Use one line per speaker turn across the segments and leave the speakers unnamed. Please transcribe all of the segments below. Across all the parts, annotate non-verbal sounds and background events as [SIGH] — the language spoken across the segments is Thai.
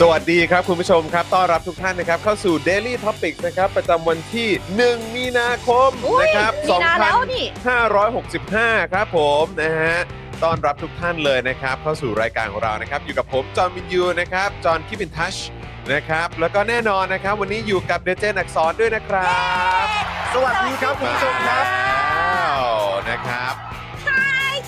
สวัสดีครับ คุณผู้ชมครับ ต้อนรับทุกท่านนะครับ เข้าสู่ Daily Topics นะครับ ประจำวันที่ 1 มีนาคม
อุ๊ย
นะครับ
มีนาแล้วนี่
2565 ครับผมนะฮะต้อนรับทุกท่านเลยนะครับ เข้าสู่รายการของเรานะครับ อยู่กับผมจอห์นวินยูนะครับ จอห์นคิปินทัชนะครับ แล้วก็แน่นอนนะครับ วันนี้อยู่กับเดเจนอักษรด้วยนะครับ
สวัสดีครับคุณผู้ชมครับ
ว้าวนะครับ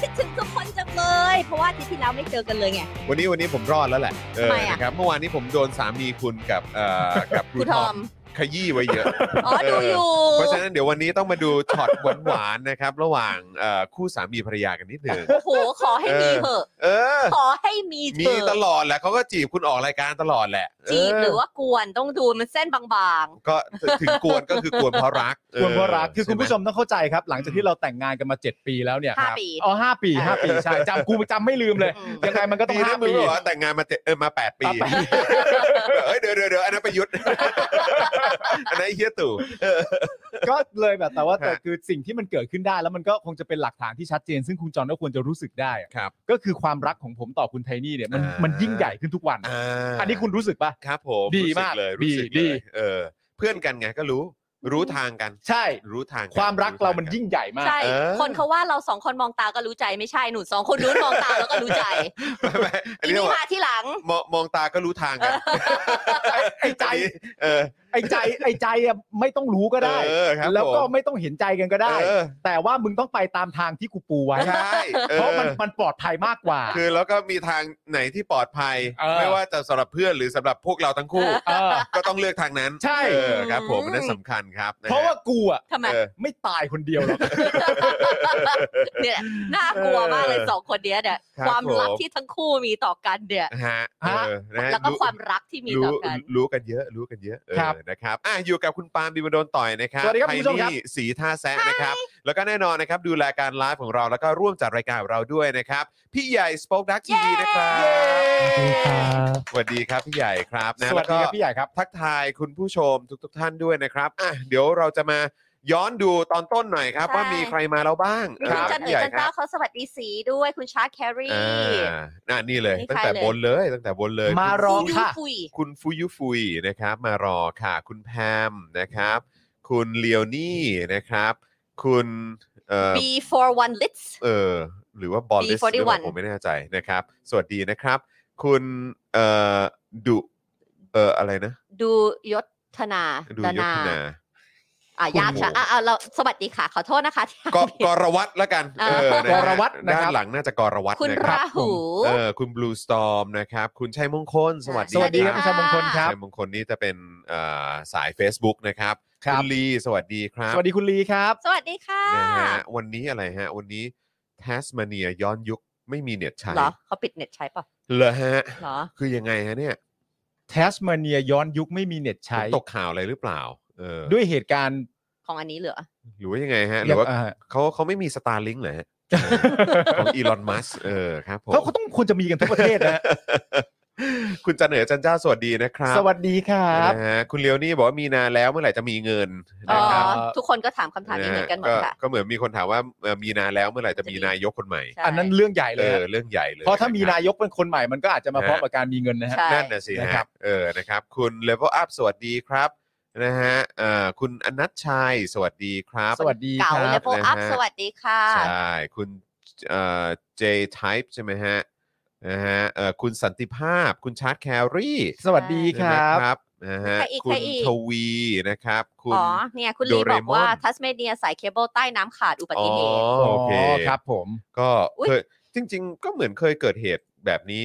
คิดถึงทุกคนจังเลย เพราะว่าอาที่ที่แล้วไม่เจอกันเลยไง
วันนี้วันนี้ผมรอดแล้วแหละเออ
ทำไมอะ
นะครับเมื่อวานนี้ผมโดนสามีคุณกับเอ่อกับครู
คุณ
ท
ท
อ
อ
ม
ม
ขยี้ไว้เยอะ
อ๋อ ดูอยู่
เพราะฉะนั้นเดี๋ยววันนี้ต้องมาดูช็อตหวานๆนะครับ ระหว่างเอ่อคู่สามีภรรยากันนิดหนึ่ง
โอ้โห ขอให้
เออ
มีเถอะ
เออ
ขอให้มีเถ
มีต
อะ
ลอดแหละเขาก็จีบคุณออกรายการตลอดแหละ
จีบ
เห
รือว่ากวนต้องดูมันเส้นบาง
ก็ถึงกวนก็คือกวนเพราะรัก
ควรเพราะรักคือคุณผู้ช
ใ
มต้องเข้าใจครับ หลังจากที่เราแต่งงานกันมา 7 ปีแล้วเนี่ย
ๆห้าปี
อ๋อห้าปีห้าปีใช่จำกูจำไม่ลืมเลย
อืม
ยังไงมันก็
ช่ไหม
ต้อ
ดีนะ
งห้า
มึง
ปี
บอกว่าแต่งงานมาเจ็ดเออมาแปดปีเฮ้ยเดี๋ยวเดี๋ยวเดี๋ยวอันนั้นประยุทธ์ อันนั้นไอ้เฮียตู่
ก็เลยแบบแต่ว่าแต่
ฮะ
คือสิ่งที่มันเกิดขึ้นได้ แล้วมันก็คงจะเป็นหลักฐานที่ชัดเจน ซึ่งคุณจอนก็ควรจะรู้สึกได้อะ
ครับ
ก็คือความรักของผมต่อคุณไทนี่เนี่ยมัน
อ่ามั
มันยิ่งใหญ่ขึ้นทุกวัน
อ่า
อันนี้คุณรู้สึกปะ
ครับผม
ดี
รู้สึ
มาก
เลย
ดี
รู้สึก
ดี
เลยเออ เพื่อนกันไงก็รู้ รู้ทางกัน
ใช่
รู้ทางน
ความรักเรามัน
ทง
ยิ่งใหญ่มาก
ใช่
เออ
คนเขาว่าเราสองคนมองตาก็รู้ใจไม่ใช่หนูสองคนนู้นมองตาแล้วก็รู้ใจ
ไม่ไม่อัน
อี
นี้
นี่
ว่า
มาที่หลัง
มองมองตาก็รู้ทางกัน
ไอ้ใจ
อันนี้เออ
ไอ้ใจไอ้ใจอะไม่ต้องรู้ก็ได้
เออครับ
แล้วก็
ผม
ไม่ต้องเห็นใจกันก็ได้
เออ
แต่ว่ามึงต้องไปตามทางที่กูปูไว้
ใช่ออ
เพราะมันมันปลอดภัยมากกว่า
คือแล้วก็มีทางไหนที่ปลอดภัย
เออ
ไม่ว่าจะสำหรับเพื่อนหรือสำหรับพวกเราทั้งคู่
เออ
ก็ต้องเลือกทางนั้น
ใช่
เออครับ ผม
อืม
อันนั่นสำคัญครับนฮ
เพราะว่ากูอ่ะ
ทำไม
เออ
ไม่ตายคนเดียวหรอก
เนี่ยน่ากลัวมากเลยสองคนเนี้ยเนี่ย
ครับ
ความรัก
ผม
ที่ทั้งคู่มีต่อกันเนี่ย
ฮะเออนะฮะ
แล้วก็
รู้
ความรักที่มีต่อ
รู้
กัน
รู้กันเยอะ รู้กันเยอะเออ
ครับ
นะครับอ่ะอยู่กับคุณปาล์มบิมโดนต่อยนะครับ
สวัสดีครับ
ไท
คุ
นี่
ณผู้ชมครับ
สีท่าแซะนะครับ แล้วก็แน่นอนนะครับ ดูแลการไลฟ์ของเราแล้วก็ร่วมจัดรายการของเราด้วยนะครับ พี่ใหญ่สป็อคดักทีวีนะครับ สวัสดีครับพี่ใหญ่ครับนะ
สวัสดีครับ
แล้ว
พี่ใหญ่ครับ
ก็ทักทายคุณผู้ชมทุกทท่านด้วยนะครับอ่ะเดี๋ยวเราจะมาย้อนดูตอนต้นหน่อยครับ
ใช่
ว่ามีใครมาแล้วบ้าง
มี
ครั
คุณ
บ
จันห
พี่
นึ่
ใหญ่
จัน
ค
เจ้า
รับ
เขาสวัสดีสีด้วยคุณชาร์คแครี
อ่าอ่ะนี่เลย
มีใคร
ตั้งแต่
เลย
บนเลย ตั้งแต่บนเลย
มารอ
ซีดู
ค่ะ
ปุย
คุณฟุยุฟุยนะครับ มารอค่ะ คุณแพมนะครับ คุณเลียวนี่นะครับ คุณเอ่อ
B41 Lits
เออหรือว่าบอลลิส
B41
ผมไม่แน่ใจนะครับ สวัสดีนะครับ คุณเอ่อดุเอ่ออะไรนะ
ดูยศธนา
ดู
ด
ยศธนา
อ่ะยากใช่อ่ะอ่ะเราสวัสดีค่ะ ขอโทษนะคะที่
ก
[LAUGHS]
กรวัตรละกัน
อ่า
เออนะฮะ
กรวัตรนะครับ
ด้านหลังน่าจะกรวัตร
คุณ
นะครั
รา
บ
หู
เออคุณบลูสตอมนะครับ คุณชัยมงคล สวัสดี
สวัสดีครับ
สวั
คุณ
สดี
ชาวมงคลค
ค่ะ
รับ
ชัยมงคลนี่จะเป็นเอ่อสาย Facebook นะครับ
ครับ
ณลีสวัสดีครับ
สวัสดีคุณลีครับ
สวัสดีค่ะ
นะฮะวันนี้อะไรฮะ วันนี้แทสมาเนียย้อนยุคไม่มีเน็ตใช้
เหรอเขาปิดเน็ตใช้ป่ะ
เหรอฮะ
เหรอ
คือยังไงฮะเนี่ย
แทสมาเนียย้อนยุคไม่มีเน็ตใช้
ตกข่าวอะไรหรือเปล่าเออ
ด้วยเหตุการณ์
ของอันนี้เหลือ
หรือว่ายังไงฮะหรือว่า
เอ่อ
เขาเขาไม่มีสตาร์ลิงเหรอฮะ ของอีลอนมัสเออครับผม
เขาเขาต้องควรจะมีกันทั้งประเทศนะฮะ
[LAUGHS] คุณจันเหนือจันเจ้าสวัสดีนะครับ
สวัสดีครับ
นะฮะคุณเลียวนี่บอกว่ามีนานแล้วเมื่อไหร่จะมีเงิน
อ๋
นะ
อ
ครับ
ทุกคนก็ถามคำถามนี้เหมือนกันหมดค่ะ
ก็ก็เหมือนมีคนถามว่าเอ่อมีนาแล้วเมื่อไหร่จะมีนายกคนใหม่
ใช่
อันนั้นเรื่องใหญ่
เอ
เลย
อ
ฮะ
เรื่องใหญ่เลย
เพราะถ้ามี
คบ
นายกเป็นคนใหม่มันก็อาจจะมา
นะฮะ
พร้อมกับการมีเงินนะฮะ
ใช่
นั่นนะสิฮะ
นะครับ
เออนะครับ คุณเลเวลอัพสวัสดีครับนะฮะเอ่อคุณอนัทชัยสวัสดีครับ
สวัสดีค
เก่า
รับ
เลเวลอัพ
นะฮะ
สวัสดีค่ะ
ใช่คุณเอ่อ J Type ใช่ไหมฮะนะฮะเอ่อคุณสันติภาพ คุณชาร์ตแครี
สวัสดีค
ใช่ไหม
รับ
ครับนะฮะ
ใครอีก
คุ
ใคร
ณ
อีก
ทวีนะครับ คุณ
อ๋อเนี่ยคุณลี
โดเร
บ
มอน
อกว่าทัสเมเนียสายเคเบิลใต้น้ำขาดอุบั
อ๋อ
ติเหตุ
โอเค
ครับผม
ก็
อุ๊ย
เคยจริง ๆ ก็เหมือนเคยเกิดเหตุแบบนี้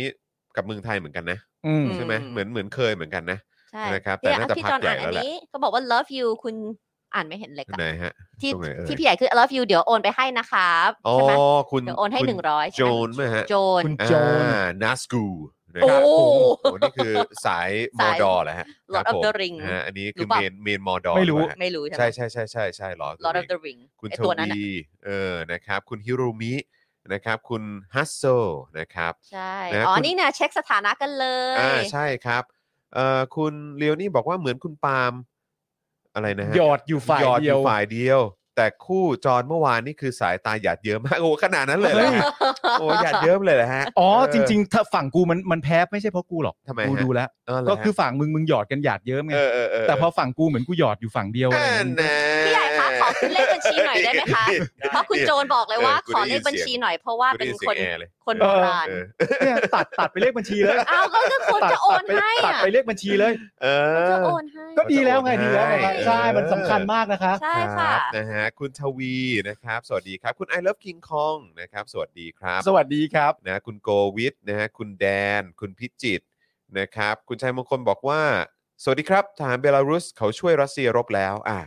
กับเมืองไทยเหมือนกันนะ
อืม
อื
ใช่ไหมเหมือนเหมือนเคยเหมือนกันนะ
ใช่
นะครับแต่
เนี่ย
น่าจะ
พี่
พัก
จอน
ใหญ่
อ่านอัน
แล้วแหละ
นี้เขาบอกว่า love you คุณอ่านไม่เห็นเลย
ไหน
อะ
ฮะ
ที่
ตรงไหนเอ่ย
ที่พี่ใหญ่คือ love you เดี๋ยวโอนไปให้นะครับ
อ๋อ
ใช่ไหม
คุณ
เดี๋ยวโอนให้
คุณ
หนึ่งร้อยใช่
โจ
ไหม
นไหมฮะ
โจน
คุณ โจน
อ่านาสกูนะ
โอ้
ครับผมโอ้นี่คือสายม
สา
อย ดอแหละฮะ
Lord
ครับ
of
ผม
the Ring
นะฮะอันนี้
ห
คื
รือ
อ
เป
เม
ล่า
นเมนมอดอ
ไม่รู้
นะฮะ
ไม่รู้ใช่ไหม
ใช่ใช่ใช่ใช่ใช่หรอ
Lord of the Ring
คุณ
ไอ
ท
ตัวนั้นอะ
วีเออนะครับ คุณฮิโรมินะครับ คุณฮัสโซนะครับ
ใช่
นะ
อ๋อ
คุณ
นี่นะเช็คสถานะกันเลย
อ่าใช่ครับเอ่อคุณเลียวนี่บอกว่าเหมือนคุณปาล์มอะไรนะฮะ
หยอดอยู่ฝ่าย
หอ
เดียว
อฝ่ายเดียว แต่คู่จรเมื่อวานนี่คือสายตาหยาดเยิ้มมากโอ้ขนาดนั้นเลยเหรอฮะโอ้หยาดเยิ้มเลยเหรอฮะ
อ๋อ
เ
จริงๆ ถ้าฝั่งกูมันมันแพ้ไม่ใช่เพราะกูหรอก
ทำไม
กู
ฮะ
ดูแล้ว
เเหร
ก็
ฮะ
คือฝั่งมึงมึงหยอดกันหยาดเยิ้มไง
เออเออเออ
แต่พอฝั่งกูเหมือนกูหยอดอยู่ฝั่งเดียวอะไรอย่าง
นั่นนะ
งี้
พี่ใหญ่คะขอขึ้นเลขบัญชีหน่อยได้ไหมคะ เพราะคุณโจนบอกเลยว่า
กู
ขอ
ได้
เล
ยิ
ขบัญชีหน่อยเพราะว่าเป็นคน
กูได้ยิเสียงแอร์เลย
คน
เอ
โบ
อ
ราณ
เออ
เนี่ยตัดตัดไปเลขบัญชีเลย
อ้าวก็คือคนจะโอนให้
ตัด
อ่ะ
ไปเลขบัญชีเลย
เอ
คนจะ
อ
โอนให้
ก็ดีแล้วไงดีแล้วไง
ใช่
ใช่มันสำคัญมากนะคะ
ใช่
ค
ค่ะ
รับนะฮะคุณทวีนะครับ สวัสดีครับ คุณ I love King Kong นะครับ สวัสดีครับ
สวัสดีครับ
นะคุณโกวิทนะฮะคุณแดน คุณพิจิตรนะครับ คุณชัยมงคลบอกว่า สวัสดีครับทหารเบลารุสเขาช่วยรัสเซียรบแล้วอ่ะ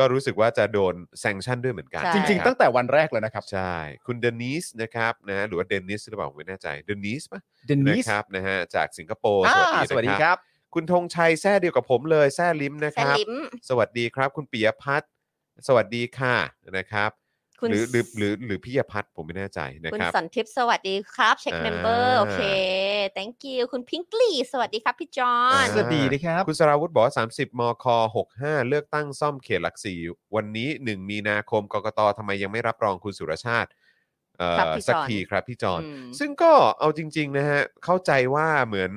ก็รู้สึกว่าจะโดนแซงชั่นด้วยเหมือนกัน
ใช่
จริง ๆ ตั้งแต่วันแรกเลยนะครับ
ใช่ คุณเดนิสนะครับนะฮะหรือว่าเดนิสหรือเปล่าผมไม่แน่ใจเดนิสปะ
เดนนิ
นะ
ส
ครับนะฮะจากสิงคโปร์
อ่า
สวัสดีนะครับ คุณธงชัยแท้เดียวกับผมเลยแท้ลิมนะ
แซ
ครับ
ลิม
สวัสดีครับ คุณปิยพัฒน์สวัสดีค่ะนะครับ
คุณ
หรือหรือหรือหรือพิยพัฒน์ผมไม่แน่ใจนะ
คุณ
ครับ
สันทิพย์สวัสดีครับ เช็ค
อ่า
เมมเบอร์โอเค thank you คุณพิงกลีสวัสดีครับพี่จอ
อ่า
น
สวัสดีนะครับ
คุณสราวุธบอกว่า 30 มค 65 เลือกตั้งซ่อมเขตหลักสี่วันนี้ 1 มีนาคมกกตทำไมยังไม่รับรองคุณสุรชาติเอ่อ
ครับพี่
สัก
จอน
ทีครับพี่จอน
อืม
ซึ่งก็เอาจริง ๆ นะฮะ เข้าใจว่าเหมือน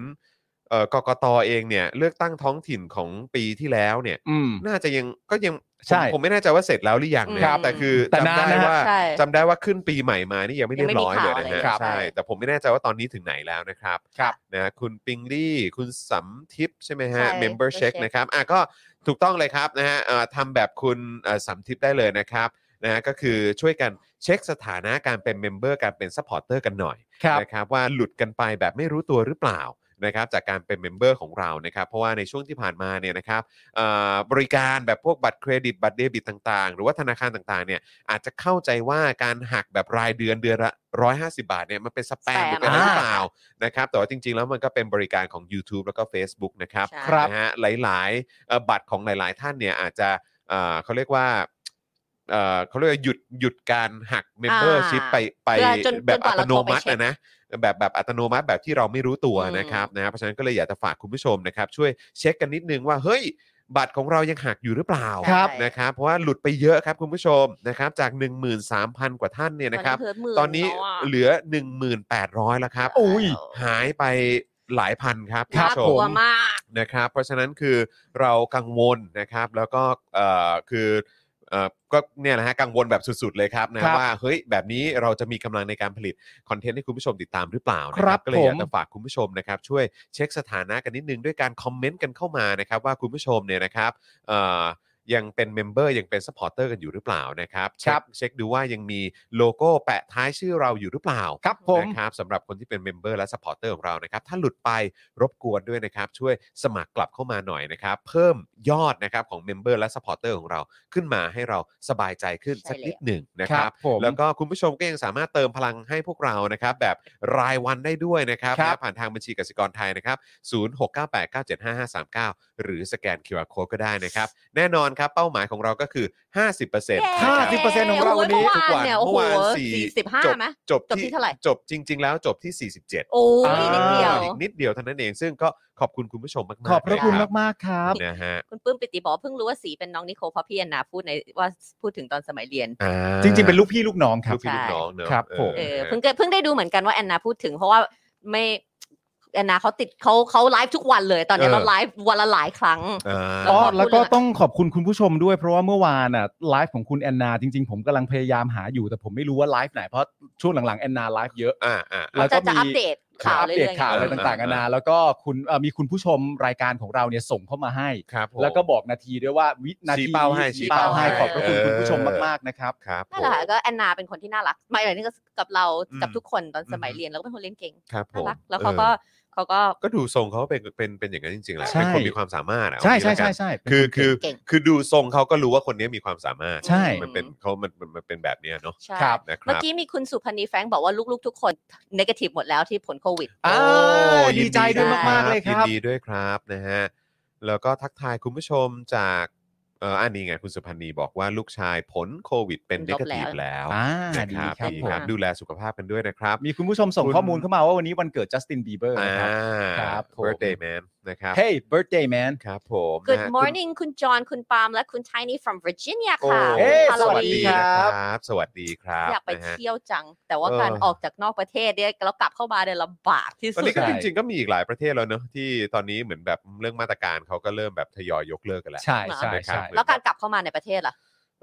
เอ่อกกตเองเนี่ย เลือกตั้งท้องถิ่นของปีที่แล้วเนี่ย
อืม
น่าจะยังก็ยัง
ใช่
ผมผมไม่แน่ใจว่าเสร็จแล้วหรือยังนะครับ แต่คือ
แต่
จำ
นาน
ได้
นะฮะ
ว่า
ใช่
จำได้ว่าขึ้นปีใหม่มานี่ยังไม่
ยั
เรีย
งไม่
บร้อย
มี
เล
ข่าวย
นะฮะ
อะไรครับ
ใช่แต่ผมไม่แน่ใจว่าตอนนี้ถึงไหนแล้วนะครับ
ครับ
นะคุณปิงลี่คุณสำทิพย์ใช่ไหมฮะ
ใช่
member check
check
นะครับอ่ะก็ถูกต้องเลยครับนะฮะเอ่อทำแบบคุณเอ่อสำทิพย์ได้เลยนะครับนะฮะก็คือช่วยกันเช็คสถานะการเป็นเมมเบอร์การเป็นซัพพอร์เตอร์กันหน่อย
ครับ
นะครับว่าหลุดกันไปแบบไม่รู้ตัวหรือเปล่านะครับจากการเป็นเมมเบอร์ของเรานะครับเพราะว่าในช่วงที่ผ่านมาเนี่ยนะครับเอ่อบริการแบบพวกบัตรเครดิตบัตรเดบิตต่างๆ หรือว่าธนาคารต่างๆเนี่ยอาจจะเข้าใจว่าการหักแบบรายเดือนเดือนละ 150 บาทเนี่ยมันเป็นสแปม
สแปม
หรือเป็นอะไรหรือเปล่านะครับแต่ว่าจริงๆ แล้วมันก็เป็นบริการของ YouTube แล้วก็ Facebook นะครับ
ใช่
ครับ
นะฮะหลายๆเอ่อบัตรของหลายๆท่านเนี่ยอาจจะเอ่อเขาเรียกว่าเอ่อเขาเรียกว่าหยุดหยุดการหัก membership
อ่า
ไปไป
เพื่อจน
แบบ
จ
อั
นกว่า
ต
เรา
โนมัติ
โทรไปเช็ค
นะนะแบบแบบอัตโนมัติแบบที่เราไม่รู้ตัว
อืม
นะครับนะเพราะฉะนั้นก็เลยอยากจะฝากคุณผู้ชมนะครับ ช่วยเช็คกันนิดนึงว่า เฮ้ย บัตรของเรายังหักอยู่หรือเปล่า
ครับ
นะครับเพราะว่าหลุดไปเยอะครับคุณผู้ชมนะครับจาก 13,000 กว่าท่านเนี่ยนะครับ
วัเพิ่มหมื่
ตอนนี้
แล้วอะ
เหลือ 1,800 แล้วครับ
อุ้ย
หายไปหลายพันครับณ
ครับ
ผู้ช
น่ากลัว
ผม
มาก
นะครับเพราะฉะนั้นคือเรากังวลนะครับแล้วก็เอ่อคือเอ่อก็เนี่ยนะฮะกังวลแบบสุดๆเลยครับนะครับ ว่าเฮ้ยแบบนี้เราจะมีกำลังในการผลิตคอนเทนต์ให้คุณผู้ชมติดตามหรือเปล่านะค
ครั
รับบก็เลยอยาก
ผม
จะฝากคุณผู้ชมนะครับช่วยเช็คสถานะกันนิดนึงด้วยการคอมเมนต์กันเข้ามานะครับว่าคุณผู้ชมเนี่ยนะครับเอ่อยังเป็นเมมเบอร์ยังเป็นสปอร์เตอร์กันอยู่หรือเปล่านะครับเช็เช็คดูว่ายังมีโลโก้แปะท้ายชื่อเราอยู่หรือเปล่า
ครับผม
นะครับสำหรับคนที่เป็นเมมเบอร์และสปอร์เตอร์ของเรานะครับถ้าหลุดไปรบกวนด้วยนะครับ ช่วยสมัครกลับเข้ามาหน่อยนะครับ เพิ่มยอดนะครับของเมมเบอร์และสปอร์เตอร์ของเราขึ้นมาให้เราสบายใจขึ้นสักนิดหนึ่งนะ
ค
ค
รั
รั
บบ ผม
แล้วก็คุณผู้ชมก็ยังสามารถเติมพลังให้พวกเรานะครับ แบบรายวันได้ด้วยนะครับ
ครับ
นะผ่านทางบัญชีกสิกรไทยนะครับ 0698975539 หรือสแกน QR Code ก็ได้นะครับ แน่นอน นะครับ เป้าหมายของเราก็คือ 50%นะค
ห้า
รับ
สิบเปอร์เซ็นต์ของเราวันนี้
โอ้ยเมื่อวานเนี่ยโอ้โห
เมื่อวานสี่
สี่สิบห้าไหม
จบ
จบที่เท่าไหร่
จบจริง ๆ แล้วจบที่ 47
โอ้ยนิดเดียว
อีกนิดเดียวเท่านั้นเองซึ่งก็ขอบคุณคุณผู้ชมมากๆ
ขอบพระคุณ
นรับ
มากๆครับ
นะฮะ
คุณปื้มปิติบอกว่าเพิ่งรู้ว่าสีเป็นน้องนิโคลเพราะพี่แอนนาพูดในว่าพูดถึงตอนสมัยเรียน
อ่า
จริงๆ เป็นลูกพี่ลูกน้องครั
ลู
บ
กพี่ลูกน้องเนอะ
ครับผม
เออ
ออ
เพิ่งเพิ่งได้ดูเหมือนกันว่าแอนนาพูดถึงเพราะว่าไม่แอนนาเขาติดเขาเขาไลฟ์ทุกวันเลย ตอนนี้
เออ
เราไลฟ์วันละหลายครั้ง
อ่า
อ๋อ
ขอบคุณ
แล้วก็
เลยนะ
ต้องขอบคุณคุณผู้ชมด้วยเพราะว่าเมื่อวานอ่ะไลฟ์ของคุณแอนนาจริง ๆ ผมกำลังพยายามหาอยู่แต่ผมไม่รู้ว่าไลฟ์ไหนเพราะช่วงหลังๆแอนนาไลฟ์เยอะ
อ่าอ่า
แล้วก็
จะจะ
มี
อัปเดตข่าว
อัปเด
เรื่
ต
อยๆ
ข่าวอะไร
เออ
ต่างๆ
เอ
นา
อ
นาแล้วก็คุณเอ่อมีคุณผู้ชมรายการของเราเนี่ยส่งเข้ามาให้
ครับผม
แล้วก็บอกนาทีด้วยว่าวินา
ชี้
ที
เป้าให้ชี้
ชี้
เป้า
เป้าให้
ให้
ขอบพระคุณ
เออ
คุณผู้ชมมากๆนะครับ
ครับ
นั่นแหละ
ผม
ค่ะก็แอนนาเป็นคนที่น่ารักไม่เลยนี่ก็กับเรา
อืม
กับทุกคนตอนสมัย
อืม
เรียนแล้วก็เป็นคนเล่นเก่ง
ครับผ
น่าม รักแล้วเขาก็
ออ
เขาก็
ก็ดูทรงเขาเป็นเป็นเป็นอย่างนั้นจริงๆแหละเป็นคนมีความสามารถอะ
ใช่
เอา
ใช่
งี้ละกั
ใช่
น
ใช่เป็น
คือ
เก่ง
คือ
เก่ง
คือดูทรงเขาก็รู้ว่าคนนี้มีความสามารถ
ใช่
มันเป็นเขามันมันมันเป็นแบบเนี้ยเนาะ
ใช่
ครับ
นะค
เมื่อ
รับ
กี้มีคุณสุพนีแฟรงค์บอกว่าลูกๆ ทุกคนเนกาทีฟหมดแล้วที่ผลโควิด
อ่า
โอ้
ดีใจด้วย
น
มากๆเลยครับ
ยินดีด้วยครับนะฮะแล้วก็ทักทายคุณผู้ชมจากเอออันนี้ไงคุณสุพันธ์นีบอกว่าลูกชายผลโควิดเป็น
เป็น
เด
ลบ
กาทีฟแล้ว
อ่า
นะ
ดี
ค
ค
รั
รั
บบ ดี
ผ
ครับ
ม
ดูแลสุขภาพกันด้วยนะครับ
มีคุณผู้ชมส่ง
คุณ
ข้อมูลเข้ามาว่าวันนี้วันเกิดจัสตินบีเบอร์
อ่า
นะครับ ครับผม
birthday man นะครับ
Hey birthday man
ครับผมนะ
Good
ฮะ
morning คุณจอห์นคุณปาล์มและคุณ Tiny from Virginia
โอ้
ค่ะ
เอ้ย
Halloween
สวัสดีนะ
ค
ค
รั
รับ บ สวัสดีครับ
อยากไป
นะฮะ
เที่ยวจัง แต่ว่าการ
เออ
ออกจากนอกประเทศเนี่ยแล้วกลับเข้ามาเนี่ยลำบากที่
ตอน
สุด
นี้ก็
ใช่
จริงๆก็มีอีกหลายประเทศแล้วเนอะที่ตอนนี้เหมือนแบบเรื่องมาตรการเขาก็เริ่มแบบทยอยยกเลิกกันแล้ว
ใช่ใช่
นะครับ
ใช่
แล้วการกลับเข้ามาในประเทศล่ะ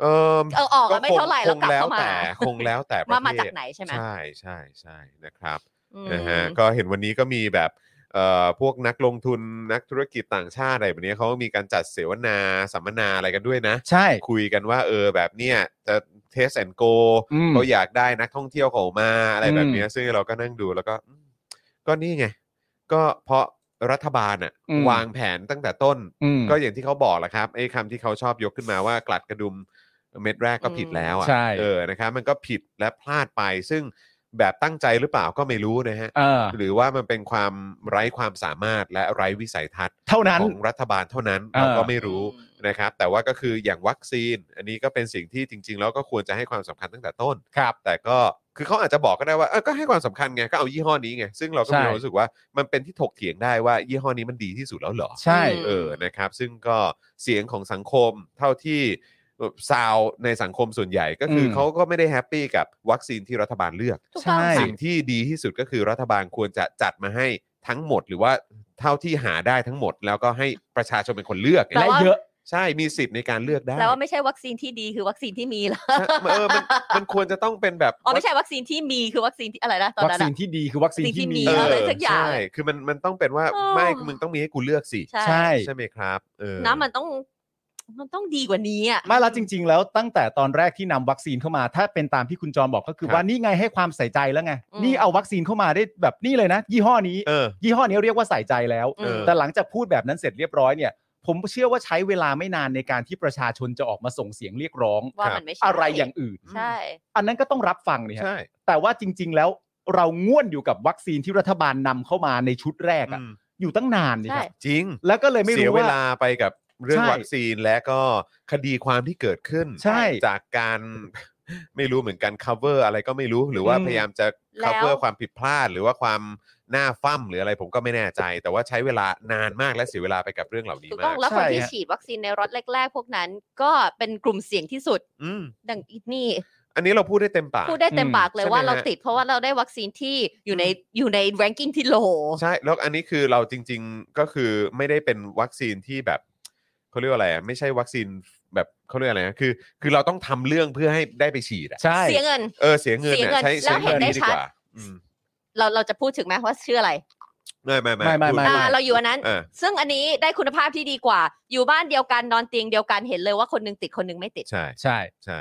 เออ
เออออกมาไม่เท่าไหร่แล้วกลับ
คงแล้ว
เข้ามา
แต่คงแล้วแต่ประเท
มา
ศ
มาจากไหนใช่ไหม
ใช่ใช่ใช่นะครับ
อื
นะฮะ
ม
ก็เห็นวันนี้ก็มีแบบเอ่อพวกนักลงทุนนักธุรกิจต่างชาติอะไรแบบนี้เขาก็มีการจัดเสวนาสัมมนาอะไรกันด้วยนะ
ใช่
คุยกันว่าเออแบบเนี้ยจะเทสแอนโก
อืม
เขาอยากได้นักท่องเที่ยวเขามาอะไร
อืม
แบบเนี้ยซึ่งเราก็นั่งดูแล้วก็อืมก็นี่ไง ก็เพราะรัฐบาลอะวางแผนตั้งแต่ต้น
อืม
ก็อย่างที่เขาบอกแหละครับไอ้คำที่เขาชอบยกขึ้นมาว่ากลัดกระดุมเม็ดแรกก็ผิดแล้วอ่ะ
ใช่
เออนะครับมันก็ผิดและพลาดไป ซึ่งแบบตั้งใจหรือเปล่าก็ไม่รู้นะฮะ
เออ
หรือว่ามันเป็นความไร้ความสามารถและไร้วิสัยทัศน์
เท่านั้น
ของรัฐบาลเท่านั้น
เออ
เราก็ไม่รู้
อืม
นะครับ แต่ว่าก็คืออย่างวัคซีน อันนี้ก็เป็นสิ่งที่จริง ๆ แล้วก็ควรจะให้ความสำคัญตั้งแต่ต้น
ครับ
แต่ก็คือเขาอาจจะบอกก็ได้ว่าเออก็ให้ความสำคัญไงก็เอายี่ห้อนี้ไงซึ่งเราก็มี
ใช่
ความรู้สึกว่ามันเป็นที่ถกเถียงได้ว่ายี่ห้อนี้มันดีที่สุดแล้วเหรอ
ใช่
ม
เออ นะครับ ซึ่งก็เสียงของสังคมเท่าที่ซาวในสังคมส่วนใหญ่ก็คืออเขาก็ไม่ได้แฮปปี้กับวัคซีนที่รัฐบาลเลือก
ถูกต้อง
ใช่
ค่ะ
สิ่งที่ดีที่สุดก็คือรัฐบาลควรจะจัดมาให้ทั้งหมด หรือว่าเท่าที่หาได้ทั้งหมด แล้วก็ให้ประชาชนเป็นคนเลือก
แต่
และ
ว่า
เยอะ
ใช่มีสิทธิ์ในการเลือกได้
แปลว่าไม่ใช่วัคซีนที่ดีคือวัคซีนที่มีแล้ว
ใช่เออมันมันควรจะต้องเป็นแบบ
อ๋อไม่ใช่วัคซีนที่มีคือวัคซีนที่อะไรนะตอน
วัค
นั้น
ซี
อะ
นที่ดีคือวัคซีนที่มี
เอออะไรสักอย่าง
ใช่คือมันมันต้องเป็นว่า
อ๋อ
ไม่มึงต้องมีให้กูเลือกสิ
ใช่
ใช่
ใช่ไหมครับเออ
นะมันต้องมันต้องดีกว่านี้อ่ะ
ไม่แล้วจริง ๆ แล้วตั้งแต่ตอนแรกที่นำวัคซีนเข้ามา ถ้าเป็นตามที่คุณจอมบอกก็คื
ค
อ
รับ
ว่านี่ไงให้ความใส่ใจแล้วไง
อืม
นี่เอาวัคซีนเข้ามาได้แบบนี่เลยนะ ยี่ห้อนี้
เออ
ยี่ห้อนี้เรียกว่าใส่ใจแล้ว
เออ
แต่หลังจากพูดแบบนั้นเสร็จเรียบร้อยเนี่ย ผมเชื่อว่าใช้เวลาไม่นานในการที่ประชาชนจะออกมาส่งเสียงเรียกร้อง
ว่ามันไม่ใช่
อะไรอย่างอื่น
ใช่
อันนั้นก็ต้องรับฟังเนี่ย
ใช่
แต่ว่าจริง ๆ แล้วเราง่วนอยู่กับวัคซีนที่รัฐบาลนำเข้ามาในชุดแรกอะ
อืม
อยู่ตั้งนานเนี่ย
ใช่
ครับ
จริง
แล้วก็เลยไม่
เสีย
รู้
เว
ว่า
ลาไปกับเรื่อง
ใช่
วัคซีนและก็คดีความที่เกิดขึ้น
ใช่
จากการ [LAUGHS] ไม่รู้เหมือนกัน cover อะไรก็ไม่รู้ หรือว่า
อืม
พยายามจะ
แล้ว
cover ความผิดพลาด หรือว่าความหน้าฟั่มหรืออะไรผมก็ไม่แน่ใจ แต่ว่าใช้เวลานานมากและเสียเวลาไปกับเรื่องเหล่านี้
ถูกต้
มา
อง
ก
แล้วคนที่
ใช่ฮะ
ฉีดวัคซีนในรอตแรก ๆ พวกนั้น ก็เป็นกลุ่มเสี่ยงที่สุด
อืม
ดังอีนี่
อันนี้เราพูดได้เต็มปาก
พูดได้เต็ม
อืม
ปากเลย
ใช่ไหม
ว่าเรา
ฮะ
ติด เพราะว่าเราได้วัคซีนที่อยู่ในอยู่ในแรงกิ้งที่โล
ใช่แล้วอันนี้คือเราจริง ๆก็คือไม่ได้เป็นวัคซีนที่แบบเขาเรียกว่าอะไรอะไม่ใช่วัคซีนแบบเขาเรียกอะไรนะคือ คือเราต้องทำเรื่องเพื่อให้ได้ไปฉีดอะ
ใช่
เสียเงิน
เออเสียเงินอะใช้ใช้
แล้วเห็นได้
งิ
ชัด
กว่าอืม
เราเราจะพูดถึงไหมว่าชื่ออะไร
ไม่ไม่ไม่
ไม่ไม่ไม่
พูด
อ่า
ด้
เราอยู่อันนั้น
อ่า
ซึ่งอันนี้ได้คุณภาพที่ดีกว่า อยู่บ้านเดียวกันนอนเตียงเดียวกันเห็นเลยว่าคนหนึงติดคนหนึงไม่ติด
ใช่
ใช่
ใช่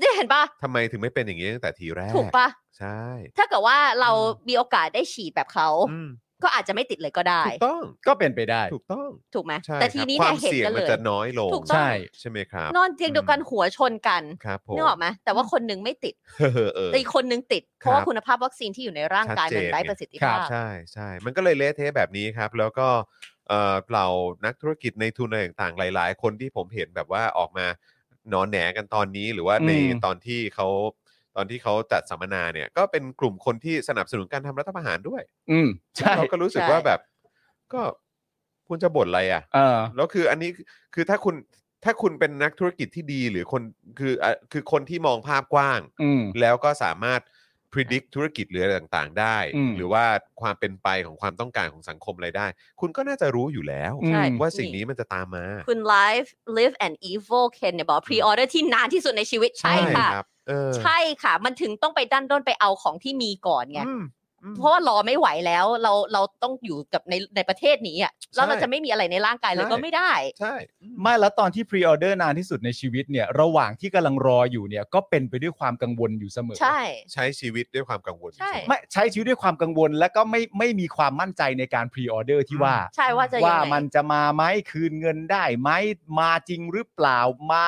นี่เห็นปะ
ทำไมถึงไม่เป็นอย่างนี้ตั้งแต่ทีแรก
ถูกปะ
ใช่
ถ้าเกิดว่าเรามีโอกาสได้ฉีดแบบเขา
อืม
ก็อาจจะไม่ติดเลยก็ได้
ถูกต้อง
ก็เป็นไปได้
ถูกต้อง
ถูกไหม
ใช่
แต่
ครับ
ทีนี้
ค
เนี่
วาย ม
เห็น
เสี่ยง
กัน
มั
เล
น
ย
จะน้อยลง
ถูกต้อง
ใช่
ใช่ไหมครับ
นอนเตียงเดียวกันหัวชนกัน
ครับผม
นึกออกไหมแต่ว่าคนหนึงไม่ติด
เออเออ
แต่อีกคนนึงติด เพราะ
ครับ
ว่าคุณภาพวัคซีนที่อยู่ในร่างกาย
ชัดเจ
มัน นไร้ประสิทธิ
ครั
ภา
บ
พ
ใช่ใช่มันก็เลยเละเทะแบบนี้ครับ แล้วก็ เอ่อเหล่านักธุรกิจในทุนอะไรต่างๆ หลาย ๆ คนที่ผมเห็นแบบว่าออกมาหนอนแหนกันตอนนี้หรือว่าใน
อืม
ตอนที่เขาตอนที่เขาจัดสัมมนาเนี่ยก็เป็นกลุ่มคนที่สนับสนุนการทำรัฐประหารด้วย
อืมใช่
เราก็รู้สึก
ใช่
ว่าแบบ ก็คุณจะบ่นอะไรอ่ะ
เออ
แล้วคืออันนี้คือถ้าคุณถ้าคุณเป็นนักธุรกิจที่ดีหรือคนคืออ่ะคือคนที่มองภาพกว้าง
อืม
แล้วก็สามารถ predict ธุรกิจหรืออะไรต่างๆ ได้
อืม
หรือว่าความเป็นไปของความต้องการของสังคมอะไรได้ คุณก็น่าจะรู้อยู่แล้ว
อืม
ใช่
ว่าสิ่งนี้มันจะตามมา
คุณ live live and evil Ken เนี่ยบอกพรีออเดอร์ที่นานที่สุดในชีวิตใช่ค่ะ
ใช่รับเออ
ใช่ค่ะ มันถึงต้องไปดันด้นไปเอาของที่มีก่อนไง
อืมอืม
เพราะว่ารอไม่ไหวแล้วเราเราต้องอยู่กับในในประเทศนี้อ่ะแล้ว
ใช่
เราจะไม่มีอะไรในร่างกายเลย
ใช่
ก็ไม่ได้
ใช่
ไม่แล้วตอนที่พรีออเดอร์นานที่สุดในชีวิตเนี่ย ระหว่างที่กำลังรออยู่เนี่ย ก็เป็นไปด้วยความกังวลอยู่เสมอ
ใช่
ใช้ชีวิตด้วยความกังวล
ใช่
อยู่เสมอ
ไม่ใช้ชีวิตด้วยความกังวล และก็ไม่ไม่มีความมั่นใจในการพรีออเดอร์ที่ว่า
ใช่ว่าจะยั
ว่าง
ไง
มันจะมาไหมคืนเงินได้ไหมมาจริงหรือเปล่ามา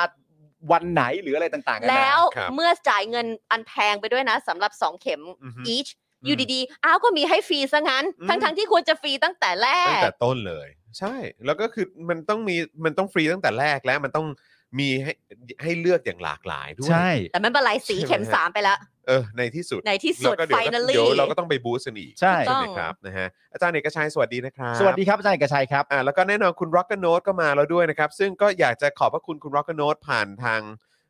วันไหนหรืออะไรต่างๆกันา
แล้ว
ครับ
เมื่อจ่ายเงินอันแพงไปด้วยนะสำหรับ 2 เข็ม
อือฮึ
each อยู่ดีๆ อ้าวก็มีให้ฟรีซะงั้น
อืม
ทั้งทั้งๆที่ควรจะฟรีตั้งแต่แร
ตั้ง
ก
แต่ต้นเลย ใช่ แล้วก็คือมันต้องมีมันต้องฟรีตั้งแต่แรกแล้วมันต้องมีให้ให้เลือกอย่างหลากหลายด้วย
ใช่
แต่ไม่เป็นไรสี
ใช่ไหม
เข็ม
ฮะ
สามไปแล้ว
เออในที่สุด
ในที่สุ
แล้ว
ด
ก็เดี๋ยวก็
finally
เดี๋ยวเราก็ต้องไปบูสต์กันอีก
ใช่
ใช่ไหม
ต้อง
ครับนะฮะอาจารย์เอกชัยสวัสดีนะครับ
สวัสดีครับอาจารย์เอกชัยครับ
อ่าแล้วก็แน่นอนคุณ Rock n o t e ก็มาแล้วด้วยนะครับ ซึ่งก็อยากจะขอบพระคุณคุณ Rock n o t e ผ่านทาง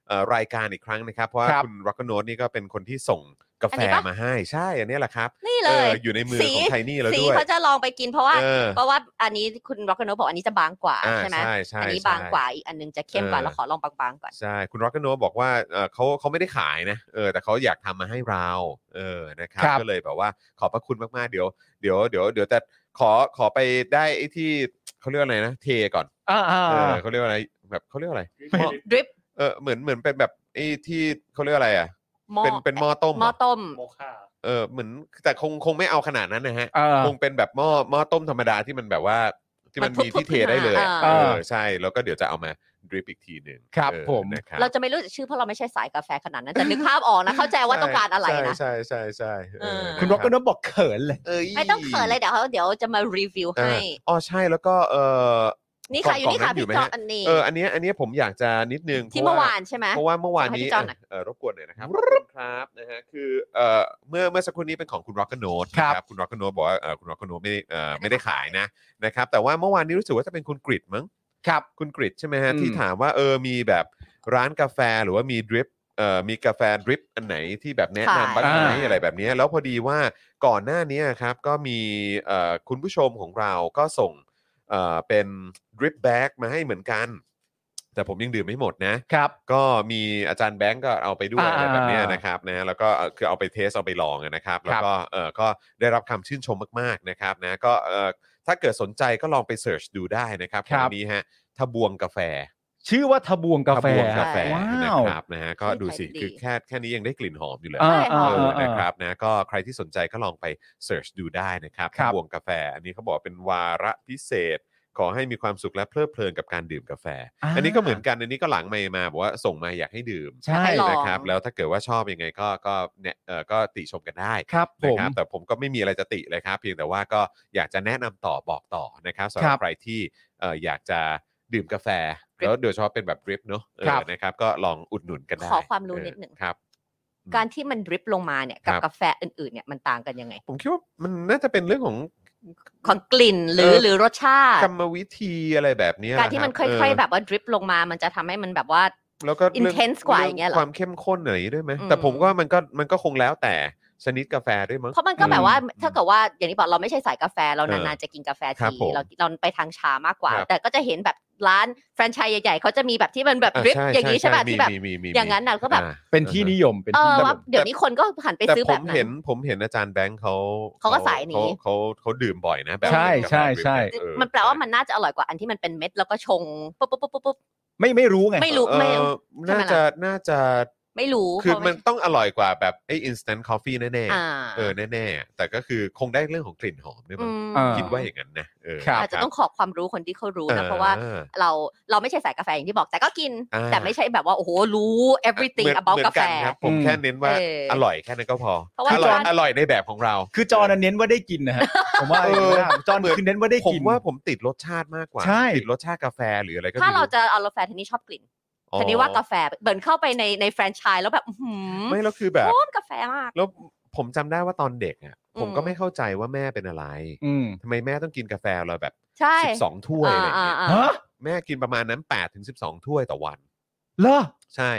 เอ่อรายการอีกครั้งนะครับ เพราะว่า
ครับ
คุณ Rock n o t e นี่ก็เป็นคนที่ส่งกา
อั
แฟ
นนี้ปะ
มาให้ใช่อันนี้แหละครับ
นี่
เอ
เลย
ออยู่ในมือของไทนี่แล้ว
สี
ด้วย
เขาจะลองไปกินเพราะว่า
เออ
เพราะว่าอันนี้คุณร็อกโนบอกอันนี้จะบางกว่า
อ่า
ใช่ไหม
ใช่ใช่
อันนี้
ใช่
บางกว่าอีกอันนึงจะเข้มกว่า
เออ
เราขอลองบางๆก่อน
ใช่คุณร็อกโนบอกว่าเอ่อเขาเขาไม่ได้ขายนะเออแต่เขาอยากทำมาให้เราเออนะครับ
ครับ
ก็เลยแบบว่าขอบพระคุณมากๆเดี๋ยวเดี๋ยวเดี๋ยวเดี๋ยวแต่ขอขอไปได้ไอ้ที่เขาเรียกว่าอะไรนะเทก่อน
อ่า
เออ
ๆ
เขาเรียกว่าอะไรแบบเขาเรียกว่าอะไร
ดริป
เออเหมือนเหมือนเป็นแบบไอ้ที่เขาเรียกอะไรอ่ะ
หม้อ
เป็นเป็นหม้อต้ม
หม้อ
อะ
ต้ม
โมคา
เออเหมือนแต่คงคงไม่เอาขนาดนั้นนะฮะ
เออ
คงเป็นแบบหม้อหม้อต้มธรรมดาที่มันแบบว่า ที่มัน
มันทุบ
มีที่เทได้เลยอะ
เอ
เอ
อ
อใช่แล้วก็เดี๋ยวจะเอามาดริปอีกทีหนึ่ง
ครับ
เออ
ผม
นะครับ
เราจะไม่รู้จักชื่อเพราะเราไม่ใช่สายกาแฟขนาดนั้นแต่นึกภาพออกนะ เข้าใจว่าต้องการอะไรนะ
ใช่ใช่ใช่ใช่เออ
เออ
นะ
คุณร็อกก็นบอกเขินเลย
เอ้ย
ไม่ต้องเขินเลยเดี๋ยวเขาเดี๋ยวจะมารีวิว
เอ
ให้
ออ๋อใช่แล้วก็เออ
นี่ค่ะ
กล่อง
อยู่นี่
กล่องนั้นอยู่ไหม
ค่ะพี่จอ
ฮะ
อันนี้
เอออันเนี้ยอันเนี้ยผมอยากจะนิดนึง
ที่
พ
เมื่
ระ
อวานใช่ไหม
เพราะว่าเมื่อวานนี้
ให้พี่จอนหน่อย
เอ่อรบกวนหน่อยนะครับขอบคุณครับนะฮะคือเอ่อเมื่อเมื่อสักครู่นี้เป็นของคุณร็อกโนด
ครับ
คุณร็อกโนดบอกว่าเอ่อคุณร็อกโนดไม่ได้เอ่อไม่ได้ขายนะนะครับแต่ว่าเมื่อวานนี้รู้สึกว่าจะเป็นคุณกริดมั้ง
ครับ
คุณกริดใช่ไหมฮะ
อืม
ที่ถามว่าเออมีแบบร้านกาแฟหรือว่ามีดริปเอ่อมีกาแฟดริปอันไหนที่แบบแนะนำบ้างไหมอะไรแบบเนี้ยแล้วพอดีว่าก่อนหน้านี้ครับก็มีเอ่อคุณผู้ชมของเราก็ส่งเอ่อเป็นดริปแบ็กมาให้เหมือนกัน แต่ผมยังดื่มไม่หมดนะ
ครับ
ก็มีอาจารย์แบงก์ก็เอาไปด้วยอะ
อ่า
ไรแบบเนี้ยนะครับนะฮะแล้วก็เอ่อคือเอาไปเทสเอาไปลองนะครับ
ครับ
แล้วก็เออก็ได้รับคำชื่นชมมากๆนะครับนะก็เออถ้าเกิดสนใจก็ลองไปเสิร์ชดูได้นะครับของอันนี้ฮะทะบวงกาแฟ
ชื่อว่าทะบวงกา
ทะ
แฟ
บวงกาแฟ
ว้าว
นะครับนะฮะก็ดูสิ
ใช่ดี
คือแค่แค่นี้ยังได้กลิ่นหอมอยู่เลย
อ่า
ใช่
อ่า
เออ
อ่า
นะครับนะก็ใครที่สนใจก็ลองไปเสิร์ชดูได้นะครับ
ครับ
ทำวงกาแฟ อันนี้เขาบอกเป็นวาระพิเศษ ขอให้มีความสุขและเพลิดเพลินกับการดื่มกาแฟ อันนี้ก็เหมือนกัน อันนี้ก็หลังไมค์มาบอกว่าส่งมาอยากให้ดื่ม
ใช่
ให้ลอง
นะครับ แล้วถ้าเกิดว่าชอบยังไงก็ก็เนี่ยเออก็ติชมกันได้
ครับผ
นะ
ม
ครับ แต่ผมก็ไม่มีอะไรจะติเลยครับ เพียงแต่ว่าก็อยากจะแนะนำต่อบอกต่อนะครับสำห
ค
รั
รั
บบ ใครที่เอออยากจะดื่มกาแฟ
Drip
แล้วโดยเฉพาะเป็นแบบดริปเนาะเออ
ครับ
นะครับ ก็ลองอุดหนุนกันได้
ขอความรู้นิดหนึ่ง
เออครับ
การที่มันดริปลงมาเนี่ยกั
ค
บ
รับ
กาแฟอื่นๆเนี่ยมันต่างกันยังไง
ผมคิดว่ามันน่าจะเป็นเรื่องของ
ของกลิ่นหรือ
เออ
หรือรสชาติ
กรรมวิธีอะไรแบบเนี้ย
การที่มันค่อยๆ แบบว่าดริปลงมา มันจะทำให้มันแบบว่า
ๆแล้วก็เรื่อง
intense กว่าอย่างเงี้ยเหรอ
ความเข้มข้นอะไรอย่างงี้ด้วยไหม
อืม
แต่ผมว่ามันก็มันก็คงแล้วแต่ชนิดกาแฟด้วยมั้ง
เพราะมันก็แบบว่าถ้าเกิดว่าอย่างที่บอกเราไม่ใช่สายกาแฟเรา
เออน
านๆจะกินกาแฟ
ครับ
ที
ผม
เราเราไปทางชามากกว่า
ครับ
แต่ก็จะเห็นแบบร้านแฟรนไชส์ใหญ่ๆเขาจะมีแบบที่มันแบบดริปอย่างนี้ใช่ป่ะที่แบบ
มีมีมีมี
อย่างนั้นน่ะก็แบบ
อ่
เป็นที่นิยมเป็น
เอ
ที่
อ
นิย
ว่าม เดี๋ยวนี้คนก็หันไป
แต่
ซื้อ
ผ
แบบ
ม
นั้
เห็น
น
ผมเห็นอาจารย์แบงค์เขา
เขาก็สายนี้
เขาเขาเขาดื่มบ่อยนะแบบ
ใช่ใช่ใช่
เออ
มันแปลว่ามันน่าจะอร่อยกว่าอันที่มันเป็นเม็ดแล้วก็ชงปุ๊บปุ๊บปุ๊บปุ๊บ
ไม่ไม่รู้ไง
ไม่รู้
เออ
ไม่
น่าจะน่าจะ
ไม่รู้
คือ
เพราะ
มันต้องอร่อยกว่าแบบไอ้ instant coffee แน่
อ่า
ๆเออแน่ๆ แต่ก็คือคงได้เรื่องของกลิ่นหอมด้วยมั้ง
ม
อ่า
คิดว่าอย่างนั้นนะเออ
ครับ
อาจจะต้องขอความรู้คนที่เขารู้
อ่
นะเพราะว่าเราเราไม่ใช่สายกาแฟอย่างที่บอก แต่ก็กิน
อ่า
แต่ไม่ใช่แบบว่าโอ้โหรู้ everything
เหมือน
about
เหมื
กา
อน
แฟ
นครับผม
อืม
แค่เน้นว่า
เอออ
อร่อยแค่นั้นก็พอ
เพราะว่า
อร่อย
จอน
อร่อยในแบบของเรา
คือจอห์นนะเน้นว่าได้กินนะฮะผมว่า
เออ
จอห์น
เหมือน
คือเน้นว่าได้
ผม
กิน
ว่าผมติดรสชาติมากกว่า
ใช่
ติดรสชาติกาแฟหรืออะไรก็
ถ้า
ไม่
เราจะเอากาแฟทีนี้ชอบกลิ่น
อ๋อ
ทีนี้ว่ากาแฟเบิร์นเข้าไปในในแฟรนไชส์แล้วแบบอื้อหือ
ไม่แล้วคือแบบ
โคตรกาแฟมาก
แล้วผมจำได้ว่าตอนเด็กอ่ะผมก็
อืม
ไม่เข้าใจว่าแม่เป็นอะไร
อืม
ทำไมแม่ต้องกินกาแฟเราแบบ
ใช่
สิบสองถ้วยอะไรอย่างเงี้ย
อ่า
ฮะ
ๆ
แม่กินประมาณนั้น8ปดถึงสิบสองถ้วยต่อวัน
เหรอ
ใช่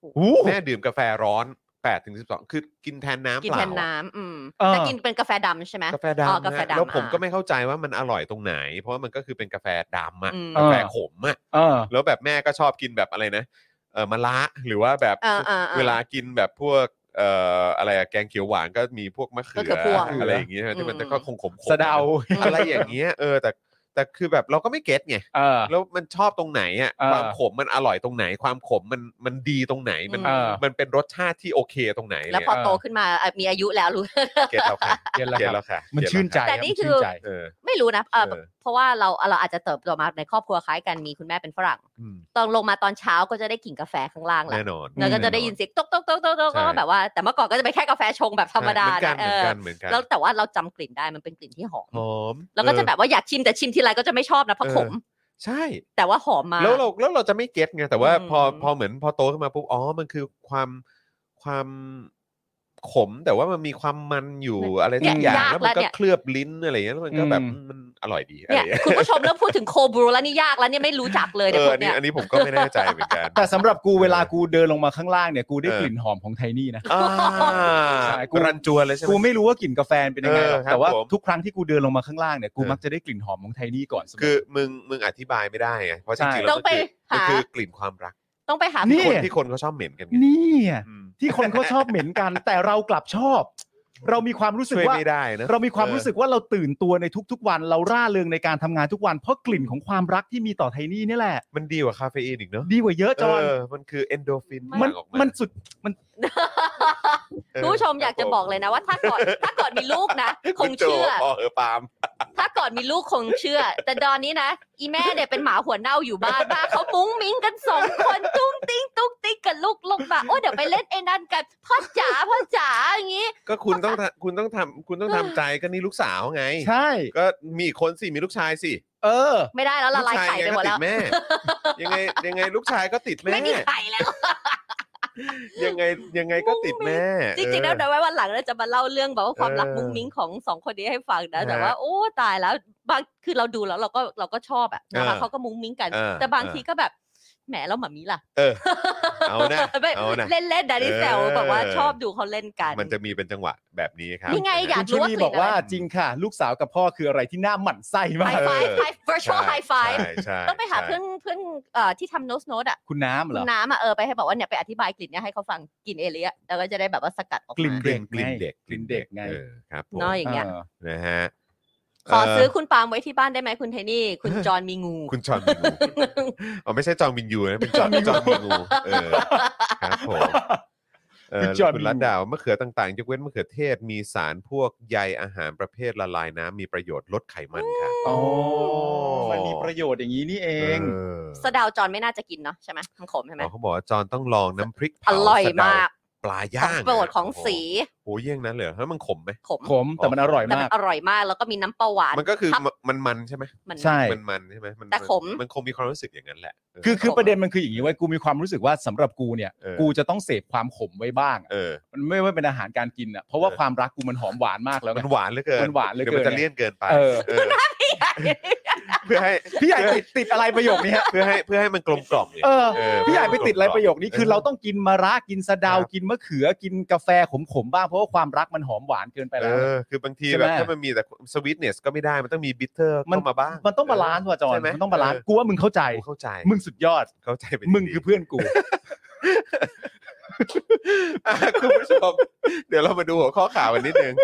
โอ้
แม่ดื่มกาแฟร้อน8ปดถึงสิบสองคือกินแทน
ๆ
น้ำ
กิน
เป
แท
ล่าน อะ
น้ำอืมแต่กินเป็นกาแฟดำใช่ไหม
กาแฟ
อ๋อ
ดำ
กาแฟ
นะ
ดำ
แล้วผม
อ่ะ
ก็ไม่เข้าใจว่ามันอร่อยตรงไหน เพราะว่ามันก็คือเป็นกาแฟดำอ่ะ
อืม
กาแฟขมอ่ะ
เออ
แล้วแบบแม่ก็ชอบกินแบบอะไรนะเออมะระหรือว่าแบบ
เออเออเออ
ลากินแบบพวกเอ่ออะไรอะแกงเขียวหวานก็มีพวกมะเขื
มะเขือพวง
อะไรอย่างเงี้ยที่มัน
อืม
ก็คงขมๆ
สะเดา
อะไรอย่างเงี้ยเออแต่แต่คือแบบเราก็ไม่เก็ตไง
เออ
แล้วมันชอบตรงไหนอ่ะ
เออ
ความขมมันอร่อยตรงไหน ความขมมันมันดีตรงไหนมัน
เออ
มันเป็นรสชาติที่โอเคตรงไหน
แล้ว
เนี่ย
พอโตขึ้นมาอ่ะมีอายุแล้ว [LAUGHS] รู้
เก็ตแล้วค่ะ
เย็นแล้ว
เก็ต
ค
แล้
รับ
วค่ะ
มันชื่นใจ
แต่
รับ
นี่
มั
คือ
ชื่ใจ
เออ
ไม่รู้นะเอ่อ
เออ
เพราะว่าเราเราอาจจะเติบโตมาในครอบครัวคล้ายกันมีคุณแม่เป็นฝรั่ง
อืม
ตอนลงมาตอนเช้าก็จะได้กลิ่นกาแฟข้างล่างแหละ
แน่นอน
แล้วก็จะได้ยินเสียงตกตกตกตกตกแล้วก็
ใช่
แบบว่า แต่เมื่อก่อนก็จะเป็นแค่กาแฟชงแบบธรรมดา
เหมือนกั
นะ
น
เอ
เหมือน
อ
กันเหมือนกัน
แล้วแต่ว่าเราจำกลิ่นได้มันเป็นกลิ่นที่หอม
หอม
แล้วก็จะ
เออ
แบบว่าอยากชิมแต่ชิมทีไรก็จะไม่ชอบนะเพราะ
เออ
ขม
ใช่
แต่ว่าหอมมาก
แล้วเราแล้วเราจะไม่เก็ตไงแต่ว่า
อืม
พอพอเหมือนพอโตขึ้นมาปุ๊บอ๋อมันคือความความขม แต่ว่ามันมีความมันอยู่อะไรทุกอย่าง
เนี่ยยาก
แล้วมันก็
แล้วเนี่ย
เคลือบลิ้นอะไรอย่างเงี้ยแล้วมันก็แบบ
อืม
มันอร่อยดีอะไรอ
เนี่ย
ย่างเงี้ย
คุณผู้ชมเริ่มพูดถึงโคบรูแล้วนี่ยากแล้วเนี่ยไม่รู้จักเลย
เอ
นะ
อ
พว
อั
ก
นนี้
เนี่ย
อันนี้ผมก็ไม่แน่ใจเหมือนกัน
[LAUGHS]
แต่สำหรับกู
เออ
เวลากูเดินลงมาข้างล่างเนี่ยกูได้
เออ
กลิ่นหอมของไทนี่นะ
อ่า
ใช่กู
กูรันจวนเลยใช่ไหม
กูไม่รู้ว่ากลิ่นกาแฟเป็นยังไงหรอก
เออครับ
แต่ว่า
ผม
ทุกครั้งที่กูเดินลงมาข้างล่างเนี่ยกู
เออ
มักจะได้กลิ่นหอมของไทนี่ก่อนเสมอ
คือมึงมึงอธิบายไม่ได้ไงเพราะจ
ใช่
ริงๆแล้ว
ต้อ
มั
ง
น
ไป
คือมัน
หา
คือกลิ่นความรัก
ต้องไปหา
นี่
คนที่คนเขาชอบเหม็นกันไง
นี่อะ
อืม
ที่คนเขาชอบเหม็นกัน แต่เรากลับชอบ เรามีความรู้สึก
ช่วย
ว่า
ไม่ได้นะ
เรามีความ
ออ
รู้สึกว่าเราตื่นตัวในทุกๆ วันเราร่าเริงในการทำงานทุกวันเพราะกลิ่นของความรักที่มีต่อไทนี่เนี่ยแหละ
มันดีกว่าคาเฟอีนอีกเนาะ
ดีกว่าเยอะจอน
เออมันคือเอนโดฟิน
ไม่
มัน
ออกา
มันสุด
เออ
คุณผู้ชมอยากจะ
ครัผ
บอกเลยนะว่าถ้าก่อนถ้าก่อนมีลูกนะ คงเชื่อ
ณโจพอเออปาล์ม
ถ้าก่อนมีลูกคงเชื่อ แต่ตอนนี้นะ อีแม่เนี่ยเป็นหมาหัวเน่าอยู่บ้านบ้าเขามุ้งมิ้งกันสองคนตุ้งติ้งตุ้งติ้งกับลูกลงมาโอ้เดี๋ยวไปเล่นไอ้นั่นกันพ่อจ๋าพ่อจ๋าอย่างนี้
ก็คุณต้องทำคุณต้องทำคุณต้องทำใจก็นี่ลูกสาวไง
ใช่
ก็มีอีกคนสิมีลูกชายสิ
เออ
ไม่ได้แล้วละลายไข่ไปหมดแล้ว
ลูกชายยังไงก็ติดแม่ยังไง
[LAUGHS]
ยังไงลูกชายก็ติดแม่
ไม่มีไข่แล้ว
ยังไงยังไงก็ติดแม่
จริงๆ
เอ
แล้ว
อ
เดี๋ยวไว้วันหลังเราจะมาเล่าเรื่องแบบว่าความรักมุ้งมิ้งของสองคนนี้ให้ฟังนะแต่ว่าโอ้ตายแล้วบางคือเราดูแล้วเราก็เราก็ชอบอะนะคะ
เออ
เขาก็มุ้งมิ้งกัน
เออ
แต่บาง
เออ
ทีก็แบบแหมแล้วหมามีล่ะ
เออเอานะ
ไม่
เอานะ
เล่นเล่นดานิแซว
เออ
บอกว่าชอบดูเขาเล่นกัน
มันจะมีเป็นจังหวะแบบนี้ครับ
นี่ไงอยา
คุ
ก
ณชุลีบอกว่าจริงค่ะ ลูกสาวกับพ่อคืออะไรที่น่าหมั่นไส้มา
ไฮ
ก
เอ
ไฟ
อ
ไฮ virtual
ใช่
high
ใช่
five
ใช่
ต้องไปหา
ใช่
เพื่อนเพื่อนเอ่อที่ทำโน้ตโน้ตอ่ะ
คุณน้ำเห
คุ
รอ
ณน้ำอ่ะเออไปให้บอกว่าเนี่ยไปอธิบายกลิ่นเนี่ยให้เขาฟังกลิ่นเอเลียแล้วก็จะได้แบบว่าสกัดออก
กลิ่
มาน
กลิ่นกลิ่นเด็ก
กลิ่นเด็กไง
ออครับผม
เนาะอย่างเงี้ย
ออ
นะฮะ
ขอ
เ
ซื้อคุณปาล์มไว้ที่บ้านได้ไหมคุณเทนี่ คุณจอนมีงู
คุณจอห์นวินยูอ๋อไม่ใช่จอห์นวินยูนะ เป็นจอห์นจอห์นวินยูเออครับผมเออ
คุณจอห์น
คุ
วินยู
ณรัตดาวมะเขือต่างๆ ยกเว้นมะเขือเทศ มีสารพวกใยอาหารประเภทละลายน้ำมีประโยชน์ลดไขมันค่ะ
อ๋อมันมีประโยชน์อย่างนี้นี่เอง
เออ
สะเดาวจอนไม่น่าจะกินเนาะใช่ไหมมันขมใช่ไหม
อ๋อเขาบอกว่าจอห์นต้องลองน้ำพริก
อ
เผา
ร่อยมาก
สะเดปลา
ข
ย่า
อง
ง
โปรดของสี
โอ้ยเยี่ยงนั้นเลยเหรอแล้วมันขมไหม
ขม
ขมแต่มันอร่อย
แต่
มา
มั
ก
นอร่อยมากแล้วก็มีน้ำปลาหวาน
มันก็คือ
ทับ
มันมันๆใช่ไหม
มัน
ใช่
มันมันๆใช่ไหมมัน
แต่ขม
มันคงมีความรู้สึกอย่างนั้นแหละเ
คือคือ
ขม
ประเด็นมันคืออย่างนี้ไว้ยกูมีความรู้สึกว่าสำหรับกูเนี่ย
เออ
กูจะต้องเสพความขมไว้บ้างอะ
เออ
มันไม่ว่าเป็นอาหารการกินอ่ะเพราะว่า
เออ
ความรักกูมันหอมหวานมากแล้วไง
มันหวานเหลือเกิน
มันหวานเหลือเกิน
ดี๋ยวมันจะเลี่ยนเกินไป
เออ
เออเพื่อให้
พี่ใหญ่ติดติดอะไรประโยคนี้ฮะ
เพื่อให้เพื่อให้มันกลมกล่อมไง
เออ
เออ
พี่ใหญ่ไปติดอะไรประโยคนี้คือเรา
อ
ต้องกินมะระกินสะเดาว
ครับ
กินมะเขือกินกาแฟขมๆบ้างเพราะว่าความรักมันหอมหวานเกินไป
เอ
แล้ว
อคือบางที
ใช่ไหม
แบบถ้ามันมีแต่สวิตเนสก็ไม่ได้มันต้องมีบิทเทอร์
มัน
เข้ามาบ้าง
มันต้องบาลานซ์ว่ะจอน
ใช่ไห
มันต้องบาลานซ์
เ
กูว่ามึงเข้าใจ
กูเข้าใจ
มึงสุดยอด
เข้าใจเป็น
มึงคือเพื่อนกู
อ่ะ [LAUGHS] คุณผู้ชม เดี๋ยวเรามาดูหัวข้อข่าวกันนิดนึง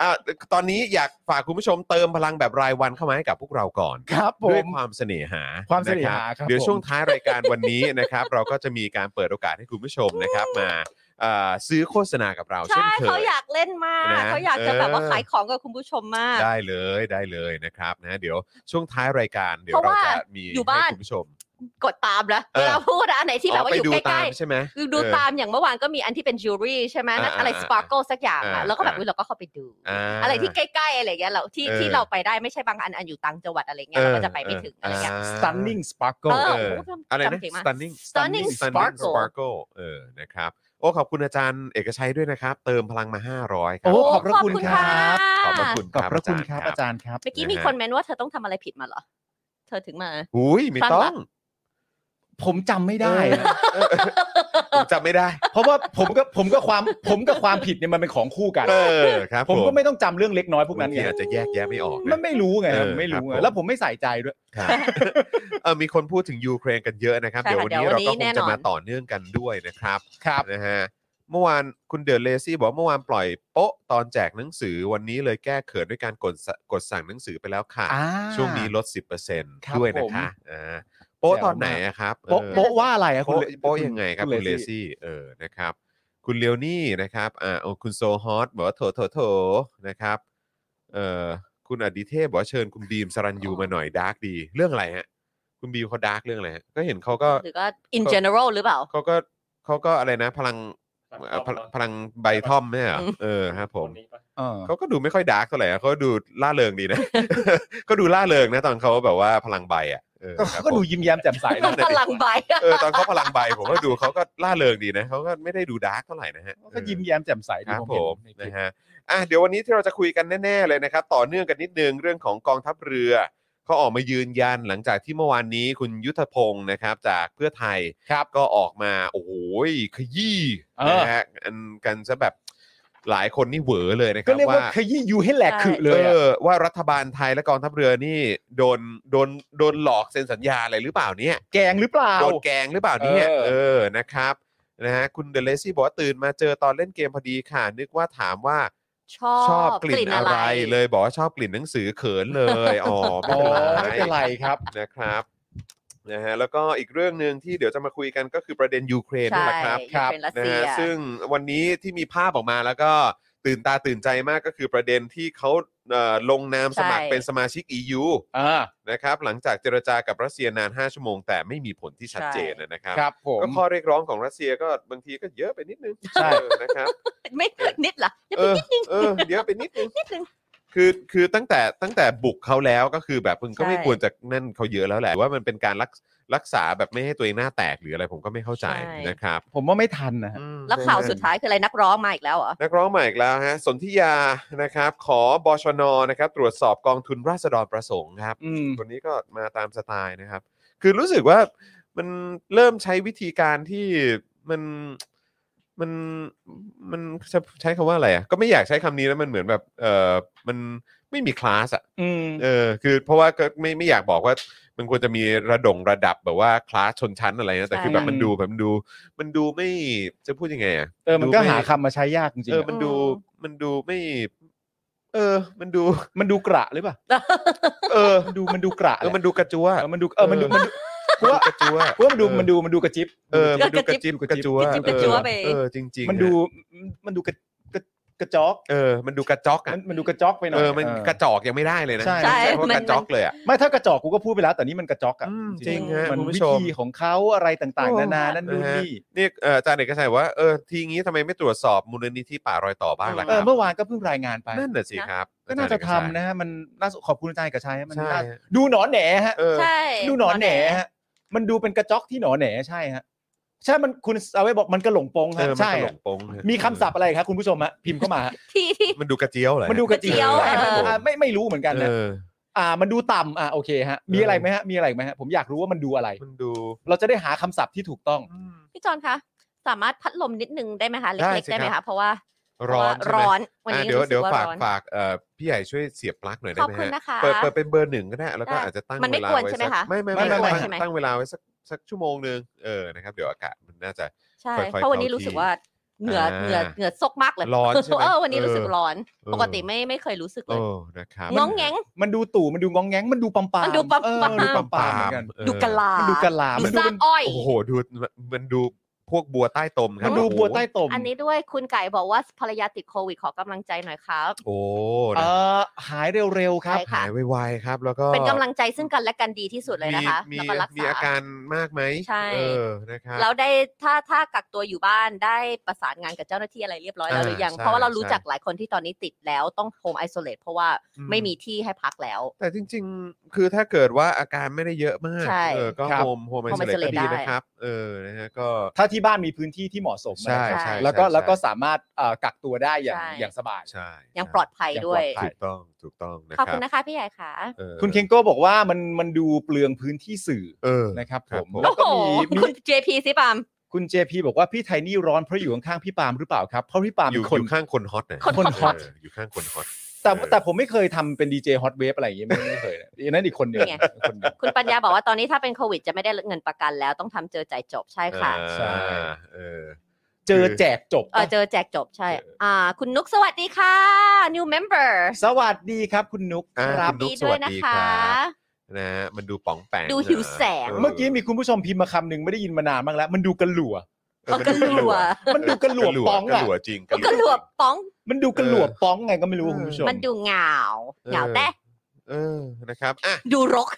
อ่ะตอนนี้อยากฝากคุณผู้ชมเติมพลังแบบรายวันเข้ามาให้กับพวกเราก่อน
ครับผ
ด้วย
ม
ความเสน่หา
ความเสน่หา
ะ
ครับ
เดี๋ยว
ผม
ช่วงท้ายรายการวันนี้ นะครับ [LAUGHS] เราก็จะมีการเปิดโอกาสให้คุณผู้ชมนะครับมาเอ่อซื้อโฆษณากับเราเช่น
ใช่
เค
เขา
ย
อยากเล่นมาก
นะ
เขาอยากจะแบบว่า
เออ
ขายของกับคุณผู้ชมมาก
ได้เลยได้เลยนะครับนะเดี๋ยวช่วงท้ายรายการเดี๋ยว
เพราะ
เรา
ว่า
จะมี
อยู่
ให้
บ้าน
คุณผู้ชม
กดตามนะ
เออ
เวลาพูดนะอันไหนที่แบบว่า
ไป
อ
ดู
ยู่ใก
ตา
ล้
ม
ๆ
ใช่ไหม
คือดู
เออ
ตามอย่างเมื่อวานก็มีอันที่เป็นจิวเวลรี่ใช่ไหมนั่น
อ่า
อะไร
อ่า
สปาร์ l e สักอย่าง
อ่า
อะแล้วก็แบบ
อ่า
อุ๊ยเราก็เข้าไปดู
อ่า
อะไรที่ใกล้ๆอะไรอย่างเงี้ยเราที่
เออ
ที่เราไปได้ไม่ใช่บางอันอันอยู่ต่างจังหวัดอะไรเงี้ยเราก็จะไปไม่ถึงอะไรเงี้ย
stunning sparkle
เออ
เอออะไรนะ
จำเพลงมา
stunning
Stunning
stunning
Sparkle
sparkle เออนะครับโอ้ขอบคุณอาจารย์เอกชัยด้วยนะครับ เติมพลังมา 500 ครั
โอ้
บ
ขอบพระคุณครั
ะ
บ
ขอบพระคุณ
ขอบพระคุณครับอา
อาจารย์
จารย์ครับ
เมื่อกี้มีคนเมนว่าเธอต้องทำอะไรผิดมาเหรอ เธอถึงมา
หุยไม่
ฟัง
ต้อ
ละ
ง
ผมจำไม่ได้นะ
เออ [LAUGHS] ผมจำไม่ได้
เพราะว่าผมก็ผมก็ความผมกับความผิดเนี่ยมันเป็นของคู่กัน
เออครับ
ผมก็ไม่ต้องจำเรื่องเล็กน้อยพวกนั้น
บาง
ไง
ทีอาจจะแยกแยะไม่ออก
มั
นะ
นไม่รู้ไง
เออ
ผมไม่รู้
ค
ไง
รับผม
แล้วผมไม่ใส่ใจด้วย
ครับเออมีคนพูดถึงยูเครนกันเยอะนะครับ
ใช่
เดี๋ยววัน
ค่ะ
นี้
เดี๋ยววั
เรา
นนี้
ก็ค
แน่
ง
น
จะ
อน
มาต่อเนื่องกันด้วยนะครับ
ครับ
นะฮะเมื่อวานคุณเดอะเลซี่บอกว่าเมื่อวานปล่อยโป๊ะตอนแจกหนังสือวันนี้เลยแก้เขินด้วยการกดสกดสั่งหนังสือไปแล้วค่ะ
อ่า
ช่วงนี้ลด
ครับ
10%ด้วยนะคะอ่าโป๊ะตอนไหนอะครับ
โป๊ะ
เออ
โป๊ะว่าอะไรอะคุณ
โป๊ะโป๊ะยังไงครับ คุณเล
ซี่
ซี่เออนะครับ คุณเลวนี่นะครับอ่าโอ้คุณโซฮอตบอกว่าโถโถโถนะครับเอ่อคุณอดิเทพบอกว่าเชิญคุณบีมสรัญยูมาหน่อยดาร์กดี เรื่องอะไรฮะ คุณบีมเขาดาร์กเรื่องอะไรฮะก็เห็นเขาก็
หรือก็ in general หรือเปล่า
เขาก็เขาก็อะไรนะ พลังเอ่อพลังพลังใบท่อมเนี่ยเหรอ
อืม
เออครับผม
เออ
เขาก็ดูไม่ค่อยดาร์กเท่าไหร่อะเขาดูล่าเริงดี [LAUGHS] นะ ก็ดูล่าเริงนะตอนเขาแบบว่าพลังใบอ่ะเออครับ
ก็
ผม
ดูยิ้มแย้มแจ่มใสนะ
พลังใบ
เออตอนเขาพลังใบผมก็ดูเขาก็ล่าเริงดีนะเขาก็ไม่ได้ดูดาร์กเท่าไหร่นะฮะ
ก็ยิ้มแย้มแจ่มใส
เออค
ที่
รับ
ผม
ผ
เห็น
ม
ในคลิป
นะฮะอ่ะเดี๋ยววันนี้ที่เราจะคุยกันแน่ๆเลยนะครับ ต่อเนื่องกันนิดนึงเรื่องของกองทัพเรือเขาออกมายืนยันหลังจากที่เมื่อวานนี้คุณยุทธพงศ์นะครับ จากเพื่อไทยครับก็ออกมาโอ้โหขยี้
เออ
นะฮะอันกันซะแบบหลายคนนี่เหวอเลยนะครั
ก็
บ
เรียกว่า
ว่า
ขยี้ยูให้แหลกขึเลย
เอ
อะ
อว่ารัฐบาลไทยและกองทัพเรือนี่โดนโดนโดนหลอกเซ็นสัญญาอะไรหรือเปล่าเนี่ย
แกงหรือเปล่า
โดนแกงหรือเปล่าเนี่ย
เออ
เออนะครับนะฮะคุณเดลเลซี่บอกว่าตื่นมาเจอตอนเล่นเกมพอดีค่ะ นึกว่าถามว่า
ชอบ
ชอบกลิ่นอะไร เลยบอกว่าชอบกลิ่นหนังสือเขินเลยอ๋อไม่
อ๋
เป็นไร
อไม่เป็นไรครับ
นะครับนะฮะแล้วก็อีกเรื่องหนึ่งที่เดี๋ยวจะมาคุยกันก็คือประเด็นยูเครน
ใช่
นี่แหละครับ
ยูเครนรัส
นะ
เซีย
ฮะซึ่งวันนี้ที่มีภาพออกมาแล้วก็ตื่นตาตื่นใจมากก็คือประเด็นที่เขาเอ่อลงนามสมัครเป็นสมาชิก EU
อ่า
นะครับหลังจากเจรจากับรัสเซียนาน 5 ชั่วโมง แต่ไม่มีผลที่ชัดเจนนะครับ
ครับผม
ก็ข้อเรียกร้องของรัสเซียก็บางทีก็เยอะไปนิดนึง
ใช่
เออนะครับ
ไม่ [LAUGHS] นิดเหรอ
เออเออเยอะไปนิดนึง
นิดนึง
คือคือตั้งแต่ตั้งแต่บุกเขาแล้วก็คือแบบมึงก็
ใช่
ไม่ควรจะนั่นเขาเยอะแล้วแหละหรือว่ามันเป็นการรักรักษาแบบไม่ให้ตัวเองหน้าแตกหรืออะไรผมก็ไม่เข้าใจนะครับ
ผมว่าไม่ทันนะฮะ
อืม
แล้วข่าวสุดท้ายคืออะไรนักร้องมาอีกแล้วเหรอ
นักร้องใหม่อีกแล้วฮะสนธิยานะครับ ขอบชนนะครับ ตรวจสอบกองทุนราษฎรประสงค์ครับ
อืม
คนนี้ก็มาตามสไตล์นะครับ คือรู้สึกว่ามันเริ่มใช้วิธีการที่มันมันมันจะใช้คำว่าอะไรอ่ะ ก็ไม่อยากใช้คำนี้แล้วมันเหมือนแบบเออมันไม่มีคลาสอ่ะ
อืม
เออ คือเพราะว่าก็ไม่ไม่อยากบอกว่ามันควรจะมีระดงระดับแบบว่าคลาสชนชั้นอะไรนะ แต่คือแบบ
ใช่
มันดูแบบมันดู มันดูไม่จะพูดยังไงอ่ะ
เออมัน
ดูไห
ก็าคำมาใช้ยากจริง
เอ
ๆ
อ
อะ
มันดู
อืม
มันดูไม่ เออ มันดู
มันดูกระหรือเปล่า
เออ
มันดูมันดูกระ
เออ มันดูกระจัว
เออมันดูเออมันดูมันดูเพราะว่า
มันดูกระจัว
เพราะว่ามันดูมันดูมันดูกระจิบ
เออมันดูกระจิบก
ก
ระ
ระจิ
จั
บ
ว
กระจิบกระจั๊ว
เออ
ไป
เออจริงๆ
มันดูมันดูกระกระกระจอก
เออมันดูกระจอกอ่ะ
มันมันดูกระจอกไปหน่อย
เออมัน
เออ
กระจอกยังไม่ได้เลยนะ
ใช่
เพราะ
มัน
กระจอกเลยอ่ะ
ไม่ถ้ากระจอกกูก็พูดไปแล้ว แต่นี่มันกระจอกอะ
อืม
จ
จ
ริง
ริงฮะ
มัน
คุณผู้
วิ
ชม
ธีของเขาอะไรต่างๆ นานานั่นนู่นนี่
นี่เอ่ออาจารย์เอกชัยบอกว่าเออทีงี้ทำไมไม่ตรวจสอบมูลนิธิป่ารอยต่อบ้างล่ะค
เออ
รับ
เมื่อวานก็เพิ่งรายงานไป
นั่นน่ะสิครับ
ก็น่าจะ
อรย์เอกชัย
ทำนะฮะมันน่าขอบคุณอาจารย์เอกชัยฮะมัน
ใช่
น่าดูหนอนแหนฮะ
เออ
ใช่
ดูหนอนแหนฮะมันดูเป็นกระจอกที่หนอนแหนใช่ฮะใช่มันคุณเอาไว้บอกมันกระหลงปง
เอ
ฮะ
อมัน
ใช่
ตล
ฮะ
กปงฮะ
มีคำศัพท์อะไรครับคุณผู้ชมฮะพิมพ์เข้ามา
[LAUGHS]
ฮะ
ที่ที่
มันดูกระเจียวเหรอฮะ
มันดูกระเจีย
ก
ว
ระเจียว
ใช่มัน
เออ
อ่ะไม่ไม่รู้เหมือนกัน
เอ
นะ
อ
อ่ามันดูต่ำอ่าโอเคฮะมี
เอออ
อะไรไหมฮะมีอะไรไหมฮะผมอยากรู้ว่ามันดูอะไร
มันดู
เราจะได้หาคำศัพท์ที่ถูกต้อง
อืม
พี่จอนคะ สามารถพัดลมนิดนึงได้ไหมคะ เ
ได้
ล็ก
สิครั
ๆ
บ
ได้ไหมคะ เพราะว่า
ร้อน
เพ
ใช่ไหม
ราะว่าร้อน วัน
อ่ะ
นี้
เดี๋ยว
รู้สึ
เดี๋ยว
กว่า
ฝาก
ร้อน
ฝากเอ่อพี่ใหญ่ช่วยเสียบปลั๊กหน่อยได้
ขอบ
ไหม
คุณ
ฮะ
นะคะ
เปิดเปิดเป็นเบอร์หนึ่งก็ได้แล้วก็
ได้
อาจจะตั้ง
มันไม่
เวลา
ควร
ไว้
ใช่ไหม
สัก
คะ
ไม่ไม่
ไม่ไม่
ตั้ง
ใช่
ไหม
ตั้งเวลาไว้สักสักชั่วโมงหนึ่งเออนะครับเดี๋ยวอากาศมัน น่าจะ
ใช่
ค่อยๆ
เพราะวันนี้รู้สึกว่าเหงื่อ
อ่า
เหงื่อเหงื่อซกมากเลย
ร้อนใช่ไหม
เออวันนี้
เออ
รู้สึกร้อน
เออ
ปกติไม่ไม่เคยรู้สึกเล
โอ้
ย
นะครับ
ง้องแง้ง
มันดูตู่มันดูงองแงงมันดูปัมปาม
มันดูปามๆ
เออดูปัมปามเหมือนกัน
เออ
ดูกะลาม
มันดูกะลา
ดู
มันดู
ซากอ้อย
โอ้โหดูมันดูพวกบัวใต้ตมครั
มั
บ
นดู
โอ้โห
บัวใต้ตม
อันนี้ด้วยคุณไก่บอกว่าภรรยาติดโควิดขอกำลังใจหน่อยครับ
โอ้
เอ
นะ
อหายเร็วๆครับ
ใช่ค่ะ
หายไวๆครับ แล้วก็
เป็นกำลังใจซึ่งกันและกันดีที่สุดเลยนะคะ
มี
แล้วก็รัก
มี
ษา
อาการมากไหม
ใช่
เออ นะครับ
แล้วได้ถ้าถ้ากักตัวอยู่บ้านได้ประสานงานกับเจ้าหน้าที่อะไรเรียบร้อยแล้ว
อ่า
หรือยัง
ใช่
เพราะว่าเรารู้
ใช่
จักหลายคนที่ตอนนี้ติดแล้วต้องโฮมไอโซเลตเพราะว่า
อื
ไม่มีที่ให้พักแล้ว
แต่จริง ๆ คือถ้าเกิดว่าอาการไม่ได้เยอะมาก
ใช่
เออ ก็
ครับ
โฮมโฮมไอ
home
โซเลตก็
isolate
ดี
ได้
นะครับ เออ นะฮะ ก็
ถ้าที่บ้านมีพื้นที่ที่เหมาะสม
ใช่
นะครับ
ใช่
แล้วก็
ใช่
แล้วก็
ใช่
สามารถเอ่อกักตัวได้อย่าง
ใช่
อย่างสบาย
ใช่
ยังปลอดภัย
ยังปลอด
ด้วย
ภัย
ถูกต้อง ถูกต้องนะ
ข
รั
อบคุณนะคะพี่ใหญ่ค่ะ
เออ
คุณเคงโก้บอกว่ามันมันดูเปลืองพื้นที่สื่อ
เออ
นะครับ
ค
ผ
รับ
ม
ผม
แล้ว
โอ้
ก็
โห
มีมี
คุณ JP สิปาล์ม
คุณเจพีบอกว่าพี่ไทนี่ร้อนเพราะอยู่ข้างๆพี่ปาล์มหรือเปล่าครับเพราะพี่ปาล์ม
อยู่
เป็น
อ
คน
ยู่ข้างคนฮอตนะ
คนฮอต
เอยู่ข้างคนฮอต
แต่
เออ
แต่ผมไม่เคยทำเป็นดีเจฮอตเวฟอะไรอย่างเงี้ยไม่ไม่เคยนะอันนั้นอีกคนหนึ่ง
นี่ไง
คนหนึ่ง
คุณปัญญาบอกว่าตอนนี้ถ้าเป็นโควิดจะไม่ได้เงินประกันแล้วต้องทำเจอจ่ายจบใช่ค่ะ
อ่า
ใช่
เออ
เจอแจกจบ
เออเจอแจกจบใช่ อ่า คุณนุกสวัสดีค่ะ new member
สวัสดีครับคุณนุก
อ่า
ครับ
ณนุ๊ก
ดีด้ว
ส
ย
วั
นะ
สดีครั
คะ
บ นะฮะมันดูป๋องแปง
ดูหิวแสง
เมื่อกี้มีคุณผู้ชมพิมพ์มาคำหนึ่งไม่ได้ยินมานานมากแล้ว มันดูกระหลัว
เออ
เอากระหลัว
มันดูกระหลั
ก
ว
ระหลัว
ป้อง
กระ
อะ
หลัวจริง
ก็หลวบป้อง
มันดูกระหลัวป้องไงก็ไม่รู้คุณผู้ชม
มันดูเหงาเหงาแต่
เออ นะครับอ่ะ
ดูรก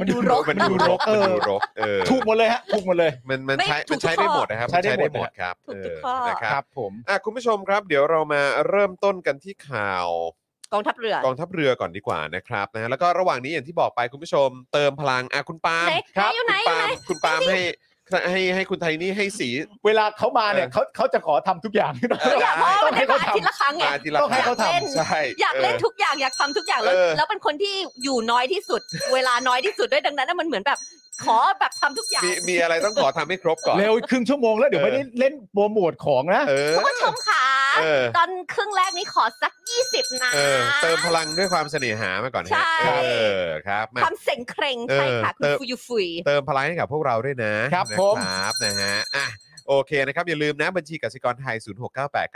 มันดู
ดูรก
มันดูรกมันดูรกเออ
ถูกหมดเลยฮะถูกหมดเลย
มันมัน
ไม่
ใช้
ถู
มัน
ก
ใช้
ทุก
ได้
ข้อ
หมดนะครับ
ใช้ได้
มัน
หมด
ครับ
ถูกทุก
เ
ข้อ
นะครับ
ครับผม
อ่ะคุณผู้ชมครับเดี๋ยวเรามาเริ่มต้นกันที่ข่าว
กองทัพเรือก
องทัพเรือก่อนดีกว่านะครับนะแล้วก็ระหว่างนี้อย่างที่บอกไปคุณผู้ชม เติมพลังอ่ะคุณปาล์ม
ไหนไหนอยู่ไหน
คุณปา
อยู่ไหน
ล์มคุณปาล์มให้ให้ให้ให้คุณไทยนี่ให้สี
เวลาเขามาเนี่ย
เออ
เขาเขาจะขอทำทุกอย่างที่เรา
อยากเพราะว่ามันได้มา
ต้องให้
อา
เขา
ทิตย์ละครั้งไง
มาทีละ
ต้องให้เขาทำ
ครั้งใช่
อยากเล่น
ออ
ทุกอย่างอยากทำทุกอย่างแล้ว
เออ
แล้วเป็นคนที่อยู่น้อยที่สุด เวลาน้อยที่สุดด้วยดังนั้นนะมันเหมือนแบบ ขอแบบทำทุกอย่าง
มีมีอะไรต้องขอทำให้ครบก่อน
เร็วครึ่งชั่วโมงแล้วเดี๋ยว
เออ
ไม่ได้เล่นโปรโมทของนะ
เออ
คุณผู้ชมขา
เออ
ตอนครึ่งแรกนี้ขอสัก 20 นะ
เออ เติมพลังด้วยความเสน่หามาก่อนฮะ
ใช่
เออครับมา
ความเสงเครงใช่ค่ะ
เอ
คุณ
อ
ฟุยฟุย
เติมพลังให้กับพวกเราด้วยนะครับ นะ
ผม
ครับนะฮะอ่ะโอเคนะครับ อย่าลืมนะบัญชีกสิกรไทย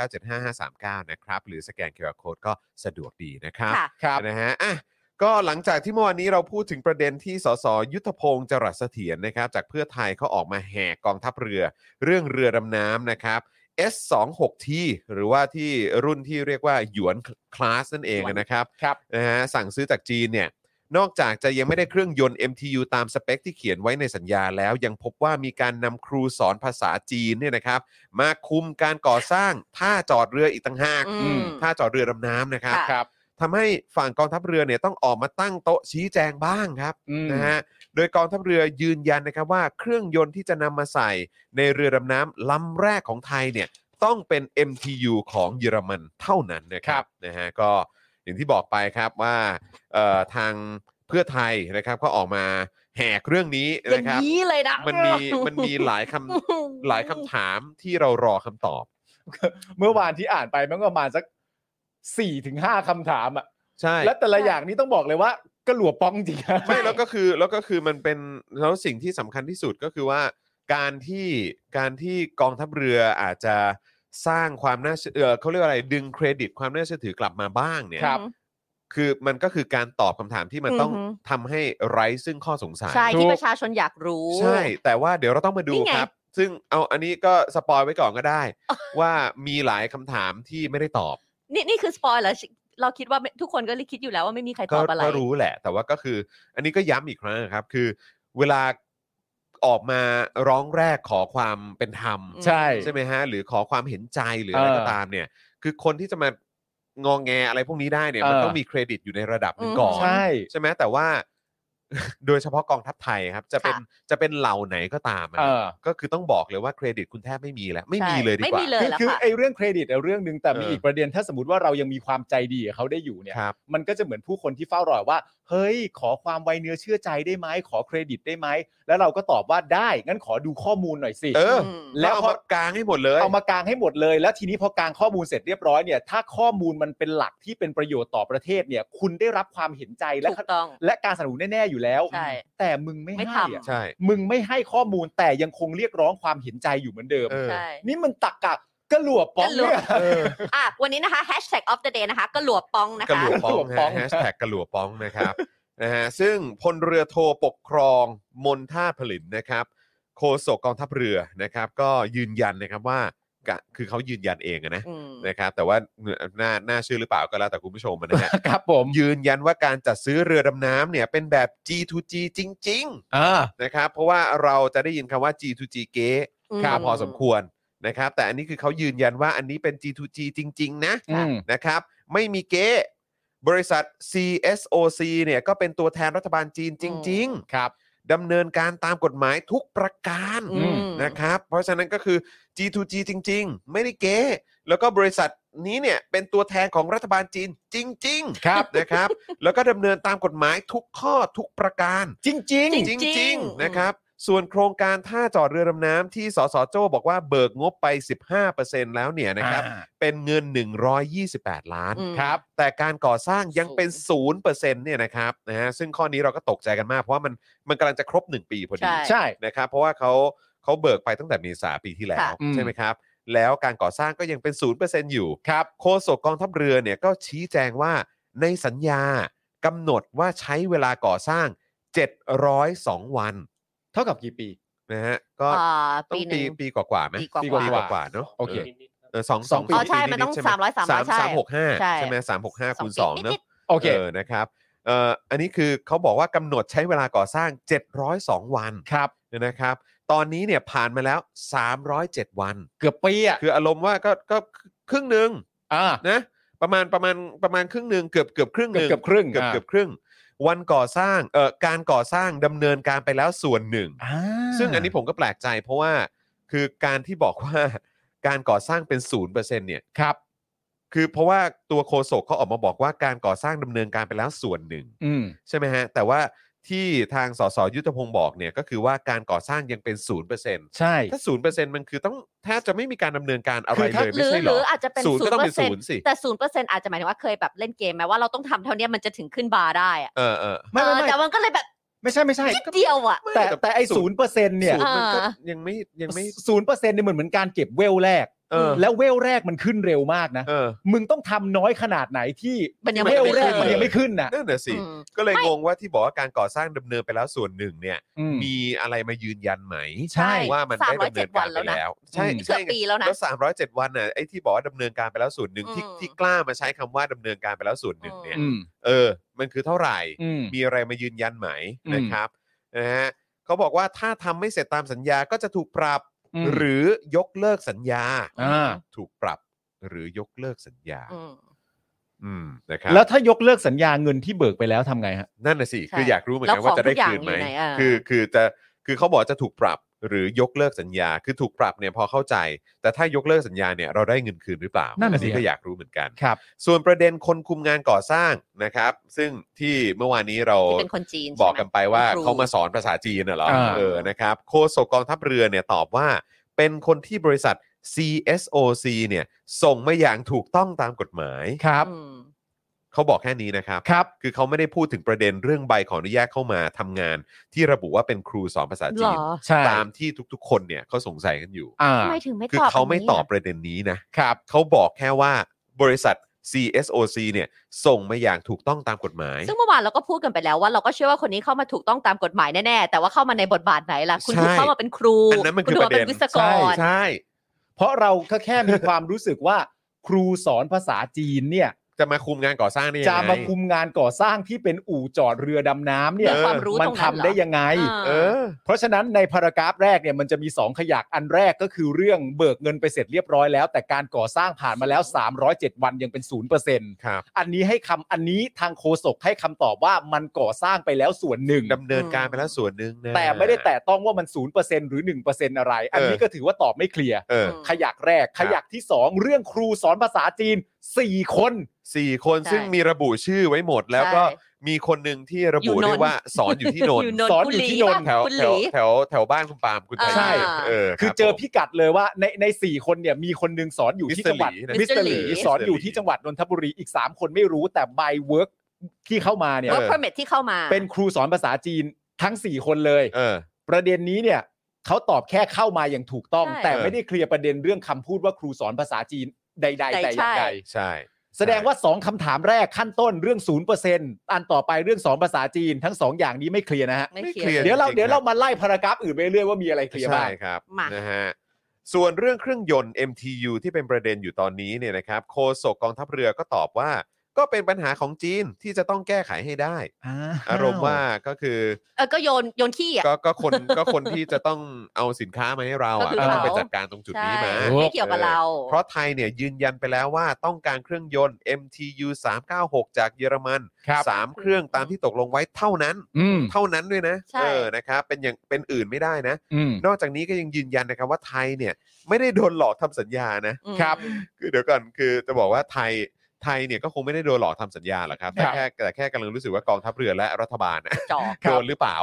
0698975539 นะครับ หรือสแกน QR Code ก็สะดวกดีนะครับ
ค่ะ
ครับ
นะฮะอ่ะก็หลังจากที่เมื่อวานนี้เราพูดถึงประเด็นที่สสยุทธพงศ์จรัสเสถียรนะครับ จากเพื่อไทยเขาออกมาแห่กองทัพเรือ เรื่องเรือดำน้ำนะครับ S26T หรือว่าที่รุ่นที่เรียกว่าหยวนคลาสนั่นเองนะครับ
ครับ
นะฮะสั่งซื้อจากจีนเนี่ยนอกจากจะยังไม่ได้เครื่องยนต์ MTU ตามสเปคที่เขียนไว้ในสัญญาแล้ว ยังพบว่ามีการนำครูสอนภาษาจีนเนี่ยนะครับ มาคุมการก่อสร้างท่าจอดเรืออีกต่างหาก
อืม
ท่าจอดเรือดำน้ำนะครับ
ค่ะ
ครับ
ทำให้ฝั่งกองทัพเรือเนี่ยต้องออกมาตั้งโต๊ะชี้แจงบ้างครับ
อืม
นะฮะ โดยกองทัพเรือยืนยันนะครับว่าเครื่องยนต์ที่จะนำมาใส่ในเรือดำน้ำลำแรกของไทยเนี่ยต้องเป็น MTU ของเยอรมันเท่านั้นนะครับนะฮะก็อย่างที่บอกไปครับว่าเอ่อทางเพื่อไทยนะครับก็ออกมาแหกเรื่องนี้
อย่า
นะ
ง
ครับ
นี้เลยนะ
มันมีมันมีหลายคำหลายคำถามที่เรารอคำตอบ
เมื่อวานที่อ่านไปมันก็ประมาณสักสี่ถึงห้าคำถามอ่ะ
ใช่
และแต่ละอย่างนี้ต้องบอกเลยว่าก็หลัวป้องจริงนะ
ไม่แล้วก็คือแล้วก็คือมันเป็นแล้วสิ่งที่สำคัญที่สุดก็คือว่า การที่การที่กองทัพเรืออาจจะสร้างความน่าเชื่อเอ่อเขาเรียกว่าอะไรดึงเครดิตความน่าเชื่อถือกลับมาบ้างเนี่ย
ครับ
คือมันก็คือการตอบคำถามที่มันต้อง
อือฮึ
ทำให้ไร้ซึ่งข้อสงสัย
ใช่
ถูก
ที่ประชาชนอยากรู้
ใช่ แต่ว่าเดี๋ยวเราต้องมาดู
นี่ไง
ครับ ซึ่งเอาอันนี้ก็สปอยไว้ก่อนก็ได้ ว่ามีหลายคำถามที่ไม่ได้ตอบ
นี่นี่คือสปอยเหรอเราคิดว่าไม่ทุกคนก็คิดอยู่แล้วว่าไม่มีใครต
ก็
อบอะไร
ก็รู้แหละ แต่ว่าก็คือ อันนี้ก็ย้ำอีกครั้งนะครับ คือเวลาออกมาร้องแรกขอความเป็นธรรม
อื
ใช่
ใช่ไหมฮะ หรือขอความเห็นใจหรืออะไร
เออ
ก็ตามเนี่ย คือคนที่จะมางองแงอะไรพวกนี้ได้เนี่ย
เออ
มันต้องมีเครดิตอยู่ในระดับหนึ่งก่อน
อืม
ใช่
ใช่ไหมแต่ว่า [LAUGHS] โดยเฉพาะกองทัพไทยครับ จะเป็นจะเป็นเหล่าไหนก็ตามอะ
เออ
ก็คือต้องบอกเลยว่าเครดิตคุณแทบไม่มีแล้ว ไม่มี
ใช่
เลยดี
ไม่
กว่า
มีเลย
คือ
แล้ว
คือ
ค่ะ
ไอ้เรื่องเครดิตเอาเรื่องหนึ่งแต่มี
เอออี
อีกประเด็นถ้าสมมติว่าเรายังมีความใจดีกับเขาได้อยู่เนี่ย
ครับ
มันก็จะเหมือนผู้คนที่เฝ้ารอว่า เฮ้ย ขอความไวเนื้อเชื่อใจได้ไหมขอเครดิตได้ไหมแล้วเราก็ตอบว่าได้งั้นขอดูข้อมูลหน่อยสิ
เออ
อืม
แล้ว
แล้ว
เอา
พอ
มากลางให้หมดเลย
เอามากางให้หมดเลย แล้วทีนี้พอกางข้อมูลเสร็จเรียบร้อยเนี่ยถ้าข้อมูลมันเป็นหลักที่เป็นประโยชน์ต่อประเทศเนี่ย คุณได้รับความเห็นใจและ
ถูกต้อง
และการสนับสนุนแน่ๆอยู่ อยู่แล้ว
ใช่
แต่มึงไม่
ไม่
ให้
ทำ
อะ
ใช่
มึงไม่ให้ข้อมูลแต่ยังคงเรียกร้องความเห็นใจอยู่เหมือนเดิม
เออ
ใช่
นี่มันตักกะกระหลวบป้องเนี่ย
เออ
อ่ะวันนี้นะคะ hashtag of the day นะคะกระหลวปองนะ
กระห
คะ
ลัวป้อง
กระหลัวป้อง
แฮชแท็กกระหลัวป้องนะครับ [LAUGHS] นะฮะซึ่งพลเรือโทปกครองมนท่าผลินนะครับโฆษกกองทัพเรือนะครับ ก็ยืนยันนะครับว่ากะคือเขายืนยันเองอะนะ
อืม
นะครับแต่ว่าน่าน่าเชื่อหรือเปล่าก็แล้วแต่คุณผู้ชมนะฮะ
[LAUGHS] ครับผม
ยืนยันว่าการจัดซื้อเรือดำน้ำเนี่ยเป็นแบบ G2G จริง
อ่า
ๆ นะครับ เพราะว่าเราจะได้ยินคำว่า G2G เก๊
อืม
มาพอสมควรนะครับ แต่อันนี้คือเขายืนยันว่าอันนี้เป็น G2G จริง ๆ นะ
อืม
[LAUGHS] นะครับ ไม่มีเก๊บริษัท CSOC เนี่ยก็เป็นตัวแทนรัฐบาลจีนจริง ๆ ครับดำเนินการตามกฎหมายทุกประการ
อืม
นะครับ เพราะฉะนั้นก็คือ G2G จริง ๆ ไม่ได้เก๊แล้วก็บริษัทนี้เนี่ยเป็นตัวแทนของรัฐบาลจีนจริงๆ
ครับ
นะครับ แล้วก็ดำเนินตามกฎหมายทุกข้อทุกประการ
จริง
จริง
จ
ๆ
ริง
อืม
ๆ นะครับ ส่วนโครงการท่าจอดเรือดำน้ำที่สสโจบอกว่าเบิกงบไป 15%แล้วเนี่ยนะครับ
อ่า
เป็นเงิน 128 ล้าน
อืม
ครับ
แต่การก่อสร้างยังเป็น 0%เนี่ยนะครับนะฮะซึ่งข้อนี้เราก็ตกใจกันมาก เพราะว่ามันมันกำลังจะครบ 1 ปีพอดี
ใช่
ใช่
นะครับเพราะว่าเขาเขาเบิกไปตั้งแต่เมษาปีที่แล้ว
ค่ะ
อืม
ใช่ไหมครับ แล้วการก่อสร้างก็ยังเป็น 0%อยู่
ครับ
โฆษกกองทัพเรือเนี่ยก็ชี้แจงว่าในสัญญากำหนดว่าใช้เวลาก่อสร้าง 702 วัน
เท่ากับกี่ปี
นะฮะก็
อ่า
ต้อ
ปี
ง
ห
ปี
นึ่ง
ปีกว่าๆไหม
ปีกว่าๆ
ปีกว่าๆเนาะ
โอเค
เออสอง
สองปี
ส
อ๋อใช่มันต้อง
ดๆใช่ไห
สามร้อยสามร้อยใช่
สามหกห้า
ใช่
ใช่ไหมสามหกห้าคูณสอง
ปี
เนาะ
นิด
โอเค
ออนะครับเอ่ออันนี้คือเขาบอกว่ากำหนดใช้เวลาก่อสร้าง 702 วัน
ครับ
นะครับ ตอนนี้เนี่ยผ่านมาแล้ว 307 วัน
เกือบปีอ่ะ
คืออารมณ์ว่าก็ก็ครึ่งหนึ่ง
อ่า
นะประมาณประมาณประมาณครึ่งหนึ่งเกือบเกือบครึ่งห
เกือบ
นึ่ง
เกือบครึ่ง
เกือบเกือบครึ่ง วันก่อสร้างเอ่อการก่อสร้างดำเนินการไปแล้วส่วนหนึ่ง
อ่า
ซึ่งอันนี้ผมก็แปลกใจเพราะว่าคือการที่บอกว่า [LAUGHS] การก่อสร้างเป็นศูนย์เปอร์เซ็นต์เนี่ย
ครับ
คือเพราะว่าตัวโคศกเขาออกมาบอกว่าการก่อสร้างดำเนินการไปแล้วส่วนหนึ่ง
อืม
ใช่ไหมฮะ แต่ว่าที่ทางสสยุทธพงศ์บอกเนี่ยก็คือว่าการก่อสร้างยังเป็นศูนย์เปอร์เซ็นต์
ใช่
ถ้าศูนย์เปอร์เซ็นต์มันคือต้องแทบจะไม่มีการดำเนินการอะไร
คือถ้า
เลย
ห
ไม่
รือ
ใช่เห
ห
ร
รือ ออาจจะเป็น
ศูนย์ก็ต้องเป็น
0%
ศูนย์สิ
แต่ศูนย์เปอร์เซ็นต์อาจจะหมายถึงว่าเคยแบบเล่นเกมไหมว่าเราต้องทำเท่าเนี้ยมันจะถึงขึ้นบาร์ได้อะ
เออเออ
ไม่
เออ
ไม่ไม่
แต่มันก็เลยแบบ
ไม่ใช่ไม่ใช่
นิดเดียวอ่ะ
แต่แต่ไอ้ศูนย์เปอร์เซ็นต์เนี่ย
ศูนย์มันก็
อ่า
ยังไม่ยังไม่
ศูนย์เปอร์เซ็นต์เนี่ยเหมือนเหมือนการเก็บเวลแรก
เออ
แล้วเวลแรกมันขึ้นเร็วมากนะ
เออ
มึงต้องทำน้อยขนาดไหนที่
มันยัง
เว
ไม่
ล
ขึ้น
แรก
เว
มันยังไม่ขึ้นน่ะ
นั่นแหะสิ
อืม
ก็เลย
ไม่
งงว่าที่บอกว่าการก่อสร้างดำเนินไปแล้วส่วนหนึ่งเนี่ย
อืม
มีอะไรมายืนยันไหม
ใช่
ว่ามันได้ดำเนินการไปแล้ว ใช่
นี่เกือบ
ใช่ไง
ปีแล้วนะ
แล้วสามร้อยเจ็ดวันน่ะไอ้ที่บอกว่าดำเนินการไปแล้วส่วนหนึ่งที่
อืม
ที่กล้ามาใช้คำว่าดำเนินการไปแล้วส่วนหนึ่งเนี่ย
อื
อืม
เออ มันคือเท่าไหร่
อืม
มีอะไรมายืนยันไหม
อืม
นะครับนะฮะเขาบอกว่าถ้าทำไม่เสร็จตามสัญญาก็จะถูกปรับ
ม
หรือยกเลิกสัญญา
อ่า
ถูกปรับหรือยกเลิกสัญญา
อืม
อืมนะครับ
แล้วถ้ายกเลิกสัญญาเงินที่เบิกไปแล้วทำไงฮะ
นั่นน่ะสิ
ใช่
คืออยากรู้เหมือนกัน
แล้ว
ว่าจะได้
ของทุ
คืน
กอย่าง
ไหม
อยู่ไหนอ่ะ
คือคือจะคือเขาบอกจะถูกปรับหรือยกเลิกสัญญา คือถูกปรับเนี่ยพอเข้าใจ แต่ถ้ายกเลิกสัญญาเนี่ยเราได้เงินคืนหรือเปล่า
นั่นน่ะสิ
อัก็อยากรู้เหมือนกัน
ครับ
ส่วนประเด็นคนคุมงานก่อสร้างนะครับ ซึ่งที่เมื่อวานนี้เรา
ที่เป็นคนจีน
บอก
ใช่หม
กันไปว่า
ครู
เขามาสอนภาษาจีนน่ะเหรอ
อ่า
เออนะครับโฆษกกองทัพเรือเนี่ยตอบว่า เป็นคนที่บริษัท CSOC เนี่ยส่งมาอย่างถูกต้องตามกฎหมาย
ครับ
อืม
เขาบอกแค่นี้นะครับ
ครับ
คือเขาไม่ได้พูดถึงประเด็นเรื่องใบขออนุญาตเข้ามาทำงาน ที่ระบุว่าเป็นครูสอนภาษาจีน
เหรอ
ใช่
ตามที่ทุกๆ คนเนี่ยเขาสงสัยกันอยู่
อ่า
ทำไมถึงไม่
คือ
ตอบ
เขาไม่
น
ต
นี้ะ
อบประเด็นนี้นะครับ เขาบอกแค่ว่าบริษัท CSOC เนี่ยส่งมาอย่างถูกต้องตามกฎหมาย
ซึ่งเมื่อวานเราก็พูดกันไปแล้วว่าเราก็เชื่อว่าคนนี้เข้ามาถูกต้องตามกฎหมายแน่ๆแต่ว่าเข้ามาในบทบาทไหนล่ะ คุณ
ใช่
ถูกเข้ามาเป็นครู
อันนั้นมัน
คุณ
คือ
ถูก
ประ
มา
เด็
เป็น นวิศกร
ใช่
เพราะเราก็แค่มีความรู้สึกว่า ครูสอนภาษาจีนเนี่ย
จะมาคุมงานก่อสร้างได้ยังไง
จะมาคุมงานก่อสร้างที่เป็นอู่จอดเรือดำน้ำเนี่ย
เออ
ความรู้
มัน
ตรงนั้น
ทำได้ยังไง
เหรอ
เออ
เพราะฉะนั้นในพารากราฟแรกเนี่ยมันจะมี 2 ขยักอันแรกก็คือเรื่องเบิกเงินไปเสร็จเรียบร้อยแล้ว แต่การก่อสร้างผ่านมาแล้ว 307 วันยังเป็น 0%
ครับ
อันนี้ให้คำอันนี้ทางโฆษกให้คำตอบว่ามันก่อสร้างไปแล้วส่วนหนึ่ง
ดำเนินการไปแล้วส่วนหนึ่งนะ
แต่ไม่ได้แตะต้องว่ามัน 0%หรือ 1%อะไร อันนี้
เออ
ก็ถือว่าตอบไม่เคลียร์
เออ
ขยักแรกขยักที่ 2 เรื่องครูสอนภาษาจีน 4 คน
สี่คน
ใช่
ซึ่งมีระบุชื่อไว้หมดแล้ว
ใช่
ก็มีคนหนึ่งที่ระบุ
อยู่นนท์
ด้วยว่าสอนอยู่ที่นนท์
อยู่นน
สอน
คุณ
อยู่
หลี
ที่นนท์
แถว
คุณ
แถ
หลี
วแถวแถวบ้านคุณปาล์มคุณไทย
ใช่
เออ
คือ
รับ
เจอ
ผม
พิกัดเลยว่าในในสี่คนเนี่ยมีคนหนึ่งสอนอยู่ที่จังหวัด
มิ
มิ
ส
ส
เต
เต
อ
อ
ร์
ร์
ห
ห
ลี
ลี
นะ
สอนอยู่
มิสเตอร์หลี
ที่จังหวัดนนทบุรีอีก 3 คนไม่รู้แต่ใบเวิร์ก ที่เข้ามาเนี่ย
work permit ที่เข้ามา
เป็นครูสอนภาษาจีนทั้ง 4 คนเลย
เออ
ประเด็นนี้เนี่ยเขาตอบแค่เข้ามาอย่างถูกต้อง
ใช่
แต่ไม่ได้เคลียร์ประเด็นเรื่องคำพูดว่าครูสอนภาษาจีนใด ๆ แต่อย่า
ใช่
งใด
ใช่
แสดงว่า 2คำถามแรกขั้นต้นเรื่อง 0%อันต่อไปเรื่องสอนภาษาจีนทั้ง 2 อย่างนี้ไม่เคลียร์นะฮะ
ไม่
ไม่
เคลี
เคลีย
ย
ร์
ร์
เดี๋ยวเรา
จริงๆ
เดี๋ยว
ครั
เรา
บ
มาไล่พารากราฟอื่นไปเรื่อยว่ามีอะไรเคลียร์บ้า
ใช่
ง
ครับ
มา
นะฮะส่วนเรื่องเครื่องยนต์ MTU ที่เป็นประเด็นอยู่ตอนนี้เนี่ยนะครับโฆษกกองทัพเรือก็ตอบว่า ก็เป็นปัญหาของจีนที่จะต้องแก้ไขให้ได้ อารมณ์ว่าก็คือ
เออก็โยนโยนขี้อ่ะ
ก็ก็คนก็คนที่จะต้องเอาสินค้ามาให้เราอ่ะ
ก็
ก็
คือ
ต้องไป
เขา
จัดการตรงจุด
ใช่
นี้มา
ไม่เกี่ยวกับเรา
เพราะไทยเนี่ยยืนยันไปแล้วว่าต้องการเครื่องยนต์ MTU 396 จากเยอรมัน
ครับ
สามเครื่องตามที่ตกลงไว้เท่านั้น
อืม
เท่านั้นด้วยนะ
ใช่
เออนะครับเป็นอย่างเป็นอื่นไม่ได้นะ
อืม
นอกจากนี้ก็ยังยืนยันนะครับว่าไทยเนี่ยไม่ได้โดนหลอกทำสัญญานะ
อืม
ครับ
คือเดี๋ยวก่อนคือจะบอกว่าไทยไทยเนี่ยก็คงไม่ได้โดนหลอกทำสัญญาหรอกครับแต่
ครับ
แค่แต่แค่กำลังรู้สึกว่ากองทัพเรือและรัฐบาลนะ
จอก
โดนหรือเปล่า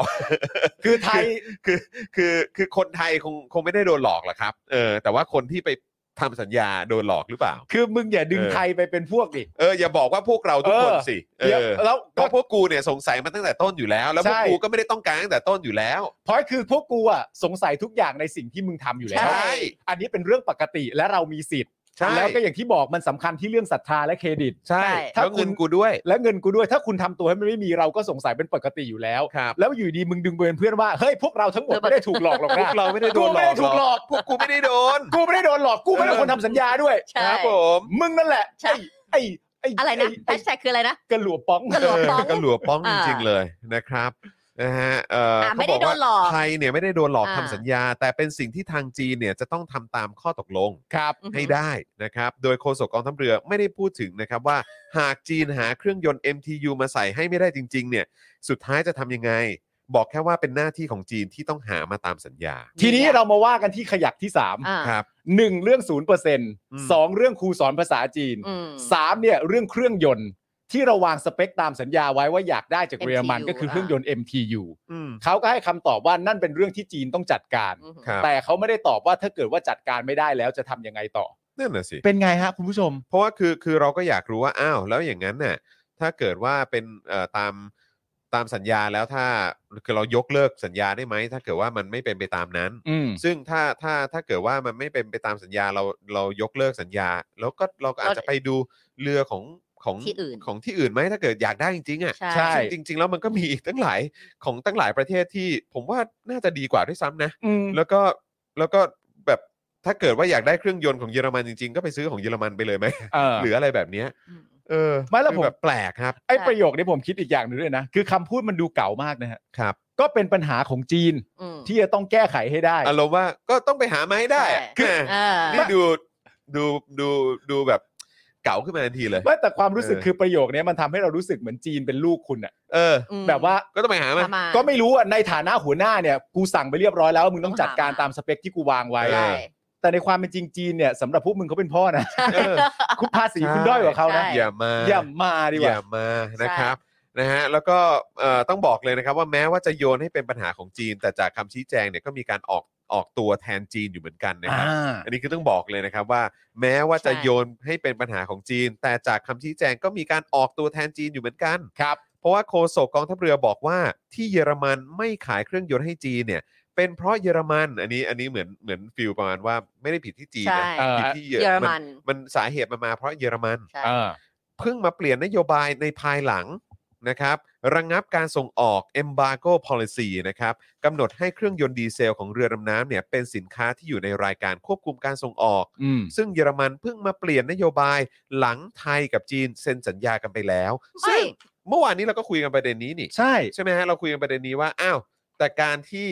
คือไทย
คือคือคือคนไทยคงคงไม่ได้โดนหลอกหรอกครับเออแต่ว่าคนที่ไปทำสัญญาโดนหลอกหรือเปล่า
คือมึงอย่าดึง
เออ
ไทยไปเป็นพวกดิ
เอออย่าบอกว่าพวกเราทุกคน
เออ
สิเอ
เดี๋ยว
อ
แล้ว
ก็
ก็
พวกกูเนี่ยสงสัยมาตั้งแต่ต้นอยู่แล้ว แล้วพวก
ใช่
กูก็ไม่ได้ต้องการตั้งแต่ต้นอยู่แล้ว
เพราะคือพวกกูอ่ะสงสัยทุกอย่างในสิ่งที่มึงทำอยู่แล้ว
ใช่
อันนี้เป็นเรื่องปกติและเรามีสิทธิ์
ใช่
แล้วก็อย่างที่บอกมันสำคัญที่เรื่องศรัทธาและเครดิต
ใช่
ถ้า
แล้วเงิน
คุณ
กูด้วย
และเงินกูด้วยถ้าคุณทำตัวให้มันไม่มีเราก็สงสัยเป็นปกติอยู่แล้ว
ครับ
แล้วอยู่ดีมึงดึงเบนเพื่อนว่าเฮ้ยพวกเราทั้งหมดไม่ได้ถูกหลอกหรอก
พว
นะ
กเราไม่ได้โดนหลอก
กูไม่ได้ถูกหลอก
พวกกูไม่ได้โดน
กูไม่ได้โดนหลอกกูไม่ได้เป็นคนทำสัญญาด้วย
ใช่
ครับผม
มึงนั่นแหละ
ใช่
ไอ้ไอ้
อะไรนะแฮ
ไอ้
ชแท็กคืออะไรนะ
กระหลวป้อง
กระหลว ป้อง
เก็หลัวป้อง
อ่า
จริงๆเลยนะครับนะฮะเอ่อ
อ่าไม่
เขาบอก
ได้โด
ว่าน
หลอก
ไทยเนี่ยไม่ได้โดนหลอก
อ่า
ทำสัญญา แต่เป็นสิ่งที่ทางจีนเนี่ยจะต้องทำตามข้อตกลง
ครับ
อือหือ
ให้ได้นะครับ โดยโฆษกกองทัพเรือไม่ได้พูดถึงนะครับว่าหากจีนหาเครื่องยนต์ MTU มาใส่ให้ไม่ได้จริง ๆ เนี่ย สุดท้ายจะทำยังไง บอกแค่ว่าเป็นหน้าที่ของจีนที่ต้องหามาตามสัญญา
ทีนี้เรามาว่ากันที่ขยักที่สาม
อ่า
ครับ
หนึ่งเรื่องศูนย์เปอร์เซ็นต์
ม
สองเรื่องครูสอนภาษาจีน
อืม
สามเนี่ยเรื่องเครื่องยนต์ที่เราวางสเปคตามสัญญาไว้ว่าอยากได้จาก
MTU
เยอรมันก็คือเครื่องยนต์ MTU
อืม
เขาก็ให้คำตอบว่านั่นเป็นเรื่องที่จีนต้องจัดการ
อือหือ
ครับ
แต่เขาไม่ได้ตอบว่าถ้าเกิดว่าจัดการไม่ได้แล้วจะทำยังไงต่อ
นั่นน่ะสิ
เป็นไงฮะคุณผู้ชม
เพราะว่าคือคือเราก็อยากรู้ว่าอ้าวแล้วอย่างนั้นเนี่ยถ้าเกิดว่าเป็นเอ่อตามตามสัญญาแล้วถ้าคือเรายกเลิกสัญญาได้ไหมถ้าเกิดว่ามันไม่เป็นไปตามนั้น
อืม
ซึ่งถ้าถ้าถ้าเกิดว่ามันไม่เป็นไปตามสัญญาเราเรายกเลิกสัญญา แล้วก็เราก็อาจจะไปดูเรือของของ
ที่อื่น
ของที่อื่นไหมถ้าเกิดอยากได้จริงๆอ่ะ
ใช่
ใช่
ซึ่งจริง ๆ แล้วมันก็มีอีกตั้งหลายของตั้งหลายประเทศที่ผมว่าน่าจะดีกว่าด้วยซ้ำนะ
อืม
แล้วก็แล้วก็แบบถ้าเกิดว่าอยากได้เครื่องยนต์ของเยอรมันจริงๆ ก็ไปซื้อของเยอรมันไปเลยไหม
เออ
หรืออะไรแบบเนี้ย
อืม
เออ
ไม่แล้ว
คือ
ผม
แบบแปลกครับ
ไอ้ประโยคนี้ผมคิดอีกอย่างหนึ่งด้วยนะ คือคำพูดมันดูเก่ามากนะฮะ
ครับ
ก็เป็นปัญหาของจีน
อืม
ที่จะต้องแก้ไขให้ได้
อารมณ์ว่าก็ต้องไปหามาให้ได้อะ
ใช่
แหม
เออ
นี่ดูดูดูดูแบบเก่าขึ้นมาทันทีเลย
ไม่แต่ความรู้สึก
เออ
คือประโยคนี้มันทำให้เรารู้สึกเหมือนจีนเป็นลูกคุณอะ
เออ
อืม
แบบว่า
ก็ต้องไปหามา
ประมาณ
ก็ไม่รู้อะในฐานะหัวหน้าเนี่ย กูสั่งไปเรียบร้อยแล้วว่ามึงต้องจัดการ
ต้องหา
ตามสเปคที่กูวางไว้
เอ
ใช่
อ
แต่ในความเป็นจริงจีนเนี่ยสำหรับพวกมึงเขาเป็นพ่อ
[LAUGHS]
นะ
เออ
คุณภาษี
ใช่
คุณด้อยกว่าเขานะ
อย่ามา
อย่ามาดีก
อ
ว่า
ย่ามานะครับนะฮะแล้วก็เอ่อต้องบอกเลยนะครับว่าแม้ว่าจะโยนให้เป็นปัญหาของจีน แต่จากคำชี้แจงเนี่ยก็มีการออกออกตัวแทนจีนอยู่เหมือนกันนะครับ อันนี้คือต้องบอกเลยนะครับว่า แม้ว่าจะ
ใช่
โยนให้เป็นปัญหาของจีน แต่จากคำชี้แจงก็มีการออกตัวแทนจีนอยู่เหมือนกันครับ เพราะว่าโฆษกกองทัพเรือบอกว่าที่เยอรมันไม่ขายเครื่องยนต์ให้จีนเนี่ย เป็นเพราะเยอรมัน อันนี้อันนี้เหมือนเหมือนฟิลประมาณว่าไม่ได้ผิดที่จีน
ใช่
นะ
เออ
ผิดที่
เยอร
มั
มัน น
มันสาเหตุมันมาเพราะเยอรมัน
ใช่
อ่า
เพิ่งมาเปลี่ยนนโยบายในภายหลังนะครับระงงับการส่งออก Embargo Policy นะครับกำหนดให้เครื่องยนต์ดีเซลของเรือดำน้ำเนี่ยเป็นสินค้าที่อยู่ในรายการควบคุมการส่งออก
อืม
ซึ่งเยอรมันเพิ่งมาเปลี่ยนนโยบายหลังไทยกับจีนเซ็นสัญญากันไปแล้ว
ไม่
ซึ่งเมื่อวานนี้เราก็คุยกันประเด็นนี้นี่
ใช่
ใช่ไหมฮะเราคุยกันประเด็นนี้ว่าอ้าวแต่การที่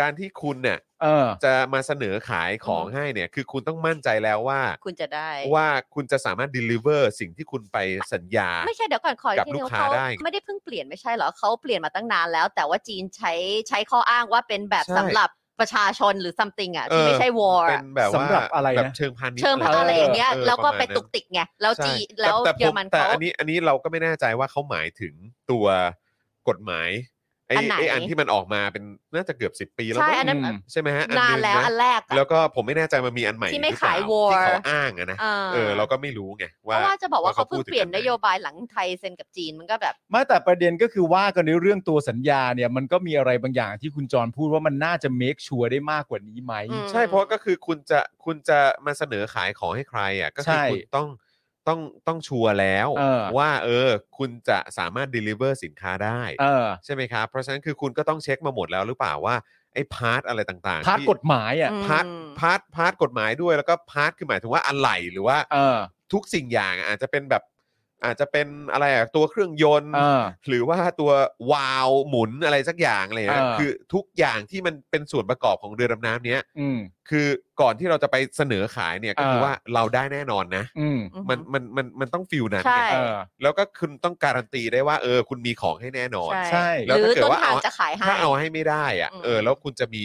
การที่คุณเนี่ย
เออ
จะมาเสนอขายของให้เนี่ยคือคุณต้องมั่นใจแล้วว่า
คุณจะได้
ว่าคุณจะสามารถ deliver สิ่งที่คุณไปสัญญา
ไม่ใช่เดี๋ยวก่อนขออี
กับ
ที
ลู
นึ
ก
ง
ค้า
เขา
ได้
ไม่ได้เพิ่งเปลี่ยนไม่ใช่เหรอเขาเปลี่ยนมาตั้งนานแล้ว แต่ว่าจีนใช้ใช้ข้ออ้างว่าเป็นแบบ
ใช่
สำหรับประชาชนหรือ something อ่ะ
เอ
ที่
อ
ไม่ใช่ war
เป็นแบบว่า
สำหรับอะไรนะ
แบบเชิงพาณิชย์
เชิงพาอะไรอย่างเงี้ย
ออ
แล้วก็
ระมาณ
ไป
นั้น
ตุกติกไงแล้วจีน
ใช่
แล้ว
ต่
เยอรมัน
แต่
เขา
อันนี้อันนี้เราก็ไม่แน่ใจว่าเขาหมายถึงตัวกฎหมาย ไอ้
อันไหน
ไอ้อันที่มันออกมาเป็นน่าจะเกือบ 10 ปีแล้ว
ใช่
มั้ง
อันนั้น
อืม
ใช่ไหมฮะอั
นา
ห
นแล้ว
งะ
อันแรกอะ
แล้วก็ผมไม่แน่ใจมันมีอันใหม่
ที่ไม่
หรือเปล่
ขาย war
ที่เขาอ้างอะนะ
เอ
เออ เราก็ไม่รู้ไง
เพ
ว่า
ราะว่าจะบอกว่าเขาเพิ่งเปลี่ยน
ว่าเขาพูดถึง
นโยบายหลังไทยเซ็นกับจีนมันก็แบบ
ไม่แต่ประเด็นก็คือว่ากันในเรื่องตัวสัญญาเนี่ยมันก็มีอะไรบางอย่างที่คุณจรพูดว่ามันน่าจะเมคชัวร์ได้มากกว่านี้ไหม
อืม
ใช่เพราะก็คือคุณจะคุณจะมาเสนอขายของให้ใครอ่ะก็คื
ใช่
อคุณต้องต้องต้องชัวร์แล้ว
เออ
ว่าเออ คุณจะสามารถ deliver สินค้าได้
เออ
ใช่ไหมครับ เพราะฉะนั้นคือคุณก็ต้องเช็คมาหมดแล้วหรือเปล่าว่าไอ้พาร์ทอะไรต่างๆ
พาร์ท
ที่
กฎหมายอ่ะ
อืม
พาร์ทพาร์ทพาร์ทกฎหมายด้วยแล้วก็พาร์ทคือหมายถึงว่าอะไหล่หรือว่า
เออ
ทุกสิ่งอย่างอาจจะเป็นแบบอาจจะเป็นอะไรอะตัวเครื่องยนต์
เออ
หรือว่าตัววาล์วหมุนอะไรสักอย่างอะไรอย่างเงี้ย
เออ
คือทุกอย่างที่มันเป็นส่วนประกอบของเรือดำน้ำเนี้ย
อืม
คือก่อนที่เราจะไปเสนอขายเนี่ยก็คือ
เออ
ว่าเราได้แน่นอนนะ
อืม
อือฮึ
มันมันมันมันต้องฟิลนั้น
ใช่
ไง
เออ
แล้วก็คุณต้องการันตีได้ว่าเออคุณมีของให้แน่นอน
ใช่
ใช่
แล้ว
หรือ
ถ้าเกิด
ต้น
ว่า
ทาง
เอา
จะขายให้
ถ้าเอาให้ไม่ได้อ่ะ
อืม
เออแล้วคุณจะมี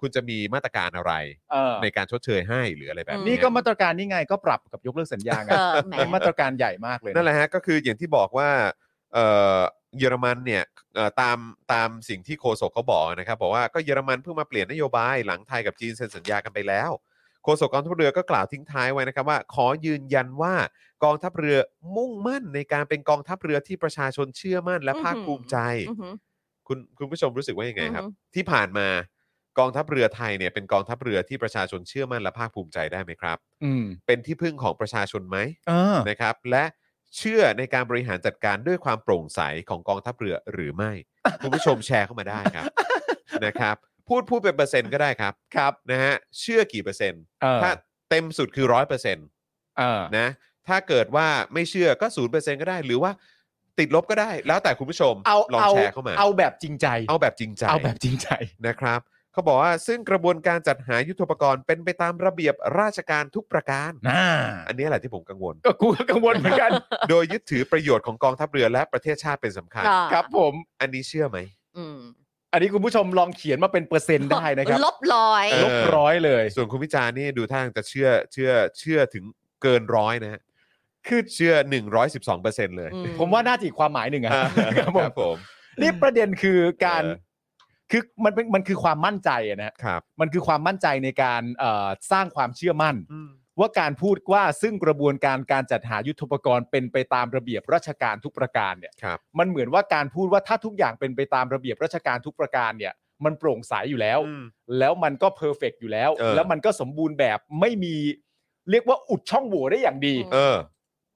คุณจะมีมาตรการอะไร
เออ
ในการชดเชยให้หรืออะไรแบบ
นี่
เย
ก็มาตรการนี่ไงก็ปรับกับยกเลิกสัญญาไง
เออแหม
เป็นมาตรการใหญ่มากเลย
นั่นแหละฮะก็คืออย่างที่บอกว่าเอ่อเยอรมันเนี่ยเอ่อตามตามสิ่งที่โฆษกเขาบอกนะครับบอกว่าก็เยอรมันเพิ่งมาเปลี่ยนนโยบายหลังไทยกับจีนเซ็นสัญญากันไปแล้วโฆษกกองทัพเรือก็กล่าวทิ้งท้ายไว้นะครับว่า ขอยืนยันว่ากองทัพเรือมุ่งมั่นในการเป็นกองทัพเรือที่ประชาชนเชื่อมั่นและภาค
อือหือ
ภูมิใจ
อือหือ
คุณคุณผู้ชมรู้สึกว่ายังไงครับ
อือฮึ
ที่ผ่านมากองทัพเรือไทยเนี่ยเป็นกองทัพเรือที่ประชาชนเชื่อมั่นและภาคภูมิใจได้ไหมครับ
อืม
เป็นที่พึ่งของประชาชนไหม
เออ
นะครับและเชื่อในการบริหารจัดการด้วยความโปร่งใสของกองทัพเรือหรือ
[LAUGHS]
ไม่ คุณผู้ชมแชร์เข้ามาได้ครับ นะครับพูดพูดเป็นเปอร์เซ็นต์ก็ได้ครับ
ครับ
นะฮะเชื่อกี่เปอร์เซ็นต์
เออ
ถ้าเต็มสุดคือร้อยเปอร์เซ็นต์
เออ
นะถ้าเกิดว่าไม่เชื่อก็ศูนย์เปอร์เซ็นต์ก็ได้ หรือว่าติดลบก็ได้ แล้วแต่คุณผู้ชม
เอา
ลอง
เอา
แชร์เข้ามา
เอาแบบจริงใจ
เอาแบบจริงใจ
เอาแบบจริงใจ
นะครับเขาบอกว่าซึ่งกระบวนการจัดหายุทโธปกรณ์เป็นไปตามระเบียบราชการทุกประการ
น่า
อันนี้แหละที่ผมกังวล
ก็กูก็กังวลเหมือนกัน
โดยยึดถือประโยชน์ของกองทัพเรือและประเทศชาติเป็นสำคัญ
อ่า
ครับผม
อันนี้เชื่อไหม
อืม
อันนี้คุณผู้ชมลองเขียนมาเป็นเปอร์เซ็นต์ได้นะครับ
ลบร้อย
เอ
ลบร้อยเลย
ส่วนคุณพิจารณ์นี่ดูท่าทางจะเชื่อเชื่อเชื่อถึงเกินร้อยนะฮะ
คือ
เชื่อ 112เปอร์เซ็นต์เลย
อื
ผมว่าน่าจะอีกความหมายหนึ่งอะ
อ่า
ครับผ
ค
ม
รับผม
นี่ประเด็นคือการ
เออ
คือมันเป็นมันคือความมั่นใจอะนะฮะ
ครับ
มันคือความมั่นใจในการเอ่อสร้างความเชื่อมั่น
อืม
ว่าการพูดว่าซึ่งกระบวนการการจัดหายุทธปกรณ์เป็นไปตามระเบียบราชการทุกประการเนี่ย
ครับ
มันเหมือนว่าการพูดว่าถ้าทุกอย่างเป็นไปตามระเบียบราชการทุกประการเนี่ย มันโปร่งใสอยู่แล้ว แล้วมันก็เพอร์เฟกอยู่แล้ว
เออ
แล้วมันก็สมบูรณ์แบบไม่มีเรียกว่าอุดช่องโหว่ได้อย่างดี
อืม
เออ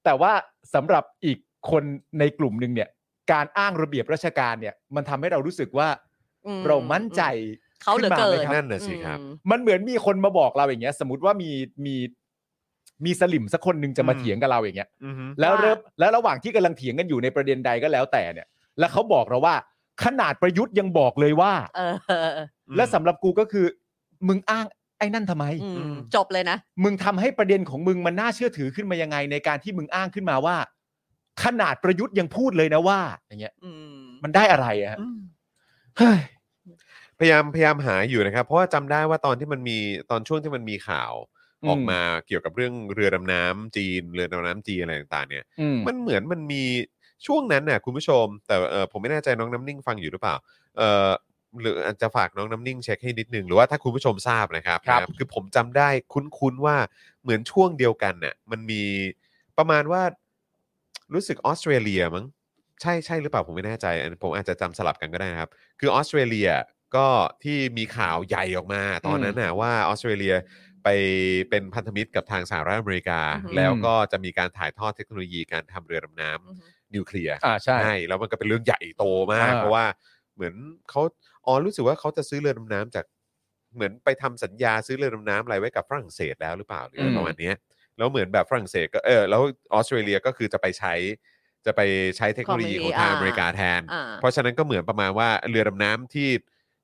แต่ว่าสำหรับอีกคนในกลุ่มหนึ่งเนี่ย การอ้างระเบียบราชการเนี่ย มันทำให้เรารู้สึกว่า
อืม
เรามั่นใจ
เขาเหลือเกิน
ขึ้นมาไหมครับ
นั่นน่ะสิครับ
อืม
มันเหมือนมีคนมาบอกเราอย่างเงี้ย สมมติว่ามีมีมีสลิมสักคนหนึ่งจะมา
อืม
เถียงกับเราอย่างเงี้ย
อือฮึ
แล้ว
ว่า
เริ่มแล้วระหว่างที่กำลังเถียงกันอยู่ในประเด็นใดก็แล้วแต่เนี่ย แล้วเขาบอกเราว่า ขนาดประยุทธ์ยังบอกเลยว่า
เออ
และสำหรับกูก็คือ มึงอ้างไอ้นั่นทำไม
อืมจบเลยนะ
มึงทำให้ประเด็นของมึงมันน่าเชื่อถือขึ้นมายังไง ในการที่มึงอ้างขึ้นมาว่า ขนาดประยุทธ์ยังพูดเลยนะว่า อย่างเงี้ย
อืม
มันได้อะไรอะฮะ
อืม
เฮ้ย
พยายามพยายามหาอยู่นะครับ เพราะว่าจำได้ว่าตอนที่มันมีตอนช่วงที่มันมีข่าว
อืม
ออกมาเกี่ยวกับเรื่องเรือดำน้ำจีนเรือดำน้ำจีนอะไรต่างๆเนี่ย
อืม
มันเหมือนมันมีช่วงนั้นน่ะคุณผู้ชม แต่เอ่อผมไม่แน่ใจน้องน้ำนิ่งฟังอยู่หรือเปล่าเอ่อหรืออาจจะฝากน้องน้ำนิ่งเช็คให้นิดนึงหรือว่าถ้าคุณผู้ชมทราบนะครับ
ครับ
นะคือผมจำได้คุ้นๆว่าเหมือนช่วงเดียวกันน่ะมันมีประมาณว่ารู้สึกออสเตรเลียมั้งใช่ใช่หรือเปล่าผมไม่แน่ใจอันผมอาจจะจำสลับกันก็ได้นะครับ คือออสเตรเลียก็ที่มีข่าวใหญ่ออกมา ตอนนั้นน่ะว่าออสเตรเลียไปเป็นพันธมิตรกับทางสหรัฐอเมริกา
อือฮึ
แล้วก็จะมีการถ่ายทอดเทคโนโลยีการทำเรือดำน้ำ
อืม
นิวเคลียร์
อ่าใช่
ให้แล้วมันก็เป็นเรื่องใหญ่โตมาก
อ่า
เพราะว่าเหมือนเขาอ๋อรู้สึกว่าเขาจะซื้อเรือดำน้ำจากเหมือนไปทำสัญญาซื้อเรือดำน้ำอะไรไว้กับฝรั่งเศสแล้วหรือเปล่าหรืออะไรประมาณเนี้ยแล้วเหมือนแบบฝรั่งเศสก็เออแล้วออสเตรเลียก็คือจะไปใช้จะไปใช้เทคโนโลยีของทางอเมริกาแทน
อ่า
เพราะฉะนั้นก็เหมือนประมาณว่าเรือดำน้ำที่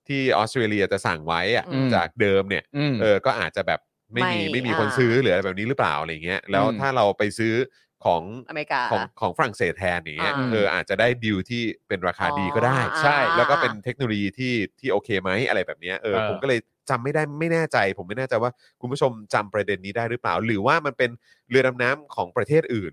ที่ออสเตรเลียจะสั่งไว้อะ
อืม
จากเดิมเนี่ย
อืม
เออก็อาจจะแบบไม่มี
ไม่
ไม่มี
อ่า
คนซื้อหรืออะไรแบบนี้หรือเปล่าอะไรเงี้ยแล้ว
อืม
ถ้าเราไปซื้อของ
อเมริกา
ของของฝรั่งเศสแทนอย่างเงี้ย
อ่า
เอออาจจะได้ดีลที่เป็นราคาดีก็ได้
อ๋อ
ใช่
อ่า
แล้วก็เป็นเทคโนโลยีที่ที่โอเคไหมอะไรแบบเนี้ยเออ
เออ
ผมก็เลยจำไม่ได้ไม่แน่ใจ ผมไม่แน่ใจว่าคุณผู้ชมจำประเด็นนี้ได้หรือเปล่า หรือว่ามันเป็นเรือดำน้ำของประเทศอื่น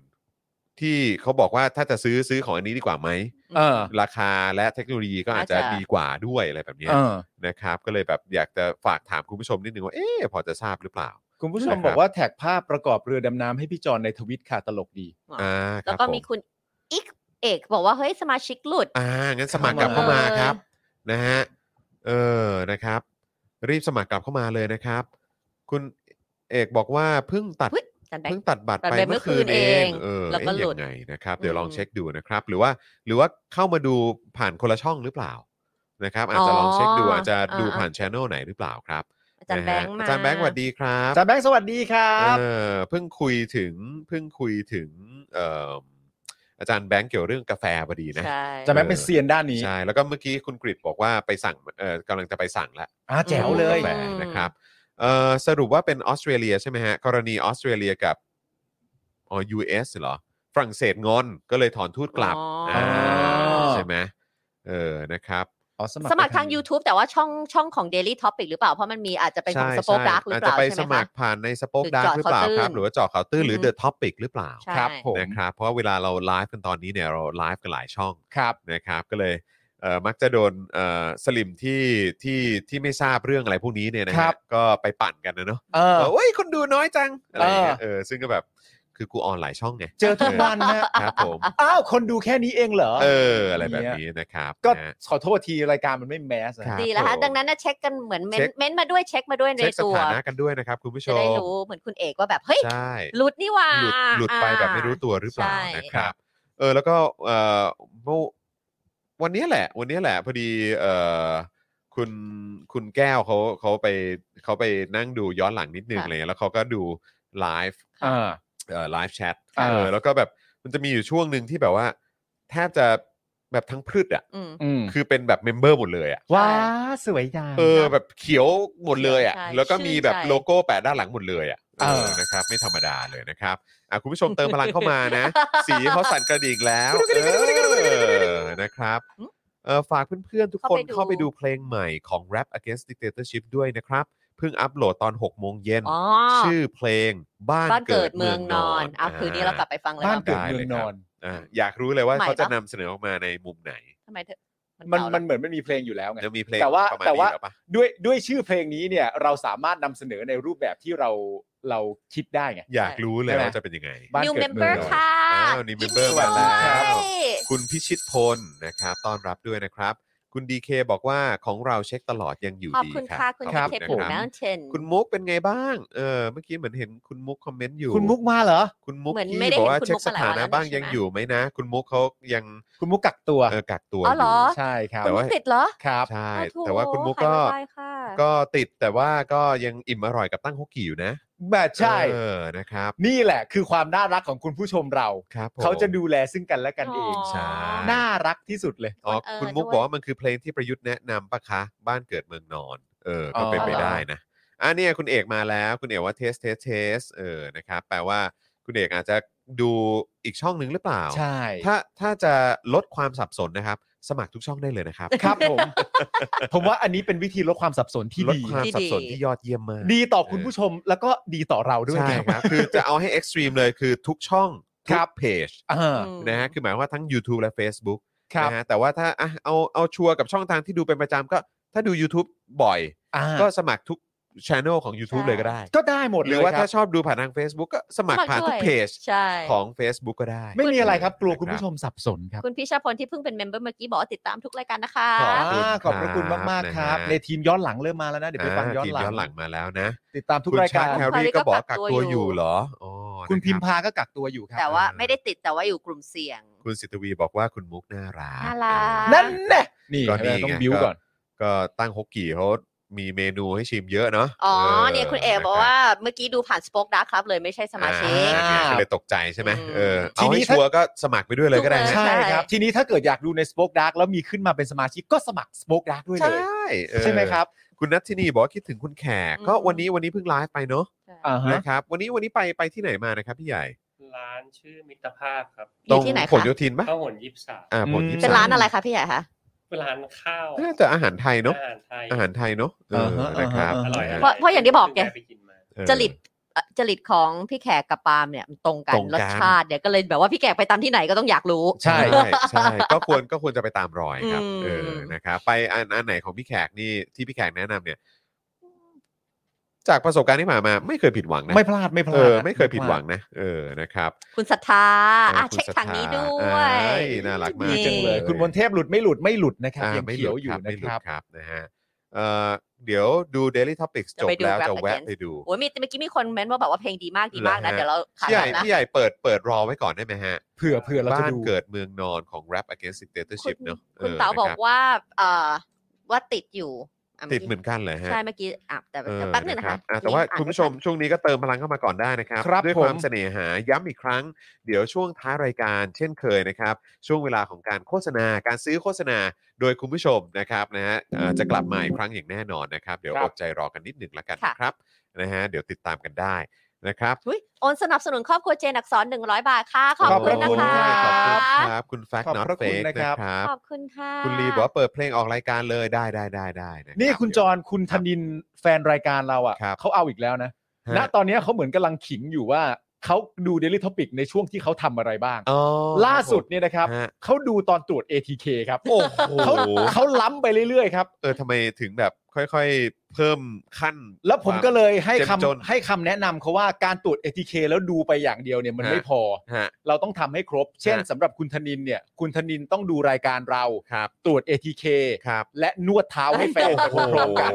ที่เขาบอกว่าถ้าจะซื้อซื้อของอันนี้ดีกว่าไหม
เออ
ราคาและเทคโนโลยีก็อาจจะ
อาจจะ
ดีกว่าด้วยอะไรแบบเนี้ย
เออ
นะครับ ก็เลยแบบอยากจะฝากถามคุณผู้ชมนิดนึงว่าเอ๊ะพอจะทราบหรือเปล่า
คุณผู้ชม
นะครับ
บอกว่าแท็กภาพประกอบเรือดำน้ำให้พี่จอนในทวิตค่ะตลกดี
อ่าค
แล้ว
รับ
ก็
ผ
มี
ม
คุณอิกเอกบอกว่าเฮ้ยสมาชิกหลุด
อ่างั้นสมัครกลับเข้ามาครับนะฮะเออนะครับ รีบสมัครกลับเข้ามาเลยนะครับ คุณเอกบอกว่าเพิ่งตัด
อุ๊ย จันแบง
เพิ่ง
ค์
ตัดบัตร
ตัด
ไป
ไป
เมื่อคืนเอ
เมื่อคืนเอง ง
เออ
แล้วก็
เอ๊ะ
หลุ
ยั
ด
งไงนะครับ เดี๋ยวลอง
อืม
เช็คดูนะครับ หรือว่าหรือว่าเข้ามาดูผ่านคนละช่องหรือเปล่านะครับ อาจจะลองเช็คดู
อ๋อ
อาจจะดู
อ่าๆ
ผ่านช anel ไหนหรือเปล่าครับ
อาจารย์แบงค์
นะฮะ
มา
อาจารย์แบงค์สวัสดีครับ
จานแบงค์สวัสดีครับ
เออเพิ่งคุยถึงเพิ่งคุยถึงเอ่ออาจารย์แบงค์เกี่ยวเรื่องกาแฟพอดีนะ
ใช่
จานแบงค์เป็นเซียนด้านนี้
ใช่ แล้วก็เมื่อกี้คุณกริดบอกว่าไปสั่งเออกำลังจะไปสั่งละ
อ่าแจ๋วเลย
กาแฟ
อืม
นะครับเอ่อสรุปว่าเป็นออสเตรเลียใช่ไหมฮะ กรณีออสเตรเลียกับอ๋อ US เหรอ ฝรั่งเศสงอนก็เลยถอนทูตกลับ
อ๋อ
อ่
าใช่ไหมเออนะครับ
อ๋อ
สมัครทาง YouTube แต่ว่าช่องช่องของ Daily Topic หรือเปล่า เพราะมันมีอาจจะเป็นของ
ใช่
สปอค
ใช่
ดักหรือ
อาจ
เป
จะ
ล่า
ไป
ใช่ไห
ส
ม
มั
คะ
ครผ่านในสป o อ e
หรือ
ดัก
เจาะ
หรือเปล่า
ข่าว
ครั
ตื้น
บ หรือว่าเจาะข่าวตื้นหรือ
ม
เดอะท็อปิกหรือเปล่า
ใช่
ครับผม
นะครับ เพราะว่าเวลาเราไลฟ์กันตอนนี้เนี่ยเราไลฟ์กันหลายช่อง
ครับ
นะครับก็เลยเอ่อมักจะโดนเอ่อสลิมที่ที่ที่ไม่ทราบเรื่องอะไรพวกนี้เนี่ยนะ
ครั
ฮะ
บ
ก็ไปปั่นกันนะเนาะ
เออ
ว่าเอ้ยคนดูน้อยจังอะไรอย่างเงี้ย
เอ
เอ
อ
อซึ่งก็แบบคือกูออนหลายช่องไง
เจอทุกวัน [LAUGHS] นะฮะ
ครับผม
อ้าว คนดูแค่นี้เองเหรอ
เอออะไรแบบนี้นะครับ
ก็
นะฮะ
ขอโทษทีรายการมันไม่แมสนะ
ครั
ฮะ
บ
ดีแล้ว
ผ
ฮะ
ม
ดังนั้นนะเช็คกันเหมือนเม้น
เช็ค
ต์เม้นต์มาด้วยเช็คมาด้วยใน
เช็คส
ตัว
ถานะกันด้วยนะครับคุณผู้ช
จะได้
ม
รู้เหมือนคุณเอกว่าแบบ เฮ้ย
ใช่
หลุดนี่หว่า
หลุดหลุดไปแบบไม่รู้ตัวหรือเปล่า
ใช่
นะครับเออแล้วก็เออเมื่อวันนี้แหละ วันนี้แหละพอดีเออคุณคุณแก้วเขาเขาไปเขาไปนั่งดูย้อนหลังนิดนึงอะไรเงี้ยแล้วเขาก็ดูไลฟ์ เอ่อไลฟ์แชท
อ่า
เออแล้วก็แบบมันจะมีอยู่ช่วงหนึ่งที่แบบว่า แทบจะแบบทั้งพืชอ่ะ
อืม
อืม
คือเป็นแบบเมมเบอร์หมดเลยอ่ะ
ว้าสวยจัง
เออแบบเขียวหมดเลยอ่ะ
ใช่
แล้วก็มีแบบ
ชื่นใจ
โลโก้แปะด้านหลังหมดเลยอ่ะ
เออ
เออนะครับไม่ธรรมดาเลยนะครับอ่ะคุณผู้ชมเติมพลังเข้ามานะ
[LAUGHS]
สีเขาสั่นกระดิ่งแล้วเออนะครับเออฝากเพื่อนๆทุกคนเข้าไปดูเพลงใหม่ของ Rap Against Dictatorship ด้วยนะครับเพิ่งอัปโหลดตอน6โมงเย็น
อ๋อ
ชื่อเพลงบ้าน
บ้าน
เกิ
เกิ
ด
ด
เมื
เมื
อ
อง
น
งน
อ
อน นอ่ะคืนนี้เรากลับไปฟังเลย
บ้าน
เนาะ
เกิดเมืองนอน
อ่ะอยากรู้เลยว่า
ใหม่
เขาจะ
ปะ
นำเสนอออกมาในมุมไหน
ทำไมเธอ
มัน
เก่า
มันเหมือนไม่มีเพลงอยู่แล้วไง
จะมีเพลง
แต่ว่า
ประมณ
แต่ว่า
นี้หรือปะ
ด้วยด้วยชื่อเพลงนี้เนี่ยเราสามารถนำเสนอในรูปแบบที่เราเราคิดได้ไง
อยากรู้เลย
ใช่ไหม
ว่าจะเป็นยังไง
แล้ว
บ้าน
New
เกิดเมือ
Member
งนอน
ค่ะ
อ้าว New Member
ยินดี
มาแล้ว
ด้วย
คุณพิชิตพลนะครับต้อนรับด้วยนะครับ คุณดีเคบอกว่าของเราเช็คตลอดยังอยู่
ขอบ
ดี
คุณ
รั
ค่ะ คุณ
ขอบ
เทป
นะ
หมู
รับ
แมวเชน
คุณมุกเป็นไงบ้างเออเมื่อกี้เหมือนเห็นคุณมุกคอมเมนต์อยู่
คุณมุกมาเหรอ
คุณมุก
เหมือน
ที่
ไม่ได้
บอก
เห็น
ว่า
คุณ
เช็
มุ
ค
ก
ส
มาหลาย
ถา
วั
นะ
นแล้ว
บ้าง
ใช่ไหม
ยังอยู่ไหมนะ คุณมุกเขายัง
คุณมุกกักตัว
เออกักตัว
อ๋อเหรอ
ยู่
ใช่ครับ
แต่ว่า
ติดเหรอ
ครับ
ใช่
อ้โถ
แต่ว่าคุณมุก
หาย
ก็
ไวๆค่ะ
ก็ติดแต่ว่าก็ยังอิ่มอร่อยกับตั้งฮกกี้อยู่นะ
แบบใช่
เออนะครับ
นี่แหละคือความน่ารักของคุณผู้ชมเรา
ครับผม
เขาจะดูแลซึ่งกันและกันเอง
ใช่
น่ารักที่สุดเลย
อ๋อ
เออ
คุณมุก
ด้วย
บอกว่ามันคือเพลงที่ประยุทธ์แนะนำปะคะ บ้านเกิดเมืองนอน เออ ก็
อ๋อ
เป็นไปได้นะอ่ะเนี่ยคุณเอกมาแล้ว คุณเอกว่าเทสเทสเทสเออนะครับ แปลว่าคุณเอกอาจจะดูอีกช่องหนึ่งหรือเปล่า
ใช่
ถ้าถ้าจะลดความสับสนนะครับ สมัครทุกช่องได้เลย
[LAUGHS]
นะครับ
ครับผม ผมว่าอันนี้เป็นวิธีลดความสับสนที่
ลด
ดี
ความสับสน
ดี
ที่ยอดเยี่ยมมาก
ดีต่อคุณผู้ชมแล้วก็ดีต่อเราด้วย
ใช่ครับ คือจะเอาให้เอ็กซ์ตรีมเลยคือทุกช่องทุกเพจ
อ่า
อืม
นะฮะคือหมายความว่าทั้ง YouTube และ Facebook
ครับ
นะฮะแต่ว่าถ้าอ่ะเอาเอาชัวร์กับช่องทางที่ดูเป็นประจำก็ถ้าดู YouTube บ่อย
อ่า
ก็สมัครทุกช anel ของ YouTube
ใช่
เลยก็ได้
ก็ได้หมด
ห
เล
รื
ย
อว่า
ค
ถ้า
รับ
ชอบดูผ่านทาง Facebook ก็สมัครผ่านทุกเพจ
ใช่
ของ Facebook ก็ได้
ไม่มีอะไรครับกลัวคุณ
นะ
ผู้ชมสับสนครับ
คุณพิชาพลที่เพิ่งเป็นเมมเบอร์เมื่อกี้บอกว่าติดตามทุกรายการนะคะ
ขอบคุณ
อ่าขอบพระคุณมากๆครับ ใน
นะฮะ
ทีมย้อนหลังเริ่มมาแล้วนะ เดี๋ยวไปฟังย้อนหลั
าทีม
ง
ย้อนหลังมาแล้วนะ
ติดตามทุก
คุณ
ราย
ชา
การ
ร์แค
บ
รีก็บอกกักตัว
กักตัว
อ
อยู่
ยู่เหรออ๋อ
คุณพิม
นะรับ
พาก็กักตัวอยู่ค
แต่
รับ
ว่าไม่ได้ติดแต่ว่าอยู่กลุ่มเสี่ยง
คุณสิทธวีบอกว่าคุณมุกน่ารัก
น่ารัก
นั่นแน่นี่
ก็นี่ไง
ต้องบิ้วก่อน
ก็ตั้งฮกกี่เขามีเมนูให้ชิมเยอะเนาะ
อ๋อเนี่ยคุณเอกบอก
นะรับ
ว่าเมื่อกี้ดูผ่านสปอคดักครับเลยไม่ใช่สมาชิก
อ่าก็เลยตกใจใช่ไหม
อืม
เออ
ที
เอา
นี้
ให้
ถ้า
ชัวร์ก็สมัครไปด้วยเลยก็ได้นะ
ถูกเลย
ใช่ครับ ทีนี้ถ้าเกิดอยากดูใน Spoke Dark แล้วมีขึ้นมาเป็นสมาชิกก็สมัคร Spoke Dark ด้วยเลย
เออ
ใช่ไหมครับ
คุณนัทที่นี่บอกว่าคิดถึงคุณแขก
อืม
ก็วันนี้วันนี้เพิ่งไลฟ์ไปเนาะ
อ่าฮะ
นะครับวันนี้วันนี้ไปไปที่ไหนมานะครับพี่ใหญ่
ร้านชื่อมิตรภาพครับ
อยู่ที่ไหน
ผล
คะ
โยธินปะ
ข้าวหนยิบสาม
อ่าผลโยธิน
เป็นร้านอะไรคะพี่ใหญ่คะ
เป็นร้านข้าว
น่าจะอาหารไทยเนาะ
อาหารไทย
อาหารไทยเนาะเอาอ
ฮะ
นะครับ
าฮ
อร่อย
เพราะเพราะอย่างที่บอกไง
แกไปกินมา
เออ
จริต อ่อจริตของพี่แขกกับปาล์มเนี่ยมันตรงกัน
ตรงกัน
รสชาติเนี่ยก็เลยแบบว่าพี่แขกไปตามที่ไหนก็ต้องอยากรู้
ใช่
ใช่ใช่ก็ควรก็ควรจะไปตามรอยครับ
อืม
เออนะครับไปอันอันไหนของพี่แขกนี่ที่พี่แขกแนะนำเนี่ย จากประสบการณ์ที่ผ่านมา ไม่เคยผิดหวังนะ
ไม่พลาดไม่พ
เอ
ลาด
อไม่เคยผิดหวังนะ เออนะครับ
คุณศรัทธาอ่ะ
ออ
เช็ค
ณศรั
ทางนี้ด้ว
อ่าย น่ารักมาก
ดีจังเลย
นี่
คุณมนเทพหลุดไม่หลุดไม่หลุดนะครับ
อ่า
ยัง
ไม่ห
เขีย
ลุ
ว
ด
อยู่
ครับไม่
นะ
หลุด
ครับ
ครับนะฮะเอ่อเดี๋ยวดู Daily Topics จ
จะ
บ
ไปดู
แล้ว
Grab
จะแวะ
Against
ไปดู
โอ้ยมีเมื่อกี้มีคนเม้นต์ว่าแบบว่าเพลงดีมากดีมาก
เหรอ
นะ
ฮะ
เดี๋ยวเราขาย
พี่ใหญ่
นะ
พี่ใหญ่เปิดเปิดรอไว้ก่อนได้ไหมฮะ
เผื่อเผื่อเรา
บ้า
จะ
น
ดู
เกิดเมืองนอนของ Rap Against Dictatorship
คุณ
เนาะ
คุณ
เ
เต๋าบอ
นะ
ก
ครั
ว่าเอ่อว่าติดอยู่ะ
ติดเหมือนกันเลยฮะ
ใช่เมื่อกี้อ่ะแต่
เออ
แต่แป๊บหนึงนะคะ
รับอ่แต่ว่า
อ่น
คุณผู้
ไ
ชมช่วงนี้ก็เติมพลังเข้ามาก่อนได้นะครับ
ครับ
ด้วย
ผม
ความเสน่หาย้ำอีกครั้ง เดี๋ยวช่วงท้ายรายการเช่นเคยนะครับ ช่วงเวลาของการโฆษณาการซื้อโฆษณาโดยคุณผู้ชมนะครับนะฮะเอ่อจะกลับมาอีกครั้งอย่างแน่นอนนะครับ เดี๋ยว
ครั
อบ ดใจรอกันนิดหนึ่งละกัน
ค่ะ
นะครับนะฮะเดี๋ยวติดตามกันได้นะครับ
อุ๊ยโอนสนับสนุนครอบครัวเจนอักษร100 บาทค่ะ ขอบ
ขอบพ
คุ
ระ
ณนะ
คุณ
คะ
ค่ะ
ขอบคุณครับคุณแฟกต์
ขอบ
น็อต
พระ
เฟ
คุณ
กนะ
นะ
ค
ครั
รับ บ
ขอบคุณค่ะ
คุณลีบอกว่าเปิดเพลงออกรายการเลยได้ได้ได้ได้ะรับ
นี่คุณจรคุณธนินแฟนรายการเราอ่ะ
ครับ
เขาเอาอีกแล้วนะ ณ
ฮะ
ตอนเนี้ยเขาเหมือนกำลังขิงอยู่ว่าเขาดู Daily Topic ในช่วงที่เขาทำอะไรบ้าง
อ๋อ
ล่าสุดเนี่ยนะครับ
ฮะ
เขาดูตอนตรวจ ATK ครับ
โอ้โห
เขาเขาล้ำไปเรื่อยๆครับ
เออทำไมถึงแบบค่อยๆ เพิ่มขั้น
แล้วผมก็เลยให้
เจ็บจน
คำให้คำแนะนำเขาว่าการตรวจ ATK แล้วดูไปอย่างเดียวเนี่ยมัน
ฮะ
ไม่พอ
ฮะ
เราต้องทำให้ครบ เช่น
ฮะ
สำหรับคุณธนินเนี่ยคุณธนินต้องดูรายการเรา
ครับ
ตรวจ ATK
ครับ
และนวดเท้าให้แฟนไปพร้อมๆกัน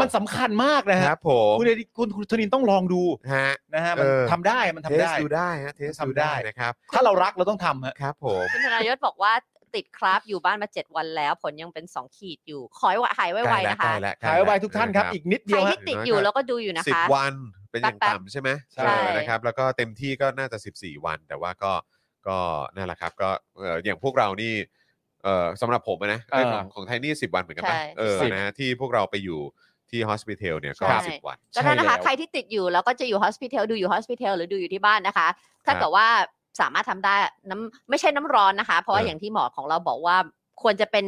มันสำคัญมากนะ
ค
ฮะ
รับผม
คุณเอดิคุณคุณธนินต้องลองดู
ฮะ
นะฮะมัน
เออ
ทำได้มันทำ
เทส
ได้
ดูได้ฮะเทสดู
ทำได้
ได้นะครับ
ถ้าเรารักเราต้องทำฮะ
ครับผม
คุณธนายศบอกว่าติดคราฟอยู่บ้านมา 7 วันแล้ว ผลยังเป็น 2 ขีดอยู่ ขอให้หาย
ใก
ไว
ล้
ๆ
แล้ว
นะ
ใกล้
คะ
แล้วใกล้
ขาย
แล้ว
ไวๆทุกท่านครับ อีกนิดเดี
ใคร
ยวฮะ
ที่ติดอยู่แล้วก็ดูอยู่นะ
สิบ
คะ
วันเป็นอย่าง
แป๊บๆ
ต่ำใช่ไหม
ใช่
เออนะครับแล้วก็เต็มที่ก็น่าจะ 14 วัน แต่ว่าก็ก็นั่นแหละครับก็เอ่ออย่างพวกเรานี่เอ่อสำหรับผมอะนะ
เออ
เอ้ยของของไทยนี่ 10 วันเหมือนกันปะ
ใช่
เออ
สิบ
นะฮะที่พวกเราไปอยู่ที่ฮอสพิทอลเนี่ยก็
ใช่
10 วัน
ก็นั่นนะคะ
ใช่แล้ว
ใครที่ติดอยู่แล้วก็จะอยู่ฮอสพิทอลดูอยู่ฮอสพิทอลหรือดูอยู่ที่บ้านนะคะ ถ้า
ครับ
เกิดว่าสามารถทำได้น้ำไม่ใช่น้ำร้อนนะคะ เพราะว่า
เอออ
อย่างที่หมอของเราบอกว่าควรจะเป็น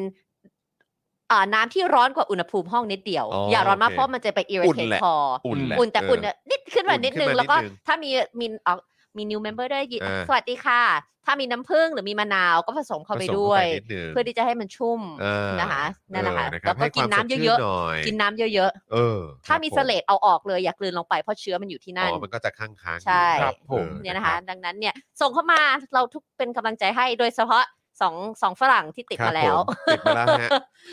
อ่าน้ำที่ร้อนกว่าอุณหภูมิห้องนิดเดียว
อ๋อ
อย่าร้อนมาก
โอเค
เพราะมันจะไปอิริ
อุ่น
เทต
แหละ
คอ
อุ่นแหละ
อุ่นแต่
เ
อุ่นเนี่ยนิดขึ้นมา
อุ่น
นิด
ขึ้
นึ
น
ง
มา
แล้วก็
นิดนึง
ถ้ามีมีออกมี new member ด้วย
อ่า
สวัสดีค่ะ ถ้ามีน้ำผึ้งหรือมีมะนาวก็ผสมเข้าไป
ผสม
ด้วย
นินึง
เพื่อที่จะให้มันชุ่ม
เออ
นะคะนั่นแหละค่ะ
เออรับ
แล้วก็กินน้ำเยอะๆ
ๆ
กินน้ำเยอะ
เออ
ๆ ถ้ามี
ครับผ
เสลดเอาออกเลยอย่ากลืนลงไปเพราะเชื้อมันอยู่ที่นั่น
อ๋อมันก็จะค้างค้างๆอยู่
ใช่
ครับ
ผม
ออ
เนี่ยนะคะ ดังนั้นเนี่ยส่งเข้ามาเราทุกเป็นกำลังใจให้โดยเฉพาะสองสองฝรั่งที่ติด
ครับ
มาแล้ว
ผ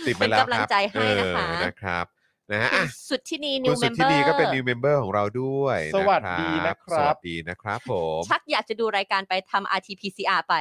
ติดมาแล้วฮะติดมาแล้ว
เป็นกำลังใจให้นะคะ
เออนะครับนะฮะ
[LAUGHS] คุ
อ่ะ
ณสุดที่นี่
คุ
[COUGHS] new
ณสุดที่
member
ดีก็เป็น new member ของเราด้วย
สวัสดีนะครั
ส
บ
วัสดีนะครับผม
ชักอยากจะดูรายการไปทำ rt pcr ไป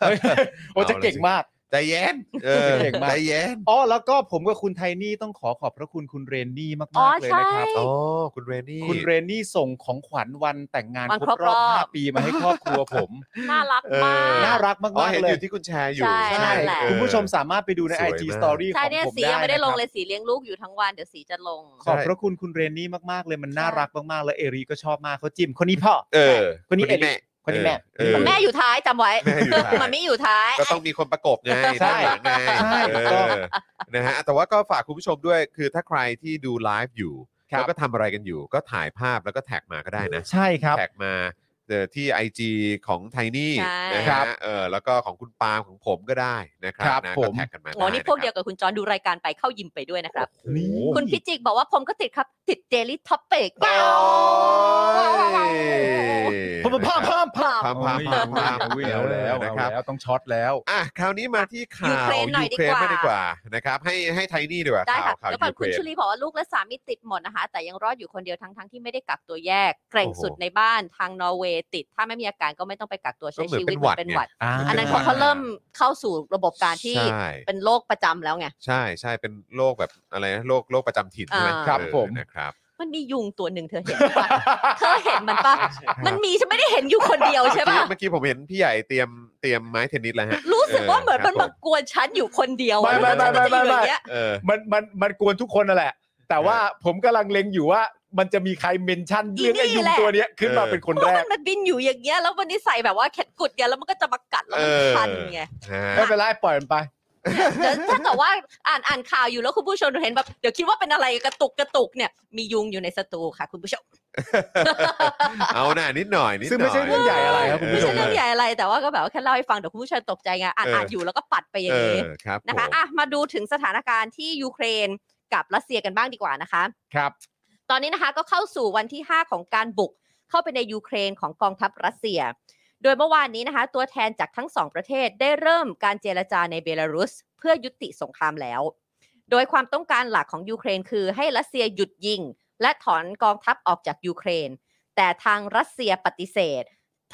เฮ้ย [LAUGHS] โอ้จะเก่งมาก
[LAUGHS] ใจเย็นเออ
เก่งมาก
ใจเย็น
อ๋อแล้วก็ผมกับคุณไทนี่ต้องขอขอบพระคุณคุณเรนนี่มา
อ๋อก
ๆเลยนะครับ
ใช่
อ๋อคุณเรนนี่
คุณเรนนี่ส่งของขวัญวันแต่งงาน
วัน
ครบ
ครบ
รอบ
รอบ
5ปีมาให้ครอบครัวผม
[LAUGHS] น่ารักมา
เออ
น่าก รักมา
อ๋อก เห็น
ๆเล
อย ยู่ที่คุณแชร์อยู่
ใช่
ใช่
นั่นแหละ
คุณผู้ชมสามารถไปดูใน
สวย
IG
มาก
Story ข
ใช่
อง
เนี่ย
ผม
สี
ได้
ยังไม่ได้ลงเล
นะครับ
ยสีเลี้ยงลูกอยู่ทั้งวันเดี๋ยวสีจะลง
ขอบพระคุณคุณเรนนี่มากๆเลยมันน่ารักมากๆแล้วเอรีก็ชอบมากเขาจิ้มคนนี้พ่อ
เออ
คนนี้เอ็ด
แม่
คนนี้แม่
เออ
แม่อยู่ท้ายจำไว้
แม่อยู่ท้าย
มันไม่อยู่ท้าย
ก็ต้องมีคนประกบไง
ใช่
ด้านหลังไง
ใช่
เออนะฮะแต่ว่าก็ฝากคุณผู้ชมด้วยคือถ้าใครที่ดูไลฟ์อยู่
ครับ
แล้วก็ทำอะไรกันอยู่ ก็ถ่ายภาพแล้วก็แท็กมาก็ได้นะ
ใช่ครับ
แท็กมาเอ่อที่ IG ของไทนี่
ใช่
นะ
ครั
ฮะ
บ
เออแล้วก็ของคุณปาล์มของผมก็ได้นะครับ
ครับ
นะ
ผ
ก็
ม
แท็กกันมา
อ๋อนี่
ได้ะ
พวกเดียวกับคุณจอนดูรายการไปเข้ายิมไปด้วยนะครับ
นี่
คุณพิจิกบอกว่าผมก็ติดครับ ติด Daily Topic
โอ้ย
พามพามพามพาม
พามพามพามพาม
อุ้ยเอาแล้ว
นะ
นะ
ค
ค
รั
รั
บบ
ต้องช็อตแล้ว
อ่ะคราวนี้มาที่ข่าว
ยูเครนหน่อยดีกว่า
มากดีกว่านะครับให้ให้ไทนี่ดีกว่า
ได้
ข่าว
ค่ะ
ข่าว
แล้วก่อน
ยูเค
คุ
ร
ณ
น
ชุลีบอกว่าลูกและสามีติดหมดนะคะ แต่ยังรอดอยู่คนเดียวทั้งๆที่ไม่ได้กักตัวแยกเกรง
โอ้โห
สุดในบ้านทางนอร์เวย์ติด ถ้าไม่มีอาการก็ไม่ต้องไปกักตัวใช้ชีวิต
ก็
เห
เหมือ
มือน น
เป็
เป็น น
ห
ห
วั
วั
ด
ด
ไง
อ่า
อันนั้นเขาเขาเริ่มเข้าสู่ระบบการที่
ใช่
เป็นโรคประจำแล้วไง
ใช่ใช่เป็นโรคแบบอะไรนะโรคโรคประจำถิ่นใช่ไหม
อ่า
ครับ
เออ
ผม
นะครับ
มันมียุงตัวหนึ่งเธอเห็นปะ เธอเห็นมันปะมันมีฉันไม่ได้เห็นอยู่คนเดียวใช่ปะ
เมื่อกี้ผมเห็นพี่ใหญ่เตรียมเตรียมไม้เทนนิสแล้วฮะ
รู้สึกว่าเหมือนมัน
ครั
มา
บผ
กวนฉันอยู่คนเดียวอะ
ไม่ไม่ไม่ไม่
แล้วฉั
ไม่
นจะอยู่อย่างเงี้ย
เออ
มันมันมันกวนทุกคนนั่นแหละ แต่ว่าผมกำลังเล็งอยู่ว่า มันจะมีใครเมนชั่นเรื่องไอ้
อีนี่
ยุง
แหละ
ตัวเนี้ยขึ้นมา
เออ
เป็นคน
เพ
แร
ราะมั
ก
นมันบินอยู่อย่างเงี้ยแล้ววันนี้ใส่แบบว่าแขนกุดเงี้ยแล้วมันก็จะมากัดแล้วมันคันไง
ฮะ
ไม่เป็นไรปล่อยมันไป
เนี่ยเดี๋ยวถ้าเกิดว่าอ่านอ่านข่าวอยู่แล้วคุณผู้ชมเห็นแบบเดี๋ยวคิดว่าเป็นอะไรกระตุกกระตุกเนี่ยมียุงอยู่ในสตูค่ะ คุณผู้ชม
เอาหน่านิดหน่อยนิดหน่อย
ซึ่งไม่ใช่เรื่องใหญ่อะไรครับคุณผู้
ไม่
ช
ใช่เรื่องใหญ่อะไรแต่ว่าก็แบบว่าแค่เล่าให้ฟังเดี๋ยวคุณผู้ชมตกใจไงอ่านอ่านอยู่แล้วก็ปัดไปอย่า
เอง อ
นี้
ครับ
นะคะ
ผม
อ่ะมาดูถึงสถานการณ์ที่ยูเครนกับรัสเซียกันบ้างดีกว่านะคะ
ครับ
ตอนนี้นะคะก็เข้าสู่วันที่ 5 ของการบุกเข้าไปในยูเครนของกองทัพรัสเซีย โดยเมื่อวานนี้นะคะ ตัวแทนจากทั้งสองประเทศได้เริ่มการเจรจาในเบลารุส เพื่อยุติสงครามแล้ว โดยความต้องการหลักของยูเครนคือให้รัสเซียหยุดยิง และถอนกองทัพออกจากยูเครน แต่ทางรัสเซียปฏิเสธ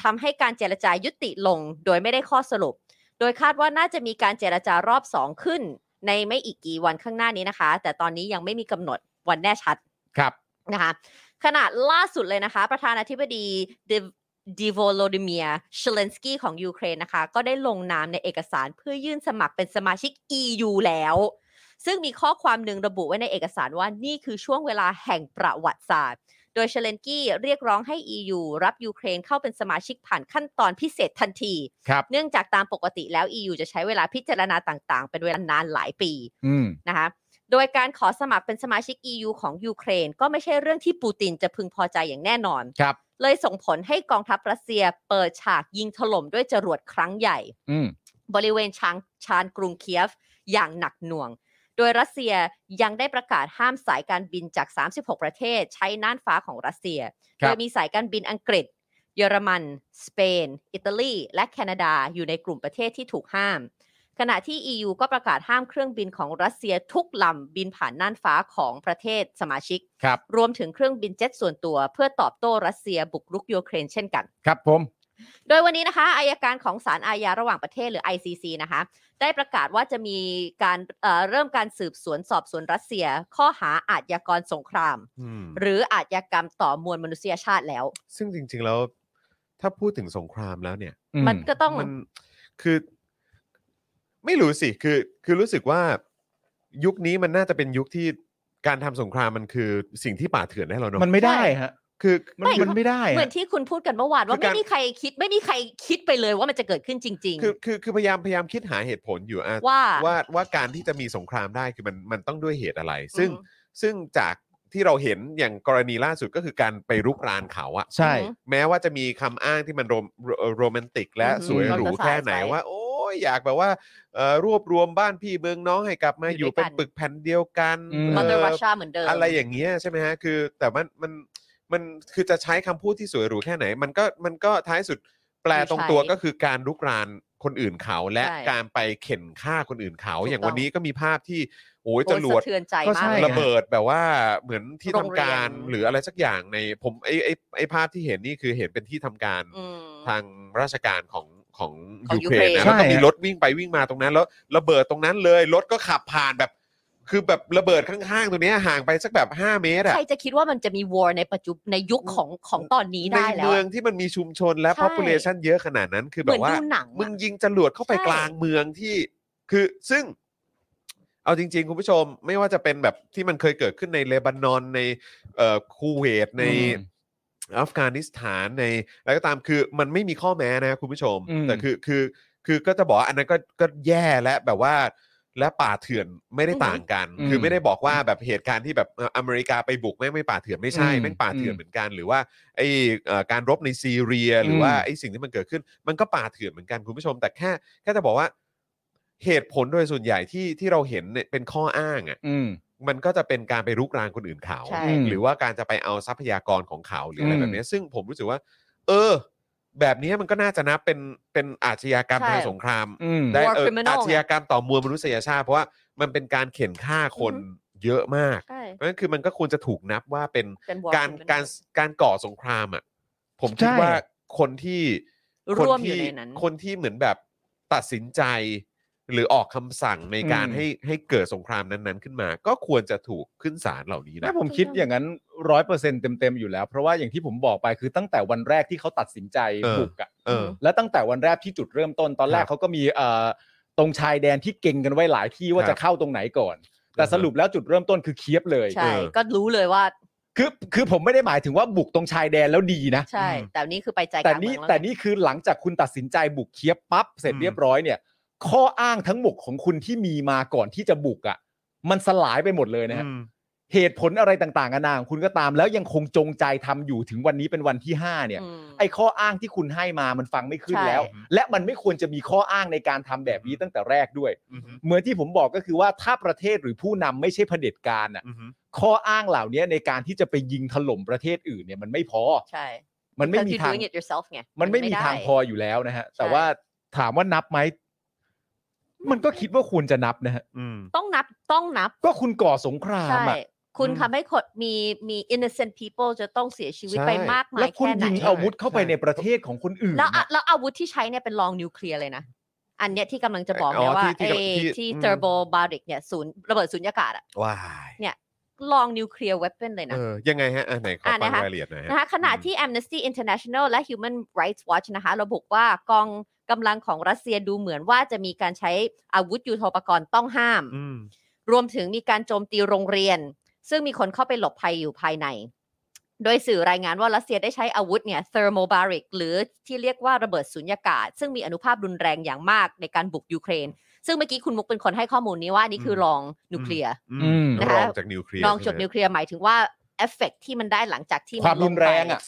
ทำให้การเจรจายุติลง โดยไม่ได้ข้อสรุป โดยคาดว่าน่าจะมีการเจรจารอบสองขึ้น ในไม่อีกกี่วันข้างหน้านี้นะคะ แต่ตอนนี้ยังไม่มีกำหนดวันแน่ชัด
ครับ
นะคะขนาดล่าสุดเลยนะคะ ประธานาธิบดีดิโวโลดิเมียเชเลนสกี้ของยูเครนนะคะ ก็ได้ลงนามในเอกสารเพื่อยื่นสมัครเป็นสมาชิก EU แล้ว ซึ่งมีข้อความหนึ่งระบุไว้ในเอกสารว่านี่คือช่วงเวลาแห่งประวัติศาสตร์ โดยเชเลนกี้เรียกร้องให้ EU รับยูเครนเข้าเป็นสมาชิกผ่านขั้นตอนพิเศษทันที
ครับ
เนื่องจากตามปกติแล้ว EU จะใช้เวลาพิจารณาต่างๆ เป็นเวลานานหลายปี
อืม
นะคะโดยการขอสมัครเป็นสมาชิก EU ของยูเครน ก็ไม่ใช่เรื่องที่ปูตินจะพึงพอใจอย่างแน่นอน
ครับ
เลยส่งผลให้กองทัพรัสเซียเปิดฉากยิงถล่มด้วยจรวดครั้งใหญ่
อืม
บริเวณชางชานกรุงเคียฟอย่างหนักหน่วง โดยรัสเซียยังได้ประกาศห้ามสายการบินจาก 36 ประเทศใช้น่านฟ้าของรัสเซีย
ครั
โด
บ
ยมีสายการบินอังกฤษ เยอรมัน สเปน อิตาลี และแคนาดาอยู่ในกลุ่มประเทศที่ถูกห้าม ขณะที่ EU ก็ประกาศห้ามเครื่องบินของรัสเซียทุกลำบินผ่านน่านฟ้าของประเทศสมาชิก
ครับ
รวมถึงเครื่องบินเจ็ตส่วนตัว เพื่อตอบโต้รัสเซียบุกรุกยูเครนเช่นกัน
ครับผม
โดยวันนี้นะคะอายการของศาลอาญาระหว่างประเทศหรือ ICC นะคะ ได้ประกาศว่าจะมีการเอ่อเริ่มการสืบสวนสอบสวนรัสเซีย ข้อหาอาชญากรสงคราม
อืม
หรืออาชญากรรมต่อมวลมนุษยชาติแล้ว
ซึ่งจริง ๆ แล้ว ถ้าพูดถึงสงครามแล้วเนี่ย
อื
มันก็ต้อง
มันคือ ไม่รู้สิ คือ คือรู้สึกว่า ยุคนี้มันน่าจะเป็นยุคที่การทำสงครามมันคือสิ่งที่ป่าเถื่อนได้แล้วเนอะ
มันไม่ได้ฮะ
คือ
มันมันไม่ได้
เหมือ
ฮะ
นที่คุณพูดกันเมื่อวานว่า
คือการ
ไม่มีใครคิดไม่มีใครคิดไปเลยว่ามันจะเกิดขึ้นจริง
คือคือคือพยายามพยายามคิดหาเหตุผลอยู่อะ
ๆ ว่า
ว่าว่าการที่จะมีสงครามได้คือมันมันต้องด้วยเหตุอะไร
อืม
ซึ่งซึ่งจากที่เราเห็นอย่างกรณีล่าสุดก็คือการไปรุกรานเขาอะ
ใช่
อืม
แม้ว่าจะมีคำอ้างที่มันโรมโรโรแมนติกและ
อือหือ
สวยหรู
ก็จะสาย
แค่ไหน
ไป
ว่า โอ้ยอยากแบบว่าเอ่อรวบรวมบ้านพี่เมืองน้องให้กลับมา
อ
อยู่ ยู่
ด้
เป็
วยกัน
นปึกแผ่นเดียวกัน
อืม
มอเตอ
เอ่อ
ร์รัสเซียเหมือนเดิม
อะไรอย่างเงี้ยใช่ไหมฮะคือแต่มันมันมันคือจะใช้คำพูดที่สวยหรูแค่ไหน มันก็มันก็ท้ายสุดแปลตรงตัว
ไม่ใช่
ก็คือการลุกรานคนอื่นเขา และ
ใช่
การไปเข็นฆ่าคนอื่นเขา
ถูก
อย่าง
ต้อง
วันนี้ก็มีภาพที่โอ้ย
โอ้
จ
ย
รวด
สะเทือนใจ
ก็
มา
ใช่
ก
ระเบิดแบบว่าเหมือนที่ทำการ
โรง
ห
เรียน
รืออะไรสักอย่างในผมไอไอไอภาพที่เห็นนี่คือเห็นเป็นที่ทำการ
อืม
ทางราชการของของ
ของ
ยูเครน
ยูเครน
นะแล้วก็มี
ใช่ฮะ
รถวิ่งไปวิ่งมาตรงนั้น แล้วระเบิดตรงนั้นเลย รถก็ขับผ่านแบบ คือแบบระเบิดข้างๆ ตัวเนี้ยห่างไปสักแบบ 5 เมตรอะ
ใครจะคิดว่ามันจะมีวอร์ในปัจจุบันในยุคของของตอนนี้
ใน
ได้แล้ว
เมืองที่มันมีชุมชนและ
ใช่
population เยอะขนาดนั้นคือ
เห
แบ
มือน
บว่า
ดูหนัง
มึ
อะ
งยิงจรวดเข้าไป
ใช่
กลางเมืองที่คือซึ่ง เอาจริง ๆ คุณผู้ชม ไม่ว่าจะเป็นแบบที่มันเคยเกิดขึ้นในเลบานอนในเอ่อคูเวตใน
อืม
อัฟกานิสถานในอะไรก็ตามคือมันไม่มีข้อแม้นะ คุณผู้ชม
อืม
แต่คือคือคือก็จะบอกว่าอันนั้นก็ก็แย่และแบบว่า และป่าเถื่อนไม่ได้ต่างกัน
อืม
คือไม่ได้บอกว่าแบบเหตุการณ์ที่แบบเอ่ออเมริกาไปบุกแม่งไม่ป่าเถื่อนไม่ใช่
อืม
แม่งป่าเถื่อน
อืม
เหมือนกันหรือว่าไอเอ่อการรบในซีเรียหรือ
ม
ว่าไอสิ่งที่มันเกิดขึ้น มันก็ป่าเถื่อนเหมือนกันคุณผู้ชม แต่แค่แค่จะบอกว่าเหตุผลโดยส่วนใหญ่ที่ที่เราเห็นเนี่ยเป็นข้ออ้างอ่ะ
อืม
มันก็จะเป็นการไปรุกรานคนอื่นเขา
ใช่
หรือว่าการจะไปเอาทรัพยากรของเขาหรืออะไร
อืม
แบบเนี้ยซึ่งผมรู้สึกว่า เออ แบบเนี้ยมันก็น่าจะนับเป็นเป็นอาชญากรรมทางสงคราม
อืม
ได้
War
เออ
criminal
อาชญากรรมต่อมวลมนุษยชาติ เพราะว่ามันเป็นการเข็นฆ่าคน
อือฮึ
เยอะมาก
ใช่
เพราะฉะนั้นคือมันก็ควรจะถูกนับว่าเป็น
เป็น war
การ
criminal
การการก่อสงครามอ่ะผมคิด
ใช่
ว่าคนที่
ร่วม
ค
อยู่
ที่
ในนั้น
คนที่เหมือนแบบตัดสินใจ หรือออกคำสั่งในการให้ให้เกิดสงครามนั้นๆขึ้นมา ก็ควรจะถูกขึ้นศาลเหล่านี้นะ
ถ้าผมคิดอย่างนั้นร้อยเปอร์เซ็นต์เต็มๆอยู่แล้ว เพราะว่าอย่างที่ผมบอกไปคือตั้งแต่วันแรกที่เขาตัดสินใจ
เออ
บุกอ่ะ
เออ
และตั้งแต่วันแรกที่จุดเริ่มต้นตอนแร
ค
ก
รับ
เขาก็มีเอ่อตรงชายแดนที่เก่งกันไว้หลายที่
ค
ว่า
รับ
จะเข้าตรงไหนก่อน แต่
อ่าฮะ
สรุปแล้วจุดเริ่มต้นคือเคียบเลย
ใช่ ก็รู้เลยว่า
คือคือผมไม่ได้หมายถึงว่าบุกตรงชายแดนแล้วดีนะ
ใช่ แต่นี่คือไปใจก
แต่
ลาง
นี่
เมืองล้ว
แต่นี่คือหลังจากคุณตัดสินใจบุกเคียบปั๊บเสร็จ
อืม
เรียบร้อยเนี่ย ข้ออ้างทั้งหมดของคุณที่มีมาก่อนที่จะบุกอะ่ะ มันสลายไปหมดเลยนะฮะ
อืม
เหตุผลอะไรต่างๆกันานาของคุณก็ตาม แล้วยังคงจงใจทำอยู่ถึงวันนี้เป็นวันที่ห้าเนี่ย
อืม
ไอ้ข้ออ้างที่คุณให้มามันฟังไม่ขึ้น
ใช่
แล้ว และมันไม่ควรจะมีข้ออ้างในการทำแบบนี้ตั้งแต่แรกด้วย
อืมฮึ
เหมือนที่ผมบอกก็คือว่าถ้าประเทศหรือผู้นำไม่ใช่เผด็จการอ่ะ
อืมฮึ
ข้ออ้างเหล่านี้ในการที่จะไปยิงถล่มประเทศอื่นเนี่ยมันไม่พอ
ใช่
มันไม่มี
แต่ you're
ทาง
doing it yourself ไง
มันไม่มี
ด้
ทางพออยู่แล้วนะฮะ แต่
ใช่
ว่าถามว่านับไหม มันก็คิดว่าควรจะนับนะฮะ
อืม
ต้องนับต้องนับ
ก็คุณก่อสงคราม
ใช่
อ่ะ
คุณ
อืม
ทำให้คนมีมี innocent people จะต้องเสียชีวิต
ใช่
ไปมากมา
แล้
ยว
คุณ
แค่ไหน
ยิง
อะ
อาวุธเข้าไปในประเทศของคนอื่น
แล้วอะ
น่ะ
แล้วอาวุธที่ใช้เนี่ยเป็นลองนิวเคลียร์เลยนะ อันเนี้ยที่กำลังจะบอก
อ๋อ
เนี่ยว่า
ที่
ไอ้
ที่ที่
ที่
อืม
turbo bardic เนี่ยศูนย์ระเบิดศูนยากาศอะ
ว้าย
ลองนิวเคลียร์เว p o n เลย
เอ
นะ
อยังไงฮะอ่ะไหนขอ
อ่ะ
ฟัง
นะคะ
รายละเอียดหน่อยฮะ
นะคะขณะที่ Amnesty International และ Human Rights Watch นะคะระบุว่ากองกำลังของรัสเซียดูเหมือนว่าจะมีการใช้อาวุธยุโทโธปกรณ์ต้องห้าม
อืม
รวมถึงมีการโจมตีโรงเรียน ซึ่งมีคนเข้าไปหลบภัยอยู่ภายใน โดยสื่อรายงานว่ารัสเซียได้ใช้อาวุธเนี่ย thermobaric หรือที่เรียกว่าระเบิดสุญญากาศ ซึ่งมีอนุภาพรุนแรงอย่างมากในการบุกยูเครน ซึ่งเมื่อกี้คุณมุกเป็นคนให้ข้อมูลนี้ว่านี่คือ
ม
ลองนิวเคลียร์
อื
อื
ม
ม
นะ
ร
คะ
องจากนิวเคลียร์
ลองจด
ใช่ไหม
นิวเคลียร์หมายถึงว่าเอฟเฟกที่มันได้หลังจากที่
ความ
ล
รุ
ง
น
ไป
แรงอ่ะ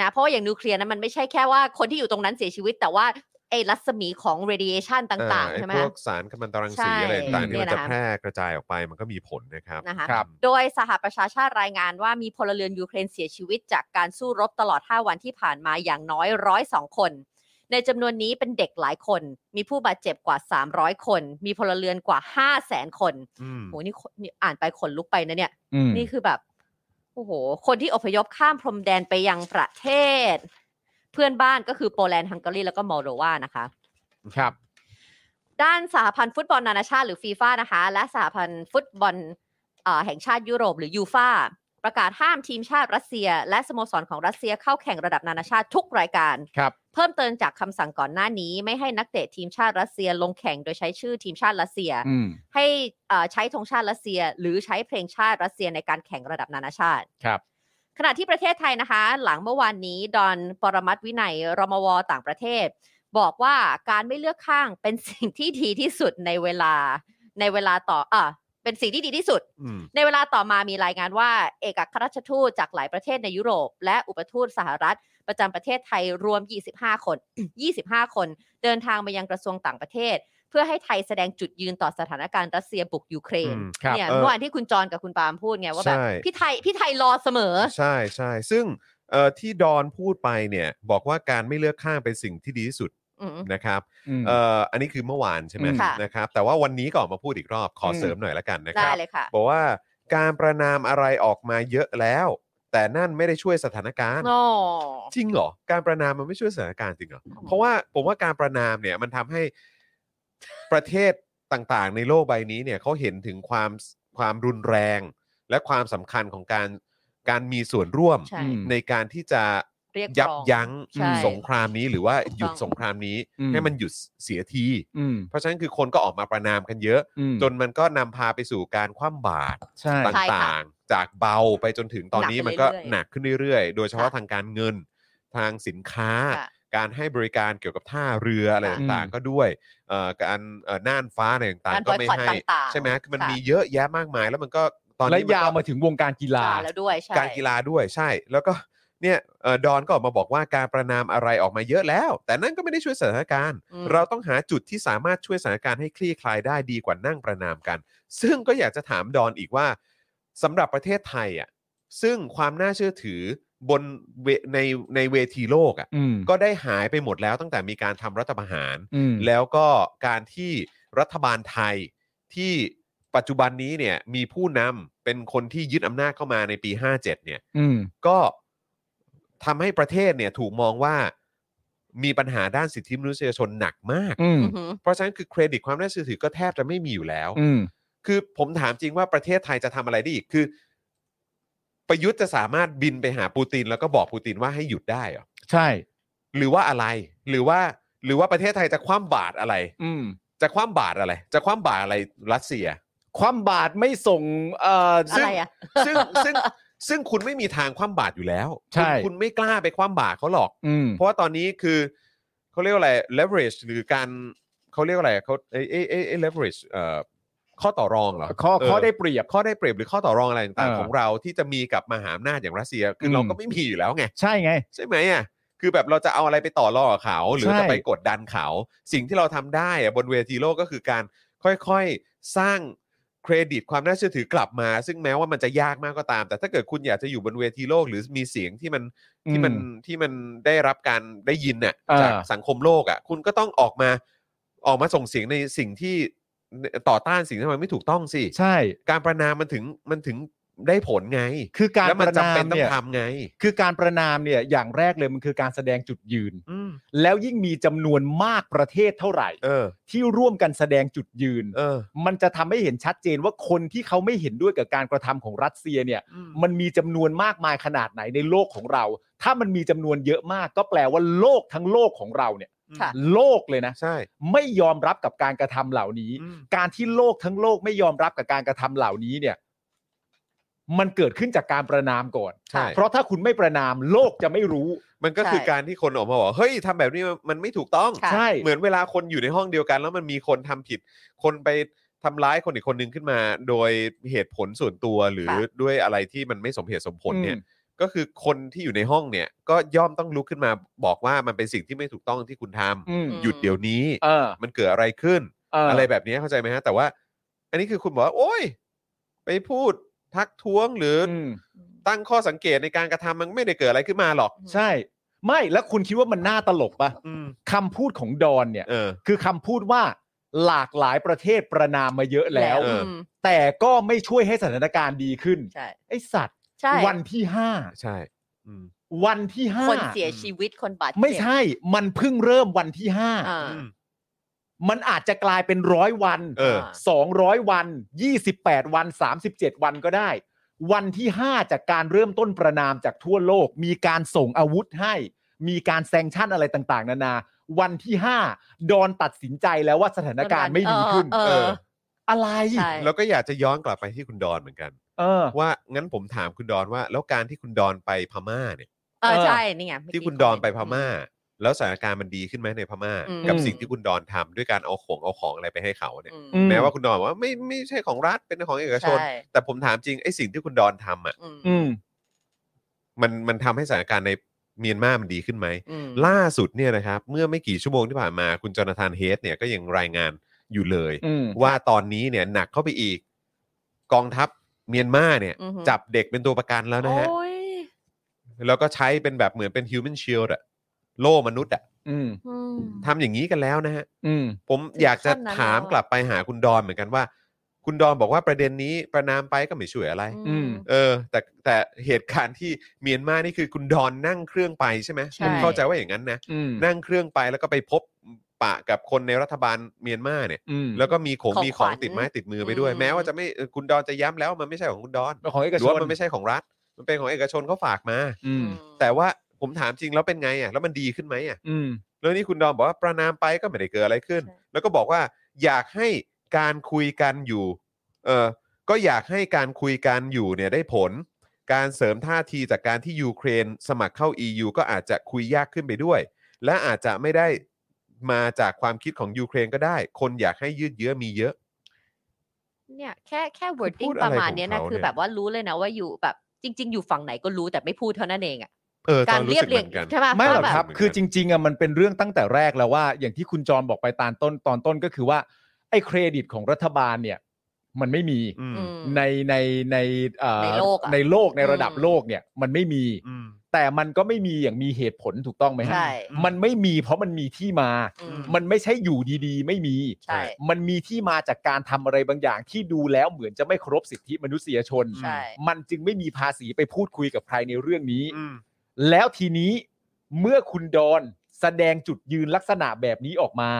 นะเพราะว่าอย่างนิวเคลียร์นั้นมันไม่ใช่แค่ว่าคนที่อยู่ตรงนั้นเสียชีวิต แต่ว่าไอ้รัศมีของ radiation ต่าง
เออ
ๆ
ไอ้
ใช่ไหม
พวกสารกัมมันตรังสี
ใช่
อะไรต่างๆที่
เนี่
มั
ย
น
นะคะ
จะแพร่กระจายออกไปมันก็มีผลนะครับ
นะคะ
ครับ
โดยสหประชาชาติรายงานว่ามีพลเรือนยูเครนเสียชีวิตจากการสู้รบตลอด 5 วันที่ผ่านมาอย่างน้อย 102 คน ในจำนวนนี้เป็นเด็กหลายคน มีผู้บาดเจ็บกว่า 300 คน มีพลเรือนกว่า 5 0 0 0 0 0 คน
อืม
โหนี่คนนี่อ่านไปขนลุกไปนะเนี่ย
อืม
นี่คือแบบ โอ้โห คนที่อพยพข้ามพรมแดนไปยังประเทศ เพื่อนบ้านก็คือโปแลนด์ฮังการีแล้วก็มอลโดวานะคะ
ครับ
ด้านสหพันธ์ฟุตบอลนานาชาติหรือฟีฟ่านะคะ และสหพันธ์ฟุตบอลเอ่อแห่งชาติยุโรปหรือยูฟ่าประกาศห้ามทีมชาติรัสเซีย และสโมสรของรัสเซียเข้าแข่งระดับนานาชาติทุกรายการ
ครับ
เพิ่มเติมจากคำสั่งก่อนหน้านี้ ไม่ให้นักเตะทีมชาติรัสเซียลงแข่งโดยใช้ชื่อทีมชาติรัสเซีย
อืม
ให้เอ่อใช้ธงชาติรัสเซีย หรือใช้เพลงชาติรัสเซียในการแข่งระดับนานาชาติ
ครับ
ขณะที่ประเทศไทยนะคะ หลังเมื่อวานนี้ ดอนปรมัตถ์วินัยรมวต่างประเทศ บอกว่าการไม่เลือกข้างเป็นสิ่งที่ดีที่สุดในเวลาในเวลาต่อเออเป็นสิ่งที่ดีที่สุด
อืม
ในเวลาต่อมามีรายงานว่า เอกอัครราชทูตจากหลายประเทศในยุโรป และอุปทูตสหรัฐ ประจำประเทศไทยรวม 25 คน 25 คน เดินทางมายังกระทรวงต่างประเทศ เพื่อให้ไทยแสดงจุดยืนต่อสถานการณ์รัสเซียบุกยูเครน
อืม
ครับ
เนี่ย
เอ่อ
เมื่อวานที่คุณจรกับคุณปาล์มพูดไงว่าแบบ
ใช่
พี่ไทยพี่ไทยรอเสมอ
ใช่ใช่ซึ่งเอ่อที่ดอนพูดไปเนี่ยบอกว่าการไม่เลือกข้างเป็นสิ่งที่ดีที่สุด
อืม
นะครับ
อืม
เอ่ออันนี้คือเมื่อวานใช่ไหม
อืม
ค่ะ
นะครับแต่ว่าวันนี้ก็ออกมาพูดอีกรอบขอเสริมหน่อยละกันนะค
ได้
รับ
เลยค่ะ
บอกว่าการประนามอะไรออกมาเยอะแล้ว แต่นั่นไม่ได้ช่วยสถานการณ์
อ๋อ
จริงเหรอ การประนามมันไม่ช่วยสถานการณ์จริงเหรอ เพราะว่าผมว่าการประนามเนี่ยมันทำให้ประเทศต่างๆ ในโลกใบนี้เนี่ยเขาเห็นถึงความความรุนแรง และความสำคัญของการการมีส่วนร่วม
ใช่
อืม
ในการที่จะ
เรียก
ยั
ร้
บ
อง
ยั้ง
ใช่
สงครามนี้หรือว่าหยุด
ถูกต้อง
สงครามนี้
อืม
ให้มันหยุดเสียที
อืม
เพราะฉะนั้นคือคนก็ออกมาประนามกันเยอะ
อืม
จนมันก็นำพาไปสู่การคว่ำบาตร
ใช่
ต
ใช่ค่ะ
่างๆ จากเบาไปจนถึงตอนนี้
หนักไป
มันก็
เรื่อยๆ
หนักขึ้นเรื่อยๆ โดยเฉพาะ
ค่ะ
ทางการเงินทางสินค้า
ค่ะ
การให้บริการเกี่ยวกับท่าเรืออะไร
ค่ะ
ต่างๆ ก็ด้วยเอ่อการเอ่อน่านฟ้าอะไรต่าง
การ
ๆ ก็ไม่
boycott
ให้
ต่างๆ
ใช่ไหมคือมัน
ค่ะ
มีเยอะแยะมากมาย แล้วมันก็ตอน
และ
นี้นก็
ยาวมาถึงวงการกีฬา
ใช่แล้วด้วยใช่
การกีฬาด้วยใช่ แล้วก็เนี่ยเอ่อดอนก็ออกมาบอกว่าการประนามอะไรออกมาเยอะแล้ว แต่นั่นก็ไม่ได้ช่วยสถานการณ์
อืม
เราต้องหาจุดที่สามารถช่วยสถานการณ์ให้คลี่คลายได้ดีกว่านั่งประนามกัน ซึ่งก็อยากจะถามดอนอีกว่าสำหรับประเทศไทยอ่ะซึ่งความน่าเชื่อถือบนเวในในเวทีโลกอ่ะ
อืม
ก็ได้หายไปหมดแล้วตั้งแต่มีการทำรัฐประหาร
อืม
แล้วก็การที่รัฐบาลไทยที่ปัจจุบันนี้เนี่ยมีผู้นำเป็นคนที่ยึดอำนาจเข้ามาในปี 57 เนี่ย
อืม
ก็ทำให้ประเทศเนี่ยถูกมองว่ามีปัญหาด้านสิทธิมนุษยชนหนักมาก
อืม
อือหือ
เพราะฉะนั้นคือเครดิตความน่าเชื่อถือก็แทบจะไม่มีอยู่แล้ว
อืม
คือผมถามจริงว่าประเทศไทยจะทำอะไรได้อีกคือ ประยุทธ์จะสามารถบินไปหาปูติน แล้วก็บอกปูตินว่าให้หยุดได้เหรอ
ใช่
หรือว่าอะไร หรือว่า หรือว่าประเทศไทยจะคว่ำบาตรอะไร
อืม
จะคว่ำบาตรอะไร จะคว่ำบาตรอะไรรัสเซีย
ความบาดไม่ส่งเอ่อ
อะ
ซึ่ง
ไรอะ
ซึ่งซึ่งซึ่งคุณไม่มีทางคว่ำบาตรอยู่แล้วคุ
ใช่
ณคุณไม่กล้าไปคว่ำบาตรเขาหรอก
อืม
เพราะว่าตอนนี้คือเขาเรียกว่าอะไร leverage หรือการ เขาเรียกว่าอะไรเขาไอ้ไอ้ไอ้ไอ้ leverage เอ่อข้อต่อรองเหรอ
ข้อ
เ
ข้อได้เปรียบ
ข้อได้เปรียบหรือข้อต่อรองอะไรต่าง
เออ
ๆของเราที่จะมีกับมหาอำนาจอย่างรัสเซียคืออ
ม
เราก็ไม่มีอยู่แล้วไง
ใช่ไง
ใช่ไหมอ่ะคือแบบเราจะเอาอะไรไปต่อรองกับเขา หรือ
ใช่
จะไปกดดันเขา สิ่งที่เราทำได้อะบนเวทีโลกก็คือการค่อยๆสร้างเครดิตความน่าเชื่อถือกลับมา ซึ่งแม้ว่ามันจะยากมากก็ตาม แต่ถ้าเกิดคุณอยากจะอยู่บนเวทีโลก หรือมีเสียงที่มันที่มัน
อื
ที่มันได้รับการได้ยินน่ะ
อ่า
จากสังคมโลกอ่ะคุณก็ต้องออกมาออกมาส่งเสียงในสิ่งที่ต่อต้านสิ่งที่มันไม่ถูกต้องสิ
ใช่
การประนามมันถึงมันถึงได้ผลไง
คือการ
แล้ว
ป
มัน
ระ
จำ
นาม
เป็นต้อ
เนี่
ง
ย
ทำไง
คือการประนามเนี่ยอย่างแรกเลยมันคือการแสดงจุดยืน
อืม
แล้วยิ่งมีจำนวนมากประเทศเท่าไหร่
เออ
ที่ร่วมกันแสดงจุดยืน
เออ
มันจะทำให้เห็นชัดเจนว่าคนที่เขาไม่เห็นด้วยกับการกระทำของรัสเซียเนี่ย มันมีจำนวนมากมายขนาดไหนในโลกของเรา ถ้ามันมีจำนวนเยอะมาก ก็แปลว่าโลกทั้งโลกของเราเนี่ย
ค่ะ
โลกเลยนะ
ใช่
ไม่ยอมรับกับการกระทำเหล่านี้ การที่โลกทั้งโลกไม่ยอมรับกับการกระทำเหล่านี้เนี่ย มันเกิดขึ้นจากการประนามก่อน
ใช่
เพราะถ้าคุณไม่ประนามโลกจะไม่รู้
มันก็คือ
ใช่
การที่คนออกมาบอกเฮ้ยทำแบบนี้มันไม่ถูกต้อง
ค่ะ
ใช่
เหมือนเวลาคนอยู่ในห้องเดียวกัน แล้วมันมีคนทำผิด คนไปทำร้ายคนอีกคนหนึ่งขึ้นมา โดยเหตุผลส่วนตัวหรือ
ค่ะ
ด้วยอะไรที่มันไม่สมเหตุสมผลเนี่ย
อืม
ก็คือคนที่อยู่ในห้องเนี่ย ก็ย่อมต้องลุกขึ้นมาบอกว่ามันเป็นสิ่งที่ไม่ถูกต้องที่คุณทำ
อืม
หยุดเดี๋ยวนี้
เออ
มันเกิดอะไรขึ้น
เอออ
อะไรแบบนี้เข้าใจไหมฮะ แต่ว่า อันนี้คือคุณบอกว่า โอ้ย ไปพูดทักท้วงหรืออ ตั้งข้อสังเกตในการกระทำมันไม่ได้เกิดอะไรขึ้นมาหรอก
ใช่ ไม่แล้วคุณคิดว่ามันน่าตลกปะคำพูดของดอนเนี่ย
เออ
คือคำพูดว่าหลากหลายประเทศประนามมาเยอะแล้ว
เออ
ม
แต่ก็ไม่ช่วยให้สถานการณ์ดีขึ้น
ใช่
ไอสัตว์
ใช่
วันที่ห้า
ใช่อืม
วันที่ห้า
คนเสียชีวิตคนบาดเจ็บ
ไม่ใช่ มันเพิ่งเริ่มวันที่ห้า
อ่า
มันอาจจะกลายเป็นร้อยวัน
เออ
อ่า
สองร้อยวันยี่สิบแปดวันสามสิบเจ็ดวันก็ได้ วันที่ห้าจากการเริ่มต้นประนามจากทั่วโลก มีการส่งอาวุธให้ มีการแซงชั่นอะไรต่างๆ นานา วันที่ห้าดอนตัดสินใจแล้วว่าสถานการณ์ไม่ดีขึ้น
เออเออ
อะไร
ใช่
แล้วก็อยากจะย้อนกลับไปที่คุณดอนเหมือนกัน
เออ
ว่างั้นผมถามคุณดอนว่า แล้วการที่คุณดอนไปพม่าเนี่ย
เออ
เออ
ใช่นี่ไงเมื่กี้
ที่คุณดอนไปพ
เขเห็
ม่า แล้วสถานการณ์มันดีขึ้นไหมในพม่า
อืม
กับสิ่งที่คุณดอนทำด้วยการเอาของเอาของอะไรไปให้เขาเนี่ย
อืม
อืม
แม้ว่าคุณดอนบอกว่าไม่ไม่ใช่ของรัฐเป็นของเอกชน
ใช่
แต่ผมถามจริงไอ้สิ่งที่คุณดอนทำอ่ะ
อืม
อืม
มันมันทำให้สถานการณ์ในเมียนมามันดีขึ้นไหม
อืม
ล่าสุดเนี่ยนะครับเมื่อไม่กี่ชั่วโมงที่ผ่านมาคุณจอนาธานเฮดเนี่ยก็ยังรายงานอยู่เลย
อืม
ว่าตอนนี้เนี่ยหนักเข้าไปอีก กองทัพเมียนมาเนี่ย
อือหือ
จับเด็กเป็นตัวประกันแล้วนะฮะ
โอ้ย
แล้วก็ใช้เป็นแบบเหมือนเป็น human shield อะโล่มนุษย์อะ
อืม
อืม
ทำอย่างนี้กันแล้วนะฮะ
อืม
ผม
ถึง
อยากจะ
ขั้นนั้น
ถาม
แล้วอะ
กลับไปหาคุณดอนเหมือนกันว่า คุณดอนบอกว่าประเด็นนี้ประนามไปก็ไม่ช่วยอะไร
อืม
เออ แต่แต่เหตุการณ์ที่เมียนมานี่คือคุณดอนนั่งเครื่องไปใช่ไหม
ใช่
ผมเข้าใจว่าอย่างนั้นนะ
อืม
นั่งเครื่องไปแล้วก็ไปพบปะกับคนในรัฐบาลเมียนมาเนี่ย
อืม
แล้วก็มีของ
ของ
มีของ
ขวัญ
ติดไม้ติดมือไปด้วย
อืม
แม้ว่าจะไม่เออคุณดอนจะย้ำแล้วว่ามันไม่ใช่ของคุณดอน
ของเอ
ห
ก
รื
ช
อว่าน มันไม่ใช่ของรัฐ มันเป็นของเอกชนเขาฝากมา
อืม
แต่ว่าผมถามจริงแล้วเป็นไงอ่ะแล้วมันดีขึ้นไหมอ่ะ
อืม
แล้วนี่คุณดอนบอกว่าประนามไปก็ไม่ได้เกิดอะไรขึ้น
ใช่
แล้วก็บอกว่าอยากให้การคุยกันอยู่เออก็อยากให้การคุยกันอยู่เนี่ยได้ผล การเสริมท่าทีจากการที่ยูเครนสมัครเข้า EU ก็อาจจะคุยยากขึ้นไปด้วย และอาจจะไม่ได้มาจากความคิดของยูเครนก็ได้ คนอยากให้ยืดเยื้อมีเยอะ
เนี่ยแค่แค่ wording
พูดอะ
ป
ไร
ระมาณเนี้ยนะ
ของเขา
คือ
เนี่ย
แบบว่ารู้เลยนะว่าอยู่แบบจริง ๆ อยู่ฝั่งไหนก็รู้แต่ไม่พูดเท่านั้นเองอะ
เออ
การ
ตอน
เรียบ
สึ
เรียง
หมือนกัน
ใช่ปะ
ไม่หรอก
ว่าแ
ครับ
เหมือนกัน
คือจริง ๆอ่ะมันเป็นเรื่องตั้งแต่แรกแล้วว่า อย่างที่คุณจรบอกไปตอนต้นตอนต้นก็คือว่า ไอ้เครดิตของรัฐบาลเนี่ย มันไม่มี
อืม
อืม
ในในในเอ่อ
ในโลกอะ
ในโลกในระดับ
อืม
โลกเนี่ย มันไม่มี
อืม
แต่มันก็ไม่มีอย่างมีเหตุผลถูกต้องไหมฮะ
ใช่
มันไม่มีเพราะมันมีที่มา
อืม
มันไม่ใช่อยู่ดีๆ ไม่มี
ใช่
มันมีที่มาจากการทำอะไรบางอย่างที่ดูแล้วเหมือนจะไม่เคารพสิทธิมนุษยชน
ใช่
มันจึงไม่มีภาษีไปพูดคุยกับใครในเรื่องนี้
อืม
แล้วทีนี้เมื่อคุณดอนแสดงจุดยืนลักษณะแบบนี้ออกมา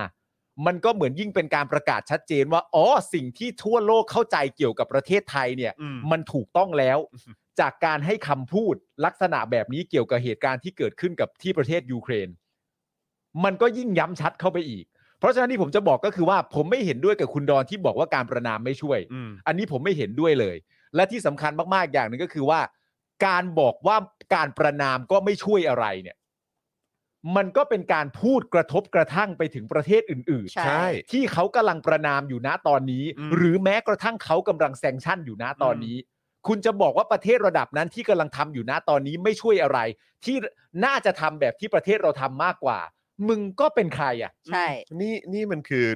มันก็เหมือนยิ่งเป็นการประกาศชัดเจนว่า อ๋อ สิ่งที่ทั่วโลกเข้าใจเกี่ยวกับประเทศไทยเนี่ย
อืม
มันถูกต้องแล้ว จากการให้คำพูดลักษณะแบบนี้เกี่ยวกับเหตุการณ์ที่เกิดขึ้นกับที่ประเทศยูเครน มันก็ยิ่งย้ำชัดเข้าไปอีก เพราะฉะนั้นที่ผมจะบอกก็คือว่า ผมไม่เห็นด้วยกับคุณดอนที่บอกว่าการประนามไม่ช่วย
อืม
อันนี้ผมไม่เห็นด้วยเลย และที่สำคัญมากๆอย่างหนึ่งก็คือว่า การบอกว่าการประนามก็ไม่ช่วยอะไรเนี่ย มันก็เป็นการพูดกระทบกระทั่งไปถึงประเทศอื่น
ใช่
ใช่
ๆ ที่เขากำลังประนามอยู่ณตอนนี้
อืม
หรือแม้กระทั่งเขากำลังแซงชั่นอยู่ณตอนนี้ คุณจะบอกว่าประเทศระดับนั้นที่กำลังทำอยู่ณตอนนี้ไม่ช่วยอะไร ที่น่าจะทำแบบที่ประเทศเราทำมากกว่า มึงก็เป็นใครอ่ะ
ใช่
นี่นี่มันคือ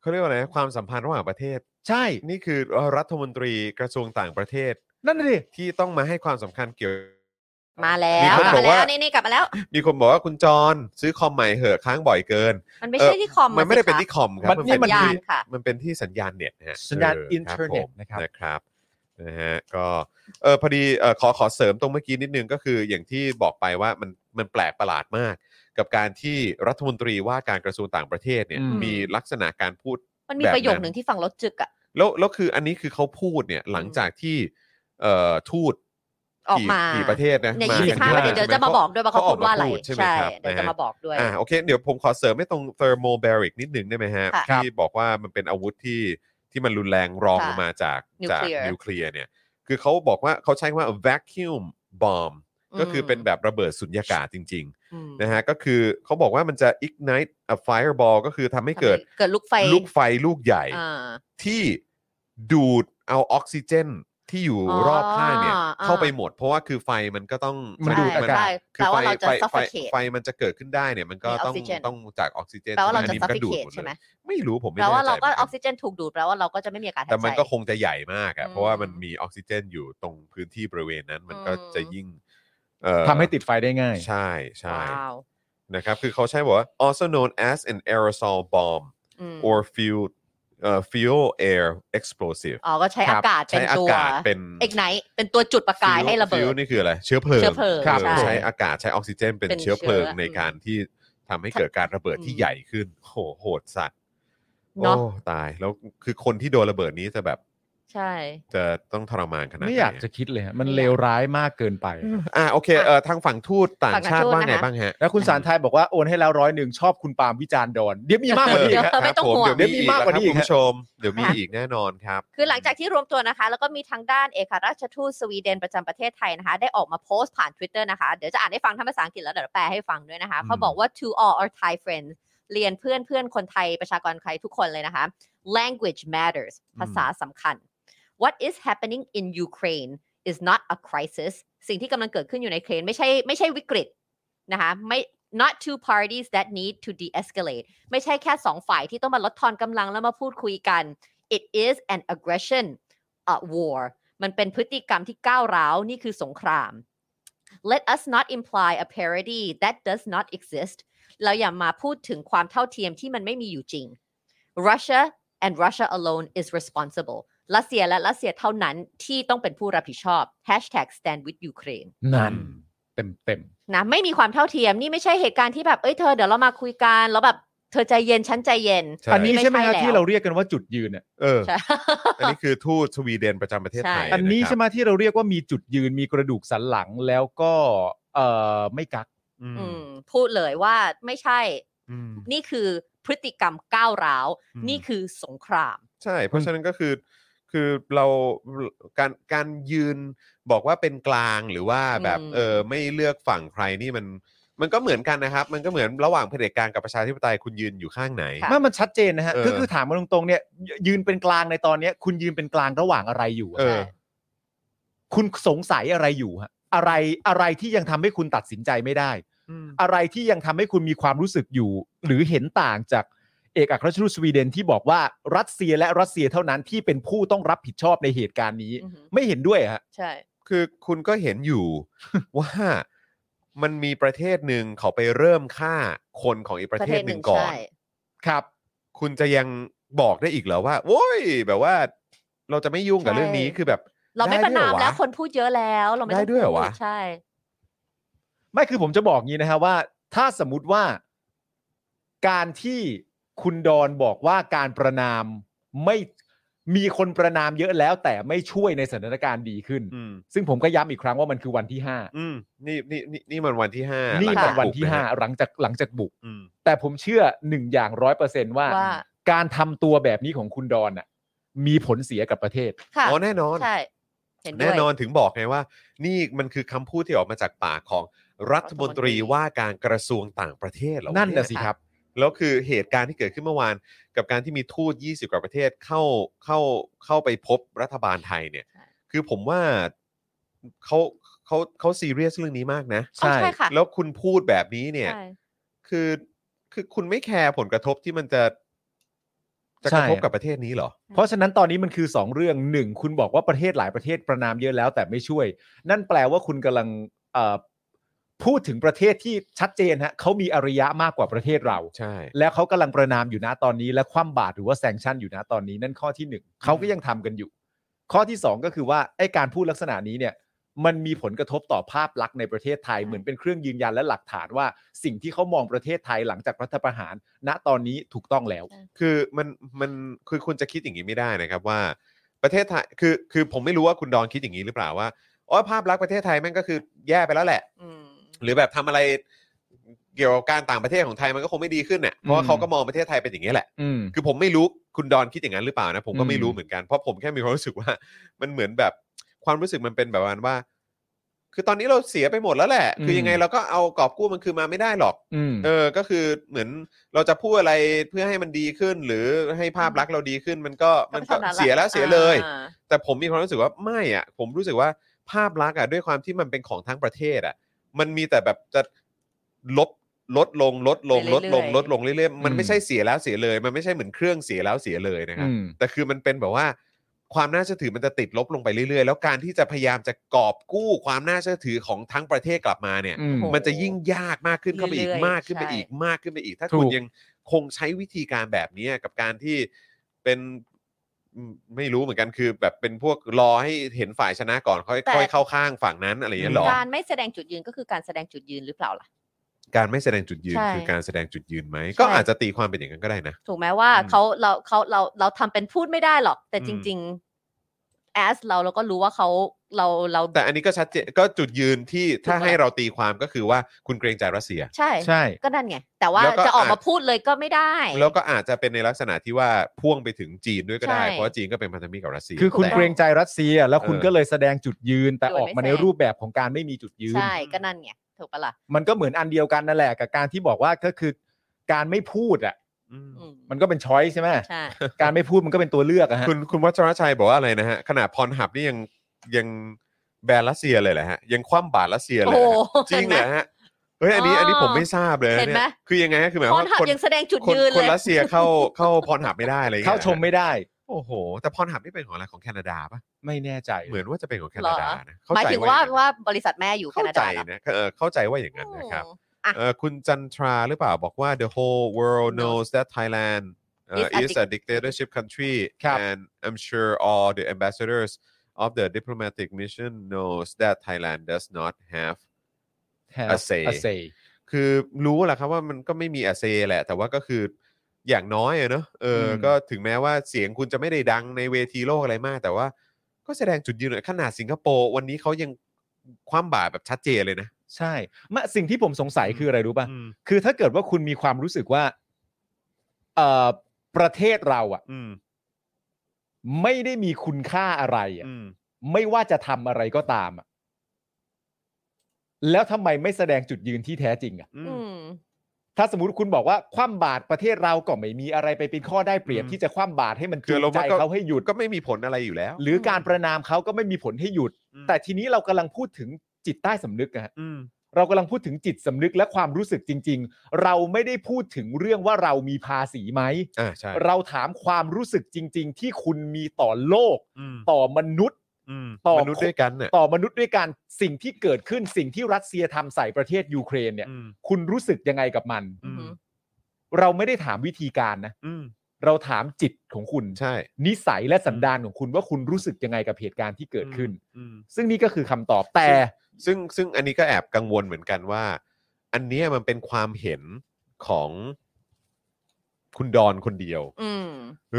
เขาเรียกว่าอะไรนะความสัมพันธ์ระหว่างประเทศ
ใช่
นี่คือรัฐมนตรีกระทรวงต่างประเทศ
นั่นน่ะดิ
ที่ต้องมาให้ความสำคัญเกี่ยว
มาแล้
มี
ว
คน
กลับบมาก แล้ว
อ่าว นี่
นี่นี่กลับมาแล้ว
มีคนบอกว่าคุณจรซื้อคอมใหม่เหอะค้างบ่อยเกิน
มันไม่ใช่ที่คอม
มันไม่ได้เป็น
สิคะ
ที่คอมครับ
มันเป็น
เป็
ยา
ที่
นค่ะ
มันเป็นที่สัญญาณเน็ตนะฮะ
สัญญาณ
เ
อินเทอร์เน็ต
ผม
นะครับ
นะครับนะฮะก็เออพอดีเออขอขอเสริมตรงเมื่อกี้นิดนึงก็คืออย่างที่บอกไปว่ามันมันแปลกประหลาดมาก กับการที่รัฐมนตรีว่าการกระทรวงต่างประเทศเนี่ย
อืม
มีลักษณะการพูด
มันมี
แบบนั้น
ประโยคหนึ่งที่ฟังรถจึกอ่ะ
แล้วแล้วคืออันนี้คือเขาพูดเนี่ยหลังจากที่เอ่อทูต
ออกมากี่
ประเทศนะ
ใน
ม
ยี่สิบห้า
กั
วันเดี๋ยวจะมาบอกด้วยว่าเขาพูดว่าอะไร
เขกมใช่ไหมครับ
เดี๋ยวจะ
นะฮะ
มาบอกด้วย
อ่าโอเค เดี๋ยวผมขอเสริมให้ตรง thermobaric นิดหนึ่งได้ไหมฮะ
ค่ะ
ที่บอกว่ามันเป็นอาวุธที่ที่มันรุนแรงรองลงมาจาก
นิว
จาก
เคลียร์
นิวเคลียร์เนี่ย คือเขาบอกว่าเขาใช้คำว่า vacuum bomb ก็คือเป็นแบบระเบิดสุญญากาศจริง
อืม
ๆ นะฮะ ก็คือเขาบอกว่ามันจะ ignite a fireball ก็คือทำให้เกิด
เกิดลูกไฟ
ลูกไฟลูกใหญ่
อ่า
ที่ดูดเอาออกซิเจนที่อยู่
อ๋อ
รอบข้างเนี่ย
อ่า
เข้าไปหมด เพราะว่าคือไฟมันก็ต้อง
มันดูด
ใช่
อากาศ
ใช่แปลว่าเราจะ
ไฟไฟ
suffocate
ไฟมันจะเกิดขึ้นได้เนี่ยมันก็
มีออก
ต้อง
ซิเจน
ต้องจากออกซิเจน
แปลว่าเรา
ใช่ไหม
จะ
อันนี้มันก็ดูดหม
suffocate
ด
ใช่ไห
เล
ม
ยไม่รู้ผมไม่
แปล
แน่ใจ
ว่าเรา
ห
ก็
มืน
อน อกซิเจนถูกดูดแปลว่าเราก็จะไม่มีอากาศหายใจ
แต่มันก็คงจะใหญ่มากอะ
อืม
เพราะว่ามันมีออกซิเจนอยู่ตรงพื้นที่บริเวณนั้น มันก็
อืม
จะยิ่งเอ่อ
ทำให้ติดไฟได้ง่าย
ใช่ใช่
ว้าว
นะครับคือเขาใช้บอกว่า also known as an aerosol bomb
อืม
or fuel เอ่อ fuel air explosive
อ๋อก็ใช้
ค
อา
รับ
กาศเป็
ใช้
น
อา
ตัว
กาศเป็น
เอกไนเป็นตัวจุดประกาย
ฟิว
ให้ระเบิ
ฟิว
ด
นี่คืออะไรเชื้อเพลิง
เชื้อเพลิง
ครับ
ใช่
ใช้อากาศใช้ออกซิเจนเป็น
เป็น
เชื้อเพลิง
เชื้อ
ในการที่ทำให้เกิดการระเบิดที่
อืม
ใหญ่ขึ้นโหโหดสัตว์
เน
โอ้
อะ
ตายแล้วคือคนที่โดนระเบิดนี้จะแบบ
ใช่
จะต้องทรมานขนาด
ไม่
หน
อยากจะคิดเลยฮะมันเลวร้ายมากเกินไป
อ่ะโอเคเออทางฝั่งทูตต่าง
ฝั่ง
ชาติ
ทูต
ว่าไง
นะคะ
บ้างฮะ
แล้วคุณสารไทยบอกว่าโอนให้แล้วร้อยหนึ่งชอบคุณปาล์มวิจารณ์ดอน เดี๋ยวมีมากกว่านี้อีก
เดี๋
ฮะ
ยวไม่ต้อง
ผม
ห่วง
เดี๋ยวมีอีก
มากกว่านี้
ครับคุณ
อีกฮะ
ผู้ชมเดี๋ยวมีอีกแน่นอนครับ
คือหลังจากที่รวมตัวนะคะ แล้วก็มีทางด้านเอกอัครราชทูตสวีเดนประจำประเทศไทยนะคะ ได้ออกมาโพสต์ผ่าน Twitter นะคะ เดี๋ยวจะอ่านให้ฟังทั้งภาษาอังกฤษแล้วเดี๋ยวแปลให้ฟังด้วยนะคะ
อืม
เขาบอกว่า to all our Thai friends เรียนเพื่อนเพื่อนคนไทยประชากรไทยทุกคนเลยนะคะ language matters ภาษาสำคัญ what is happening in Ukraine is not a crisis สิ่งที่กำลังเกิดขึ้นอยู่ในเครนไม่ใช่ไม่ใช่วิกฤตนะคะไม่ not two parties that need to de-escalate ไม่ใช่แค่สองฝ่ายที่ต้องมาลดทอนกำลังแล้วมาพูดคุยกัน it is an aggression a war มันเป็นพฤติกรรมที่ก้าวร้าว นี่คือสงคราม let us not imply a parity that does not exist เราอย่ามาพูดถึงความเท่าเทียมที่มันไม่มีอยู่จริง Russia and Russia alone is responsible รัสเซียและรัสเซียเท่านั้นที่ต้องเป็นผู้รับผิดชอบ Hashtag #stand with Ukraine
นั่นเต็มเต็ม
นะไม่มีความเท่าเทียมนี่ไม่ใช่เหตุการณ์ที่แบบเอ้ยเธอเดี๋ยวเรามาคุยกันแล้วแบบเธอใจเย็นฉันใจเย็น
ใช่
ๆอันนี้ใช่ไหมฮะ
ไม่ใช่แล้ว
ที่เราเรียกกันว่าจุดยืนเนี่ย
เออ
ใช่
อัน
[LAUGHS]
นี้คือทูตสวีเดนประจำประเทศไทย
ใช่
อันนี้
ะครับ
ใช่ไหมที่เราเรียกว่ามีจุดยืนมีกระดูกสันหลังแล้วก็เอ่อไม่กัก
อืม
อืมพูดเลยว่าไม่ใช่
อืม
นี่คือพฤติกรรมก้าวร้าว
อืม
นี่คือสงคราม
ใช่ เพราะฉะนั้นก็คือคือเราการการยืนบอกว่าเป็นกลางหรือว่าแบบ
อืม
เออไม่เลือกฝั่งใครนี่มัน มันก็เหมือนกันนะครับ มันก็เหมือนระหว่างเผด็จการกับประชาธิปไตยคุณยืนอยู่ข้างไหน
ไม่มันชัดเจนนะฮะ
เออ
คือคือถามมาตรงๆเนี่ยยยืนเป็นกลางในตอนเนี้ย คุณยืนเป็นกลางระหว่างอะไรอยู่อะ
เออ
คุณสงสัยอะไรอยู่ฮะอะไรอะไรที่ยังทำให้คุณตัดสินใจไม่ได้ อะไรที่ยังทำให้คุณมีความรู้สึกอยู่ หรือเห็นต่างจากเอกอัครราชทูตสวีเดนที่บอกว่ารัสเซียและรัสเซียเท่านั้นที่เป็นผู้ต้องรับผิดชอบในเหตุการณ์นี้
อือหือ
ไม่เห็นด้วยฮะ
ใช่
คือคุณก็เห็นอยู่ ว่ามันมีประเทศหนึ่งเขาไปเริ่มฆ่าคนของอีกประเทศหนึ่งก่อน
ใช่
ครับ
คุณจะยังบอกได้อีกเหรอว่าโว้ยแบบว่า เราจะไม่ยุ่งกับเรื่องนี้
ใช่
คือแบบ
เราไม่
ได้
ป
ด้วย
ระนาม
เหรอวะ
แล้วคนพูดเยอะแล้ว เราไม่
ได้
ต้อง
ด้วยเหรอ
พู
วะ
ใช่
ไม่คือผมจะบอกงี้นะฮะว่า ถ้าสมมติว่าการที่คุณดอนบอกว่าการประนามไม่มีคนประนามเยอะแล้ว แต่ไม่ช่วยในสถานการณ์ดีขึ้น
อืม
ซึ่งผมก็ย้ำอีกครั้งว่ามันคือวันที่ห้า
อืมนี่นี่นี่นี่มันวันที่ห้า
นี่
หลังจา
มั
น ก
วัน
บุ
ที่
กะ
ห้า
ฮะ
หลังจากหลังจากบุก
อืม
แต่ผมเชื่อหนึ่งอย่างร้อยเปอร์เซนว่า
ว่า
การทำตัวแบบนี้ของคุณดอนน่ะ มีผลเสียกับประเทศ
ค่ะ
อ๋อแน่นอน
ใช่ เห็นด้วย
แน่นอนถึงบอกไงว่า นี่มันคือคำพูดที่ออกมาจากปากของ รัฐมนตรีว่าการกระทรวงต่างประเทศเหรอว
นั่น
เย
น่ะสิครับ
แล้วคือเหตุการณ์ที่เกิดขึ้นเมื่อวาน กับการที่มีทูต 20 กว่าประเทศเข้าเข้าเข้าไปพบรัฐบาลไทยเนี่ย
ใช่
คือผมว่าเขาเขาเขาซีเรียสเรื่องนี้มากนะ
อ๋อใช่ค่ะ
แล้วคุณพูดแบบนี้เนี่ย
ใช่
คือคือคุณไม่แคร์ผลกระทบที่มันจะ จะ
ใช่
กระทบกับประเทศนี้เหรอ
เพราะฉะนั้นตอนนี้มันคือ 2 เรื่องหนึ่งคุณบอกว่าประเทศหลายประเทศประนามเยอะแล้วแต่ไม่ช่วย นั่นแปลว่าคุณกำลังเอ่อพูดถึงประเทศที่ชัดเจนฮะเขามีอารยะมากกว่าประเทศเรา
ใช่
แล้วเขากำลังประนามอยู่นะตอนนี้ และคว่ำบาตรหรือว่าแซงชั่นอยู่นะตอนนี้นั่นข้อที่หนึ่งเขาก็ยังทำกันอยู่ ข้อที่สองก็คือว่าไอ้การพูดลักษณะนี้เนี่ย มันมีผลกระทบต่อภาพลักษณ์ในประเทศไทย
ใช่
เหมือนเป็นเครื่องยืนยันและหลักฐานว่า สิ่งที่เขามองประเทศไทยหลังจากรัฐประหาร ณตอนนี้ถูกต้องแล้ว
คือมันมันคือคุณจะคิดอย่างนี้ไม่ได้นะครับว่า ประเทศไทยคือคือผมไม่รู้ว่าคุณดอนคิดอย่างนี้หรือเปล่าว่าอ๋อภาพลักษณ์ประเทศไทยแม่งก็คือแย่ไปแล้วแหละ
อืม
หรือแบบทำอะไรเกี่ยวกับการต่างประเทศของไทยมันก็คงไม่ดีขึ้นเนี่ยเพราะว่าเขาก็มองประเทศไทยเป็นอย่างนี้ยแหละ
อืม
คือผมไม่รู้คุณดอนคิดอย่างนั้นหรือเปล่านะ ผมก็ไม่
อืม
รู้เหมือนกัน เพราะผมแค่มีความรู้สึกว่า มันเหมือนแบบความรู้สึกมันเป็นแบบว่า คือตอนนี้เราเสียไปหมดแล้วแหละ คือยังไงเราก็เอากอบกู้มันคืนมาไม่ได้หรอก
อืม
เออ ก็คือเหมือนเราจะพูดอะไรเพื่อให้มันดีขึ้น หรือให้ภาพลักษณ์เราดีขึ้น มันก็มันก็
ก็เท่านั้นแหละ
เสียแล้วเสียเลย
อ่า
แต่ผมมีความรู้สึกว่าไม่อ่ะ ผมรู้สึกว่าภาพลักษณ์อ่ะด้วยความที่มันเป็นของทั้งประเทศอ่ะ มันมีแต่แบบจะลบลดลงลดลง
ไป
ล
เรื่อ
ด
ยๆ
ลงลดลงเรื่อยๆ มัน
อืม
ไม่ใช่เสียแล้วเสียเลย มันไม่ใช่เหมือนเครื่องเสียแล้วเสียเลยนะครับ
อืม
แต่คือมันเป็นแบบว่าความน่าเชื่อถือมันจะติดลบลงไปเรื่อยๆ แล้วการที่จะพยายามจะกอบกู้ความน่าเชื่อถือของทั้งประเทศกลับมาเนี่ย
อืม
โอ้โห
มันจะยิ่งยากมากขึ้นเข้าไปอีก
เรื่อยๆ
มากขึ้นไป
ใช่
อีกมากขึ้นไปอีก ถ้า
ถูก
คุณยังคงใช้วิธีการแบบนี้กับการที่เป็นอืมไม่รู้เหมือนกันคือ แบบเป็นพวกรอให้เห็นฝ่ายชนะก่อนค่อย
แต่
ค่อยเข้าข้างฝั่งนั้นอะไรอย่างเงี้ยหรอ
การไม่แสดงจุดยืนก็คือการแสดงจุดยืนหรือเปล่าล่ะ
การไม่แสดงจุดยืน
ใช่
คือการแสดงจุดยืนไหม
ใช่
ก็อาจจะตีความเป็นอย่างนั้นก็ได้นะ
ถูกไหมว่า
อืม
เขาเราเขาเราเราทำเป็นพูดไม่ได้หรอก แต่
อืม
จริงๆแอสเราเราก็รู้ว่าเขาเราเรา
แต่อันนี้ก็ชัดเจนก็จุดยืนที่ถ้า
ถูกไหม
ให้เราตีความก็คือว่าคุณเกรงใจรัสเซีย
ใช่
ใช่
ก็นั่นไง แต่ว่า
แล้วก็
จะออก
อา
มา
จ
พูดเลยก็ไม่ได้
แล้วก็อาจจะเป็นในลักษณะที่ว่าพ่วงไปถึงจีนด้วยก็ได้
ใช่
เพราะว่าจีนก็เป็นพันธมิตรกับรัสเซีย
คือคุณ
แต่
เกรงใจรัสเซีย แล้วคุณ
เออ
ก็เลยแสดงจุดยืน แต่
โดย
อ
ไม่
อกมาใน
แสดง
รูปแบบของการไม่มีจุดยืน
ใช่ก็นั่นไงถูกปะล่ะ
มันก็เหมือนอันเดียวกันนั่นแหละกับการที่บอกว่าก็คือ การไม่พูดอ่ะ
อืม
อืม
มันก็เป็นช้อยใช่ไหม
ใช่
การไม่พูดมันก็เป็นตัวเลือกอะฮะ
คุณคุณวัชรชัยบอกว่าอะไรนะฮะขนาดพรหับนี่ยังยังแบนรัสเซียเลยแหละฮะยังคว่ำบาตรรัสเซียเลยเหรอฮะ
โอ้โห
จริงเหรอฮะเฮ้ยอันนี้
อ๋ออั
อันนี้ผมไม่ทราบเลยะ
เห็นไหม
ยคือยังไงฮะคือหมาย
พ
ว่าร
หับ
คน
ยังแสดงจุด
คน
ยืน
ค
เล
น
ย
รัสเซียเข้าเข้าพรหับไม่ได้อะไรอย่งเลย
เข้าชมไม่ได้
โอ้โห แต่พรหับนี่เป็นของอะไรของแคนาดาปะ
ไม่แน่ใจ
เหมือนว่าจะเป็นของแคนาดานะเข้
หมาย
ใจ
ถึงว่า
อย่
ว่าบริษัทแม่อยู่แค
เข้า
นา
ใจ
ดาเหรอ
นะเออเข้าใจว่าอย่างนั้นนะครับ
อืม
เออคุณจันทราหรือเปล่าบอกว่า the whole world knows that Thailand uh,
Is
is a dictatorship country
ครับ
and I'm sure all the ambassadors of the diplomatic mission knows that Thailand does not have
แฮะ
Assay
อาเซย
คือรู้แหละครับว่ามันก็ไม่มีอาเซแหละ แต่ว่าก็คืออย่างน้อยอะเนอะเอออ
ม
ก็ถึงแม้ว่าเสียงคุณจะไม่ได้ดังในเวทีโลกอะไรมาก แต่ว่าก็แสดงจุดยืนหน่อยขนาดสิงคโปร์วันนี้เขายังความบาตรแบบชัดเจนเลยนะ
ใช่มะสิ่งที่ผมสงสัย
อืม
คืออะไรรู้ป่ะ
อืม
คือถ้าเกิดว่าคุณมีความรู้สึกว่าเอ่อประเทศเราอ่ะ
อืม
ไม่ได้มีคุณค่าอะไรอ่ะ
อืม
ไม่ว่าจะทำอะไรก็ตามอะแล้วทำไมไม่แสดงจุดยืนที่แท้จริงอะ
อื
อื
ม
ม
ถ้าสมมติคุณบอกว่าคว่ำบาตรประเทศเราก็ไม่มีอะไรไปเป็นข้อได้เปรียบ
อืม
ที่จะคว่ำบาตรให้มัน
คื
จู
องเรา
ใจ
ว่าก็
เขาให้หยุด
ก็ไม่มีผลอะไรอยู่แล้ว
หรือการประนามเขาก็ไม่มีผลให้หยุด
ม
แต่ทีนี้เรากำลังพูดถึงจิตใต้สำนึกอะฮะ
อืม
เรากำลังพูดถึงจิตสำนึกและความรู้สึกจริง ๆ เราไม่ได้พูดถึงเรื่องว่าเรามีภาษีไหม
อ่าใช่
เราถามความรู้สึกจริง ๆ ที่คุณมีต่อโลก
อืม
ต่อมนุษย์
อืม
ต่อ
มนุษย์ด้วยกันเนี่ย
ต่อมนุษย์ด้วยการสิ่งที่เกิดขึ้นสิ่งที่รัสเซียทำใส่ประเทศยูเครนเนี่ย
อืม
คุณรู้สึกยังไงกับมัน
อืม
เราไม่ได้ถามวิธีการนะ
อืม
เราถามจิตของคุณ
ใช่
นิสัยและสันดานของคุณว่าคุณรู้สึกยังไงกับเหตุการณ์ที่เกิดขึ้น
อืม
ซึ่งนี่ก็คือคำตอบแต่
ซึ่งซึ่งอันนี้ก็แอบกังวลเหมือนกันว่า อันเนี้ยมันเป็นความเห็นของคุณดอนคนเดียว
อืม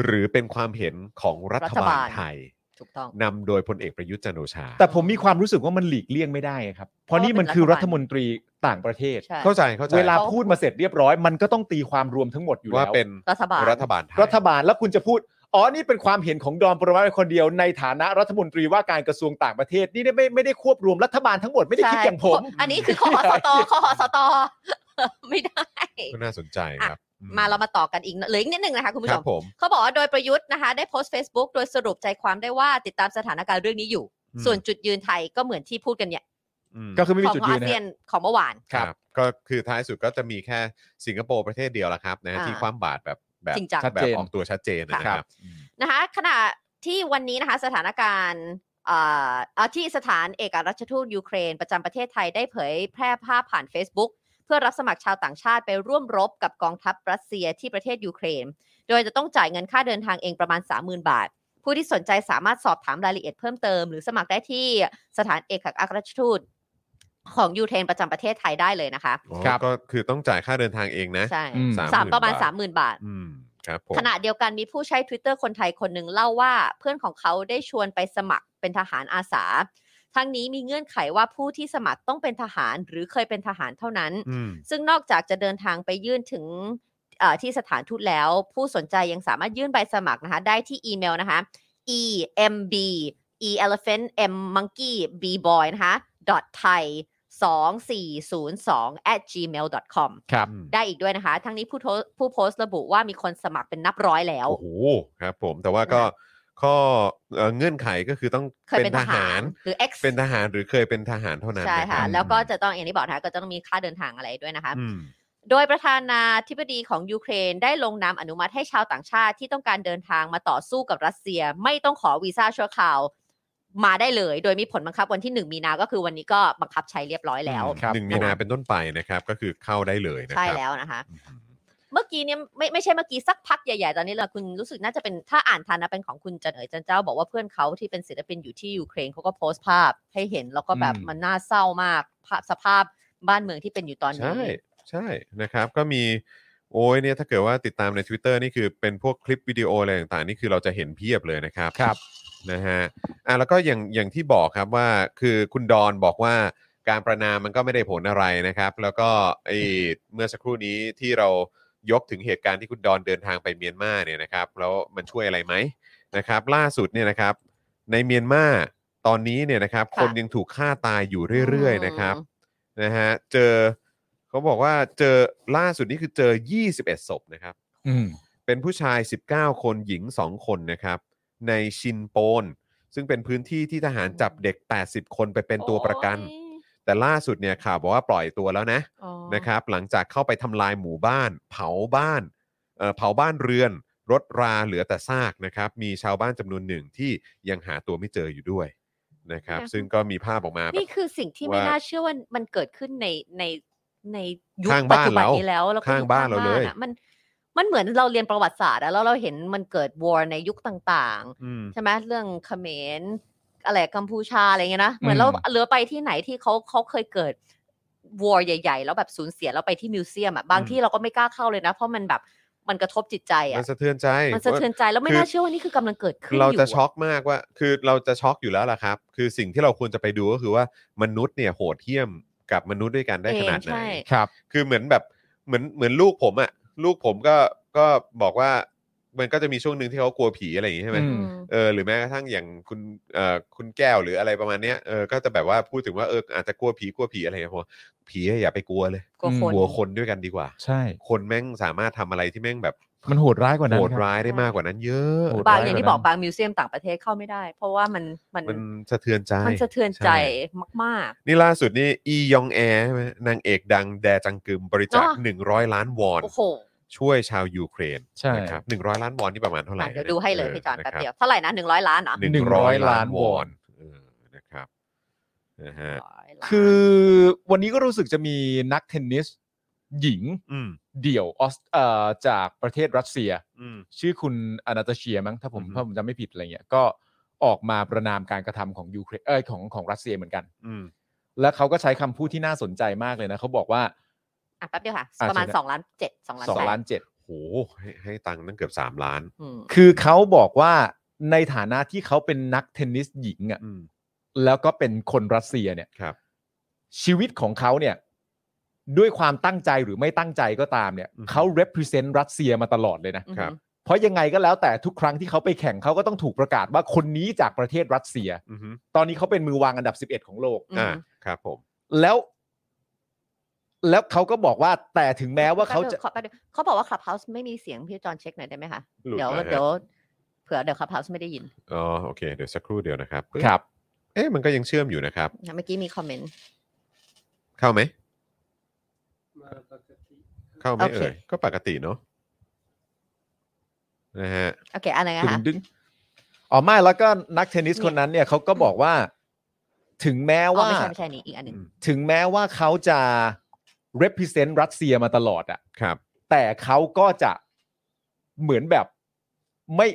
หรือเป็นความเห็นของรัฐบาล
รัฐบาล
ไทย
ถูกต้อง
นำโดยพลเอกประยุทธ์จันทร์โอชา
แต่ผมมีความรู้สึกว่ามันหลีกเลี่ยงไม่ได้ครับ เพราะนี่มันคือ
เพราะเป็นรั
รัฐ
ฐ
ม
ม
น
น
ต
ตรี
รีต่างประเทศ
ใช่
เข้าใจเข้าใจ
เวลาพูดมาเสร็จเรียบร้อย มันก็ต้องตีความรวมทั้งหมดอยู่
ว่า
แล้ว
เป็น
รัฐบาล
รัฐบาลไทย
รัฐบาลแล้วคุณจะพูด
อ๋อ นี่เป็นความเห็นของดอนปรมัตถ์คนเดียวในฐานะรัฐมนตรีว่าการกระทรวงต่างประเทศ นี่ไม่ไม่ได้ควบรวมรัฐบาลทั้งหมดไม่ได้คิดอย่างผม
ใช่อันนี้คือคอสตคอสต [LAUGHS] ไม่ได้
ก็น่าสนใจครับ
มาเรามาต่อกันอีกเหลืออีกนิดนึงนะคะคุณผู้
ค
ช
รั
ม
บผม
เขาบอกว่าโดยประยุทธ์นะคะ ได้โพสต์ Facebook โดยสรุปใจความได้ว่าติดตามสถานการณ์เรื่องนี้อยู่ ส่วนจุดยืนไทยก็เหมือนที่พูดกันเนี่ย
อืม
ก็คือไม่
ข
มี
อง
จุด
ของ
ยื
อาน
นะ
เซีย
ฮะ
นของเมื่อวาน
ครับ ก็คือท้ายสุดก็จะมีแค่สิงคโปร์ประเทศเดียวละครับนะ
อ่า
ที่ความบาดแบบแบบ
จริงจัง
แบบออกตัวชัดเจนนะค
ครั
รับ
บ
นะคะขณะที่วันนี้นะคะสถานการณ์เอ่อเอ่อที่สถานเอกอัครราชทูตยูเครน ประจำประเทศไทยได้เผยแพร่ภาพผ่าน Facebook เพื่อรับสมัครชาวต่างชาติไปร่วมรบกับกองทัพรัสเซียที่ประเทศยูเครน โดยจะต้องจ่ายเงินค่าเดินทางเองประมาณ 30,000 บาท ผู้ที่สนใจสามารถสอบถามรายละเอียดเพิ่มเติม หรือสมัครได้ที่สถานเอกอัครราชทูตของยูเครนประจำประเทศไทยได้เลยนะคะ
อ๋อ
ครับ
ก็คือต้องจ่ายค่าเดินทางเองนะ
ใช่
อืม
สาม
หน
ประมาณ
บท
30,000 บาท
อืมครับผม
ขณะเดียวกันมีผู้ใช้ Twitter คนไทยคนหนึ่งเล่าว่าเพื่อนของเขาได้ชวนไปสมัครเป็นทหารอาสา ทั้งนี้มีเงื่อนไขว่าผู้ที่สมัครต้องเป็นทหารหรือเคยเป็นทหารเท่านั้น
อืม
ซึ่งนอกจากจะเดินทางไปยื่นถึงเอ่อที่สถานทูตแล้ว ผู้สนใจยังสามารถยื่นใบสมัครนะคะ ได้ที่อีเมลนะคะ emb e elephant m monkey b boy นะคะ dot thai 2402 at gmail dot com
ครับ
อืม
ได้อีกด้วยนะคะ ทั้งนี้ผู้โทผู้โพสต์ระบุว่ามีคนสมัครเป็นนับร้อยแล้ว
โอ้โหครับผมแต่ว่าก็ข้อเอ่อเงื่อนไขก็คือต้อง
เคยเป็นทหารหรือ ex
เป็นทหารหรือเคยเป็นทหารเท่านั้น
ใช่
น
ค่ะ
รับ
แล้วก็จะต้องอย่างที่บอกนะคะก็จะต้องมีค่าเดินทางอะไรด้วยนะคะ
อืม
โดยประธานาธิบดีของยูเครนได้ลงนามอนุมัติให้ชาวต่างชาติที่ต้องการเดินทางมาต่อสู้กับรัสเซีย ไม่ต้องขอวีซ่าชั่วคราวมาได้เลย โดยมีผลบังคับวันที่ 1 มีนา ก็คือวันนี้ก็บังคับใช้เรียบร้อยแล้ว
ครับ
หนึ่งมีนาเป็นต้นไปนะครับ ก็คือเข้าได้เลยนะ
ใช่
ครับ
แล้วนะคะ
อืม
เมื่อกี้เนี่ยไม่ไม่ใช่เมื่อกี้สักพักใหญ่ๆ ตอนนี้เราคุณรู้สึกน่าจะเป็นถ้าอ่านทันนะเป็นของคุณจันเอ๋ยจันเจ้าบอกว่าเพื่อนเขาที่เป็นศิลปินอยู่ที่ยูเครนเขาก็โพสต์ภาพให้เห็นแล้วก็แบบ
อืม
มันน่าเศร้ามากภาพสภาพบ้านเมืองที่เป็นอยู่ตอนนี้
ใช่ใช่นะครับ ก็มีโอ้ยเนี่ยถ้าเกิดว่าติดตามใน Twitter นี่คือเป็นพวกคลิปวิดีโออะไรต่างๆนี่คือเราจะเห็นเพียบเลยนะครับ
ครับ
นะฮะ อ่ะแล้วก็อย่างอย่างที่บอกครับว่าคือคุณดอนบอกว่าการประนามมันก็ไม่ได้ผลอะไรนะครับ แล้วก็ไอเมื่อสักครู่นี้ที่เรายกถึงเหตุการณ์ที่คุณดอนเดินทางไปเมียนมาเนี่ยนะครับ แล้วมันช่วยอะไรไหมนะครับ ล่าสุดเนี่ยนะครับ ในเมียนมาตอนนี้เนี่ยนะครับ คนยังถูกฆ่าตายอยู่เรื่อยๆนะครับนะฮะเจอเขาบอกว่าเจอล่าสุดนี่คือเจอ 21ศพนะครับ
อืม
เป็นผู้ชาย 19 คน หญิง 2 คนนะครับ ในชินโปน ซึ่งเป็นพื้นที่ที่ทหารจับเด็ก 80 คนไปเป็นตัวประกัน
โอ้ย
แต่ล่าสุดเนี่ยข่าวบอกว่าปล่อยตัวแล้วนะ
อ๋อ
นะครับ หลังจากเข้าไปทำลายหมู่บ้าน เผาบ้านเอ่อเผาบ้านเรือน รถราเหลือแต่ซากนะครับ มีชาวบ้านจำนวนหนึ่งที่ยังหาตัวไม่เจออยู่ด้วยนะครับ ซึ่งก็มีภาพออกมาแบบ
นี่คือสิ่งที่ไม่
ว่า
น่าเชื่อว่ามันเกิดขึ้นในในในยุค
ข้าง
ปัจ
บ้าน
จุบัน
เรา
นี้แล้วแล้วก็
ข้าง
อยู่
บ้านเราเลย
อะมันมันเหมือนเราเรียนประวัติศาสตร์อะแล้วเราเห็นมันเกิดวอร์ในยุคต่างๆ
อืม
ใช่ไหมเรื่องเขมรอะไรกัมพูชาอะไรเงี้ยนะเหมือน
อืม
เราเลือไปที่ไหนที่เขาเขาเคยเกิดวอร์ใหญ่ๆ แล้วแบบสูญเสียแล้วไปที่มิวเซียมอ่ะบาง
อืม
ที่เราก็ไม่กล้าเข้าเลยนะ เพราะมันแบบมันกระทบจิตใจ
มั
อ่ะ
นสะเทือนใจ
มันสะเทือนใจแล้วไม่
คือ
น่าเชื่อว่านี่คือกำลังเกิดขึ้น
เรา
อยู่
จะช็อกมากว่า คือเราจะช็อกอยู่แล้วล่ะครับ คือสิ่งที่เราควรจะไปดูก็คือว่ามนุษย์เนี่ยโหดเหี้ยมกับมนุษย์ด้วยกันได้
เอ
ข
ง
นาดไหน
ใช่
ครับ
คือเหมือนแบบเหมือนเหมือนลูกผมอะลูกผมก็ก็บอกว่ามันก็จะมีช่วงหนึ่งที่เขากลัวผีอะไรอย่างงี้ใช่ไหม
อื
อืม
เออหรือแม้กระทั่งอย่างคุณเอ่อคุณแก้วหรืออะไรประมาณเนี้ยเออก็จะแบบว่าพูดถึงว่าเอออาจจะกลัวผีกลัวผีอะไรอย่างเงี้ยผมว่าผีอะอย่าไปกลัวเลย
กลัวคน
กลัวคนด้วยกันดีกว่า
ใช่
คนแม่งสามารถทำอะไรที่แม่งแบบ
มันโหดร้ายกว่านั้น
โห
ค
ด
บ
ร้ายได้มากกว่านั้น เยอะ
โหด
บา
ร้
งอย่างที่บอกบางมิวเซียมต่างประเทศเข้าไม่ได้ เพราะว่ามันมัน
มันสะเทือนใจ
มันสะเทือนใจ
ใช่
มาก
นี่ล่าสุดนี่อียองแอร์ใช่ไหมนางเอกดังแดจังกึมบริจาค
อ๋อ
หนึ่งร้อยล้านวอน
ๆ โอ้โห
ช่วยชาวยูเครน
ใช่
นะครับหนึ่งร้อยล้านวอนนี่ประมาณเท่าไหร่
อ่ะเดี๋ยวดูให้เลยพี่จอนแป๊บเดี
ย
ยว วเท่าไหร่นะหนึ่งร้อยล้านเหรอ
หนึ่งร้อย
100
ล้า
ล้าน น
ว
ว
อ
อน น
เออนะครับนะฮะ
ร้อยล้าน
คือวันนี้ก็รู้สึกจะมีนักเทนนิส หญิง
อืม
เดี่ยวออสเอ่อจากประเทศรัสเซีย
อืม
ชื่อคุณอนาตาเชียมั้งถ้าผม
อือฮึ
ถ้าผมจำไม่ผิดอะไรเงี้ยก็ออกมาประนามการกระทำของยูเครนเอ้ยของของรัสเซียเหมือนกัน
อืม
แล้วเขาก็ใช้คำพูดที่น่าสนใจมากเลยนะเขาบอกว่า
อ่ะแป๊บเดียวค่ะ
อ่ะ
ประมาณ
เชิญ
สองล้านเจ็ดสองล้าน
สอง
แปด
ล้านเจ็ด
โหให้ให้ตังค์นั่นเกือบสามล้าน
อืม
คือเขาบอกว่าในฐานะที่เขาเป็นนักเทนนิสหญิงอ่ะ
อืม
แล้วก็เป็นคนรัสเซียเนี่ย
ครับ
ชีวิตของเขาเนี่ยด้วยความตั้งใจหรือไม่ตั้งใจก็ตามเนี่ยเขา represent รัสเซียมาตลอดเลยนะ
อือฮึ
ครับ
เพราะยังไงก็แล้วแต่ทุกครั้งที่เขาไปแข่งเขาก็ต้องถูกประกาศว่าคนนี้จากประเทศรัสเซีย
อือฮึ
ตอนนี้เขาเป็นมือวางอันดับ 11 ของโลก
อืม
อ่าครับผม
แล้ว แล้วเขาก็บอกว่าแต่ถึงแม้ว่าเขาจะ
แป๊บนึงขอแป๊บนึงเขาบอกว่าคลับเฮาส์ไม่มีเสียงพี่จอนเช็คหน่อยได้ไหมคะ
หลุด
เดี๋ยว
แล้วฮะ
เดี๋ยวเผื่อเดี๋ยวคลับเฮาส์ไม่ได้ยิน
อ๋อโอเคเดี๋ยวสักครู่เดียวนะครับปึ๊
ครับ
เอ๊ะมันก็ยังเชื่อมอยู่นะครับ
นะเมื่อกี้มีคอมเมนต์
เข้าไหม
มาปกติ
เข้าไหม
โอเค
เอ่ยก็ปกติเนาะนะฮะ
โอเคอะไรนะคะ
ดึงอ๋อไม่แล้วก็นักเทนนิส
เนี่ย
คนนั้นเนี่ยเขาก็บอกว่า ถึงแม้
อ๋อ
ว่า
ไม่ใช่ไม่ใช่นี่อีกอันหนึ่ง
อืม
ถึงแม้ว่าเขาจะ represent รัสเซียมาตลอดอะ
ครับ
แต่เขาก็จะเหมือนแบบไม่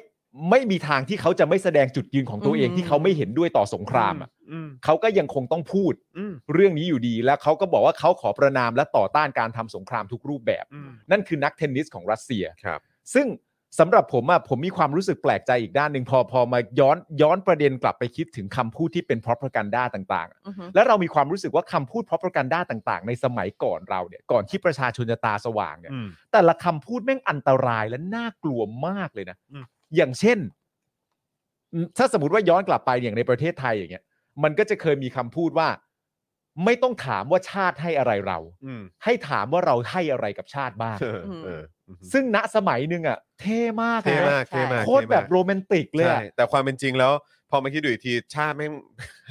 ไม่มีทางที่เขาจะไม่แสดงจุดยืนของตัวเองที่เขาไม่เห็นด้วยต่อสงครามอะ
อืม
เขาก็ยังคงต้องพูด
อืม
เรื่องนี้อยู่ดี และเขาก็บอกว่าเขาขอประนามและต่อต้านการทำสงครามทุกรูปแบบ
อืม
นั่นคือนักเทนนิสของรัสเซีย
ครับ
ซึ่งสำหรับผมอะผมมีความรู้สึกแปลกใจอีกด้านหนึ่งพอพอมาย้อนย้อนประเด็นกลับไปคิดถึงคำพูดที่เป็นพ r o p a g a n d a ต่างๆอะ
อือฮึ
แล้วเรามีความรู้สึกว่าคำพูดพ r o p a g a n d a ต่าง ๆ ในสมัยก่อนเราเนี่ยก่อนที่ประชาชนจะตาสว่างเนี่ย
อืม
แต่ละคำพูดแม่งอันตรายและน่ากลัวมากเลยนะ
อืม
อย่างเช่น ถ้าสมมติว่าย้อนกลับไปอย่างในประเทศไทยอย่างเงี้ย มันก็จะเคยมีคำพูดว่า ไม่ต้องถามว่าชาติให้อะไรเรา
อืม
ให้ถามว่าเราให้อะไรกับชาติบ้าง
เออเอออืม
ซึ่งณสมัยหนึงอ่ะ เท่มาก
เท่
นะ
มากเท่มาก
โคตร
เท่มาก
แบบโรแมนติกเลย
ใช่
อะ
แต่ความเป็นจริงแล้ว พอมาคิดดูอีกทีชาติไม่ง [LAUGHS]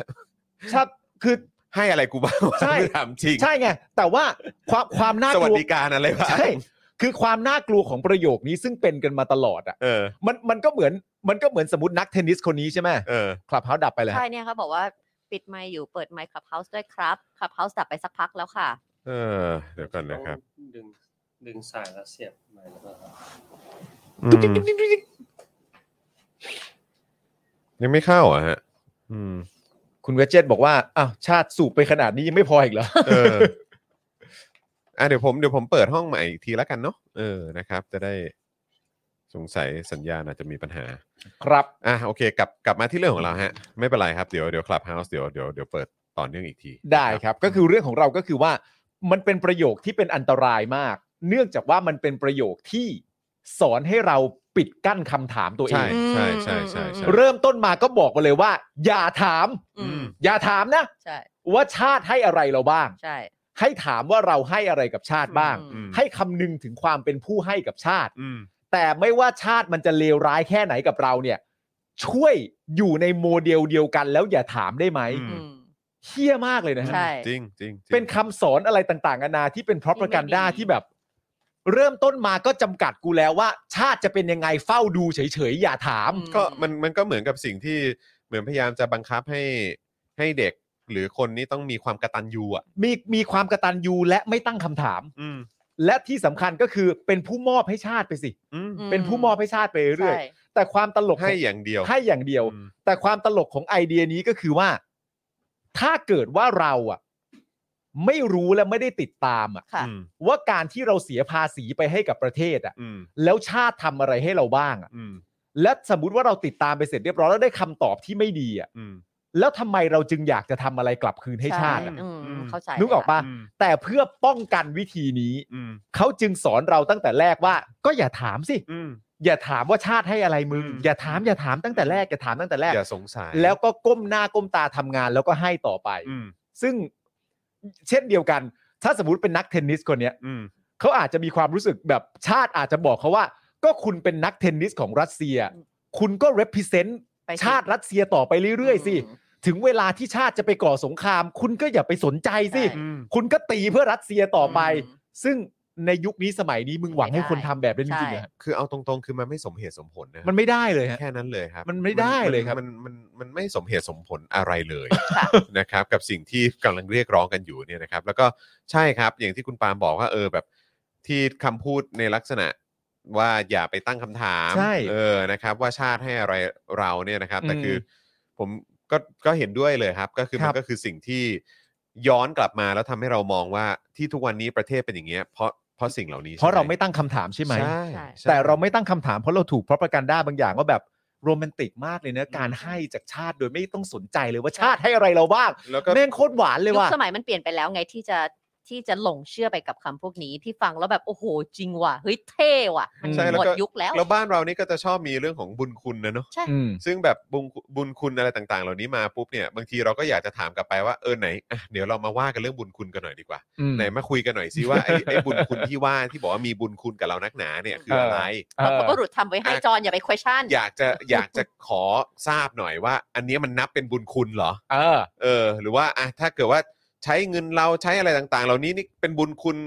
ชอบคือ
ให้อะไรกูบ้างวะ
ใช่
ถามจริง
ใช่ไง แต่ว่าความความน่า
ส
ก
วัส
ลัว
ดิการอะไรวะ
ใช่คือความน่ากลัวของประโยคนี้ซึ่งเป็นกันมาตลอดอ่ะ
เออ
มันมันก็เหมือนมันก็เหมือนสมมตินักเทนนิสคนนี้ใช่ไหม
เออ
คลับเฮาส์ดับไปเลย
ใช่
ฮะ
เนี่ยเขาบอกว่าปิดไมค์อยู่เปิดไมค์คลับเฮาส์ด้วยครับคลับเฮาส์ดับไปสักพักแล้วค่ะ
เออ เดี๋ยวก่อนนะครับ
ต้องดึงดึงสายแล้วเสียบใหม่แล้วก็
อืมยังไม่เข้าอ่ะฮะ อืม
คุณเวจเจตบอกว่าอ้าวชาติสูบไปขนาดนี้ยังไม่พออีกเหรอ
เออ [LAUGHS] อ่ะเดี๋ยวผมเดี๋ยวผมเปิดห้องใหม่อีกทีแล้วกันเนาะ เออ นะครับ จะได้สงสัยสัญญาณอาจจะมีปัญหา
ครับ
อ่ะโอเค กลับกลับมาที่เรื่องของเราฮะ ไม่เป็นไรครับ เดี๋ยวเดี๋ยวคลับเฮาส์เดี๋ยวเดี๋ยวเดี๋ยวเปิดต่อเนื่องอีกที
ได้ครับก็คือเรื่องของเราก็คือว่ามันเป็นประโยคที่เป็นอันตรายมาก เนื่องจากว่ามันเป็นประโยคที่สอนให้เราปิดกั้นคำถามตัวเอ
ใช่
ง
ใช่ใช่ใช่ใช่
อืม
เริ่มต้นมาก็บอกมาเลยว่า อย่าถาม
อื
อืม
ม
อย่าถามนะ
ใช่
ว่าชาติให้อะไรเราบ้าง
ใช่
ให้ถามว่าเราให้อะไรกับชาติบ้าง
อืม
อืม
ให้คำนึงถึงความเป็นผู้ให้กับชาติ
อืม
แต่ไม่ว่าชาติมันจะเลวร้ายแค่ไหนกับเราเนี่ย ช่วยอยู่ในโมเดลเดียวกัน แล้วอย่าถามได้ไหม
อืม
เฮี้ยมากเลยนะฮะ
ใช่
จริงจริงจริง
เป็นคำสอนอะไรต่างๆนานาที่เป็นพร็อพกันด้า
ที่ไม่ดี
ที่แบบ เริ่มต้นมาก็จำกัดกูแล้วว่า ชาติจะเป็นยังไงเฝ้าดูเฉยๆอย่าถาม
ก็มันมันก็เหมือนกับสิ่งที่เหมือนพยายามจะบังคับให้ให้เด็กหรือคนนี้ต้องมีความกระตันยูอ่ะ
มีมีความกระตันยูและไม่ตั้งคำถาม
อืม
และที่สำคัญก็คือเป็นผู้มอบให้ชาติไปสิ
อืม
อื
เป็นผู้มอบให้ชาติไปเรื่อย
ใช่
ๆแต่ความตลกข
ให้อย่างเดียว
ให้อย่างเดียว
อืม
แต่ความตลกของไอเดียนี้ก็คือว่า ถ้าเกิดว่าเราอะไม่รู้และไม่ได้ติดตามอะ
ค่ะ
อืม
ว่าการที่เราเสียภาษีไปให้กับประเทศอะ
อืม
แล้วชาติทำอะไรให้เราบ้างอะ
อืม
และสมมติว่าเราติดตามไปเสร็จเรียบร้อยแล้วได้คำตอบที่ไม่ดีอ่ะ
อืม
แล้วทำไมเราจึงอยากจะทำอะไรกลับคืนให้ชาติอะ
อืม
อืม
เข้าใจ
นึกออกปะ
อืม
แต่เพื่อป้องกันวิธีนี้
อืม
เขาจึงสอนเราตั้งแต่แรกว่า ก็อย่าถามสิ
อืม
อย่าถามว่าชาติให้อะไรมึง
อืม
อย่าถามอย่าถามตั้งแต่แรกอย่าถามตั้งแต่แรก
อย่าสงสัย
แล้วก็ก้มหน้าก้มตาทำงานแล้วก็ให้ต่อไป
อืม
ซึ่งเช่นเดียวกัน ถ้าสมมติเป็นนักเทนนิสคนเนี้ย
อืม
เขาอาจจะมีความรู้สึกแบบชาติอาจจะบอกเขาว่า ก็คุณเป็นนักเทนนิสของรัสเซีย คุณก็ represent
ไปสิ
ชาติรัสเซียต่อไปเรื่อย ๆ สิ
อืม
ถึงเวลาที่ชาติจะไปก่อสงคราม คุณก็อย่าไปสนใจสิ
ใช่
อืม
คุณก็ตีเพื่อรัสเซียต่อไป
อืม
ซึ่งในยุคนี้สมัยนี้มึงหวังให้คนทำแบบนั้นจริงๆอะ
คือเอาตรงๆ คือมันไม่สมเหตุสมผลนะ
มันไม่ได้เลยฮะ
แค่นั้นเลยครับ
มันไม่ได้เลยครับ
มันมันมันมันไม่สมเหตุสมผลอะไรเลย
ค่ะ
นะครับ กับสิ่งที่กำลังเรียกร้องกันอยู่เนี่ยนะครับ แล้วก็ใช่ครับ อย่างที่คุณปาล์มบอกว่าเออแบบ ที่คำพูดในลักษณะว่าอย่าไปตั้งคำถาม
ใช่
เออนะครับ ว่าชาติให้อะไรเราเนี่ยนะครับ แต่
อืม
คือผมก็ก็เห็นด้วยเลยครับ ก็คือ
ค
มั
รั
น
บ
ก็คือสิ่งที่ย้อนกลับมาแล้วทำให้เรามองว่าที่ทุกวันนี้ประเทศเป็นอย่างเงี้ยเพราะเพราะสิ่งเหล่านี้
เพราะเราไม่
ใช่
ตั้งคำถามใช่ไหม
ใช่
ใช่
ใช่
แต่เราไม่ตั้งคำถามเพราะเราถูกเพราะประกันด้าบางอย่างว่าแบบโรแมนติกมากเลยนะการให้จากชาติโดยไม่ต้องสนใจเลยว่าชาติให้อะไรเราบ้าง
แล้วก็
แม่งโคตรหวานเลย
ยุค
ว่ะ
สมัยมันเปลี่ยนไปแล้วไงที่จะ ที่จะหลงเชื่อไปกับคำพวกนี้ที่ฟังแล้วแบบโอ้โหจริงว่ะเฮ้ยเท่ว่ะมัน
ใช่แล้ว
หมด
ก็
ยุคแล้ว
แล้วบ้านเรานี่ก็จะชอบมีเรื่องของบุญคุณนะเนาะ
อืม
ซึ่งแบบบุญบุญคุณอะไรต่าง ๆ เหล่านี้มาปุ๊บเนี่ยบางทีเราก็อยากจะถามกลับไปว่าเออไหนอ่ะเดี๋ยวเรามาว่ากันเรื่องบุญคุณกันหน่อยดีกว่า ไหนมาคุยกันหน่อยสิว่าไอ้ไอ้บุญคุณที่ว่าที่บอกว่ามีบุญคุณกับเรานักหนาเนี่ยคืออะไร
เออ
บก็หลุดทำไว้ให้
อ่ะ
จอนอย่าไป question
อยากจะอยากจะขอทราบหน่อยว่า อันเนี้ยมันนับเป็นบุญคุณเหรอ
เออ
เออ หรือว่าอ่ะถ้าเกิดว่าใช้เงินเราใช้อะไรต่างๆ เหล่านี้นี่เป็นบุญคุณ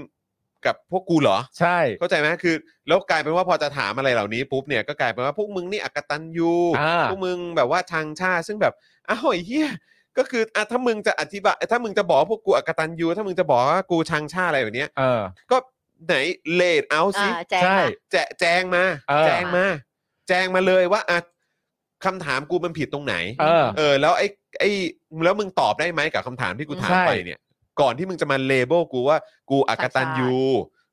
กับพวกกูเหรอ
ใช่
เข้าใจไหมคือ แล้วกลายเป็นว่าพอจะถามอะไรเหล่านี้ปุ๊บเนี่ยก็กลายเป็นว่าพวกมึงนี่อักตันยู
อ่า
พวกมึงแบบว่าชังชาติซึ่งแบบอ้าวไอ้เฮียก็คืออ่ะถ้ามึงจะอธิบายถ้ามึงจะบอกว่าพวกกูอักตันยูถ้ามึงจะบอกว่ากูชังชาติอะไรแบบเนี้ย
เออ
ก็ไหนเลดเอาสิ
อ่าแจง
ใช่
มา
แจแจงมา
เออ
แจงมา แจงมาเลยว่าอ่ะคำถามกูมันผิดตรงไหน
เออ
เออ แล้วไอ้ไอ้แล้วมึงตอบได้ไหมกับคำถามที่กูถาม
ใช่
ไปเนี่ย ก่อนที่มึงจะมาเลเบลกูว่ากูอักตันยู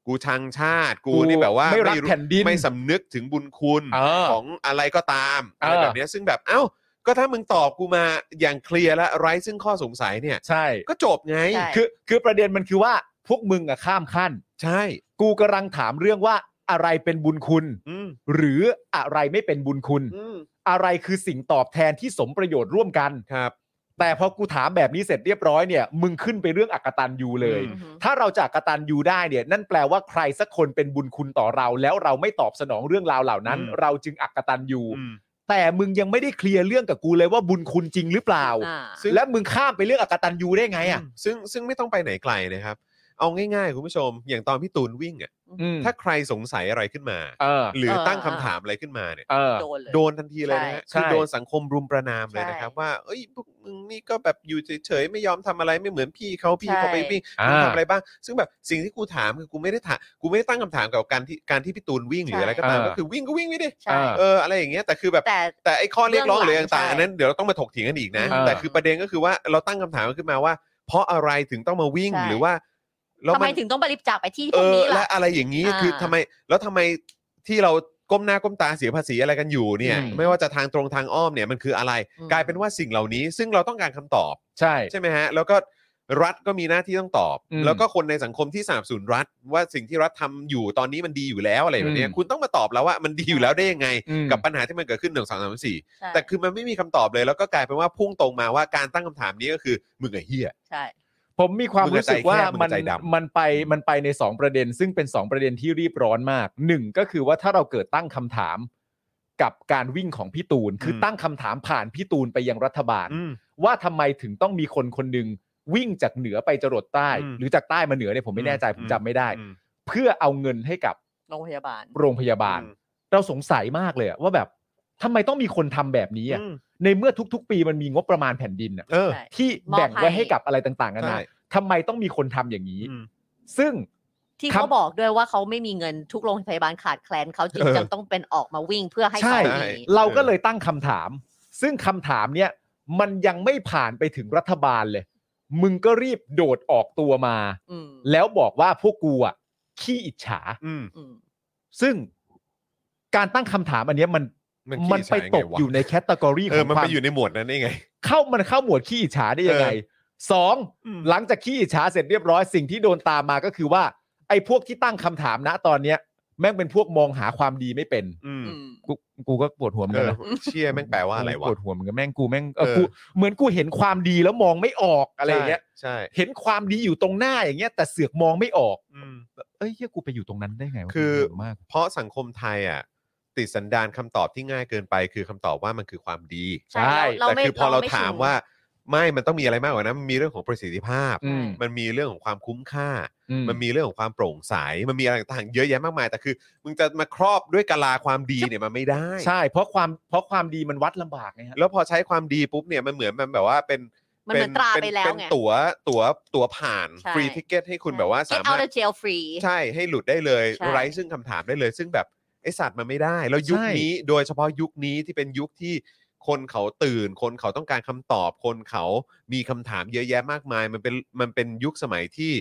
กูชังชาติ กูนี่แบบว่า
ไม่รักแผ่นดิน
ไม่สำนึกถึงบุญคุณ
เออ
ของอะไรก็ตาม
เอออ
อะไรแบบเนี้ยซึ่งแบบเอ้า ก็ถ้ามึงตอบกูมาอย่างเคลียร์และไร้ซึ่งข้อสงสัยเนี่ย
ใช่
ก็จบไง
ใช่
คือคือประเด็นมันคือว่าพวกมึงอะข้ามขั้น
ใช่
กูกำลังถามเรื่องว่าอะไรเป็นบุญคุณ
อืม
หรืออะไรไม่เป็นบุญคุณ
อืม
อะไรคือสิ่งตอบแทนที่สมประโยชน์ร่วมกัน
ครับ
แต่พอกูถามแบบนี้เสร็จเรียบร้อยเนี่ย มึงขึ้นไปเรื่องอักตันยูเลย
อือหือ
ถ้าเราจะอักตันยูได้เนี่ย นั่นแปลว่าใครสักคนเป็นบุญคุณต่อเรา แล้วเราไม่ตอบสนองเรื่องราวเหล่านั้น เราจึงอักตันยู
อืม
แต่มึงยังไม่ได้เคลียร์เรื่องกับกูเลยว่าบุญคุณจริงหรือเปล่า
อ่า
และมึงข้ามไปเรื่องอักตันยูได้ไงอ่ะ
มซึ่งซึ่งไม่ต้องไปไหนไกลนะครับ เอาง่ายๆ คุณผู้ชม อย่างตอนพี่ตูนวิ่งอ่ะ
อืม
ถ้าใครสงสัยอะไรขึ้นมา
เออ
หรือ
เออ
ตั้งคำถามอะไรขึ้นมาเนี่ย
เออ
โดนเลย
โดนทันทีเลยนะฮะคือ
ใช่ใช่
โดนสังคมรุมประนามเลย
ใช่
นะครับ ว่า เอ้ยพวกมึงนี่ก็แบบอยู่เฉยๆไม่ยอมทำอะไรไม่เหมือนพี่เขาพี่
ใช่
เขาไปวิ่งมึงทำอะไรบ้าง ซึ่งแบบสิ่งที่กูถามคือกูไม่ได้ถามกูไม่ได้ตั้งคำถามกับการที่การที่พี่ตูนวิ่งหรืออะไรก็ตาม
เออ
ก็คือวิ่งก็วิ่งไปดิ
ใช่
เอออะไรอย่างเงี้ยแต่คือแบบ
แต่
แต่ไอ้ข้อเรียกร้องหรื
เบื้
อ อง
หลัง
ต่างๆ
ใช่
อันนั้นเดี๋ยวเราต้องมาถกเถียงกันอีกนะ
เออ
แต่คือประเด็นก็คือว่าเราตั้งคำถามขึ้นมาว่า เพราะอะไรถึงต้องมาวิ่ง
ใช่
หรือว่าแล้ว
ทำไม
น
ถึงต้องบริจาคไปที่พ
เอ
วก
อ
นี้
และ
ล่ะ
อะไรอย่างนี้
อ่า
คือทำไมแล้วทำไมที่เราก้มหน้าก้มตาเสียภาษีอะไรกันอยู่เนี่ย
อืม
ไม่ว่าจะทางตรงทางอ้อมเนี่ยมันคืออะไร
อืม
กลายเป็นว่าสิ่งเหล่านี้ ซึ่งเราต้องการคำตอบ
ใช่
ใช่ไหมฮะแล้วก็รัฐก็มีหน้าที่ต้องตอบ
อืม
แล้วก็คนในสังคมที่สนับสนุนรัฐ ว่าสิ่งที่รัฐทำอยู่ตอนนี้มันดีอยู่แล้วอะไรแบบเนี้ย
อืม
คุณต้องมาตอบแล้วว่ามันดีอยู่แล้วได้ยังไง
อืม
กับปัญหาที่มันเกิดขึ้นหนึ่งสองสามสี่
ใช่
แต่คือมันไม่มีคำตอบเลยแล้วก็กลายเป็นว่าพุ่งตรงมาว่าการตั้งคำถามนี้ก็คือมึงไอ้เหี้ย
ใช่
ผมมีความ
มึง
รู้สึ
ใจ
ก
แคบ
ว่ามัน
มึงใจดำ
มันไปมันไปใน 2 ประเด็น ซึ่งเป็น 2 ประเด็นที่รีบร้อนมากหนึ่งก็คือว่าถ้าเราเกิดตั้งคำถามกับการวิ่งของพี่ตูน คือตั้งคำถามผ่านพี่ตูนไปยังรัฐบาล
อืม
ว่าทำไมถึงต้องมีคนคนหนึ่งวิ่งจากเหนือไปจรดใต้
อืม
หรือจากใต้มาเหนือเนี่ยผมไม่แน่ใจ
อืม
ผมจำไม่ได้
อืม
เพื่อเอาเงินให้กับ
โรงพยาบาล
โรงพยาบาล
อืม
เราสงสัยมากเลยอะว่าแบบทำไมต้องมีคนทำแบบนี้อะ
อืม
ในเมื่อทุก ๆ ปีมันมีงบประมาณแผ่นดินอะ
เออ
ใช่
ที่
มอบ
แบ่งไว้
ให้
ให้กับอะไรต่างๆกันา
ใช่
นะทำไมต้องมีคนทำอย่างนี้
อืม
ซึ่ง
ที่
ครั
เขา
บ
บอกด้วยว่าเขาไม่มีเงินทุกโรงพยาบาลขาดแคลนเขาจึง
เออ
จำต้องเป็นออกมาวิ่งเพื่อให้
ใช่
เขามี
เราก็เลยตั้งคำถาม ซึ่งคำถามเนี่ย มันยังไม่ผ่านไปถึงรัฐบาลเลย มึงก็รีบโดดออกตัวมา
อืม
แล้วบอกว่าพวกกูอ่ะขี้อิจฉา
อืม
อืม
ซึ่งการตั้งคำถามอันเนี้ยมัน
มัน
มันไปตกอยู่ในแคตตากรี
ที่
ข
เออ
อง
มัน
ควา
ไป
ม
อยู่ในหมวดนั้นได้ไง
เข้ามันเข้าหมวดขี้อิจฉาได้ยังไงสอง หลังจากขี้อิจฉาเสร็จเรียบร้อยสิ่งที่โดนตามมาก็คือว่า ไอ้พวกที่ตั้งคำถามนะตอนเนี้ย แม่งเป็นพวกมองหาความดีไม่เป็น
อืม
อืม
กูกูก็ปวดหัวเหมือ
เอน
กัน
อ
นะ
เชี่ยแม่งแปลว่าอะไรวะ
ปวดหัวเหมือนกันแม่งกูแม่งเออ
เออ
กูเหมือนกูเห็นความดีแล้วมองไม่ออกอะไรอย่างเงี้ย
ใช่ใช่
เห็นความดีอยู่ตรงหน้าอย่างเงี้ยแต่เสือกมองไม่ออก
อืม
เอ้ยเฮียกูไปอยู่ตรงนั้นได้ไงวะ
คือ
กูงงมาก
เพราะสังคมไทยอ่ะติดสันดานคำตอบที่ง่ายเกินไป คือคำตอบว่ามันคือความดี
ใช่
ใช่
เรา
แต่
ไม่
คือพอเรา
ไ
ถามว่า ไม่มันต้องมีอะไรมากกว่านั้นมันมีเรื่องของประสิทธิภาพ
อืม
มันมีเรื่องของความคุ้มค่า
อื
มันมีเรื่องของความโปร่งใส มันมีอะไรต่างๆเยอะแยะมากมาย แต่คือ มึงจะมาครอบด้วยกะลาความดีเนี่ยมันไม่ได้
ใช่เพราะความเพราะความดีมันวัดลำบากไงฮะ
แล้วพอใช้ความดีปุ๊บเนี่ยมันเหมือนมันแบบว่าเป็น
มันเหมือนตราไปแล้ว
เป็น
ไง
ตั๋วตั๋วตั๋วผ่าน
ใช่
ฟรีทิเกตให้คุณแบบว่า
ใช่
สา
get
มา
out
รถ
of jail free
ใช่ให้หลุดได้เลย
ใช่
ไร้ซึ่งคำถามได้เลย ซึ่งแบบไอสัตว์มันไม่ได้ แล้วยุค
ใช่
นี้โดยเฉพาะยุคนี้ที่เป็นยุคที่คนเขาตื่น คนเขาต้องการคำตอบ คนเขามีคำถามเยอะแยะมากมาย มันเป็นมันเป็นยุคสมัยที่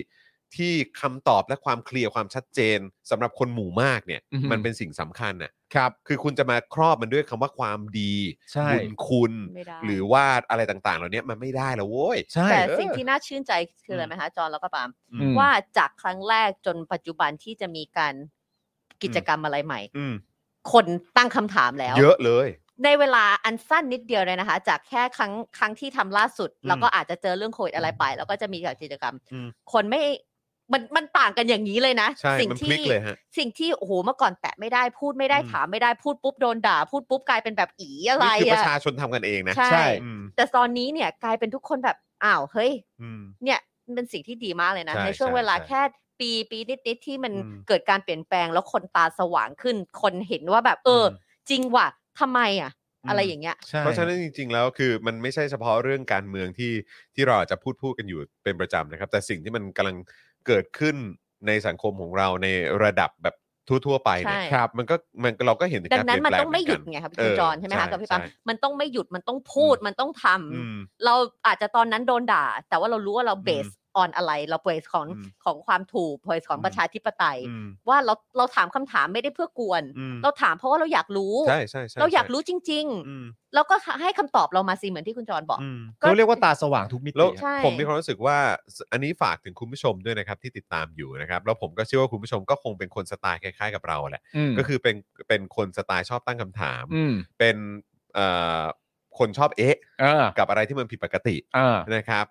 ที่คำตอบและความเคลียร์ความชัดเจนสำหรับคนหมู่มากเนี่ย
อือฮึ
มันเป็นสิ่งสำคัญน่ะ
ครับ
คือคุณจะมาครอบมันด้วยคำว่าความดี
ใช่
บุญคุณ
ไม่ได้
หรือว่าอะไรต่างๆ เหล่านี้มันไม่ได้แล้วโว้ย
ใช่
แต่
เออ
สิ่งที่น่าชื่นใจคืออะไรไหมคะจอห์นแล้วก็ปาล์ม
อืม
อืม
ว่าจากครั้งแรกจนปัจจุบันที่จะมีการกิจกรรมอะไรใหม่
อืม
คนตั้งคำถามแล้ว
เยอะเลย
ในเวลาอันสั้นนิดเดียวเลยนะคะ จากแค่ครั้งครั้งที่ทำล่าสุด แล้วก็อาจจะเจอเรื่องโควิดอะไรไป แล้วก็จะมีกิจกรรม
อืม
คนไม่มันมันต่างกันอย่างนี้เลยนะ
ใช่
สิ่ง
มันพลิ
ที่
กเลยฮะ
สิ่งที่โอ้โหเมื่อก่อนแตะไม่ได้พูดไม่ได้
อืม
ถามไม่ได้พูดปุ๊บโดนด่า พูดปุ๊บกลายเป็นแบบอีอะไร
นี่คือป
อะ
ระชาชนทำกันเองนะ
ใช่
อืม
แต่ตอนนี้เนี่ยกลายเป็นทุกคนแบบอ้าวเฮ้ย
อืม
เนี่ยมันเป็นสิ่งที่ดีมากเลยนะ
ใช่
ในช่วง
ใช่
เวลา
ใช่
แค่ปีปีนิดๆที่มัน
อืม
เกิดการเปลี่ยนแปลงแล้วคนตาสว่างขึ้น คนเห็นว่าแบบเอออ
ม
จริงว่ะทำไมอ่ะ อะไรอย่างเงี้ย
ใช่
เพราะฉะนั้นจริงๆ แล้วคือมันไม่ใช่เฉพาะเรื่องการเมืองที่ที่เราอาจจะพูดพูดกันอยู่เป็นประจำนะครับ แต่สิ่งที่มันกำลังเกิดขึ้นในสังคมของเราในระดับแบบทั่วๆ ไปเนี่ย
ใช่
ครับมันก็มันเราก็เห็นถึ
ดั
กาง รเป
นั้น
ลี่ยน
มัน
แปลง
ต้องไม่หยุด
เนกัน
ไงครับ
เอ
คุณ
อ
จอนใช่ไหมคะ
ใช่
กับพี่ปั๊ม
ใช่
มันต้องไม่หยุดมันต้องพูดมันต้องทำ
อืม
เราอาจจะตอนนั้นโดนด่า แต่ว่าเรารู้ว่าเราเบสออนอะไร เราเบสของ
อืม
ของความถูกเบสของ
อืม
ประชาธิปไตย
อืม
ว่าเราเราถามคำถามไม่ได้เพื่อกวน
อืม
เราถามเพราะว่าเราอยากรู้
ใช่ใช่ใช่
เราอยาก
ใช่
รู้จริง
อืม
ๆ แล้วก็ให้คำตอบเรามาสิเหมือนที่คุณจอนบอก
อืม
เขาเรียกว่าตาสว่างทุกมิ
แล้ว
ติอะ
ใช่
ผมมีความรู้สึกว่าสอันนี้ฝากถึงคุณผู้ชมด้วยนะครับที่ติดตามอยู่นะครับ แล้วผมก็เชื่อว่าคุณผู้ชมก็คงเป็นคนสไตล์คล้ายๆกับเราแหละก็คือเป็นเป็นคนสไตล์ชอบตั้งคำถาม
อืม
เป็นเอ่อคนชอบเอ๊ะ
เออ
กับอะไรที่มันผิดปกติ
เออ
นะครับ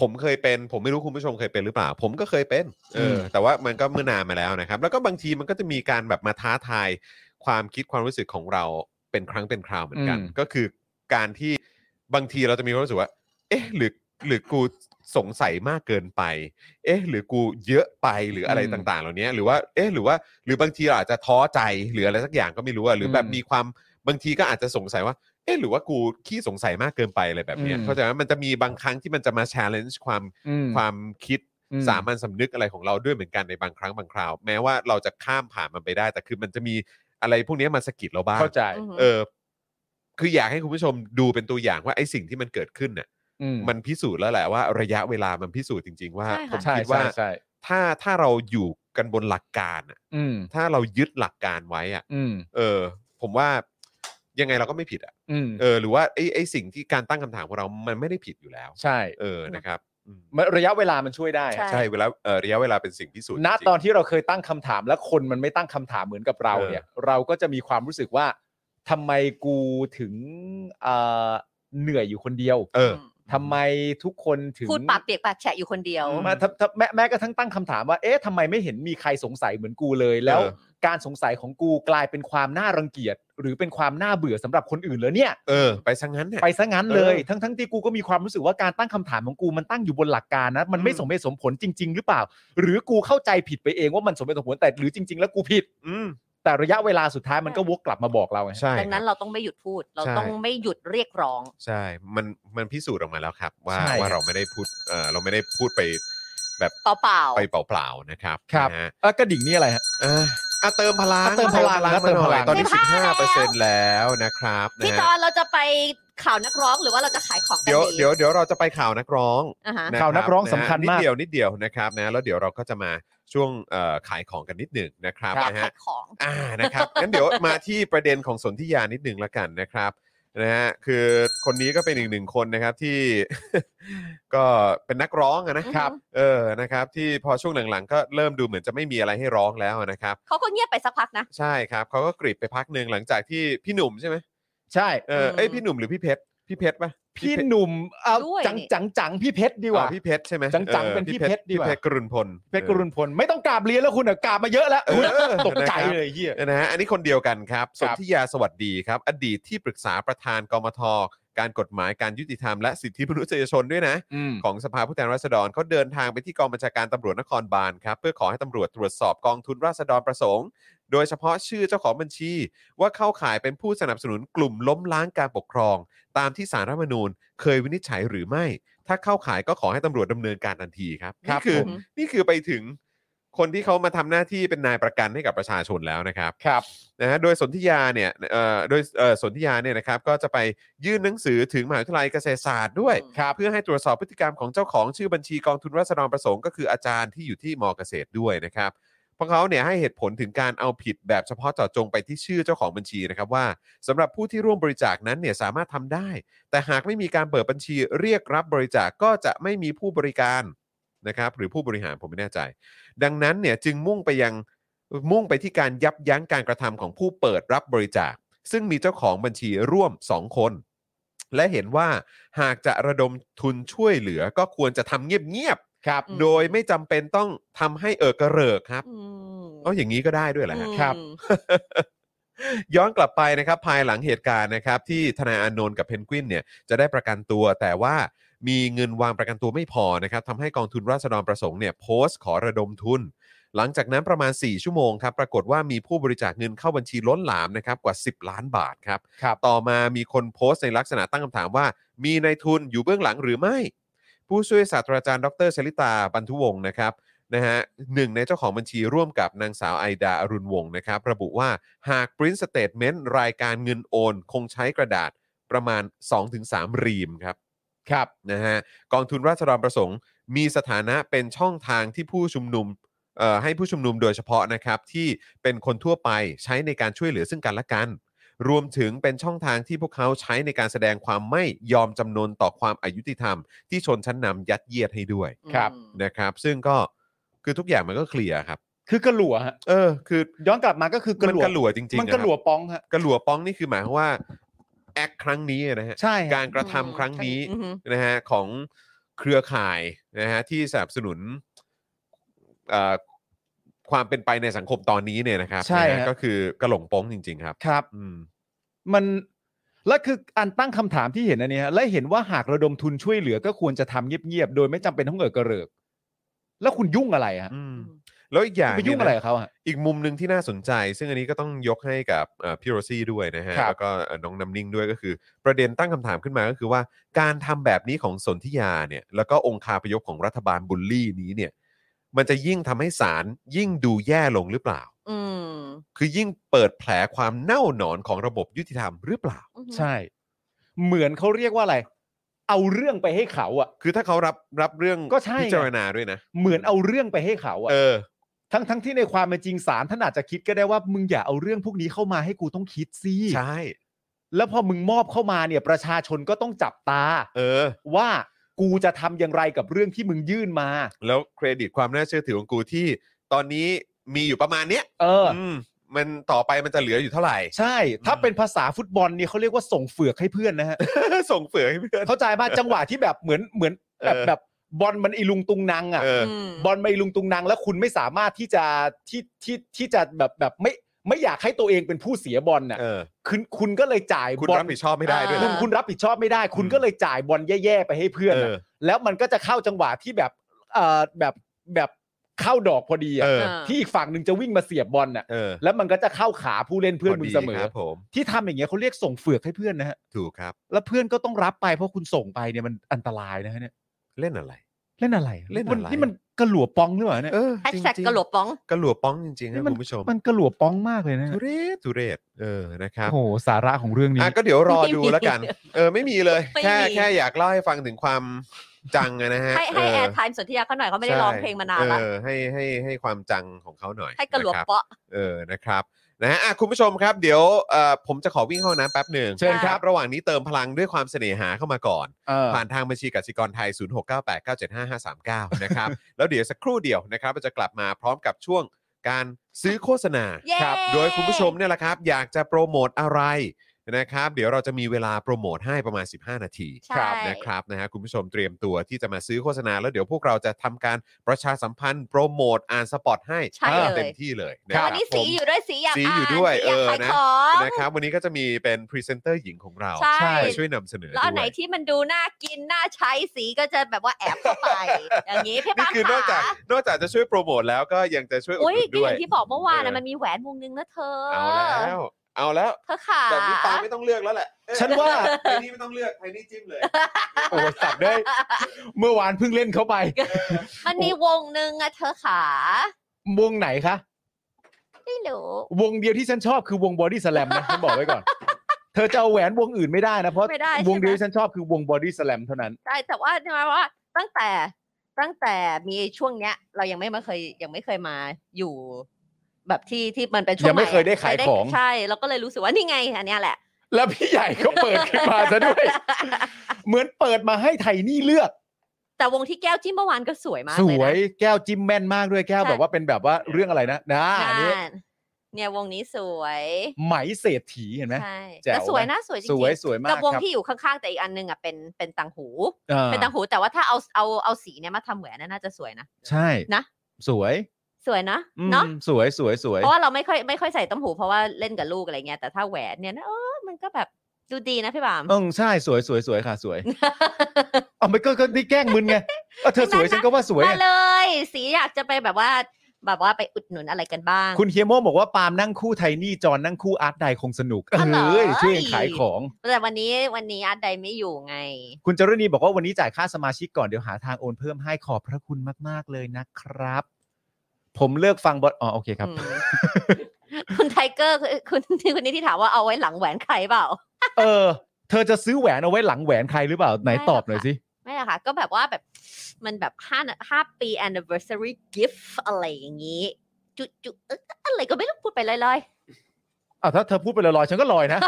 ผมเคยเป็น ผมไม่รู้คุณผู้ชมเคยเป็นหรือเปล่า ผมก็เคยเป็นเออ
ม
อแต่ว่ามันก็เมื่อนานมาแล้วนะครับ แล้วก็บางทีมันก็จะมีการแบบมาท้าทายความคิดความรู้สึกของเราเป็นครั้งเป็นคราวเหมือนกัน ก็คือการที่บางทีเราจะมีความรู้สึกว่า เอ๊ะหรือหรือกูสงสัยมากเกินไป เอ๊ะ หรือกูเยอะไปหรืออะไร
อืม
ต่างๆ เหล่านี้หรือว่าเอ๊ะหรือว่าหรือบางทีเราอาจจะท้อใจหรืออะไรสักอย่างก็ไม่รู้อะหรือแบบ
อืม
มีความบางทีก็อาจจะสงสัยว่า เอ๊ะหรือว่ากูขี้สงสัยมากเกินไปอะไรแบบเนี้ย
อืม
เข้าใจไหมมันจะมีบางครั้งที่มันจะมา challenge ความ
อืม
ความคิด
อืม
สามัญสำนึกอะไรของเราด้วยเหมือนกันในบางครั้งบางคราว แม้ว่าเราจะข้ามผ่านมันไปได้ แต่คือมันจะมีอะไรพวกเนี้ยมาสะกิดเราบ้าง
เข้าใจ
อือหือ
เออ คืออยากให้คุณผู้ชมดูเป็นตัวอย่างว่าไอ้สิ่งที่มันเกิดขึ้นน่ะ
อืม
มันพิสูจน์แล้วแหละว่าระยะเวลามันพิสูจน์จริง ๆ ว่า
ใช่
ผ
ค่ะ
ม
ใช่
คิด
ใช่
ว่า
ใช่
ถ้าถ้าเราอยู่กันบนหลักการน่ะ
อืม
ถ้าเรายึดหลักการไว้อะ
อืม
เออ ผมว่ายังไงเราก็ไม่ผิดอ่ะ
อืม
เออหรือว่าไอ้ไอ้สิ่งที่การตั้งคำถามของเรามันไม่ได้ผิดอยู่แล้ว
ใช่
เออนะครับอืม
มันระยะเวลามันช่วยได้
ใช่
ใช่เวลาเออระยะเวลาเป็นสิ่งพิสูจน์
ณ
จริงๆ
ตอนที่เราเคยตั้งคำถามและคนมันไม่ตั้งคำถามเหมือนกับเรา
เออ
เนี่ย เราก็จะมีความรู้สึกว่าทำไมกูถึงเอ่อเหนื่อยอยู่คนเดียว
เออ
ทำไมทุกคนถึง
พูดปากเปียกปากแฉะอยู่คนเดียว
อื
มาถ้าถ้าแม้แม้กระทั่งตั้งคำถามว่า เอ๊ะทำไมไม่เห็นมีใครสงสัยเหมือนกูเลย แล้ว
เออ
การสงสัยของกูกลายเป็นความน่ารังเกียจ หรือเป็นความน่าเบื่อสำหรับคนอื่นเลยเนี่ย
เออ ไปซะงั้นเนี่ย
ไปซะงั้นเลย
เออ
ทั้งทั้งที่กูก็มีความรู้สึกว่าการตั้งคำถามของกูมันตั้งอยู่บนหลักการนะ มันไม่
อืม
สมเหตุสมผลจริง ๆ หรือเปล่า หรือกูเข้าใจผิดไปเองว่ามันสมเหตุสมผลแต่หรือจริง ๆ แล้วกูผิด
อืม
แต่ระยะเวลาสุดท้ายมันก็วกกลับมาบอกเราไง
ใช่
ดังนั้น
ครับ
เราต้องไม่หยุดพูด เรา
ใช่
ต้องไม่หยุดเรียกร้อง
ใช่ มันมันพิสูจน์ออกมาแล้วครับ ว่า
ใช่
ว่าเราไม่ได้พูดเออเราไม่ได้พูดไปแบบ
เปล่าๆ
ไปเปล่าๆนะครับ
ครับ
นะฮะ
เอ้อกระดิ่งนี่อะไรฮะ
เอ่ออ่ะเติมพลัง
อ่ะเติมพลัง
เติมพลังมาหน่อย
เติมพลัง
ตอนนี้
สิบห้า
15เปอร์เซ็นต์แล้วนะครับนะ
พี่จอ
ฮะ
นเราจะไปข่าวนักร้องหรือว่าเราจะขายของกัน
เดี๋ยว
ดี
เดี๋ยวเดี๋ยวเราจะไปข่าวนักร้อง
อ่าฮะ
ะ
ข่าวนักร้อง
ะ
สำคัญมา
นิ
ก
ดเดียวนิดเดียวนะครับนะแล้วเดี๋ยวเราก็จะมาช่วงเอ่อขายของกันนิดหนึ่งนะครับ
อยาก
นะ
ขา
ฮะ
ยของ
อ่านะครับ [LAUGHS] งั้นเดี๋ยวมาที่ประเด็นของสนธิยานิดหนึ่งละกันนะครับนะฮะคือคนนี้ก็เป็นอีกหนึ่งคนนะครับที่ [LAUGHS] ก็เป็นนักร้องอะนะครับ
อือฮึ
เออนะครับ ที่พอช่วงหลังๆ ก็เริ่มดูเหมือนจะไม่มีอะไรให้ร้องแล้วนะครับ
เขาก็เงียบไปสักพักนะ
ใช่ครับเขาก็กรีดไปพักหนึ่งหลังจากที่พี่หนุ่มใช่ไหม
ใช่
เออ
อืม
เอ้ยพี่หนุ่มหรือพี่เพชรพี่เพชรปะ
พี่หนุ่มเอา
ด้วย
จัง
นี่
จังจังพี่เพชรดี
ดี
ก
ว่า
ว่า
พี่เพชรใช่ไหม
จังๆ
ออ
เป็นพี่เพชรดีกว่า
พี่เพชรกรุณพล
เพชรกรุณพลไม่ต้องกราบเรียนแล้วคุณอะกราบมาเยอะแล้ว
เอ
คุณ
อ
ตกใจเลยเหี้ย
เออนะฮะอันนี้คนเดียวกันครับสนธิยาสวัสดีครับ อดีตที่ปรึกษาประธานกมทการกฎหมายการยุติธรรมและสิทธิมนุษยชนด้วยนะ ของสภาผู้แทนราษฎรเขาเดินทางไปที่กองบัญชาการตำรวจนครบาลครับ เพื่อขอให้ตำรวจตรวจสอบกองทุนราษฎรประสงค์ โดยเฉพาะชื่อเจ้าของบัญชี ว่าเข้าข่ายเป็นผู้สนับสนุนกลุ่มล้มล้างการปกครอง ตามที่สารรัฐธรรมนูญเคยวินิจฉัยหรือไม่ ถ้าเข้าข่ายก็ขอให้ตำรวจดำเนินการทันทีครับ
ครับ
นี่คือ
ผม
นี่คือไปถึง คนที่เขามาทำหน้าที่เป็นนายประกันให้กับประชาชนแล้วนะครับ
ครับ
นะฮะโดยสนธิยาเนี่ยเอ่อโดยเอ่อสนธิยาเนี่ยนะครับก็จะไปยื่นหนังสือถึงมหาวิทยาลัยเกษตรศาสตร์ด้วย
ครับ
เพื่อให้ตรวจสอบพฤติกรรมของเจ้าของชื่อบัญชีกองทุนรัศดรประสงค์ก็คืออาจารย์ที่อยู่ที่มอเกษตรด้วยนะครับพวกเขาเนี่ยให้เหตุผลถึงการเอาผิดแบบเฉพาะเจาะจงไปที่ชื่อเจ้าของบัญชีนะครับว่าสำหรับผู้ที่ร่วมบริจาคนั้นเนี่ยสามารถทำได้ แต่หากไม่มีการเปิดบัญชีเรียกรับบริจาคก็จะไม่มีผู้บริการนะครับหรือผู้บริหารผมไม่แน่ใจ ดังนั้นเนี่ยจึงมุ่งไปยังมุ่งไปที่การยับยั้งการกระทำของผู้เปิดรับบริจาค ซึ่งมีเจ้าของบัญชีร่วม 2 คน และเห็นว่าหากจะระดมทุนช่วยเหลือก็ควรจะทำเงียบ
ครับ
อืม
ๆ โดยไม่จำเป็นต้องทำให้เอิกกระเริกครับ
อืม
เอาอย่างนี้ก็ได้ด้วยแหละ
ครับ
อืม
[LAUGHS] ย้อนกลับไปนะครับภายหลังเหตุการณ์นะครับที่ทนายอานนท์กับเพนกวินเนี่ยจะได้ประกันตัว แต่ว่ามีเงินวางประกันตัวไม่พอนะครับทำให้กองทุนราษฎรประสงค์เนี่ยโพสต์ขอระดมทุน หลังจากนั้นประมาณ 4 ชั่วโมงครับปรากฏว่ามีผู้บริจาคเงินเข้าบัญชีล้นหลามนะครับกว่า 10 ล้านบาทครับ
ครับ
ต่อมามีคนโพสต์ในลักษณะตั้งคำถามว่า มีนายทุนอยู่เบื้องหลังหรือไม่ ผู้ช่วยศาสตราจารย์ดรชลิตาบรรทุวงศ์นะครับนะฮะหนึ่งในเจ้าของบัญชีร่วมกับนางสาวไอดาอรุณวงศ์นะครับ ระบุว่าหาก Print Statement รายการเงินโอน คงใช้กระดาษประมาณ 2-3 รีมครับ
ครับ
นะฮะกองทุนราษฎรประสงค์ มีสถานะเป็นช่องทางที่ผู้ชุมนุมเอ่อให้ผู้ชุมนุมโดยเฉพาะนะครับที่เป็นคนทั่วไปใช้ในการช่วยเหลือซึ่งกันและกัน รวมถึงเป็นช่องทางที่พวกเขาใช้ในการแสดงความไม่ยอมจำนนต่อความอายุติธรรม ที่ชนชั้นนำยัดเยียดให้ด้วย
ครับ
นะครับ ซึ่งก็คือทุกอย่างมันก็เคลียร์ครับ
คือกระหลัวฮะ
เออ คือ
ย้อนกลับมาก็คือกระ
มัน
หลัว
กระหลัวจริงๆ
มันกระหลัว
คบ
ป้องฮะ
กระหลัวป้องนี่คือหมายความว่าแอคครั้งนี้นะฮะ
ใช่ฮะ
การกระทำ
อืม
ครั้งนี้
อืม
นะฮะของเครือข่ายนะฮะที่สนับสนุนเอ่อความเป็นไปในสังคมตอนนี้เนี่ยนะครับ
ใช่
นะฮะ
ฮะ
ก็คือกระหลงโป้งจริง ๆ ครับ
ครับ
อืม
มันและคืออันตั้งคำถามที่เห็นอันเนี้ยฮะและเห็นว่าหากระดมทุนช่วยเหลือก็ควรจะทำเงียบๆโดยไม่จำเป็นต้องเอ่ยกระเริก แล้วคุณยุ่งอะไรฮะ
อืม แล้วอีกอย่าง
ไปยุ่ง
เนี่
อะไร
น
กับเขาฮะ
อีกมุมหนึ่งที่น่าสนใจ ซึ่งอันนี้ก็ต้องยกให้กับเอ่อพี่โรซี่ด้วยนะฮะ
ครับ
แล้วก็เอ่อน้องน้ำนิ่งด้วยก็คือ ประเด็นตั้งคำถามขึ้นมาก็คือว่าการทำแบบนี้ของสนธิยาเนี่ย แล้วก็องค์คาพยพของรัฐบาลบุลลี่นี้เนี่ย มันจะยิ่งทำให้ศาลยิ่งดูแย่ลงหรือเปล่า
อืม
คือยิ่งเปิดแผลความเน่าหนอนของระบบยุติธรรมหรือเปล่า
อืม
ใช่ เหมือนเขาเรียกว่าอะไร เอาเรื่องไปให้เขาอะ
คือถ้าเขารับรับเรื่อง
ก็ใช่ไง
พิจารณาด้วยนะ
เหมือนเอาเรื่องไปให้เขาอะ
เออ
ทั้งทั้งที่ในความเป็นจริงศาลท่านอาจจะคิดก็ได้ว่ามึงอย่าเอาเรื่องพวกนี้เข้ามาให้กูต้องคิดสิ
ใช่
แล้วพอมึงมอบเข้ามาเนี่ย ประชาชนก็ต้องจับตา
เออ
ว่ากูจะทำอย่างไรกับเรื่องที่มึงยื่นมา
แล้วเครดิตความน่าเชื่อถือของกูที่ ตอนนี้มีอยู่ประมาณเนี้ย
เออ
มมันต่อไปมันจะเหลืออยู่เท่าไหร่
ใช่ ถ้า
อืม
เป็นภาษาฟุตบอลนี่เขาเรียกว่าส่งเฟือกให้เพื่อนนะฮะ
ส่งเฟื่อให้เพื่อน
เข้าใจป่ะจังหวะที่แบบเหมือนเหมือนแบบ
เออ
แบบบอลมันอีลุงตุงนังอ่ะ
เออ
อืม
บอลไม่อีลุงตุงนัง แล้วคุณไม่สามารถที่จะที่ที่ที่จะแบบแบบไม่ไม่อยากให้ตัวเองเป็นผู้เสียบอลน่ะ
เออ
คุณคุณก็เลยจ่าย
คุณ
บอล
รับผิดชอบไม่ได้ด้วย
คุ
นะ
ณ
อ่า
คุณรับผิดชอบไม่ได้ คุณก็เลยจ่ายบอลแย่ๆไปให้เพื่อน
เอ
น่ะ
อ
แล้วมันก็จะเข้าจังหวะที่แบบเอ่อแบบแบบเข้าดอกพอดี
เอ
อ่ะ
อ
ที่อีกฝั่งหนึ่งจะวิ่งมาเสียบบอลน่ะ
เออ
แล้วมันก็จะเข้าขาผู้เล่นเพื่อนมึงเสม
พดี
อ
ครับผม
ที่ทำอย่างเงี้ยเขาเรียกส่งเฟือกให้เพื่อนนะฮะ
ถูกครับ
แล้วเพื่อนก็ต้องรับไปเพราะคุณส่งไปเนี่ยมันอันตรายนะฮะเนี่ย
เล่นอะไร
เล่นอะไร
เล่นอะไร
มันี่มันกระหลัวปองหรือเปล่าเนี่ย
เออ
แฮช
จริงๆ
แท็กกระโหลกป้อง
กระหลวป้องจริงๆค
นี่
รับ
มัน
คุณผู้ชม
มันกระหลัวปองมากเลยนะ
ทุเรศทุเรศเออนะครับ
โอ้โหสาระของเรื่องนี้
อ่ะก็เดี๋ยวรอ
ไม่มี
ดูแล้วกัน เออไม่มีเลย
ไม่
แค่
มี
แค่อยากเล่าให้ฟังถึงความจังอะนะฮะ
ให้ให้
เ
แอร์ไทม์สนธิยาเขาหน่อยเขาไม่ได้
ใช่
ร้องเพลงมานานละ
เออให้ให้ให้ความจังของเขาหน่อย
ให้กระโหลก
นคบ
เปาะ
เออนะครับนะฮะอ่ะคุณผู้ชมครับเดี๋ยวเอ่อผมจะขอวิ่งเข้าห้องน้ำแป๊บหนึ่ง
เชิญครับ
ระหว่างนี้เติมพลังด้วยความเสน่หาเข้ามาก่อน
เออ
ผ่านทางบัญชีกสิกรไทย 0698975539 [LAUGHS] นะครับ แล้วเดี๋ยวสักครู่เดียวนะครับเราจะกลับมาพร้อมกับช่วงการซื้อโฆษณา
[LAUGHS] เย้
ครับ โดยคุณผู้ชมเนี่ยแหละครับ อยากจะโปรโมทอะไรนะครับ เดี๋ยวเราจะมีเวลาโปรโมทให้ประมาณ 15 นาที
ใช่
นะครับนะฮะคุณผู้ชมเตรียมตัวที่จะมาซื้อโฆษณา แล้วเดี๋ยวพวกเราจะทำการประชาสัมพันธ์โปรโมทอ่านสปอตให้
ใช่เลย
เต็มที่เลยนะ
แล้
คว รับ
วันนี้สี
ผม
อยู่ด้วยสีอยาก
สี
อ่าน
อยู่ด้วย
สีอยาก
เออ
ขาย
นะ
ของ
นะครับวันนี้ก็จะมีเป็นพรีเซนเตอร์หญิงของเรา
ใช่
ใช่
ช่วยนำเสนอ
แล้วอันไหน
ด้วย
ที่มันดูน่ากินน่าใช้สีก็จะแบบว่าแอบเข้าไป อย่างนี้พี่
[LAUGHS] นี่
ปัง
คือนอกจาก
ขาน
อกจากจะช่วยโปรโมทแล้วก็ยังจะช่วยอุด
อุ้ย
หนุน
ก็
ด้
อ
วย
ย่างที่บอกเมื่อวาน
เอ
นะ
อ
มันมีแหวนวงนึงนะเธอ
เอาแล้วเอาแล้ว
เธอขา
แบบนี้ปาไม่ต้องเลือกแล้วแหละเอ้ย
ฉันว่า
ไอ้นี่ไม่ต้องเลือกไอ้นี่จิ้มเลย
โอ้สับได้ยเมื่อวานเพิ่งเล่นเขาไป
มันมีวงนึงอะเธอขา
วงไหนคะ
ไม่รู้
วงเดียวที่ฉันชอบคือวงบอดี้สแลมนะฉันบอกไว้ก่อน เธอจะเอาแหวนวงอื่นไม่ได้นะ เพราะ
ไม่ได้
ว
ใช่
ง
ไห
เดีย
ม
วที่ฉันชอบคือวงบอดี้สแลมเท่านั้น
ใช่แต่ว่าใช่ไหมว่าตั้งแต่ตั้งแต่มีช่วงเนี้ย เรายังไม่มาเคยยังไม่เคยมาอยู่ แบบที่ที่มันเป็นช่วง
ยังไม่
ให
เคยได้ขายของ
ใช่แล้วก็เลยรู้สึกว่านี่ไงอันเนี้ยแหละ
แล้วพี่ใหญ่ก็เปิดขึ้นมาซะด้วย เหมือนเปิดมาให้ไทนี่เลือก
แต่วงที่แก้วจิ้มเมื่อวานก็สวยมาก
ส
เล
วย ย
นะ
แก้วจิ้มแม่นมากด้วยแก้ว
ใช่
แบบว่าเป็นแบบว่าเรื่องอะไรนะนะอันนี้
นั่นเนี่ยวงนี้สวย
ไหมเศรษฐีเห็นไหม
ใช่
แจ๋ว
แต่สวย
ไหม
นะสวยจริง
ส
ๆ
วยสวยมาก
กับวง
ครับ
ที่อยู่ข้างๆ แต่อีกอันนึงอ่ะเป็นเป็นต่างหู
อ่า
เป็นต่างหูแต่ว่าถ้าเอาเอาเอาสีเนี้ยมาทำแหวนน่ะน่าจะสวยนะ
ใช่
นะ
สวย
สวยนะ
อืม
เนาะ
สวยสวยสวย
เพราะว่าเราไม่ค่อยไม่ค่อยใส่ต้มหูเพราะว่าเล่นกับลูกอะไรเงี้ยแต่ถ้าแหวนเนี่ยนะเออมันก็แบบดูดีนะพี่บาม
อืมใช่สวยสวยสวยค่ะส
[LAUGHS]
วยเอาไม่ก็ก็นี่แกล้งมึนไงเออเธอสวยฉันก็ว่าสวย
มา
ไง
เลย สีอยากจะไปแบบว่า แบบว่าไปอุดหนุนอะไรกันบ้าง
คุณเฮียโมบอกว่าปาล์มนั่งคู่ไทนี่จอนนั่งคู่อาร์ตไดคงสนุก เอ
อ๋อเหรอ
้ยช่วยกันขายของ
แต่วันนี้วันนี้อาร์ตไดไม่อยู่ไง
คุณจรณีบอกว่าวันนี้จ่ายค่าสมาชิกก่อนเดี๋ยวหาทางโอนเพิ่มให้ขอบพระคุณมาก ๆ เลยนะครับ ผมเลิกฟังบอทอ๋อโอเคครับ
อืมคุณไทเกอร์คือคุณ [LAUGHS] คุณนี่ที่ถามว่าเอาไว้หลังแหวนใครเปล่า
เออ เธอจะซื้อแหวนเอาไว้หลังแหวนใครหรือเปล่า ไหน
ไม่หรอก
ตอบหน่อยสิ
ไม่หรอกค่ะ ก็แบบว่าแบบมันแบบห้าห้าปี anniversary gift อะไรอย่างนี้ จุจุเอ๊ะอะไรก็ไม่รู้พูดไปลอย
อ้าวถ้าเธอพูดไปลอยๆฉันก็ลอยนะ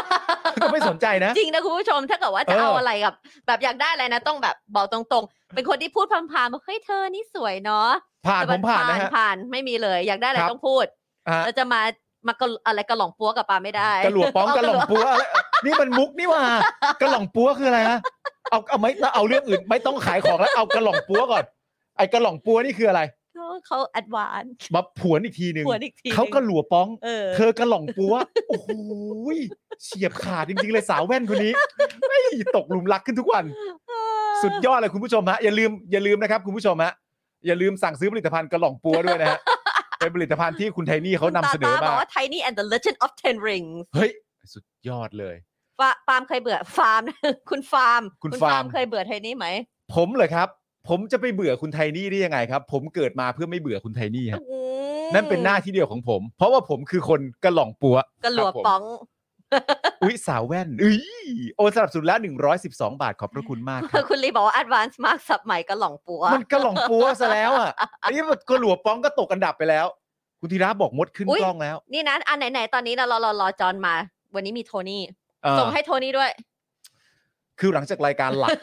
ก็ไม่สนใจนะ
[LAUGHS] ๆ จริงนะคุณผู้ชม ถ้าเกิดว่าจะ
เออ
เอาอะไรกับแบบอยากได้อะไรนะ ต้องแบบบอกตรงๆ เป็นคนที่พูดพามๆบอกเฮ้ยเธอนี่สวยเนาะ
ผ่าน
แต่
ผ
มั
มผ่านนะฮะ
ผ่านไม่มีเลย อยากได้อะไร
ครับ
ต้องพูด
อ่ะ
เราจะมามากระอะไรกระหล่องปัวกับปลาไม่ได้
กระหลวป้อง
เาก
ระหล่องปัวอะไรนี่มันมุกนี่หว่ากระหล่องปัวคืออะไรฮะเอาเอาไม่เอาเรื่องอื่น ไม่ต้องขายของแล้วเอากระหล่องปัวก่อน ไอ้กระหล่องปัวนี่คืออะไร
เขาแอดวาน
มาผวนอีกทีหนึ่ง
หัวนอีกที
เขากระหลัวป้อง
เออ
เธอกระหล่องปัว โอ้โหยเฉียบขาดจริงๆเลยสาวแว่นคนนี้ไม่ตกหลุมรักขึ้นทุกวัน สุดยอดเลยคุณผู้ชมฮะอย่าลืมอย่าลืมนะครับคุณผู้ชมฮะอย่าลืมสั่งซื้อผลิตภัณฑ์กระหล่องปัวด้วยนะฮะ เป็นผลิตภัณฑ์ที่คุณไทนี่เขานำเสนอ
ตาตาบ
มา
อกว่า Tiny and the Legend of Ten Rings
เฮ้ยสุดยอดเลย
ฟาปาล์มเคยเบื่อฟาร์ม [LAUGHS] คุณฟาร์ม
คุณฟาร์ม
เคยเบื่อไทนี่ไหม
ผมเลยครับ ผมจะไปเบื่อคุณไทนี่ได้ยังไงครับ ผมเกิดมาเพื่อไม่เบื่อคุณไทนี่ฮะ
อืม
นั่นเป็นหน้าที่เดียวของผม เพราะว่าผมคือคนกระหล่องปัว
กระหลัว
ครับผม
ป๋อง
อุ้ยสาวแว่นอุ้ยโอนสนับสนุนแล้ว 112 บาทขอบพระคุณมากครับ
คุณลีบอกว่า Advanced Mark สับใหม่กระหล่องปัว
มันกระหล่องปัวซะแล้วอ่ะอันนี้มันกระหลัวป้องก็ตกอันดับไปแล้ว คุณธีระบอกมดขึ้น
อุ๊ย
กล้องแล้ว
นี่นะอันไหน ๆ ตอนนี้เรารอรอรอจอนมา วันนี้มีโทนี่
เอ่อ
ส่งให้โทนี่ด้วย
คือหลังจากรายการหลัก [LAUGHS]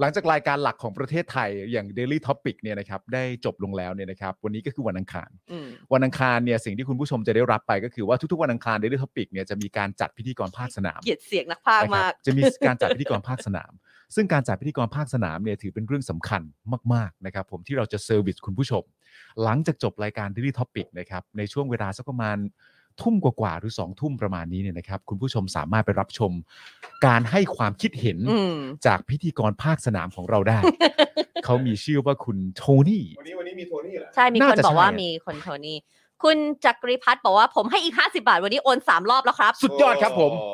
หลังจากรายการหลักของประเทศไทยอย่าง Daily Topic เนี่ยนะครับ ได้จบลงแล้วเนี่ยนะครับ วันนี้ก็คือวันอังคาร
อืม
วันอังคารเนี่ยสิ่งที่คุณผู้ชมจะได้รับไปก็คือว่าทุกๆวันอังคาร Daily Topic เนี่ยจะมีการจัดพิธีกรภาคสนาม
เกลียดเสียงนักพากย์
นะค
มา
รับ
ก
จะมี [LAUGHS] การจัดพิธีกรภาคสนาม ซึ่งการจัดพิธีกรภาคสนามเนี่ยถือเป็นเรื่องสำคัญมากๆนะครับผมที่เราจะเซอร์วิสคุณผู้ชม หลังจากจบรายการ Daily Topic นะครับในช่วงเวลาสักประมาณทุ่มกว่าๆหรือ2องทุ่มประมาณนี้เนี่ยนะครับคุณผู้ชมสามารถไปรับชม การให้ความคิดเห็น
[LAUGHS] อืม
จากพิธีกรภาคสนามของเรา
[LAUGHS]
ได้ เขามีชื่อว่าคุณโทนี่
วันนี้วันนี้มีโทนี่เหรอ
ใช่
[LAUGHS]
มีคน
น่าจะ
บอกว่า
ใช่
มีคนโทนี่ คุณจักรีพัฒน์บอกว่าผมให้อีก 50 บาท วันนี้โอนสามรอบแล้วครับ
สุดยอดครับผม
โอ้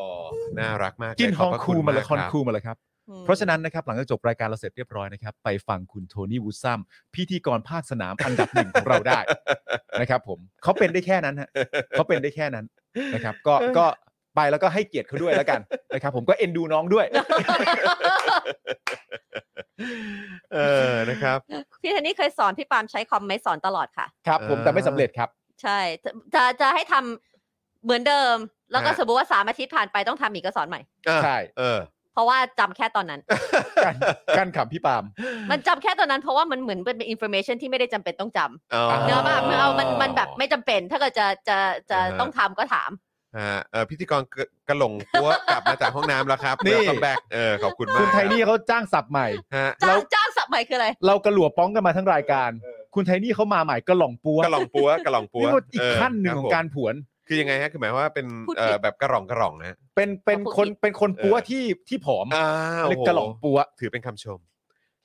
น่ารักมากเลย
กินฮ
บ
อง
พะ
คู
ณ
มาเลย
ก
คอน
รับ
คูมาเลยครับ
อืม
เพราะฉะนั้นนะครับหลังจากจบรายการเราเสร็จเรียบร้อยนะครับไปฟังคุณโทนี่วูดซัมพิธีกรภาคสนามอันดับหนึ่งของเราได้ นะครับผมเขาเป็นได้แค่นั้นฮะเขาเป็นได้แค่นั้นนะครับ ก็ก็ไปแล้วก็ให้เกียรติเขาด้วยแล้วกันนะครับผมก็เอ็นดูน้องด้วย
เออนะครับ
พี่เทนนี่เคยสอนพี่ปาล์มใช้คอมไหมสอนตลอดค่ะ
ครับ ผมแต่ไม่สำเร็จครับ
ใช่จะจะจะให้ทำเหมือนเดิม แล้วก็
ฮะ
สมมติว่าสามอาทิตย์ผ่านไปต้องทำอีกก็สอนใหม่
อ่ะ
ใช่
เออ
เพราะว่าจำแค่ตอนนั้น
กันกันขำพี่ปาล์ม
มันจำแค่ตอนนั้นเพราะว่ามันเหมือนเป็นอินโฟเมชันที่ไม่ได้จำเป็นต้องจำ
อ๋อ
เนื้อ
ป
แบ
ล่
บเอามันมันแบบไม่จำเป็น ถ้าเกิดจะจะจะ
อ่าฮะ
ต้องทำก็ถาม
ฮะเออพิธีกรกระกระหลงปัวกลับมาจากห้องน้ำแล้วครับ
นี่
คัมแบ็กเออขอบคุณมาก
คุณไทนี่เขาจ้างสับใหม่
ฮะ
จ้างจ้างสับใหม่คืออะไร
เรากระหลัวป้องกันมาทั้งรายการ คุณไทนี่เขามาใหม่กระหล่องปัว
กระหลงปัวกระหลงปัว
นี่มันอี
เ
กขั้นหนึ่งของ
ค
กา
บ
ร
ผม
ผวน
คือยังไงฮะคือหมายว่าเป็น
พูดผิด
เอ่อแบบกระหลองกระหลองนะฮะ
เป็นเป็นคนเป็นคนปัวที่ที่ผอม
อ้า
เรียกกระหล่องปัว
ถือเป็นคำชม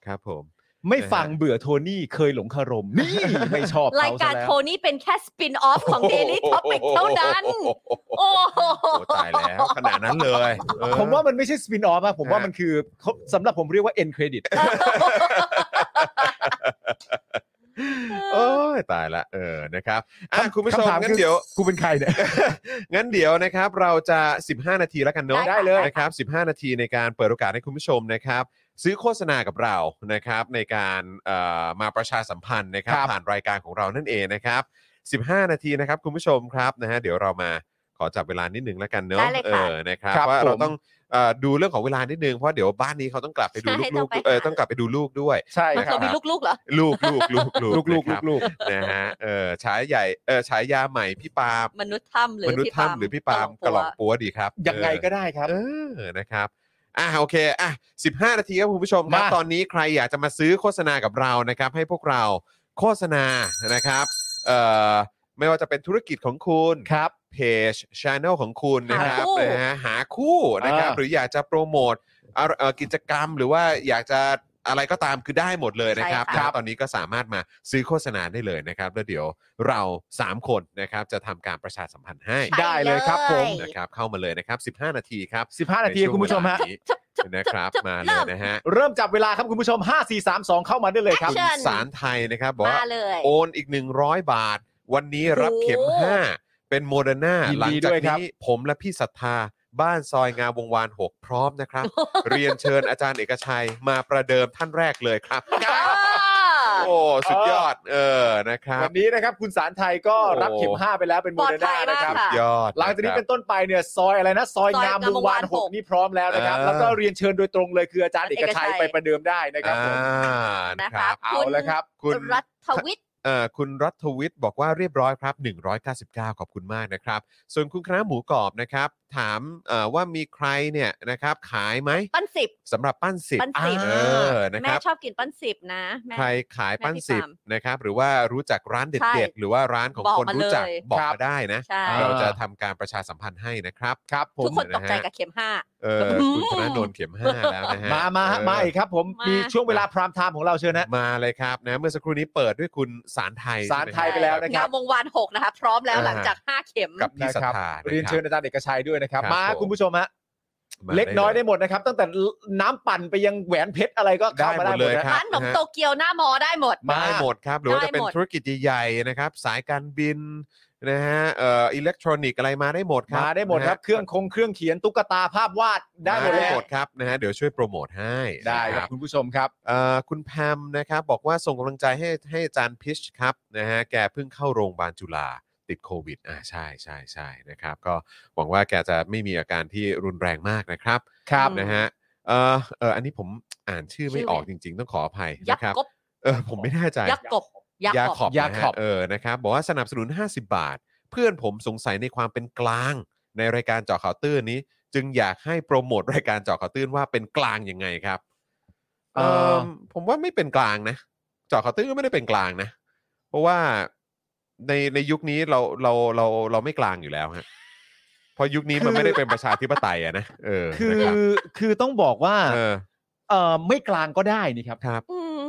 ครับผม
ไม่
นะฮะ
ฟังเบื่อโทนี่เคยหลงคารม นี่ ไม่ชอบ
ราย
เขา
การ
ซะแล้ว
โทนี่เป็นแค่สปินออฟของ Daily Topic เท่านั้น โอ้โห
โอ้ตายแล้วขนาดนั้นเลยเออ
ผมว่ามันไม่ใช่สปินออฟอะผมว่า
ฮะ
มันคือเขาสำหรับผมเรียกว่า end credit
โอ้ยตายละเออนะครับอ่ะคุณผู้ชม
คำถา
งั้
คื
น
อ
เดี๋ยว
กูเป็นใครเนี่ย
งั้นเดี๋ยวนะครับเราจะ 15 นาทีแล้วกันเนอะ
ได้ค่ะได้เลย
นะครับ 15 นาทีในการเปิดโอกาสให้คุณผู้ชมนะครับ ซื้อโฆษณากับเรานะครับ ในการเอ่อมาประชาสัมพันธ์นะครับ
ครับ
ผ่านรายการของเรานั่นเองนะครับ 15 นาทีนะครับคุณผู้ชมครับนะฮะเดี๋ยวเรามาขอจับเวลานิดนึงแล้วกันเนอะ
ได้เลย
เอ
ค่ะ
อนะครับ
ครับ
ว่าเรา
ผม
ต้องเอ่อดูเรื่องของเวลานิดนึงเพราะเดี๋ยวบ้านนี้เขาต้องกลับไปดู
ใช่
ลูก
ต้อง
ๆ
ไป
เออต้องกลับไปดูลูกด้วย
ใช่
มัน
ค
ครั
เรา
บ
มีลูกๆเหรอ
ลูกลูกลูกลู
ลูกลูก
นะค
ลู
รับ
กลูก
นะฮะเออฉายใหญ่เออฉายาใหม่พี่ปาล์ม
มนุษย์ถ้ำหรือ
มนุษย์
ปา
ถ้ำหรือพี่ปาล์มกระหล่องปัวดีครับ
ยังไงก็ได้ครับ
เออเออนะครับอ่ะโอเคอ่ะ15 นาทีครับคุณผู้ชมครับ
มา
ตอนนี้ใครอยากจะมาซื้อโฆษณากับเรานะครับ ให้พวกเราโฆษณานะครับเอ่อไม่ว่าจะเป็นธุรกิจของคุณ
ครับ
เพจช ANNEL ของคุณนะครับ
หาคู่
นะฮะหาคู่นะครับ
อ่า
หรืออยากจะโปรโมทอะไรเอ่อกิจกรรมหรือว่าอยากจะอะไรก็ตามคือได้หมดเลยนะครับ
ใช่ค่ะ
นะตอนนี้ก็สามารถมาซื้อโฆษณาได้เลยนะครับแล้วเดี๋ยวเราสามคนนะครับจะทำการประชาสัมพันธ์ให้
ใช่
ได้เลยครับผม
เลย
นะครับเข้ามาเลยนะครับ 15 นาทีครับ
15 นาที
ใช่วง
คุณผู้ชมฮะ
เวลานี้
ชับชับชั
นะครับ
ชั
มาเล
เริ่
ย
ม
นะฮะ
เริ่มจับเวลาครับคุณผู้ชม 5 4 3 2 เข้ามาได้เลยครับ
คุณ
Action
สารไทยนะครับบอก
มา
ว่า
เลย
โอนอีก 100 บาท วันนี้รับเข็ม
โอ้โห
5 เป็นโมเดอร์นา
ยิน
หลัง
ดี
จาก
ด้วยครับ
นี้ผมและพี่ศรัทธา บ้านซอยงามวงวาน 6 พร้อมนะครับ
[LAUGHS]
เรียนเชิญอาจารย์เอกชัยมาประเดิมท่านแรกเลยครับ
อ่า
โอ้สุดยอด เออนะครับ
วันนี้นะครับ คุณสารไทยก็
โอ้
รับเข็ม 5 ไปแล้วเป็นโมเดอร์
ปลอด
นา
ภัย
นะ
มาก
ครับ
ค่ะ
ยอด
หลังจากนี้
ะครับ
เป็นต้นไปเนี่ยซอยอะไรนะซอย
ซอย
งามว
งามว
งวาว
งาน น
ห
ห
ก
ก
นี่พร้อมแล้วนะครับ
อ่า
แล้วก็เรียนเชิญโดยตรงเลยคืออาจารย์เอกชัย
เอกชัย
ไปประเดิมได้นะครับ
อ่า
ผม
นะ
นะ
ค
คะ
รับ
เอาละครับ
คุณ
รัฐวิทย์
เอ่อคุณรัฐวิทย์บอกว่าเรียบร้อยครับ 199 ขอบคุณมากนะครับ ส่วนคุณคณะหมูกรอบนะครับ ถามเอ่อว่ามีใครเนี่ยนะครับขายไหม
ปั้นสิบ
สำหรับปั้นสิบ
ปั้นสิบ
เออนะค
แม่
รับ
ชอบกินปั้นสิบนะแม่
ใครขายปั้น
แม่พี่
สิบ
ปาล์ม
นะครับ หรือว่ารู้จักร้านเ
ใช่
ด็ดๆ หรือว่าร้านของ
บอก
คน
มารู้
รู้จัก
เลย
บอก
ครับ
มาได้นะ
ใช่
อ่
เราจะทำการประชาสัมพันธ์ให้นะครับ
ครับผม
ทุกคนตกใจกับเข็มห้า
เออ
อืม
คุณธนาโนนเข็มห้าแล้วนะฮะ
มามาฮะ
เออ
มาอีกครับ ผม
มา
มีช่วงเวลาพรามไทม์ของเราเชิญนะ
มาเลยครับนะเมื่อสักครู่นี้เปิดด้วยคุณสารไทย
สารไทยไปแล้วนะครับ
งามวงวานหกนะคะ พร้อมแล้วหลังจากห้าเข็ม
กับพี่สัทธา
เรีย
ะ
น
คบ
เชิญอาจารย์เอกชัยด้วยนะครับ
ครับ
มา
ผม
คุณผู้ชมฮะ
มา
เล็กน้อย
ล
ได้หมดนะครับ ตั้งแต่น้ำปั่นไปยังแหวนเพชรอะไรก็เข้ามา
ได้
ได้
หมด
หมด
เลยค
นะ
บ
ร้านขนม
นะฮะ
โตเกียวหน้ามอได้หมด
มา
ได้หมดครับ หรือว่าจะเป็น
ได้หมด
ธุรกิจใหญ่ๆนะครับ สายการบินนะฮะเอ่ออิเล็กทรอนิกส์อะไรมาได้หมดครับ
มาได้หมดครับ
นะฮะ
เครื่องคงเครื่องเขียนตุ๊กตาภาพวาดได้หมด
มา
เลย
หมดครับนะฮะเดี๋ยวช่วยโปรโมทให้
ได้
นะครับ
คุณผู้ชมครับ
เอ่อคุณแพมนะครับ บอกว่าส่งกำลังใจให้ให้อาจารย์พิชครับนะฮะแกเพิ่งเข้าโรงพยาบาลจุฬาติดโควิดอ่าใช่ใช่ใช่นะครับ ก็หวังว่าแกจะไม่มีอาการที่รุนแรงมากนะครับ
ครับ
นะฮะเออเอออันนี้ผมอ่านชื่อไม่ออกจริง ๆ ต้องขออภัย
ยัก
นะ
ษ์
ครับ
กบ
เออผมไม่แน่ใจ
ยักษ์กบ ยักษ์
ยาก ขอบบ นะฮะ
ยาขอบ
เออนะครับบอกว่าสนับสนุน 50 บาท เพื่อนผมสงสัยในความเป็นกลาง ในรายการเจาะข่าวตื้นนี้ จึงอยากให้โปรโมทรายการเจาะข่าวตื้นว่าเป็นกลางยังไงครับ
เอ่
เอ่
อ
อผมว่าไม่เป็นกลางนะเจาะข่าวตื้นก็ไม่ได้เป็นกลางนะ เพราะว่าในในยุคนี้เราเราเราเราไม่กลางอยู่แล้วฮะเพราะยุคนี้มันไม่ได้เป็นประชาธิปไตยอะนะเออ
คื
นะ
อ
รับ
คือต้องบอกว่า
เออ
เอ่อไม่กลางก็ได้นี่ครับ
ครับ
อืม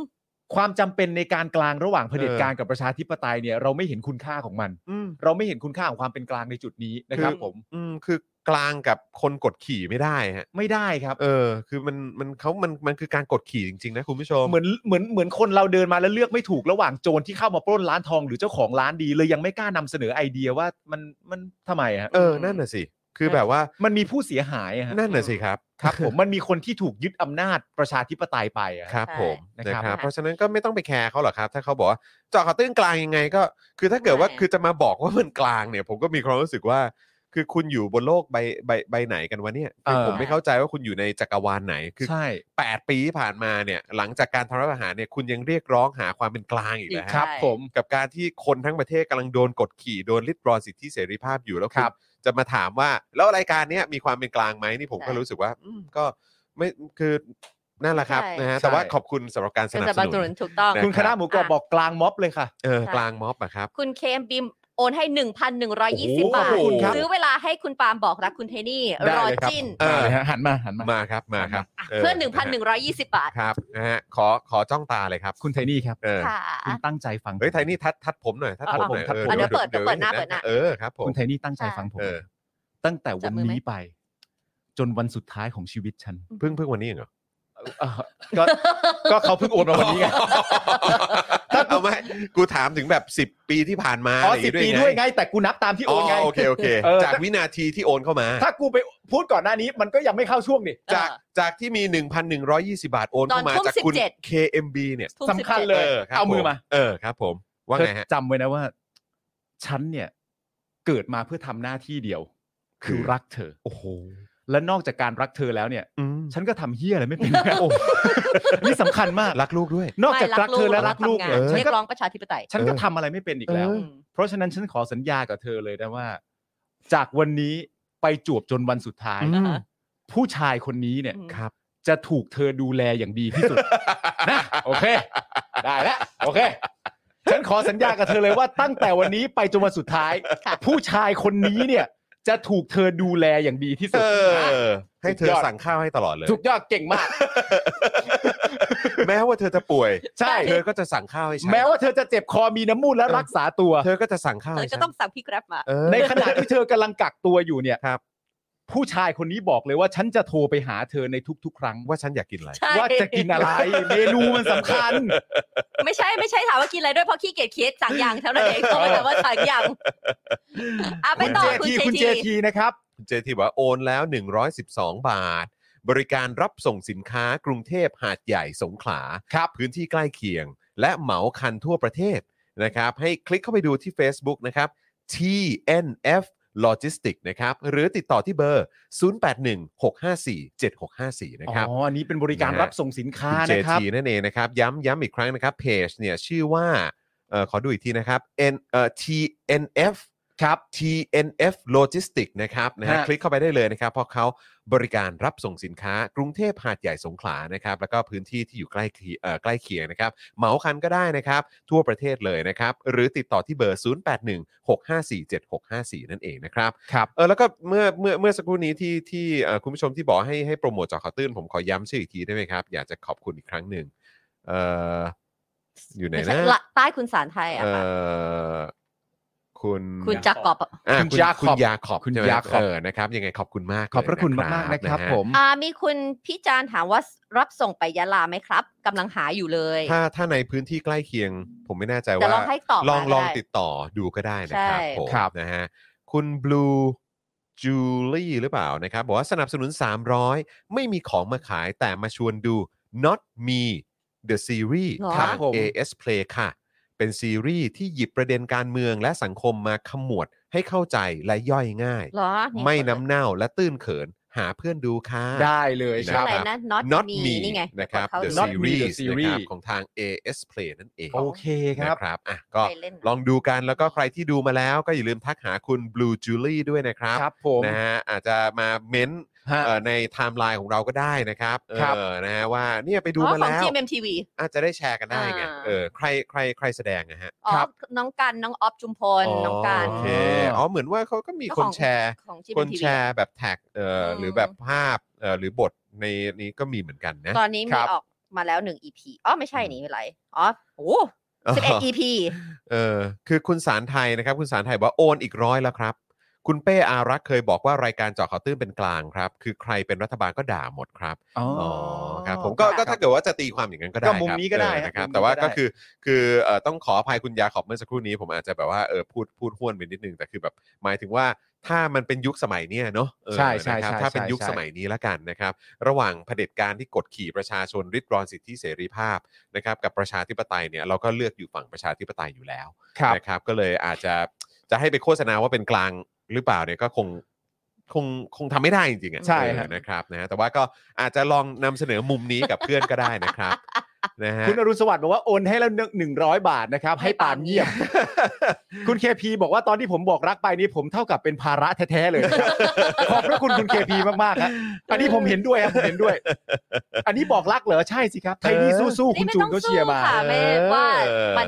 ความจำเป็นในการกลางระหว่างเผด็จ
เออ
การกับประชาธิปไตยเนี่ยเราไม่เห็นคุณค่าของมัน
อืม
เราไม่เห็นคุณค่าของความเป็นกลางในจุดนี้นะครับ
คือ
ผม
อืมคือกลางกับคนกดขี่ไม่ได้ฮะ
ไม่ได้ครับ
เออ คือมัน มันเขามัน มันคือการกดขี่จริง ๆ นะคุณผู้ชม
เหมือนเหมือนเหมือนคนเราเดินมาแล้วเลือกไม่ถูกระหว่างโจรที่เข้ามาปล้นร้านทองหรือเจ้าของร้านดีเลยยังไม่กล้านำเสนอไอเดียว่ามันมันทำไมฮะ
เออ นั่นน่ะสิ คือแบบว่า
มันมีผู้เสียหายอะฮะ
นั่นน่ะสิครับ
ครับผมมันมีคนที่ถูกยึดอำนาจประชาธิปไตยไปอะฮะ
ครับ
ใช่
ผมนะ
นะ
ค
ครั
รับ
บ
เพราะฉะนั้นก็ไม่ต้องไปแคร์เขาหรอกครับ ถ้าเขาบอกว่าเจาะข่าวตื้นกลางยังไงก็ คือถ้าเกิดว่า
ใช่
คือจะมาบอกว่ามันกลางเนี่ย ผมก็มีความรู้สึกว่า คือคุณอยู่บนโลกใบ ใบ ใบไหนกันวะเนี่ย คือ
เออ
ผมไม่เข้าใจว่าคุณอยู่ในจักรวาลไหน คือ
ใช่
8 ปีที่ผ่านมาเนี่ย หลังจากการทำรัฐประหารเนี่ย คุณยังเรียกร้องหาความเป็นกลางอีกนะฮะ
ใช่
ครับผม
กับการที่คนทั้งประเทศกำลังโดนกดขี่โดนลิดรอนสิทธิเสรีภาพอยู่แล้วคุณ
ครับ
จะมาถามว่า แล้วรายการเนี้ยมีความเป็นกลางไหมนี่ผม
ใช่
ก็รู้สึกว่า อืมก็ไม่คือนั่นแหละครับ
ใช่
นะฮะ
ใช่
แต่ว่าขอบคุณสำหรับการส
ก็
นับ
จะ
ส
บรรจุ
นุน
ถูกต้อง
นะ
คุณคณะหมูกรอบ
อ่ะ
บอกกลางม็อบเลยค่ะ
เออกลางม็อบอะครับ
คุณเคมบิมโอนให้ 1,120
โอ้
บา
โหขอบ
ท
คุณครับ
ซื้อเวลาให้คุณปาล์มบอกรักคุณเทนี่
ได้
รอ
เลยครับ
จิน
เออ
ได้ลยฮะหันมาหันมา
มาครับมาครับ
เพื่อ
ะฮะ
1,120 บาท
ครับนะฮะขอขอจ้องตาเลยครับ
คุณไทนี่ครับ
เออ
ค่ะ
คุณตั้งใจฟังผม
เฮ้ยไทยนี่ทัดทัดผมหน่อยทัดผมหน่อย
เอา
อ
เอา
อ
เอาเดี๋ยว
เปิดเปิดหน้าเปิดหน้า
เออครับผม
คุณไทนี่ตั้งใจฟังผม
เออ
ตั้งแต่
จั
วั
บ
น
มือไหม
นี้ไป จนวันสุดท้ายของชีวิตฉัน
เพิ่งเพิ่งวันนี้เองเหรอ
เอ่อก็ก็เขาเพิ่งโอนมาวันนี้ไง ถ้ากู
ไม่กูถามถึงแบบ 10 ปีที่ผ่านมา
อ๋
อะ
อ
ไรอย่าง
สิ
งี้ด้วยไง
ปีด้วยไง แต่กูนับตามที่
อ๋
โอ
อน
ไง
โอเคโอเค
เออ
จากวินาทีที่โอนเข้ามา
[LAUGHS] ถ้ากูไปพูดก่อนหน้านี้มันก็ยังไม่เข้าช่วงนี่
จากจากที่มี 1,120 บาทโอนเข้ามา
ตอนทุ่ม
จากคุณ
สิบเจ็ด
KMB เนี่ย
ทุ่ม
สำคัญ
สิบจ็ด
เลย
ออครับ
เอามือ
ผ
มา
เออครับผม ว่า
เธอ
ไงฮะ
จำไว้นะว่า ฉันเนี่ยเกิดมาเพื่อทำหน้าที่เดียว
คื
คือ อรักเธอ
โอ้โห
และนอกจากการรักเธอแล้วเนี่ย
อืม
ฉันก็ทำเฮี้ยอะไรไม่เป็น [LAUGHS]
โอ้
นี่สำคัญมาก
รักลูกด้วย
นอกจาก
ไม่
รักเธอและรักลูก
ทำงา
เนี่
น
ยฉั
เรีย
นก็
กร้องประชาธิปไตย
ฉันก็ทำอะไรไม่เป็นอีกแล้ว
เออ
อืม
เพราะฉะนั้นฉันขอสัญญากับเธอเลยนะว่า จากวันนี้ไปจวบจนวันสุดท้าย
อืม
อ่าฮะ
ผู้ชายคนนี้เนี่ย
อืม
ครับ
จะถูกเธอดูแลอย่างดีที่สุด นะโอเค ได้แล้วโอเค ฉันขอสัญญากับเธอเลยว่าตั้งแต่วันนี้ไปจนวันสุดท้าย
ค่ะ
ผู้ชายคนนี้เนี่ย จะถูกเธอดูแลอย่างดีที่สุ
เอ
ดนะ
อ ให้เธอสั่งข้าวให้ตลอดเลย
ถูกยอดเก่งมาก
แม้ว่าเธอจะป่วย
ใช่
เธอก็จะสั่งข้าวให้ฉัน
แม้ว่าเธอจะเจ็บคอมีน้ำมูกและรักษาตัว
เธอก็จะสั่งข้าว
เธอ
ให้
ก็
ฉัน
ต้องสั่งพี่แกร็บมา
เออ
ในขณะที่เธอกำลังกักตัวอยู่เนี่ย
ครับ
ผู้ชายคนนี้บอกเลยว่าฉันจะโทรไปหาเธอในทุก ๆ ครั้ง
ว่าฉันอยากกินอะไร
ใช่
ว่าจะกินอะไร เมนูมันสำคัญ
ไม่ใช่ไม่ใช่ถามว่ากินอะไรด้วยเพราะขี้เกียจคิดสั่งอย่างเท่านั้นเองเขาไม่ถามว่าสั่งอย่างอ่ะไปต่อคุณ
คุณ
เจ
เจ
ที
ทีนะครับ
คุณเจทีบอกว่าโอนแล้ว 112 บาท บริการรับส่งสินค้ากรุงเทพหาดใหญ่สงขลา
ครับ
พื้นที่ใกล้เคียง และเหมาคันทั่วประเทศนะครับ ให้คลิกเข้าไปดูที่ Facebook นะครับ TNF Logistics นะครับ หรือติดต่อที่เบอร์ 0816547654 นะ
อ๋
ครับ
อ อันนี้เป็นบริการ
นะฮะ
รับส่งสินค้า
คุณเจ
นะครับ
ทีนั่นเองนะครับ ย้ำย้ำอีกครั้งนะครับเพจเนี่ยชื่อว่าเอ่อขอดูอีกทีนะครับ N เอ่อ TNF ครับ TNF Logistics นะครับนะฮะ
ฮะ
คลิกเข้าไปได้เลยนะครับ เพราะเขาบริการรับส่งสินค้ากรุงเทพหาดใหญ่สงขลานะครับ แล้วก็พื้นที่ที่อยู่ใกล้เคียเอ่อใกล้เคียงนะครับ เหมาคันก็ได้นะครับ ทั่วประเทศเลยนะครับ หรือติดต่อที่เบอร์ 0816547654 นั่นเองนะครับ
ครับ
เออแล้วก็เมื่อเมื่อเมื่อสักครู่นี้ที่ที่เอ่อคุณผู้ชมที่บอกให้ให้โปรโมทเจอข่าวตื้นผมขอย้ำชื่ออีกทีได้ไหมครับ อยากจะขอบคุณอีกครั้งหนึ่งเอ่ออยู่ไหน
ไม่ใช่
นะ
ละใต้คุณสารไทยอะ
เอ่
ค่ะ
อคุณ
คุณจักรกอบ
อ่ะ
คุณ
คุณ
ยาขอบ
คุณยาขอบ
คุณ
ใช่ไหม
ยาขอบ
เออนะครับยังไงขอบคุณมาก
ขอบพระคุณมาก ๆ
เลย
นะครับ
ฮ
ผม
อ่ามีคุณพิจารณ์ถามว่ารับส่งไปยะลาไหมครับกำลังหาอยู่เลย
ถ้าถ้าในพื้นที่ใกล้เคียง ผมไม่แน่ใจ
แต่
ว่า
ลองให้ตอบ
ลอง
มา
ลอง
ได้
ติดต่อดูก็ได้นะครับ
ใช่
ผม
ครับ
นะฮะคุณบลูจูลี่หรือเปล่านะครับ บอกว่าสนับสนุน 300 ไม่มีของมาขายแต่มาชวนดู Not Me The Series
หรอ
ทาง
ครับผม
AS Play ค่ะ เป็นซีรีส์ที่หยิบประเด็นการเมืองและสังคมมาขมวดให้เข้าใจและย่อยง่าย
เหรอเย
ไม่น้ำเน่าและตื้นเขินหาเพื่อนดูค่ะ
ได้เลย
นะ
ค
ครับ
อะ
รับ
ไรนะ not,
Not
me,
Me
นี่ไง
นะครับ
เขา
The
Not Me The
Series นะครับ
Series
ของทาง AS Play นั่นเอง
โอเคครับ
นะครับอ่ะก็
ไปเล่น
ลองดูกันแล้วก็ใครที่ดูมาแล้วก็อย่าลืมทักหาคุณ Blue Julie ด้วยนะครับ
ครับผม
นะฮะอาจจะมาเม้นต์
ฮะ
เอ่อในไทม์ไลน์ของเราก็ได้นะครับเอ
ครับ
อนะฮะว่าเนี่ยไปดู
อ๋อ
มา
ของ
แล้ว
GMMTV
อาจจะได้แชร์กันได้ไง
อ่า
เออใครใครใครแสดงนะฮะ
อ๋อ
ครับ
น้องกันน้องออฟจุมพลน้องกัน
โอเคอ๋อเหมือนว่าเขาก็มี
เจ้า
คน
ของ
แชร์
ของ
คนแช
GMMTV
ร์แบบแท็กเอ่ออ
ม
หรือแบบภาพเอ่อหรือบทในนี้ก็มีเหมือนกันนะ
ตอนนี้
ค
มี
รับ
ออกมาแล้วหนึ่ง EP อ๋อไม่ใช่นี่อะไรอ๋อโอ้สิบ
[LAUGHS]
เอ็ด EP
เออคือคุณสารไทยนะครับ คุณสารไทยบอกว่าโอนอีกร้อยแล้วครับ คุณเป้อารักษ์เคยบอกว่ารายการเจาะข่าวตื้นเป็นกลางครับ คือใครเป็นรัฐบาลก็ด่าหมดครับ
อ๋อ
ครับ ผมก็
ครั
ก็
บ
ถ้าเกิดว่าจะตีความอย่างนั้นก็ได้
ก็มุม
ครับ
นี้ก็ได้
เออนะครับ
ครับมุมนี้
แต่ว่า
ก็ได้
ก็คือคือเอ่อต้องขออภัยคุณยาขอบเมื่อสักครู่นี้ผมอาจจะแบบว่าเออพูดพูดห้วนไปนิดนึงแต่คือแบบหมายถึงว่าถ้ามันเป็นยุคสมัยเนี้ยเนาะเออ
ใช่ใช่
นะครับ
ใช่
ถ้าเป็น
ใช่
ยุค
ใช่
สมัยนี้ละกันนะครับ ระหว่างเผด็จการที่กดขี่ประชาชนริดรอนสิทธิเสรีภาพนะครับกับประชาธิปไตยเนี่ยเราก็เลือกอยู่ฝั่งประชาธิปไตยอยู่แล้ว
ครับ
นะครับก็เลยอาจจะจะให้ไปโฆษณาว่าเป็นกลางหรือเปล่าเนี่ยก็คงคงคงทำไม่ได้จริงๆอ่ะ
ใช่
เออ
ฮะ
นะครับนะฮะแต่ว่าก็อาจจะลองนำเสนอมุมนี้กับเพื่อนก็ได้นะครับ [LAUGHS] นะฮะ
คุณอรุณสวัสดิ์บอกว่าโอนให้แล้วหนึ่งร้อยบาทนะครับ ให้ปาล์มเงียบ คุณเคพีบอกว่าตอนที่ผมบอกรักไปนี่ผมเท่ากับเป็นภาระแท้
[LAUGHS]
ๆเลยนะครับ ขอบพระคุณคุณเคพีมากๆครับอันนี้ผมเห็นด้วยครับผมเห็นด้วย อันนี้บอกรักเหรอใช่สิครับไทยนี่สู้ๆคุณ
ไม่
จู
ต้อ
น
ง
เขาเชี
สู้
ยร์มา
ค่ะไม่ว่ามัน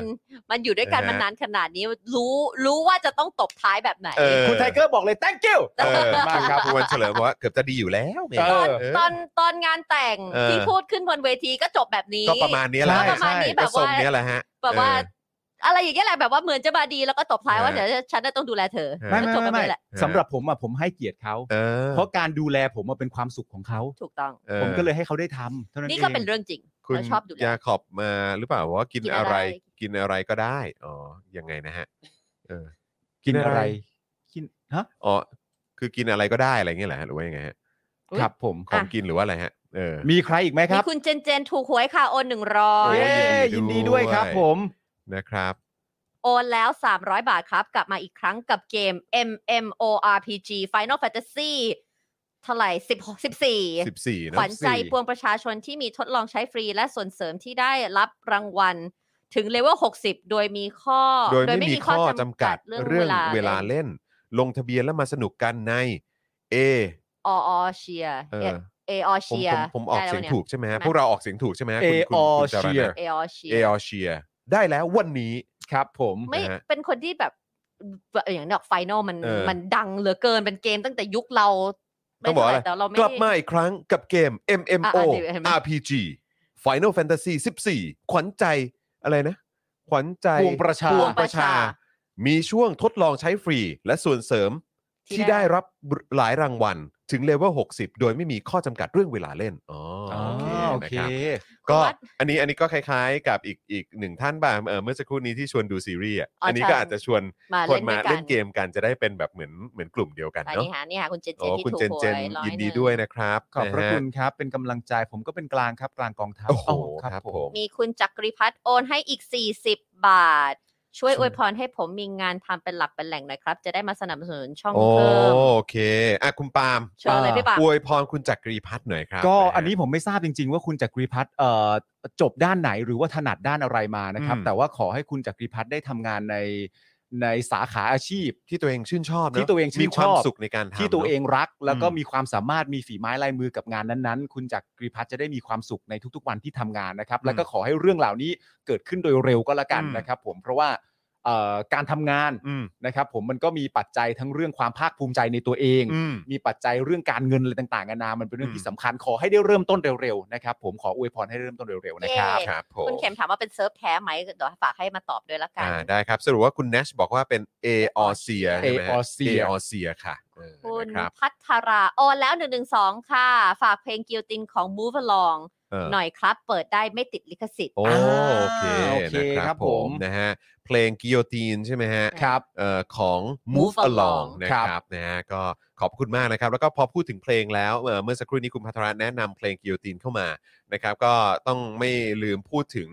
มันอยู่ด้วยกัน
นะฮะ
มานานขนาดนี้รู้รู้ว่าจะต้องตบท้ายแบบไหน
เออ
คุณไทเกอร์บอกเลย thank you
เออ
มากครับ [LAUGHS]
คุณวันเฉลิมบอกว่าเกือบจะดีอยู่แล้วเนี่ย
เออ
ตอนตอนงานแต่ง
เออ
ที่พูดขึ้นบนเวทีก็จบแบบนี้
ก็ประมาณนี้แหละ
ก็ประมาณนี้แบบ
ก็ทรง
ว่า
เนี้ยแหละฮะ
แบบว่า
เออ
อะไรอย่างเงี้ยแหละแบบว่าเหมือนจะมาดีแล้วก็ตบท้ายว่า
เออ
เดี๋ยวฉันจะต้องดูแลเธอ
เออ
ไม่
ก็
ไม่
จบแบบ
ไม่ไม่
นี้แหละ
สำหรับผมอะผมให้เกียรติเขา
เออ
เพราะการดูแลผมอะเป็นความสุขของเขา
ถูกต้อง
ออ
ผมก็เลยให้เขาได้ทำเท่านั้นเอง
นี่ก็เป็นเรื่องจริง
คุณ
เราชอบดูแล
ยาขอบมาหรือเปล่าว่ากินอะไร กินอะไรก็ได้อ๋อยังไงนะฮะเออ
กินอะไร
กินอะไร
กินฮะ
อ๋อคือกินอะไรก็ได้อะไรเงี้ยแหละหรือว่ายังไงฮะ
อุ๊ย
ครับผม
ของกินหรือว่าอะไรฮะเออ
มีใครอีกไหมค
มี
รับ
คุณเจนเจนถูกหวยค่ะโอนหนึ่งร้อย
เย้
ยิ
ยิ
น
น
ดี
ดี
ด้
ด้
ว
วย ยครับผม
นะครับ
โอนแล้ว 300 บาทครับ กลับมาอีกครั้งกับเกม MMORPG Final Fantasy เท่าไหร่10
14
14
นะ
ขวัญใจ
สี่
ปวงประชาชนที่มีทดลองใช้ฟรีและส่วนเสริมที่ได้รับรางวัล ถึงเลเวล 60 โดยมีข้อ
โดยไม่มีข้อจำกัดเรื่องเวลา
เล่น
เล่น ลงทะเบียนแล้วมาสนุกกันใน A
อออเชีย
เออ
เออ
ผม
เชีย
ผมผมออกเสียงถูกใช่ไหมฮะ
ใช่ไหม
พวกเราออกเสียงถูกใช่ไหมฮะคุณ
A
คุณคุณ
or
จารัต
Sheer
น์
เออเชีย
เออเชียได้แล้ววันนี้
ครับผม
ไม่
นะฮะ
เป็นคนที่แบบแบบอย่างนี้หรอกไฟนอลมัน
เออ
มันดังเหลือเกินเป็นเกมตั้งแต่ยุคเรา
ต้องบอกอะไร
ไม่เท่าไหร่แต่เราไม่
กลับมา
ได้
อีกครั้งกับเกม MMO
อ่ะอ่ะเดี๋ยวเห็นไหม
RPG Final Fantasy 14 ขวัญใจอะไรนะ ขวัญใจ
ปวงประชา
ปวงประชา มีช่วงทดลองใช้ฟรีและส่วนเสริม
ที่
ที่
ได้
ได้รับหลายรางวัล ถึงเลเวล60 โดยไม่มีข้อจำกัดเรื่องเวลาเล่นอ๋ออโอเคนะครับ ก็
วัด
อันนี้อันนี้ก็คล้ายๆ กับอีกอีกหนึ่งท่านบ้างเออเมื่อสักครู่นี้ที่ชวนดูซีรีส์อ่ะ
อ๋ออั
อันนี้
ใช่
ก็อาจจะชวน
มา
คนมา
เล่นด้วยกั
เล่
น
นเกมกันจะได้เป็นแบบเหมือนเหมือนกลุ่มเดียวกัน
อัน
เนาะ
นี้หานี่ค่ะคุณเจนเจ
โอ้
นที่
คุณ
ถูก
เจน
หว
เจน
ยร้อ
ยินดี
หง
ด้วยนะครับ
ขอบพระ
นฮ
คุณครับ เป็นกำลังใจผมก็เป็นกลางครับกลางกองทัพ
โอ้โห
เา
ครับผม
มีคุณจักริพัฒน์โอนให้อีก 40 บาท ช่วย
ใช่
อวยพรให้ผมมีงานทำเป็นหลักเป็นแหล่งหน่อยครับ จะได้มาสนับสนุนช่อง
โอ้
เพิ่ม
โอเคอ่ะคุณปาล์ม
เชิญเลยพี่ปาล์ม
อวยพรคุณจักรีพัฒน์หน่อยครั
ก็
บะฮะ
อันนี้ผมไม่ทราบจริง ๆ ว่าคุณจักรีพัฒน์เอ่อจบด้านไหนหรือว่าถนัดด้านอะไรมานะครับ
อืม
แต่ว่าขอให้คุณจักรีพัฒน์ได้ทำงานในในสาขาอาชีพ
ที่ตัวเองชื่นชอบนะ
ที่ตัวเองชื่น
มีความ
ชอบ
สุขในการทำ
ที่ตัวเอง
นะ
รัก แล้วก็
อืม
มีความสามารถมีฝีไม้ลายมือกับงานนั้นๆ คุณจักรีพัฒน์จะได้มีความสุขในทุกๆ วันที่ทำงานนะครับ แล้วก็ขอให้เรื่องเหล่านี้เกิดขึ้นโดยเร็วก็แล้วกันนะครับ ผมเพราะว่าเอ่อการทำงาน
อืม
นะครับผมมันก็มีปัจจัยทั้งเรื่องความภาคภูมิใจในตัวเอง
อืม
มีปัจจัยเรื่องการเงินอะไรต่างๆนานา มันเป็นเรื่อง
อื
ที่
ม
สำคัญขอให้ได้เริ่มต้นเร็วๆนะครับผมขออวยพรให้เริ่มต้นเร็วๆนะครับ
ครับผม
คุณเข็มถามว่าเป็นเซิร์ฟแท้ไหมเดี๋ยวฝากให้มาตอบด้วยละกัน
อ่าได้ครับสรุปว่าคุณเนชบอกว่าเป็น A or C ใช่ไหมฮะ
A or C
A or C ค่ะเออ
คุณ
นะครับ
พัทราโอนแล้ว 112 ค่ะ ฝากเพลงกิวตินของ Move Along
เออ
หน่อยครับ เปิดได้ไม่ติดลิขสิทธิ์
โอ้
อ่า
โอเค
โอเค
นะค
ครั
รับบ ผ
ผม ม
นะฮะเพลงกิโยตีนใช่ไหมฮะ
ครับ
เอ่อของ Move
Move
Along
Along
นะครับนะฮะก็ขอบคุณมากนะครับ แล้วก็พอพูดถึงเพลงแล้วเอ่อเมื่อสักครู่นี้คุณพัทรแนะนำเพลงกิโยตีนเข้ามานะครับ ก็ต้องไม่ลืมพูดถึง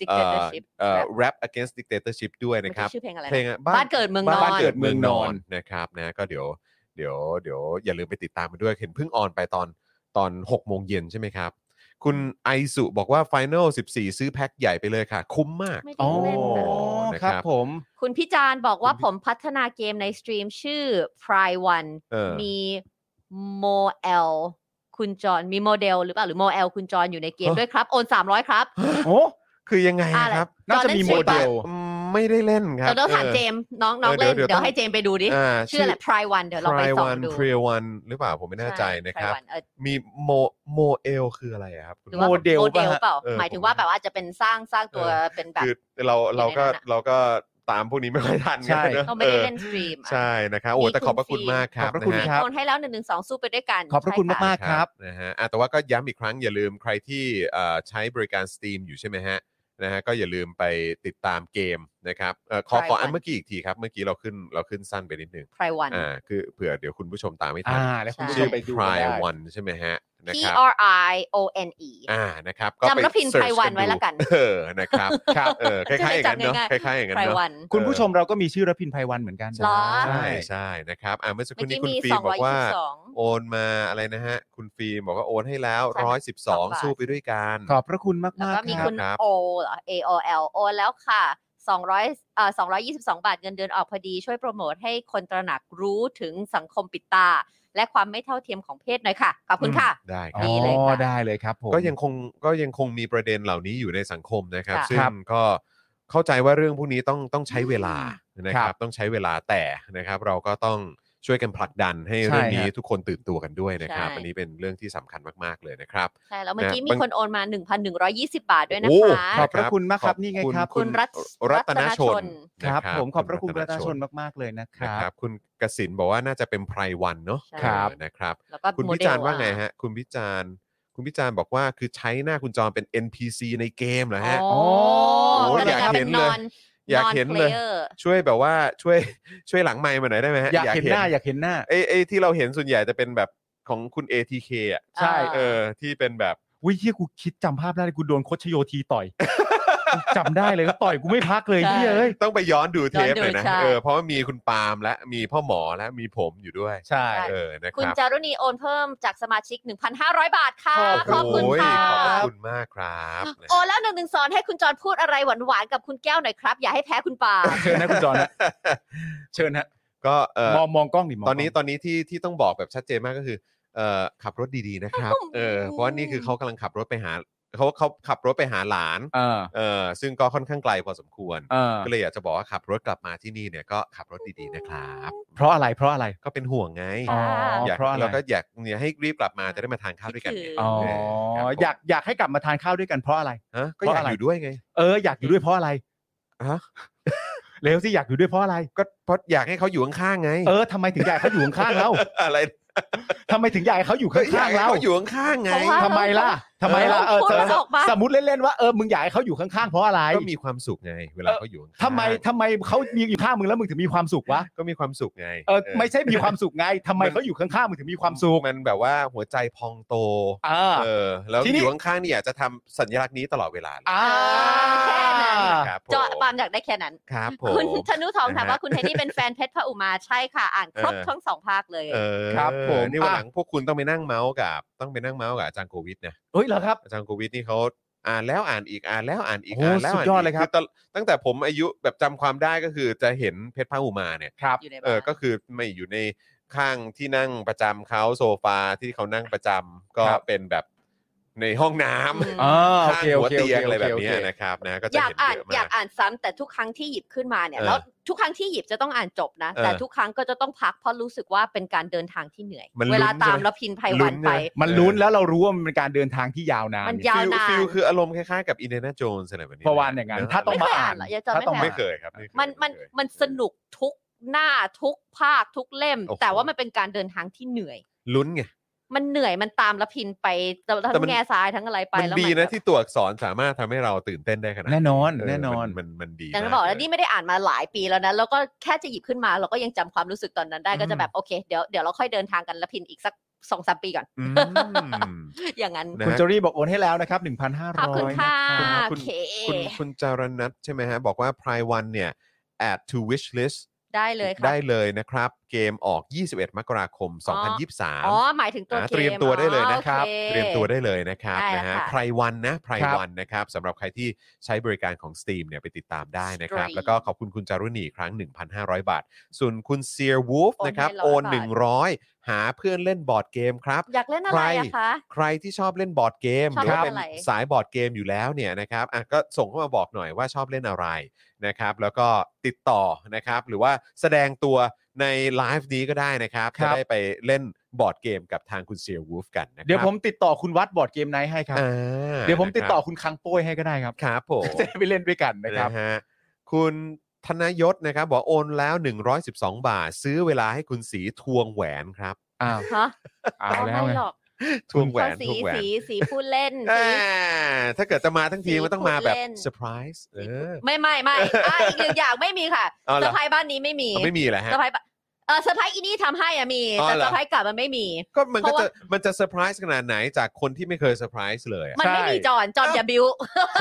Dictatorship
เอ่อเอ่อ rap against dictatorship ด้วย
มัน
นะค
คื
รั
อบ ชื่อเพลงอะไรนะ
เพลงอะ
บ้านเกิดเมืองนอน
บ้านเกิดเมืองนอนนะครับนะก็เดี๋ยวเดี๋ยวเดี๋ยวอย่าลืมไปติดตามมันด้วยเห็นเพิ่งออนไปตอนตอน6โมงเย็นใช่ไหมครับ คุณไอสุบอกว่า Final 14 ซื้อแพ็คใหญ่ไปเลยค่ะ คุ้มมาก
ไม่ได้
อ๋อ
เล่นนะ
นะค
ค
รั
รับ บผม
คุณพิจารณ์บอกว่า
คุณพิ
ผมพัฒนาเกมในสตรีมชื่อ p r i One
เออ
มีโมเอลคุณจอนมีโมเดลหรือเปล่าหรือโมเอลคุณจอนอยู่ในเกมด้วยครับ โอน300 ครับ
โอ้
คือยังไง
อ่า
อะครับ
น่าจะมีโมเดล
อืมไม่ได้เล่นครับ
เราต้องถาม
ออ
เจมส์น้องน้อง
เออ
เล่น
เดี๋ยวเดี๋ยวต้อง
เดี๋ยวให้เจมส์ไปดูดิ
อ่า
ชื่ออะไร p r i One เดี๋ยวเราไปส่อง
วัน
ดู
พรีวันหรือเปล่าผมไม่แน่ใจนะครับ
ใช่ Pry One เออ
มีโมโมเอลคืออะไรอะครับคุณ
หรือว่า
โมเดล
โมเดล
ป่ะ
เปล่า
เออ
หมาย
ผ
ถึง
ม
ว่าแบบว่าจะเป็นสร้างสร้างตัว
เออ
เป็นแบบ
คือเราเราก็
อยู่ในนั้นอะ
เราก็ตามพวกนี้ไม่ค่อยทัน
ใช่
นอะ
เราไม่
อ
ได้
อ
เล่นสตรีมอะ
ใช่นะครับโอ้
มี
แต่
คุณ
ขอบพระคุณ
ฟิล์ม
มากครับ
ขอบพระคุณ
นฮ
ครับ
โอนให้แล้ว1นึสู้ไปด้วยกัน
ขอบพระคุณ
ใช่
มากๆครับ
นะฮะอ่ะแต่ว่าก็ย้ำอีกครั้งอย่าลืมใครที่เอ่อใช้บริการ Steam อยู่ใช่ไหมฮะนะฮะก็อย่าลืมไปติดตามเกมนะครับเอ่อขอขออันเมื่อกี้อีกทีครับเมื่อกี้เราขึ้นเราขึ้นสั้นไปนิดนึง
พรวัน
อ่าคือเผื่อเดี๋ยวคุณผู้ชมตามไม่ทั
อ่าน แล้วคุณ
ใช่
ผู้ช
ชื่อ
มไปดูกัน
Try
ได้
One ใช่ไหมฮะนะ
P
ครับ
R I O N E
อ่านะครับก็
จำ
ไป
รพิน
search
ไพรวันไว้ละกัน
ดูเออนะครับครับเออคล้ายๆอย่างนั้นเนาะ
จะ
ค
ได้จำง่ายๆ
ล้ายๆอย่างนั้น
พร
เนาะ
วัน
คุณผู้ชมเราก็มีชื่อรพินไพวันเหมือนกัน
หรอ
ใช่ใช่นะครับอ่าเมื่อสักค
เมื่
รู่
อ
นี้
กี้
คุณ
มี
ฟิล์มบอกว่า
212
โอนมาอะไรนะฮะ คุณฟิล์มบอกว่าโอนให้แล้ว
ใช่ค่ะ12
112 สู้ไปด้วยกัน
ขอบพระคุณมาก
แล้ว
มาก
ก็
ๆ
มี
ครั
คุ
บ
ณ
ครับ
โอเหรอ A O L โอแล้วค่ะ 200เอ่อ222 บาทเงินเดือนออกพอดี ช่วยโปรโมทให้คนตระหนักรู้ถึงสังคมปิดตา และความไม่เท่าเทียมของเพศหน่อยค่ะ ขอบคุณค่ะ
ได้ครับ
อ๋
ดีเลย
อ
ค่ะ
ได้เลยครับผม
ก็ยังคงก็ยังคงมีประเด็นเหล่านี้อยู่ในสังคมนะครับ
ค่ะ
ซึ่ง
ครับ
ก็เข้าใจว่าเรื่องพวกนี้ต้องต้องใช้เวลานะค
ครั
รับ
บ
ต้องใช้เวลาแต่นะครับ เราก็ต้องช่วยกันผลักดันให้เรื่องนี้
ใช่ฮะ
ทุกคนตื่นตัวกันด้วยนะครับ อันนี้เป็นเรื่องที่สำคัญมากๆเลยนะครับ
ใช่ แล้วเมื่อกี้
นะ
มีคนโอนมา 1,120 บาทด้วยนะ
โอ้
คะ
ขอบพระคุณมากครับนี่ไงครับ
คุณรัต
รัตนชน
รัตนชน
ครับ
นะ
ผมขอบพระคุณ
ณ
ประชาชนมากๆเลยนะค
นะ
รั
ครับ บคุณกสินบอกว่าน่าจะเป็นไพรวันเนาะ
ใช่ครับ
เออนะครับ
แล้วก็
คุณ
โม
วิ
เดล
จารณ์ว่า
อะ
ไงฮะ คุณวิจารณ์ คุณพิจารณ์บอกว่าคือใช้หน้าคุณจอมเป็น NPC ในเกมเหรอฮะ
อ๋อ
โอ้อ
แต่
ยาก
จะ
เห็
เป็น น
เล
น
ย
อน
อยากเห็นเลย
อ player
ช่วยแบบว่าช่วยช่วยหลังไมค์มาหน่อยได้ไหมฮะ
อยากเห็นหน้าอยากเห็นหน้า
ไอ้ไอ้ที่เราเห็นส่วนใหญ่จะเป็นแบบของคุณ ATK อ่ะ
า
ใช่
เออที่เป็นแบบ
วิเฮียกูคิดจำภาพได้เลยกูโดนโคชโยทีต่อย กูจำได้เลยก็ต่อยกูไม่พักเลย
ใช่
เฮียเอ้ย
[LAUGHS] ต้องไปย้อนดูเทป
ย้อน
ห
ดู
น่อยนะ
ใช่
เออเพราะว่ามีคุณปาล์มและมีพ่อหมอและมีผมอยู่ด้วย
ใช่
เออนะค
คุณ
รับ
จารุณีโอนเพิ่มจากสมาชิก 1,500 บาทค่ะ
ข
ข
อ
อ
บบ
คุ
คุ
ณ ณ
โอ้ย
ค่ะ
ขอบพระคุณมากครับนะ
โอนแล้วหนึ่งหนึ่งสอนให้คุณจอนพูดอะไรหวานๆกับคุณแก้วหน่อยครับ อย่าให้แพ้คุณปาล์ม
เชิญนะคุณจอนนะเชิญฮะ
ก็เออ
มองมองกล้องดิมง
ตอนนี้
กล้ง
ตอนนี้ที่ที่ต้องบอกแบบชัดเจนมากก็คือเออขับรถดีๆ
[LAUGHS]
นะครับเออเพราะว่านี่คือเขากำลังขับรถไปหาเขาเขาขับรถไปหาหลาน
เออ
เออซึ่งก็ค่อนข้างไกลพอสมควร
เออ
ก็เลยอยากจะบอกว่าขับรถกลับมาที่นี่เนี่ยก็ขับรถดีๆนะครับ
เพราะอะไรเพราะอะไร
ก็เป็นห่วงไง
อ๋อ
อยาก
เพราะอะไร
แล้วก็อยากเนี่ยให้รีบกลับมาจะได้มาทานข้าวด้วยกันไง
คิดถึง
เค
อ๋อ
รับผม
อยากอยากให้กลับมาทานข้าวด้วยกันเพราะอะไร
ฮะก็อยากอยู่ด้วยไง
เอออยากอยู่ด้วยเพราะอะไร
ฮะ
เร็วสิอยากอยู่ด้วยเพราะอะไร
ก็เพราะอยากให้เขาอยู่ข้างๆไง
เออทำไมถึงอยากให้เขาอยู่ข้างๆเรา
อะไร
ทำไมถึงอยากให้เขาอยู่
ก็อยาก
ข้าง
ให้
ๆเรา
เขาอยู่ข้างๆไง
เพราะว่า
ทำไมล่ะทำไมล่ะเออ
พูดมันออกมา
สมมติเล่นๆว่าเออมึงอยากให้เขาอยู่ข้างๆเพราะอะไร
ก็มีความสุขไง เวลาเขาอยู่ข้างๆ
ทำไมทำไมเขามีอยู่ข้างมึงแล้วมึงถึงมีความสุขวะ
ก็มีความสุขไง
เออไม่ใช่มีความสุขไงทำไมเขาอยู่ข้างๆมึงถึงมีความสุข
มันแบบว่าหัวใจพองโต
อ่า
เออแล้ว
ที
อ
นี้
ยู่ข้างๆนี่อยากจะทำสัญลักษณ์นี้ตลอดเวลาเลย
อ่า
แค่นั้น
ครับผม
จอปาล์มอยากได้แค่นั้น
ครับผ
คุณ
ม
ธนุทองถาม
นะฮะ
ว่าคุณเทนนี่เป็นแฟนเพชรพระอุมาใช่ค่ะ อ่านครบ
เออ
ทั้งสองภาคเลย
เออ
ครับผม
นี่วันห
อ่ะ
ลังพวกคุณต้องไปนั่งเมาส์กับ ต้องไปนั่งเมาส์กับอาจารย์โควิดนะ
เฮ้ยเหรอครับ
อาจารย์โควิดนี่เขาอ่านแล้วอ่านอีกอ่านแล้วอ่านอีก
โอ้
อ่านแล้ว
สุดยอดเลยครับ
อตอนตั้งแต่ผมอายุแบบจำความได้ก็คือจะเห็นเพชรพระอุมาเนี่ย
ครับ
อยู่ใน
เอ
บ้า
อน ก็คือไม่อยู่ในข้างที่นั่งประจำเขาโซฟาที่เขานั่งประจำก็
ครับ
เป็นแบบในห้องน้ำ
อืม
อ่าโอ
ข้าง
เค
หั
โอ
ว
เค
เตียง
โเค
อะไรแบบ
โเค
เนี้ย
โเค
นะครับนะก็จะ
อยาก
เห็น
อ่าน
เยอะมาย
อาก กอ่านซ้ำแต่ทุกครั้งที่หยิบขึ้นมาเนี่ย
เออ
แล้วทุกครั้งที่หยิบจะต้องอ่านจบนะ
เออ
แต่ทุกครั้งก็จะต้องพักเพราะรู้สึกว่าเป็นการเดินทางที่เหนื่อย
มันลุ้น
เวลาตาม
ใช่ไหม
แล้วพินภัยวัน
ลุ้น
ไป
ใช่ไหม
มันลุ้นแล้วเรารู้ว่ามันเป็นการเดินทางที่ยาวนาน
มันยาว
ฟิล
นน
ฟิลคืออารมณ์คล้ายๆกับอินเด a าโจนส์อะไรแบบนี้
ประวันอย่างนั้น
ะ
ถ้าต้อง
ไม่
มา
เคย
อ่า
อ่าน นเหรออย่าจำ
ถ้าต้อง
ไม่
ไม่
เค
เค
ย
ยครับไเคย
มันมัน
ไเคย
มันสนุกทุกหน้าทุกภาคทุกเล่ม
โอ้โห
แต่ว่ามันเป็นการเดินทางที่เหนื่อย
ลุ้นไง
มันเหนื่อยมันตามละพินไปทั้
แต่มัน
งแง่ซ้ายทั้งอะไรไป
มัน
แล้ว
ดี
มัน
นะ
แบบ
ที่ตัวอักษรสามารถทำให้เราตื่นเต้นได้ขนาด
แน่นอน
เ
แน่นอน
มัมันมันดี
อย่างที่
มา
บอกแล้ว
เย
นี่ไม่ได้อ่านมาหลายปีแล้วนะแล้วก็แค่จะหยิบขึ้นมาเราก็ยังจำความรู้สึกตอนนั้นได้ก็จะแบบโอเคเดี๋ยวเดี๋ยวเราค่อยเดินทางกันละพินอีกสักสองสามปีก่อน
อืม
อย่างนั้น
นะ
คุณโจรี่บอกโอนให้แล้วนะครับ 1,500
ขอบคุณค่ะ
ขอบ
โอ
คุณ
เค
ค่ะ คุณคุณจารณัทใช่ไหมฮะ บอกว่าพรายวันเนี่ย add to wish list
ได้เลยค่ะ
ได้เลยนะครับ เกมออก 21 มกราคม
อ๋
2023
อ๋อ หมายถึงตัว
อ่า
เกม
เตรียมตัวได้เลย
อ๋อ
นะครับ
โอค
เตรียมตัวได้เลยนะครับ
ได้แล้ว
นะฮะ
ค่ะ
ไพรวันนะไพรวันนะครับสำหรับใครที่ใช้บริการของ Steam เนี่ยไปติดตามได้นะครับ
Stream
แล้วก็ขอบคุณคุณจารุณีอีกครั้ง 1,500 บาท ส่วนคุณเซียร์วูฟ
โอนให้
นะครับ
100
โอน
บาท
100 หาเพื่อนเล่นบอร์ดเกมครับ
อยากเล่นอะไรอะคะ
ใครที่ชอบเล่นบอร์ดเกมห
ชอบ
รือว่าเป็
เล่
น น
อะไร
สายบอร์ดเกมอยู่แล้วเนี่ยนะครับอ่ะก็ส่งเข้ามาบอกหน่อยว่าชอบเล่นอะไรนะครับ แล้วก็ติดต่อนะครับ หรือว่าแสดงตัวในไลฟ์นี้ก็ได้นะครับ
ครั
จะ
บ
ได้ไปเล่นบอร์ดเกมกับทางคุณเซียวูฟกันนะครับ
เดี๋ยวผมติดต่อคุณวัดบอร์ดเกมไนท์ให้ครับ
อ่า
เดี๋ยวผมติดต่อ
นะครับ
คุณคังโป้ยให้ก็ได้ครับ
ครับผม
จะได้ไปเล่นด้วยกันนะครับ
นะฮะคุณธนยศนะครับบอกโอนแล้ว 112 บาท ซื้อเวลาให้คุณสีทวงแหวนครับ
อ้าว
ฮะ
เอาแล้วไง
ไม่หรอก
ทวงแหวน
เขา
ท
สี
วงแหวน
สีสีพูดเล่น
อ่า
สี
ถ้าเกิดจะมาทั้งที
สี
มันต้องมาแบบ
พูดเล่น
เซอร์ไพรส์เออ
ไม่ไม่ไม่อ่ะอีกหนึ่งอย่างไม่มีค่ะ
เอาเหรอ
เซอร์ไพรส์บ้านนี้ไม่มี
มันไม่มีแหละฮะ
เซอร์ไพรส์บ้านเออเซอร์ไพรส์อีนี่ทำให้อะมี
อ๋อ
แต่
เหรอ
เซอร์ไพรส์กลับมันไม่มี
ก็มันก็
เพราะว่า
จะมันจะเซอร์ไพรส์ขนาดไหนจากคนที่ไม่เคยเซอร์ไพรส์เลยอะ
มันไม่
ใช่
มีจอนจอนอย่าบิว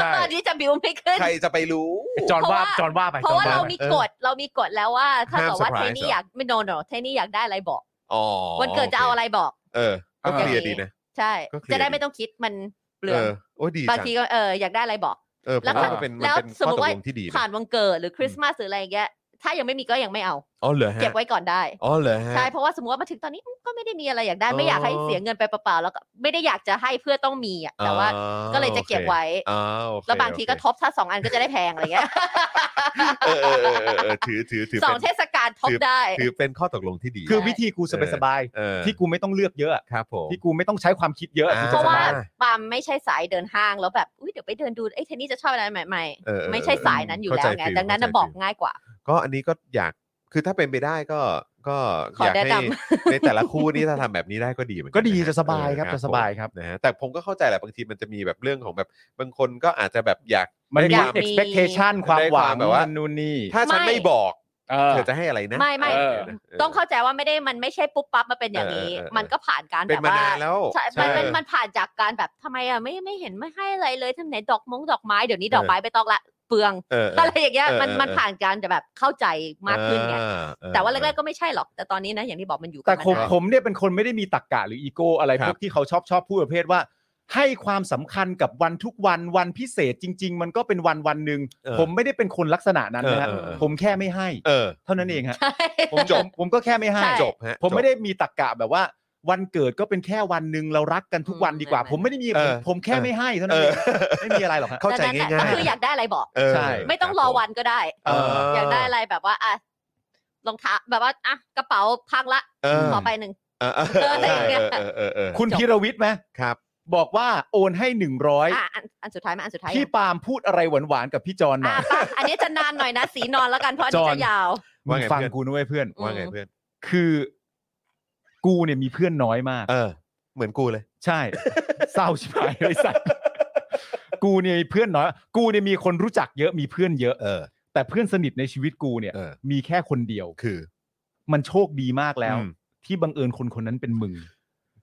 ใช่
[LAUGHS] อันนี้จะบิวไม่ขึ้น
ใครจะไปรู้
จอนว่า
เพราะว่า
จอนว่าไป
เพราะว่า
จอน
เรา
ไป
มีกฎเรามีกฎแล้วว่า ถ้า
ห้าม
เกิดว่าเท
surprise
นี่
เหรออ
อยากไม่โนนหรอเทนี่อยากได้อะไรบอก
อ๋อ
วันเกิดจะเอาอะไรบอก
เออก็เคลียร์ดีนะ
ใช่
ก็เคลียร์
จะได้ไม่ต้องคิดมันเปลื
เอ
อง
อโอ้ยดี
บาง
จัง
ทีก็เอออยากได้อะไรบอก
เออผม
แล้ว
ว่า
ถ้า
มันเป็น
แล้
มัน
ว
เป็น
สม
ข้อ
มุ
ตกลง
ติว่า
ที่ดีนะ
ผ่านวันเกิดหรือคริสต์มาสหรืออะไรอย่างเงี้ยถ้ายังไม่มีก็ยังไม่เอา
อ๋อเหรอฮะ
เก็บไว้ก่อนได้
อ๋อเหรอฮะ
ใช่ เพราะว่าสมมติว่ามาถึงตอนนี้ก็ไม่ได้มีอะไรอยากได้
อ๋อ
ไม่อยากให้เสียเงินไปเปล่าๆแล้วก็ไม่ได้อยากจะให้เพื่อต้องมีอ่ะแต่ว่า
อ๋อ
ก็เลยจะเก็บไว้
โอเคอ๋อโอเค
แล้วบางทีก็
โอเค
ท็อปถ้าสองอันก็จะได้แพงอะไรเงี้ย
เออเออเออเออเออถือ [LAUGHS] ถือถือ
สอง
เป็น
เทศกาลท็อปได้
ถือเป็นข้อตกลงที่ดี
คือวิธีกูสบาย
เออ
ๆที่กูไม่ต้องเลือกเยอะ
ครับผม
ที่กูไม่ต้องใช้ความคิดเยอะ
อ่า
กู
เพ
จะ
ราะ
ส
ว่า
บาย
ปามไม่ใช่สายเดินห้างแล้วแบบอุ้ยเดี๋ยวไปเดินดูเอ้ยเทนนี่จะชอบอะไรใหม่
เออเออ
ๆไม่ใช่สายนั้นอยู่แล้วไง
เข้าใจฟิล
ดังนั้นน่ะ
เข้าใจฟิล
บอกง่ายกว่า
ก็อันนี้ก็อยากคือถ้าเป็นไปได้ก็ ก็
ขอ
อยาก
แนะ
ให้
น
ในแต่ละคู่นี่ถ้าทำแบบนี้ได้ก็ดีเหมือนกัน
[LAUGHS] ก็ดี
นฮ
จะสบายครับ
เออ
จะสบายครับ
ผมนะฮะแต่ผมก็เข้าใจแหละบางทีมันจะมีแบบเรื่องของแบบบางคนก็อาจจะแบบอยาก
มันมี
อยากมี
expectation ความ
ได้
ห
ความ
วัง
แบบว่า
นู่นนี่
ถ้าฉัน
ไม่
ไม่บอก
เออ
เธอจะให้อะไรนะ
ไม่ไม่
เออนะเ
ต้องเข้าใจว่าไม่ได้มันไม่ใช่ปุ๊บปั๊บมาเป็นอย่างนี้
เออเออเออ
มันก็ผ่านการ
เป็
แบ
น
บว่าน
มาานแล้ว
ใช่มันมัน
เออ
มันผ่านจากการแบบทำไมอ่ะไม่ไม่เห็นไม่ให้อะไรเลยทำไหนดอกมงดอกไม้เดี๋ยวนี้ดอก
เออ
ไม้ไปตองละเปลือง
เออเออ
อะไรอย่างเงี้ย
เออ
มัน
เออ
มันผ่านการจะแบบเข้าใจมากขึ้นไง
อ่าเออ
แต่ว่าแรกๆก็ไม่ใช่หรอก แต่ตอนนี้นะอย่างที่บอกมันอยู่กับ
แต่
มัน
ผม
นะ
ผมเนี่ยเป็นคนไม่ได้มีตรกกะหรืออีโก้อะไร
ครั
พ
บ
วกที่เขาชอบชอบพูดประเภทว่า ให้ความสำคัญกับวันทุกวันวันพิเศษจริง ๆ มันก็เป็นวันวันหนึ่ง
เออ
ผมไม่ได้เป็นคนลักษณะนั้นนะฮะ
เออเออเออ
ผมแค่ไม่ให้
เออ
เท่านั้นเองฮะ
ผมจบ
ผมผมก็แค่ไม่ให้
ใช่
จบฮะ
ผมไม่
จบ
ได้มีตรกกะแบบว่า วันเกิดก็เป็นแค่วันหนึ่งเรารักกันทุกวันดีกว่า
อืม
ผมไม่ได้มี
เออ
ผมผมแค่
เออ
ไม่ให้เท่านั้นเอง
เออ
ไม่มีอะไรหรอกฮะ
เข้าใจ
นั่นแหละ
ง่าย
ก็คืออยากได้อะไรบอก
ๆเออ
ใช่
ไม่ต้องรอวันก็ได้
เออ
อ
อย
ากได้อะไรแบบว่าอ่ะรองเท้าแบบว่าอ่ะกระเป๋าพังละ
เออ
ขอไปหนึ่ง
เออเออ
อะไรอย่างเงี้ย
เออเออเออ
คุณพีรวิทย์ไหม
ครับ
บอกว่าโอนให้หนึ่งร้อย
อ่ะอันอันสุดท้ายมาอันสุดท้าย
พี่ปาล์มพูดอะไรหวานๆกับพี่จอนหน่
อ่ะ
อย
ป่ะอันนี้จะนานหน่อยนะ สีนอนแล้วกันเพราะอันนี้
จอน
จะยาว
มึ
ว่าไง
งฟัง
เพื่อน
กูนะเว้ยเพื่อน
ว่าไงเพื่อน
คือกูเนี่ยมีเพื่อนน้อยมาก
เออ เหมือนกูเลย
ใช่
[LAUGHS]
เศร้าชิบหายเลยสัตว์กูเนี่ยมีเพื่อนน้อย กูเนี่ยมีคนรู้จักเยอะมีเพื่อนเยอะ
เออ
แต่เพื่อนสนิทในชีวิตกูเนี่ย
เออ
มีแค่คนเดียว
คือ
มันโชคดีมากแล้ว
อืม
ที่บังเอิญคนคนนั้นเป็นมึง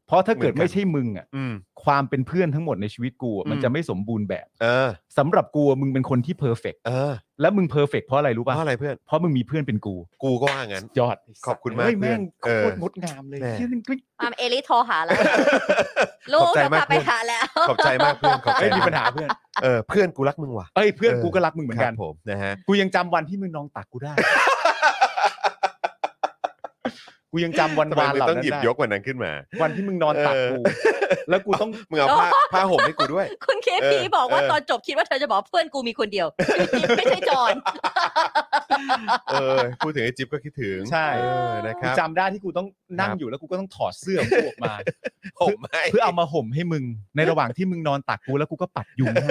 เพราะถ้าเกิด
เหมือนกัน
ไม่ใช่มึงอ่ะ
อืม
ความเป็นเพื่อนทั้งหมดในชีวิตกูอะ
อืม
มันจะไม่สมบูรณ์แบบ
เออ
สำหรับกูอะมึงเป็นคนที่เพอร์เฟก
เออ
และมึงเพอร์เฟกเพราะอะไรรู้
เพราะ
ป่ะ
อะไรเพื่อน
เพราะมึงมีเพื่อนเป็นกู
กูก็ว่างั้น
ยอด
ขอบคุณมาก
เฮ้ยแม่ง
เพื่
โค
อน
ตรงดงามเลย
แม่
เหี้ยนี่ก็
มามเอลิโทรหาแล้วลู
ข
ก
อบใจ
เดี๋ยว
มาก
กลับไป
เพื่อน
หาแล้ว
ขอบใจมากเพื่อน ขอบใจ
เอ้ยมี
ก
ปัญหาเพื่อน
เออ เพื่อนกูรักมึงว่ะ
เอ้ยเพื่อนกูก็รักมึงเหมือนกัน
ครับผมนะฮะ
กูยังจำวันที่มึงนองตักกูได้ กูยังจำวัน
ทำไม
วาน
มึง
เหล่า
ต้อง
นั้น
หยิบ
ได้
ยกวันนั้นขึ้นมา
วันที่มึงนอนตักกู
เอ
แล้วกูต้อง
มึงเอาผ้าผ้าห่มให้กูด้วย
คุณเค
เอ
พี
อ
บอกว่า
เออ
ตอนจบคิดว่าเธอจะบอกเพื่อนกูมีคนเดียว [LAUGHS] ชื่อจิ๊บไม่ใช่จอน
เออ พูดถึงไอ้จิ๊บก็คิดถึง
ใช่
เออ นะค
กู
รับ
จำได้ที่กูต้องนั่ง
ครับ
อยู่แล้วกูก็ต้องถอดเสื้อของกูออกมา
ผมไม่
เพื่อเอามาห่มให้มึง ในระหว่างที่มึงนอนตักกูแล้วกูก็ปัดยุงให้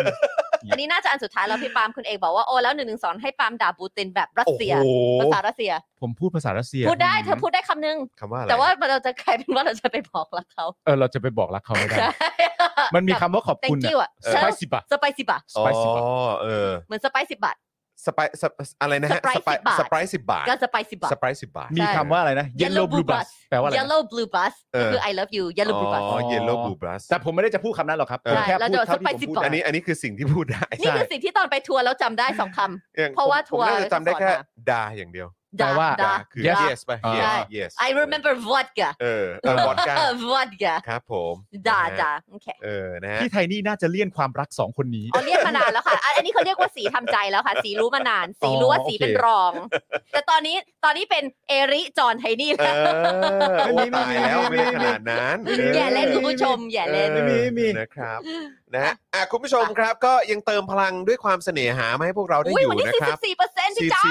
อันนี้น่าจะอันสุดท้ายแล้วพี่ปาล์มคุณเอกบอกว่าโอ้แล้วหนึ่งหนึ่งสอนให้ปาล์มด่าปูตินแบบรัส
โอ้
เซีย
โห
ภาษารัสเซีย
ผมพูดภาษารัสเซีย
พูดได้เธอพูดได้คำนึง
คำว่าอะไร
แต่ว่าเราจะกลายเป็นว่าเราจะไปบอกรักเขา
เออเราจะไปบอกรักเขาไม่ได้ มันมีคำว่าขอบคุณ
thank
อะ
you อ่ะ
สไปซิบะ
สไปซิบะ
อ๋อ
spicy
เออ
เหมือนสไปซิบะ
สไปซ์สไปซ์อะไรนะฮะ
Sprite 10บาท
สไปซ์สิบบาท
ก็สไปซิบะ
สไปซ์สิบบาท
มีคำว่าอะไรนะ yellow blue bus แปลว่าอะไรนะ
yellow blue bus
เออ
ก็คือ I love you yellow blue bus
อ๋อ yellow blue bus
แต่ผมไม่ได้จะพูดคำนั้นหรอกครับผม
ใช่
แค่
แล้ว
พูด
จะ
เท่า
ส
ที่ผมพูด
ไปซิบะ
อันนี้ อันนี้คือสิ่งที่พูดได้
[LAUGHS] นี่คือสิ่งที่ตอนไปทัวร์แล้วจำได้สองค
อย่ง
เพราะว่า
ผม
ทัวร์
ผมน่าจะจำได้แค่
สอน
ดาอย่างเดียว
ำ
แปลว่า
ด่า
คือ
Yes
yes ไป
อ่า
yes
ใช่
yes
I remember vodka
เออเอ
[LAUGHS]
อวอดก้า
vodka
ครับผม
ด่า
นะฮะ
ด่าโอเค
เออ นะฮะ
ที่ไทยนี่น่าจะเลี่ยนความรักสองคนนี้
อ๋อเรียกมานานแล้วค่ะ [LAUGHS] อันอันนี้เขาเรียกว่าสีทำใจแล้วค่ะ สีรู้มานาน สีรู้ว่าสีเป็น
โอเค
รอง แต่ตอนนี้ตอนนี้เป็นเอริจอนไทนี่
เอ
แล้ว
อ
ไม่
โอ้
มี
ตายแล้ว
ไม่
ไม่
มี
ได้ขนาดนั้น
ไม่มี
ออ
อย่าเล่นคุณผู้ชมอย่าเล่น
เออ
ไม่มีไม่มี
นะครับนะฮะอ่ะคุณผู้ชมครับก็ยังเติมพลังด้วยความเสน่หามาให้พวกเราได้
อุ้ย
อยู่
วันนี้
นะครับ
44เปอร์เซ็นต์พี่จ๊ะ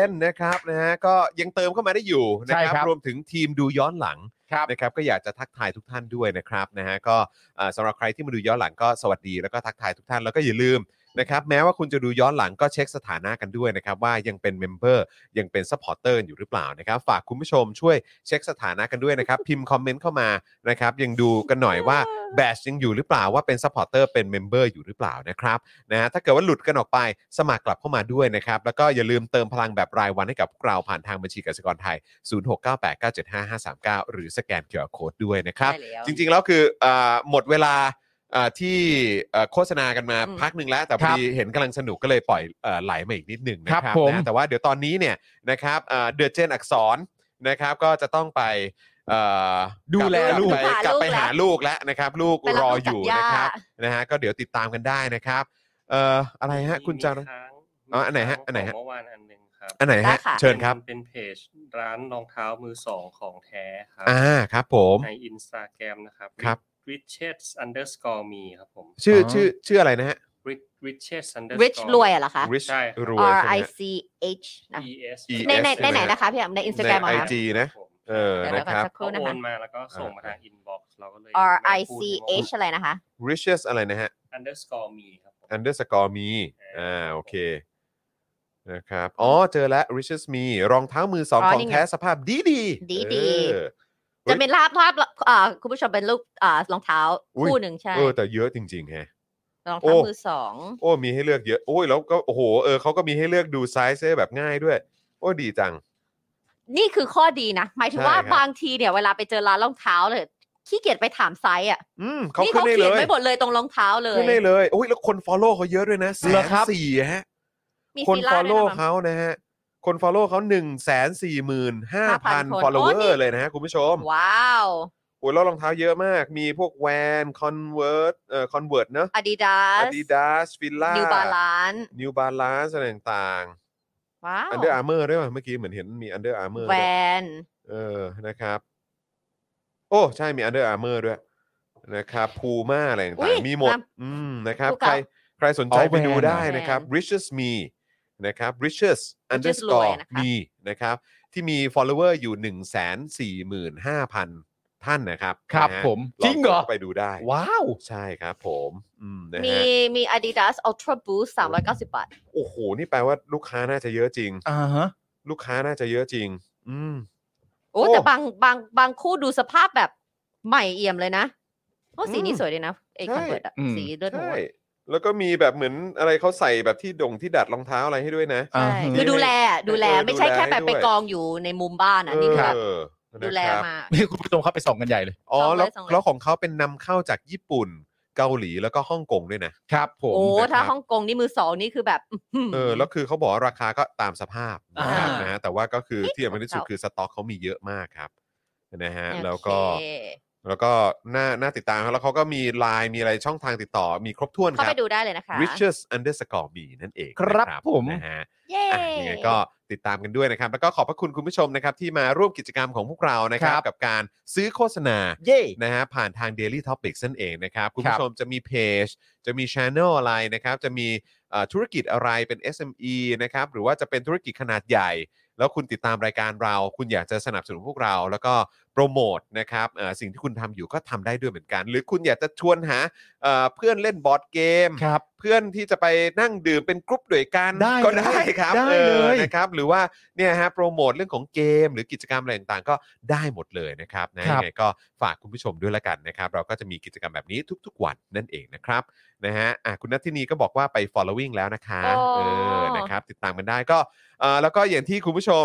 44%นะครับนะฮะก็ยังเติมเข้ามาได้อยู่นะค
ใช่
รับ
ครับ
รวมถึงทีมดูย้อนหลัง
ครับ
นะครับ ก็อยากจะทักทายทุกท่านด้วยนะครับนะฮะก็เอ่อสำหรับใครที่มาดูย้อนหลังก็สวัสดีแล้วก็ทักทายทุกท่านแล้วก็อย่าลืมนะครับ แม้ว่าคุณจะดูย้อนหลังก็เช็คสถานะกันด้วยนะครับ ว่ายังเป็นเมมเบอร์ยังเป็นซัพพอร์เตอร์อยู่หรือเปล่านะครับ ฝากคุณผู้ชมช่วยเช็คสถานะกันด้วยนะครับ พิมพ์คอมเมนต์เข้ามานะครับ ยังดูกันหน่อยว่า แบชยังอยู่หรือเปล่าว่าเป็นซัพพอร์เตอร์เป็นเมมเบอร์อยู่หรือเปล่านะครับนะฮะถ้าเกิดว่าหลุดกันออกไปสมัครกลับเข้ามาด้วยนะครับ แล้วก็อย่าลืมเติมพลังแบบรายวันให้กับพวกเราผ่านทางบัญชีกสิกรไทย 0698975539 หรือสแกน QR Code ด้วยนะครับ
ได้แล้ว
จริงๆ แล้วคือเอ่อหมดเวลาเอ่อที่เอ่อโฆษณากันมา
อืม
พักหนึ่งแล้ว แต่พอดีเห็นกำลังสนุกก็เลยปล่อยเอ่อไหลมาอีกนิดหนึ่งนะค
ครั
รับบ
ผม
นะแต่ว่าเดี๋ยวตอนนี้เนี่ยนะครับเอ่อเดือดเจนอักษรนะครับก็จะต้องไป เอ่อ
ดูแลลูก
ไปกลับไปหาลูกแล้วนะครับ ลูก
ไปรับ
รอ
ลูก
อ
จาก
ยู่นะ
ย่า
ครับนะฮะก็เดี๋ยวติดตามกันได้นะครับเอ่ออะไรฮะคุณจา
มี
นะ
ค้าง
อ๋ออันไหนฮะ
มีค้าง
อันไหนฮะ
ขงเมื่อวานอันหนึ่งครับ
อันไหน
ได้
ฮะ
ค่ะ
เชิญครับ
เป็นเป็นเพจร้านรองเท้ามือสองของแท้ครั
อ่าครับผม
ในอินสตาแกรมนะครับ
ครับ
riches underscore me ครับผม
ชื่อ
อ๋อ
ชื่อชื่ออะไรนะฮะ
Rich- riches underscore
rich รวยอะเหรอคะ
rich
ใช่ครับ
รวย
R
ใช่ไหม
I
ฮะ
C H นะ
ES
ES
ในในในไหน
ใช่ไหม
นะคะพี่แอมในอินสตาแกรม
ใน
อะคะ
IG นะเออ
เดี๋ยว
นะ
เดี๋ยว
ครับ
สักค
เขา
รู่นะ
โอ
คะ
นมาแล้วก็ส่งมาทางอินบ็อกซ์เราก็เลย
R I C H อะไรนะคะ
riches อะไรนะฮะ
underscore me ครับผม
underscore me อ่าโอเค นะครับ อ๋อ เจอแล้ว riches me รองเท้ามือสอง
อ๋อ
ของ
นี่ไง
แท้สภาพดีดีๆ
ดีๆ
เออ เฮ้ย
จะเป็นลาบภาพเอ่อคุณผู้ชมเป็นรูปอ่ารองเท้า
อุ๊ย
คู่หนึ่งใช่
เออ แต่เยอะจริงๆแฮะ
รอง
โอ้
เท้ามือสอง
โอ้ มีให้เลือกเยอะ โอ้ย แล้วก็ โอ้โห เออเขาก็มีให้เลือกดูไซส์ได้แบบง่ายด้วย โอ้ ดีจัง
นี่คือข้อดีนะ หมายถึงว่า
ใช่ครับ
บางทีเนี่ยเวลาไปเจอร้านรองเท้าเลยขี้เกียจไปถามไซส์อ่ะ
อืมเขา
นี่
ขึ้น
เขา
ได้
เขี
เลย
น
ย
ไว้หมดเลยตรงรองเท้าเล
ขึ้
ย
นได้เลยโอ้ย แล้วคน follow เขาเยอะด้วยนะแส
เหรอน ครับ
สี่ฮะ
มี
คน
ฟิลล่าด้ว
follow
ยนะมั้ง
เขานะฮะ คน follow เขา1 4 5 0 0
คน
0
โอ้
follower
นี่
เลยนะฮะคุณผู้ชม
ว้าว
โอ้ยแล้วรองเท้าเยอะมาก มีพวกแวนคอนเวิร์ตเอ่อคอนเวิร์ตเนอะ
Adidas
อาดิดาสฟิลล่า
New Balance
นิวบาลานซ์อะไรต่าง
ว้า
ๆ
ว
อันเดอร์อาร์เมอร์ด้วยป่ะ เมื่อกี้เหมือนเห็นมีอันเดอร์อาร์เมอร์
แวน
เออ นะครับ โอ้ ใช่มีอันเดอร์อาร์เมอร์ด้วย นะครับพูม่าอะไรต่างๆมีหมด
น้ำ
อืม นะครับ
ดู
ใค
กับ
รใครสนใจ
เอา
ไป
แบรนด์
ดูได้
เหรอ
นะครับ
แบรนด์
riches me นะครับ riches
รวย
underscore
นะคะ
me นะครับ ที่มี follower อยู่ 145,000 ท่านนะครับ
ครับ
นะฮะ
ผม
ล
จริงเหรอ
กดไปดูได้
ว้าว
ใช่ครับผม อืมนะ
มี
ฮะ
มี Adidas Ultra Boost 390 บาท
โอ้โห นี่แปลว่าลูกค้าน่าจะเยอะจริง
อ่าฮะ
ลูกค้าน่าจะเยอะจริง อืม
โอ้
โอ้
แต่บางบางบางคู่ดูสภาพแบบใหม่เอี่ยมเลยนะโอ้สีนี้
อืม
สวยดีนะเอก
ใช่
คอนเวิร์ตอะ
อืม
สีเลือดหมู
ใช่
อะ
แล้วก็มีแบบเหมือนอะไรเขาใส่แบบที่ดงที่ดัดรองเท้าอะไรให้ด้วยนะ
ใช่
อ่าฮะ
คือดูแลอะดูแล
เออ
ไม่ใช่แค่
ดูแล
แบบไป
ด้วย
กองอยู่ในมุมบ้านนะนี่คือแบบ
เออ
ดูแล
นะครับ
มา
นี่คุณผู้ชมเข้าไปส่องกันใหญ่เลย
อ๋อ
สองร้อย
แล้ว
สองร้อย
แล้วของเขาเป็นนำเข้าจากญี่ปุ่น เกาหลีแล้วก็ฮ่องกงด้วยนะ
ครับผม
โอ้
นะครับ
ถ้าฮ่องกงนี่มือสองนี่คือแบบอื้อหือ
เออ แล้วคือเขาบอกว่าราคาก็ตามสภาพนะครับ
อ่าน
นะฮะแต่ว่าก็คือที่สำคัญที่สุด
เก่า
คือสต็อกเขามีเยอะมากครับ นะฮะ
โอเค
แล้วก็ แล้วก็น่า น่าติดตามครับ แล้วเขาก็มีไลน์มีอะไรช่องทางติดต่อ มีครบถ้วนค
เข้า
รับ
ไปดูได้เลยนะคะ
riches underscore me นั่นเอง
ครับ
นะ
ผม
นะฮะ
เย้
อ่ะยังไงก็ติดตามกันด้วยนะครับ แล้วก็ขอบพระคุณคุณผู้ชมนะครับ ที่มาร่วมกิจกรรมของพวกเรานะครับ
ครับ
กับการซื้อโฆษณา
เย่
นะฮะผ่านทาง Daily Topics นั่นเองนะครับ คุณ
ครั
ผู้
บ
ชมจะมีเพจ จะมี Channel อะไรนะครับ จะมีเอ่อธุรกิจอะไรเป็น SME นะครับ หรือว่าจะเป็นธุรกิจขนาดใหญ่ แล้วคุณติดตามรายการเรา คุณอยากจะสนับสนุนพวกเรา แล้วก็โปรโมทนะครับเอ่อสิ่งที่คุณทำอยู่ก็ทำได้ด้วยเหมือนกัน หรือคุณอยากจะชวนหาเอ่อเพื่อนเล่นบอร์ดเกม
ครับ
เพื่อนที่จะไปนั่งดื่มเป็นกรุ๊ปด้วยกัน
ได้
ก็
เลย
ได้ครับ
ได้
ออ
เลย
นะครับหรือว่าเนี่ยฮะโปรโมทเรื่องของเกม หรือกิจกรรมอะไรต่างๆ ก็ได้หมดเลยนะครับนะครับ ยังไงก็ฝากคุณผู้ชมด้วยละกันนะครับ เราก็จะมีกิจกรรมแบบนี้ทุก ๆ วันนั่นเองนะครับนะฮะอ่ะคุณนัททินีก็บอกว่าไป following แล้วนะคะ
โอ้
เออนะครับติดตามกันได้ก็เอ่อแล้วก็อย่างที่คุณผู้ชม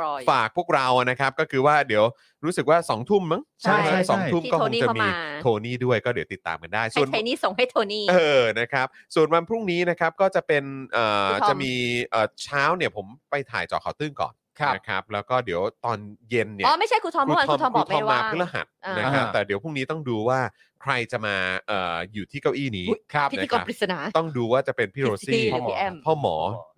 รอย
ฝากพวกเรานะครับ ก็คือว่าเดี๋ยวรู้สึกว่า2องทุ่มมั้ง
ใช่
ไหม
ใช่ใช่
สองทุ่ม
ที่
ก็
โท
คง
นี่
จะ
เข้า
มี
มา
โทนี่ด้วยก็เดี๋ยวติดตามกันได้
ให้
ส่วน
ไทนี่ส่งให้โทนี่
เออ นะครับ ส่วนวันพรุ่งนี้นะครับ ก็จะเป็นเอ่อ
คุณทอม
จะมีเอ่อเช้าเนี่ยผมไปถ่ายเจอข่าวตื้นก่อน
ครับ
นะครับ แล้วก็เดี๋ยวตอนเย็นเนี่ย
อ๋อไม่ใช่ครูทอมเมื่อวานครูทอมบอก
ครู
ไม่
มา
ว่า
พฤหัส
อ่าน
นะครับ
อ่า
แต่เดี๋ยวพรุ่งนี้ต้องดูว่าใครจะมาเอ่ออยู่ที่เก้าอี้นี้
อุ๊ยครับ
พิธีกรปริศนา
ต้องดูว่าจะเป็นพี่โรซี่
พี่หรือพี่แอม
พ่อหมอ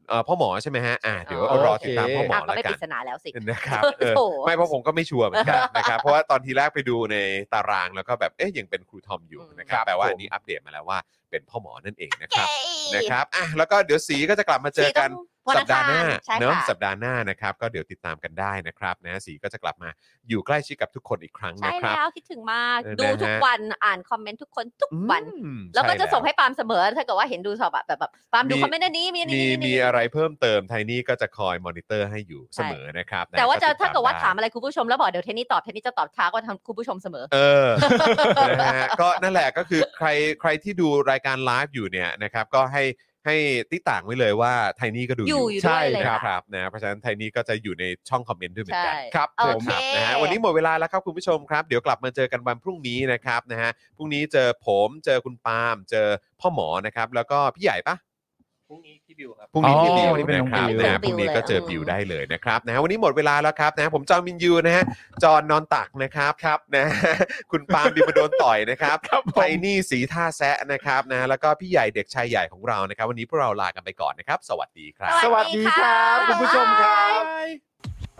เอ่อพ่อหมอใช่ไหมฮะ อ่าเดี๋ยว
อ๋อ
รอ
โอเค
ติดตามพ่อหมอ
อ่ะก็
แล้ว
ไม่
กั
ป
น
ริศนาแล้วสิ [LAUGHS]
นะครับ
โอ้โห
เออไม่เพราะผมก็ไม่ชัวร์เหมือน
[LAUGHS]
กันนะครับ เพราะว่าตอนทีแรกไปดูในตารางแล้วก็แบบเอ๊ะยังเป็นครูทอมอยู่นะครับแปลว่าอันนี้อัปเดตมาแล้วว่าเป็นพ่อหมอนั่นเองนะครับนะครับอ่ะแล้วก็เดี๋ยวสีก็จะกลับมาเจอกัน
สีต้องวัน
สัปดาห์หน้า
อังครใช่
เนอะ
ค่ะ
สัปดาห์หน้านะครับ ก็เดี๋ยวติดตามกันได้นะครับนะสีก็จะกลับมาอยู่ใกล้ชิดกับทุกคนอีกครั้ง
ใช่
นะครับ
แล้วคิดถึงมาก
เออ
ดู
นะฮะ
ทุกวันอ่านคอมเมนต์ทุกคนทุกวัน
อืม
แล้วก็
ใช่
จะส่งให้ปาล์มเสมอ ถ้าเกิดว่าเห็นดูสอบอะแบบแบบปาล์มดู
มี
คอมเมนต์อันนี้มีอัน
มี
นี้
มีอะไรเพิ่มเติมไทนี่ก็จะคอยมอนิเตอร์ให้อยู่เสมอนะครับน
แต่ว่าจะ
ติดต
ถ้าเกิดว่า
ได้
ถามอะไรคุณผู้ชมแล้วบอกเดี๋ยวเทนนี่ตอบเทนนี่จะตอบช้ากว่าทางคุณผู้ชมเสมอ
เออ นะฮะก็นั่นแหละก็คือใครใครที่ดูรายการไลฟ์อยู่เนี่ยนะครับก็ให้ให้ติต่างไว้เลยว่าไทนี่ก็ดู
อยู่อยู่ด้วยเลย
ครั
ค่ะ
บครับนะเพราะฉะนั้นไทนี่ก็จะอยู่ในช่องคอมเมนต์ด้วยเหมือนกัน
ใช่
ครับ
โอ
ผมค
เค
รับนะฮะวันนี้หมดเวลาแล้วครับคุณผู้ชมครับ เดี๋ยวกลับมาเจอกันวันพรุ่งนี้นะครับนะฮะพรุ่งนี้เจอผมเจอคุณปาล์มเจอพ่อหมอนะครับแล้วก็พี่ใหญ่ปะ
พรุ่งนี้พี่บิวครับ
พรุ่งนี้พี่บิ
อ๋
ว
อวันนี้เป็นน้
นะ
อง
ครับ
บิว
นะฮะพรุ่งนี้ก็เจอบิวได้เลยนะครับนะฮะวันนี้หมดเวลาแล้วครับนะฮะผมจอห์นวินยูนะฮะจอห์นนอนตักนะครับครับนะฮะ [LAUGHS] คุณปาล์มดิมาโดนต่อยนะครับ
ครับผ
ไท
ม
นี่สีท่าแซะนะครับนะฮะแล้วก็พี่ใหญ่เด็กชายใหญ่ของเรานะครับ วันนี้พวกเราลากันไปก่อนนะครับ สวัสดีครับ
ส
ส
วั
วั
ส
ส
ดี
ดี
ค
ค
รั
รับ บ คุณผู้ชมครับ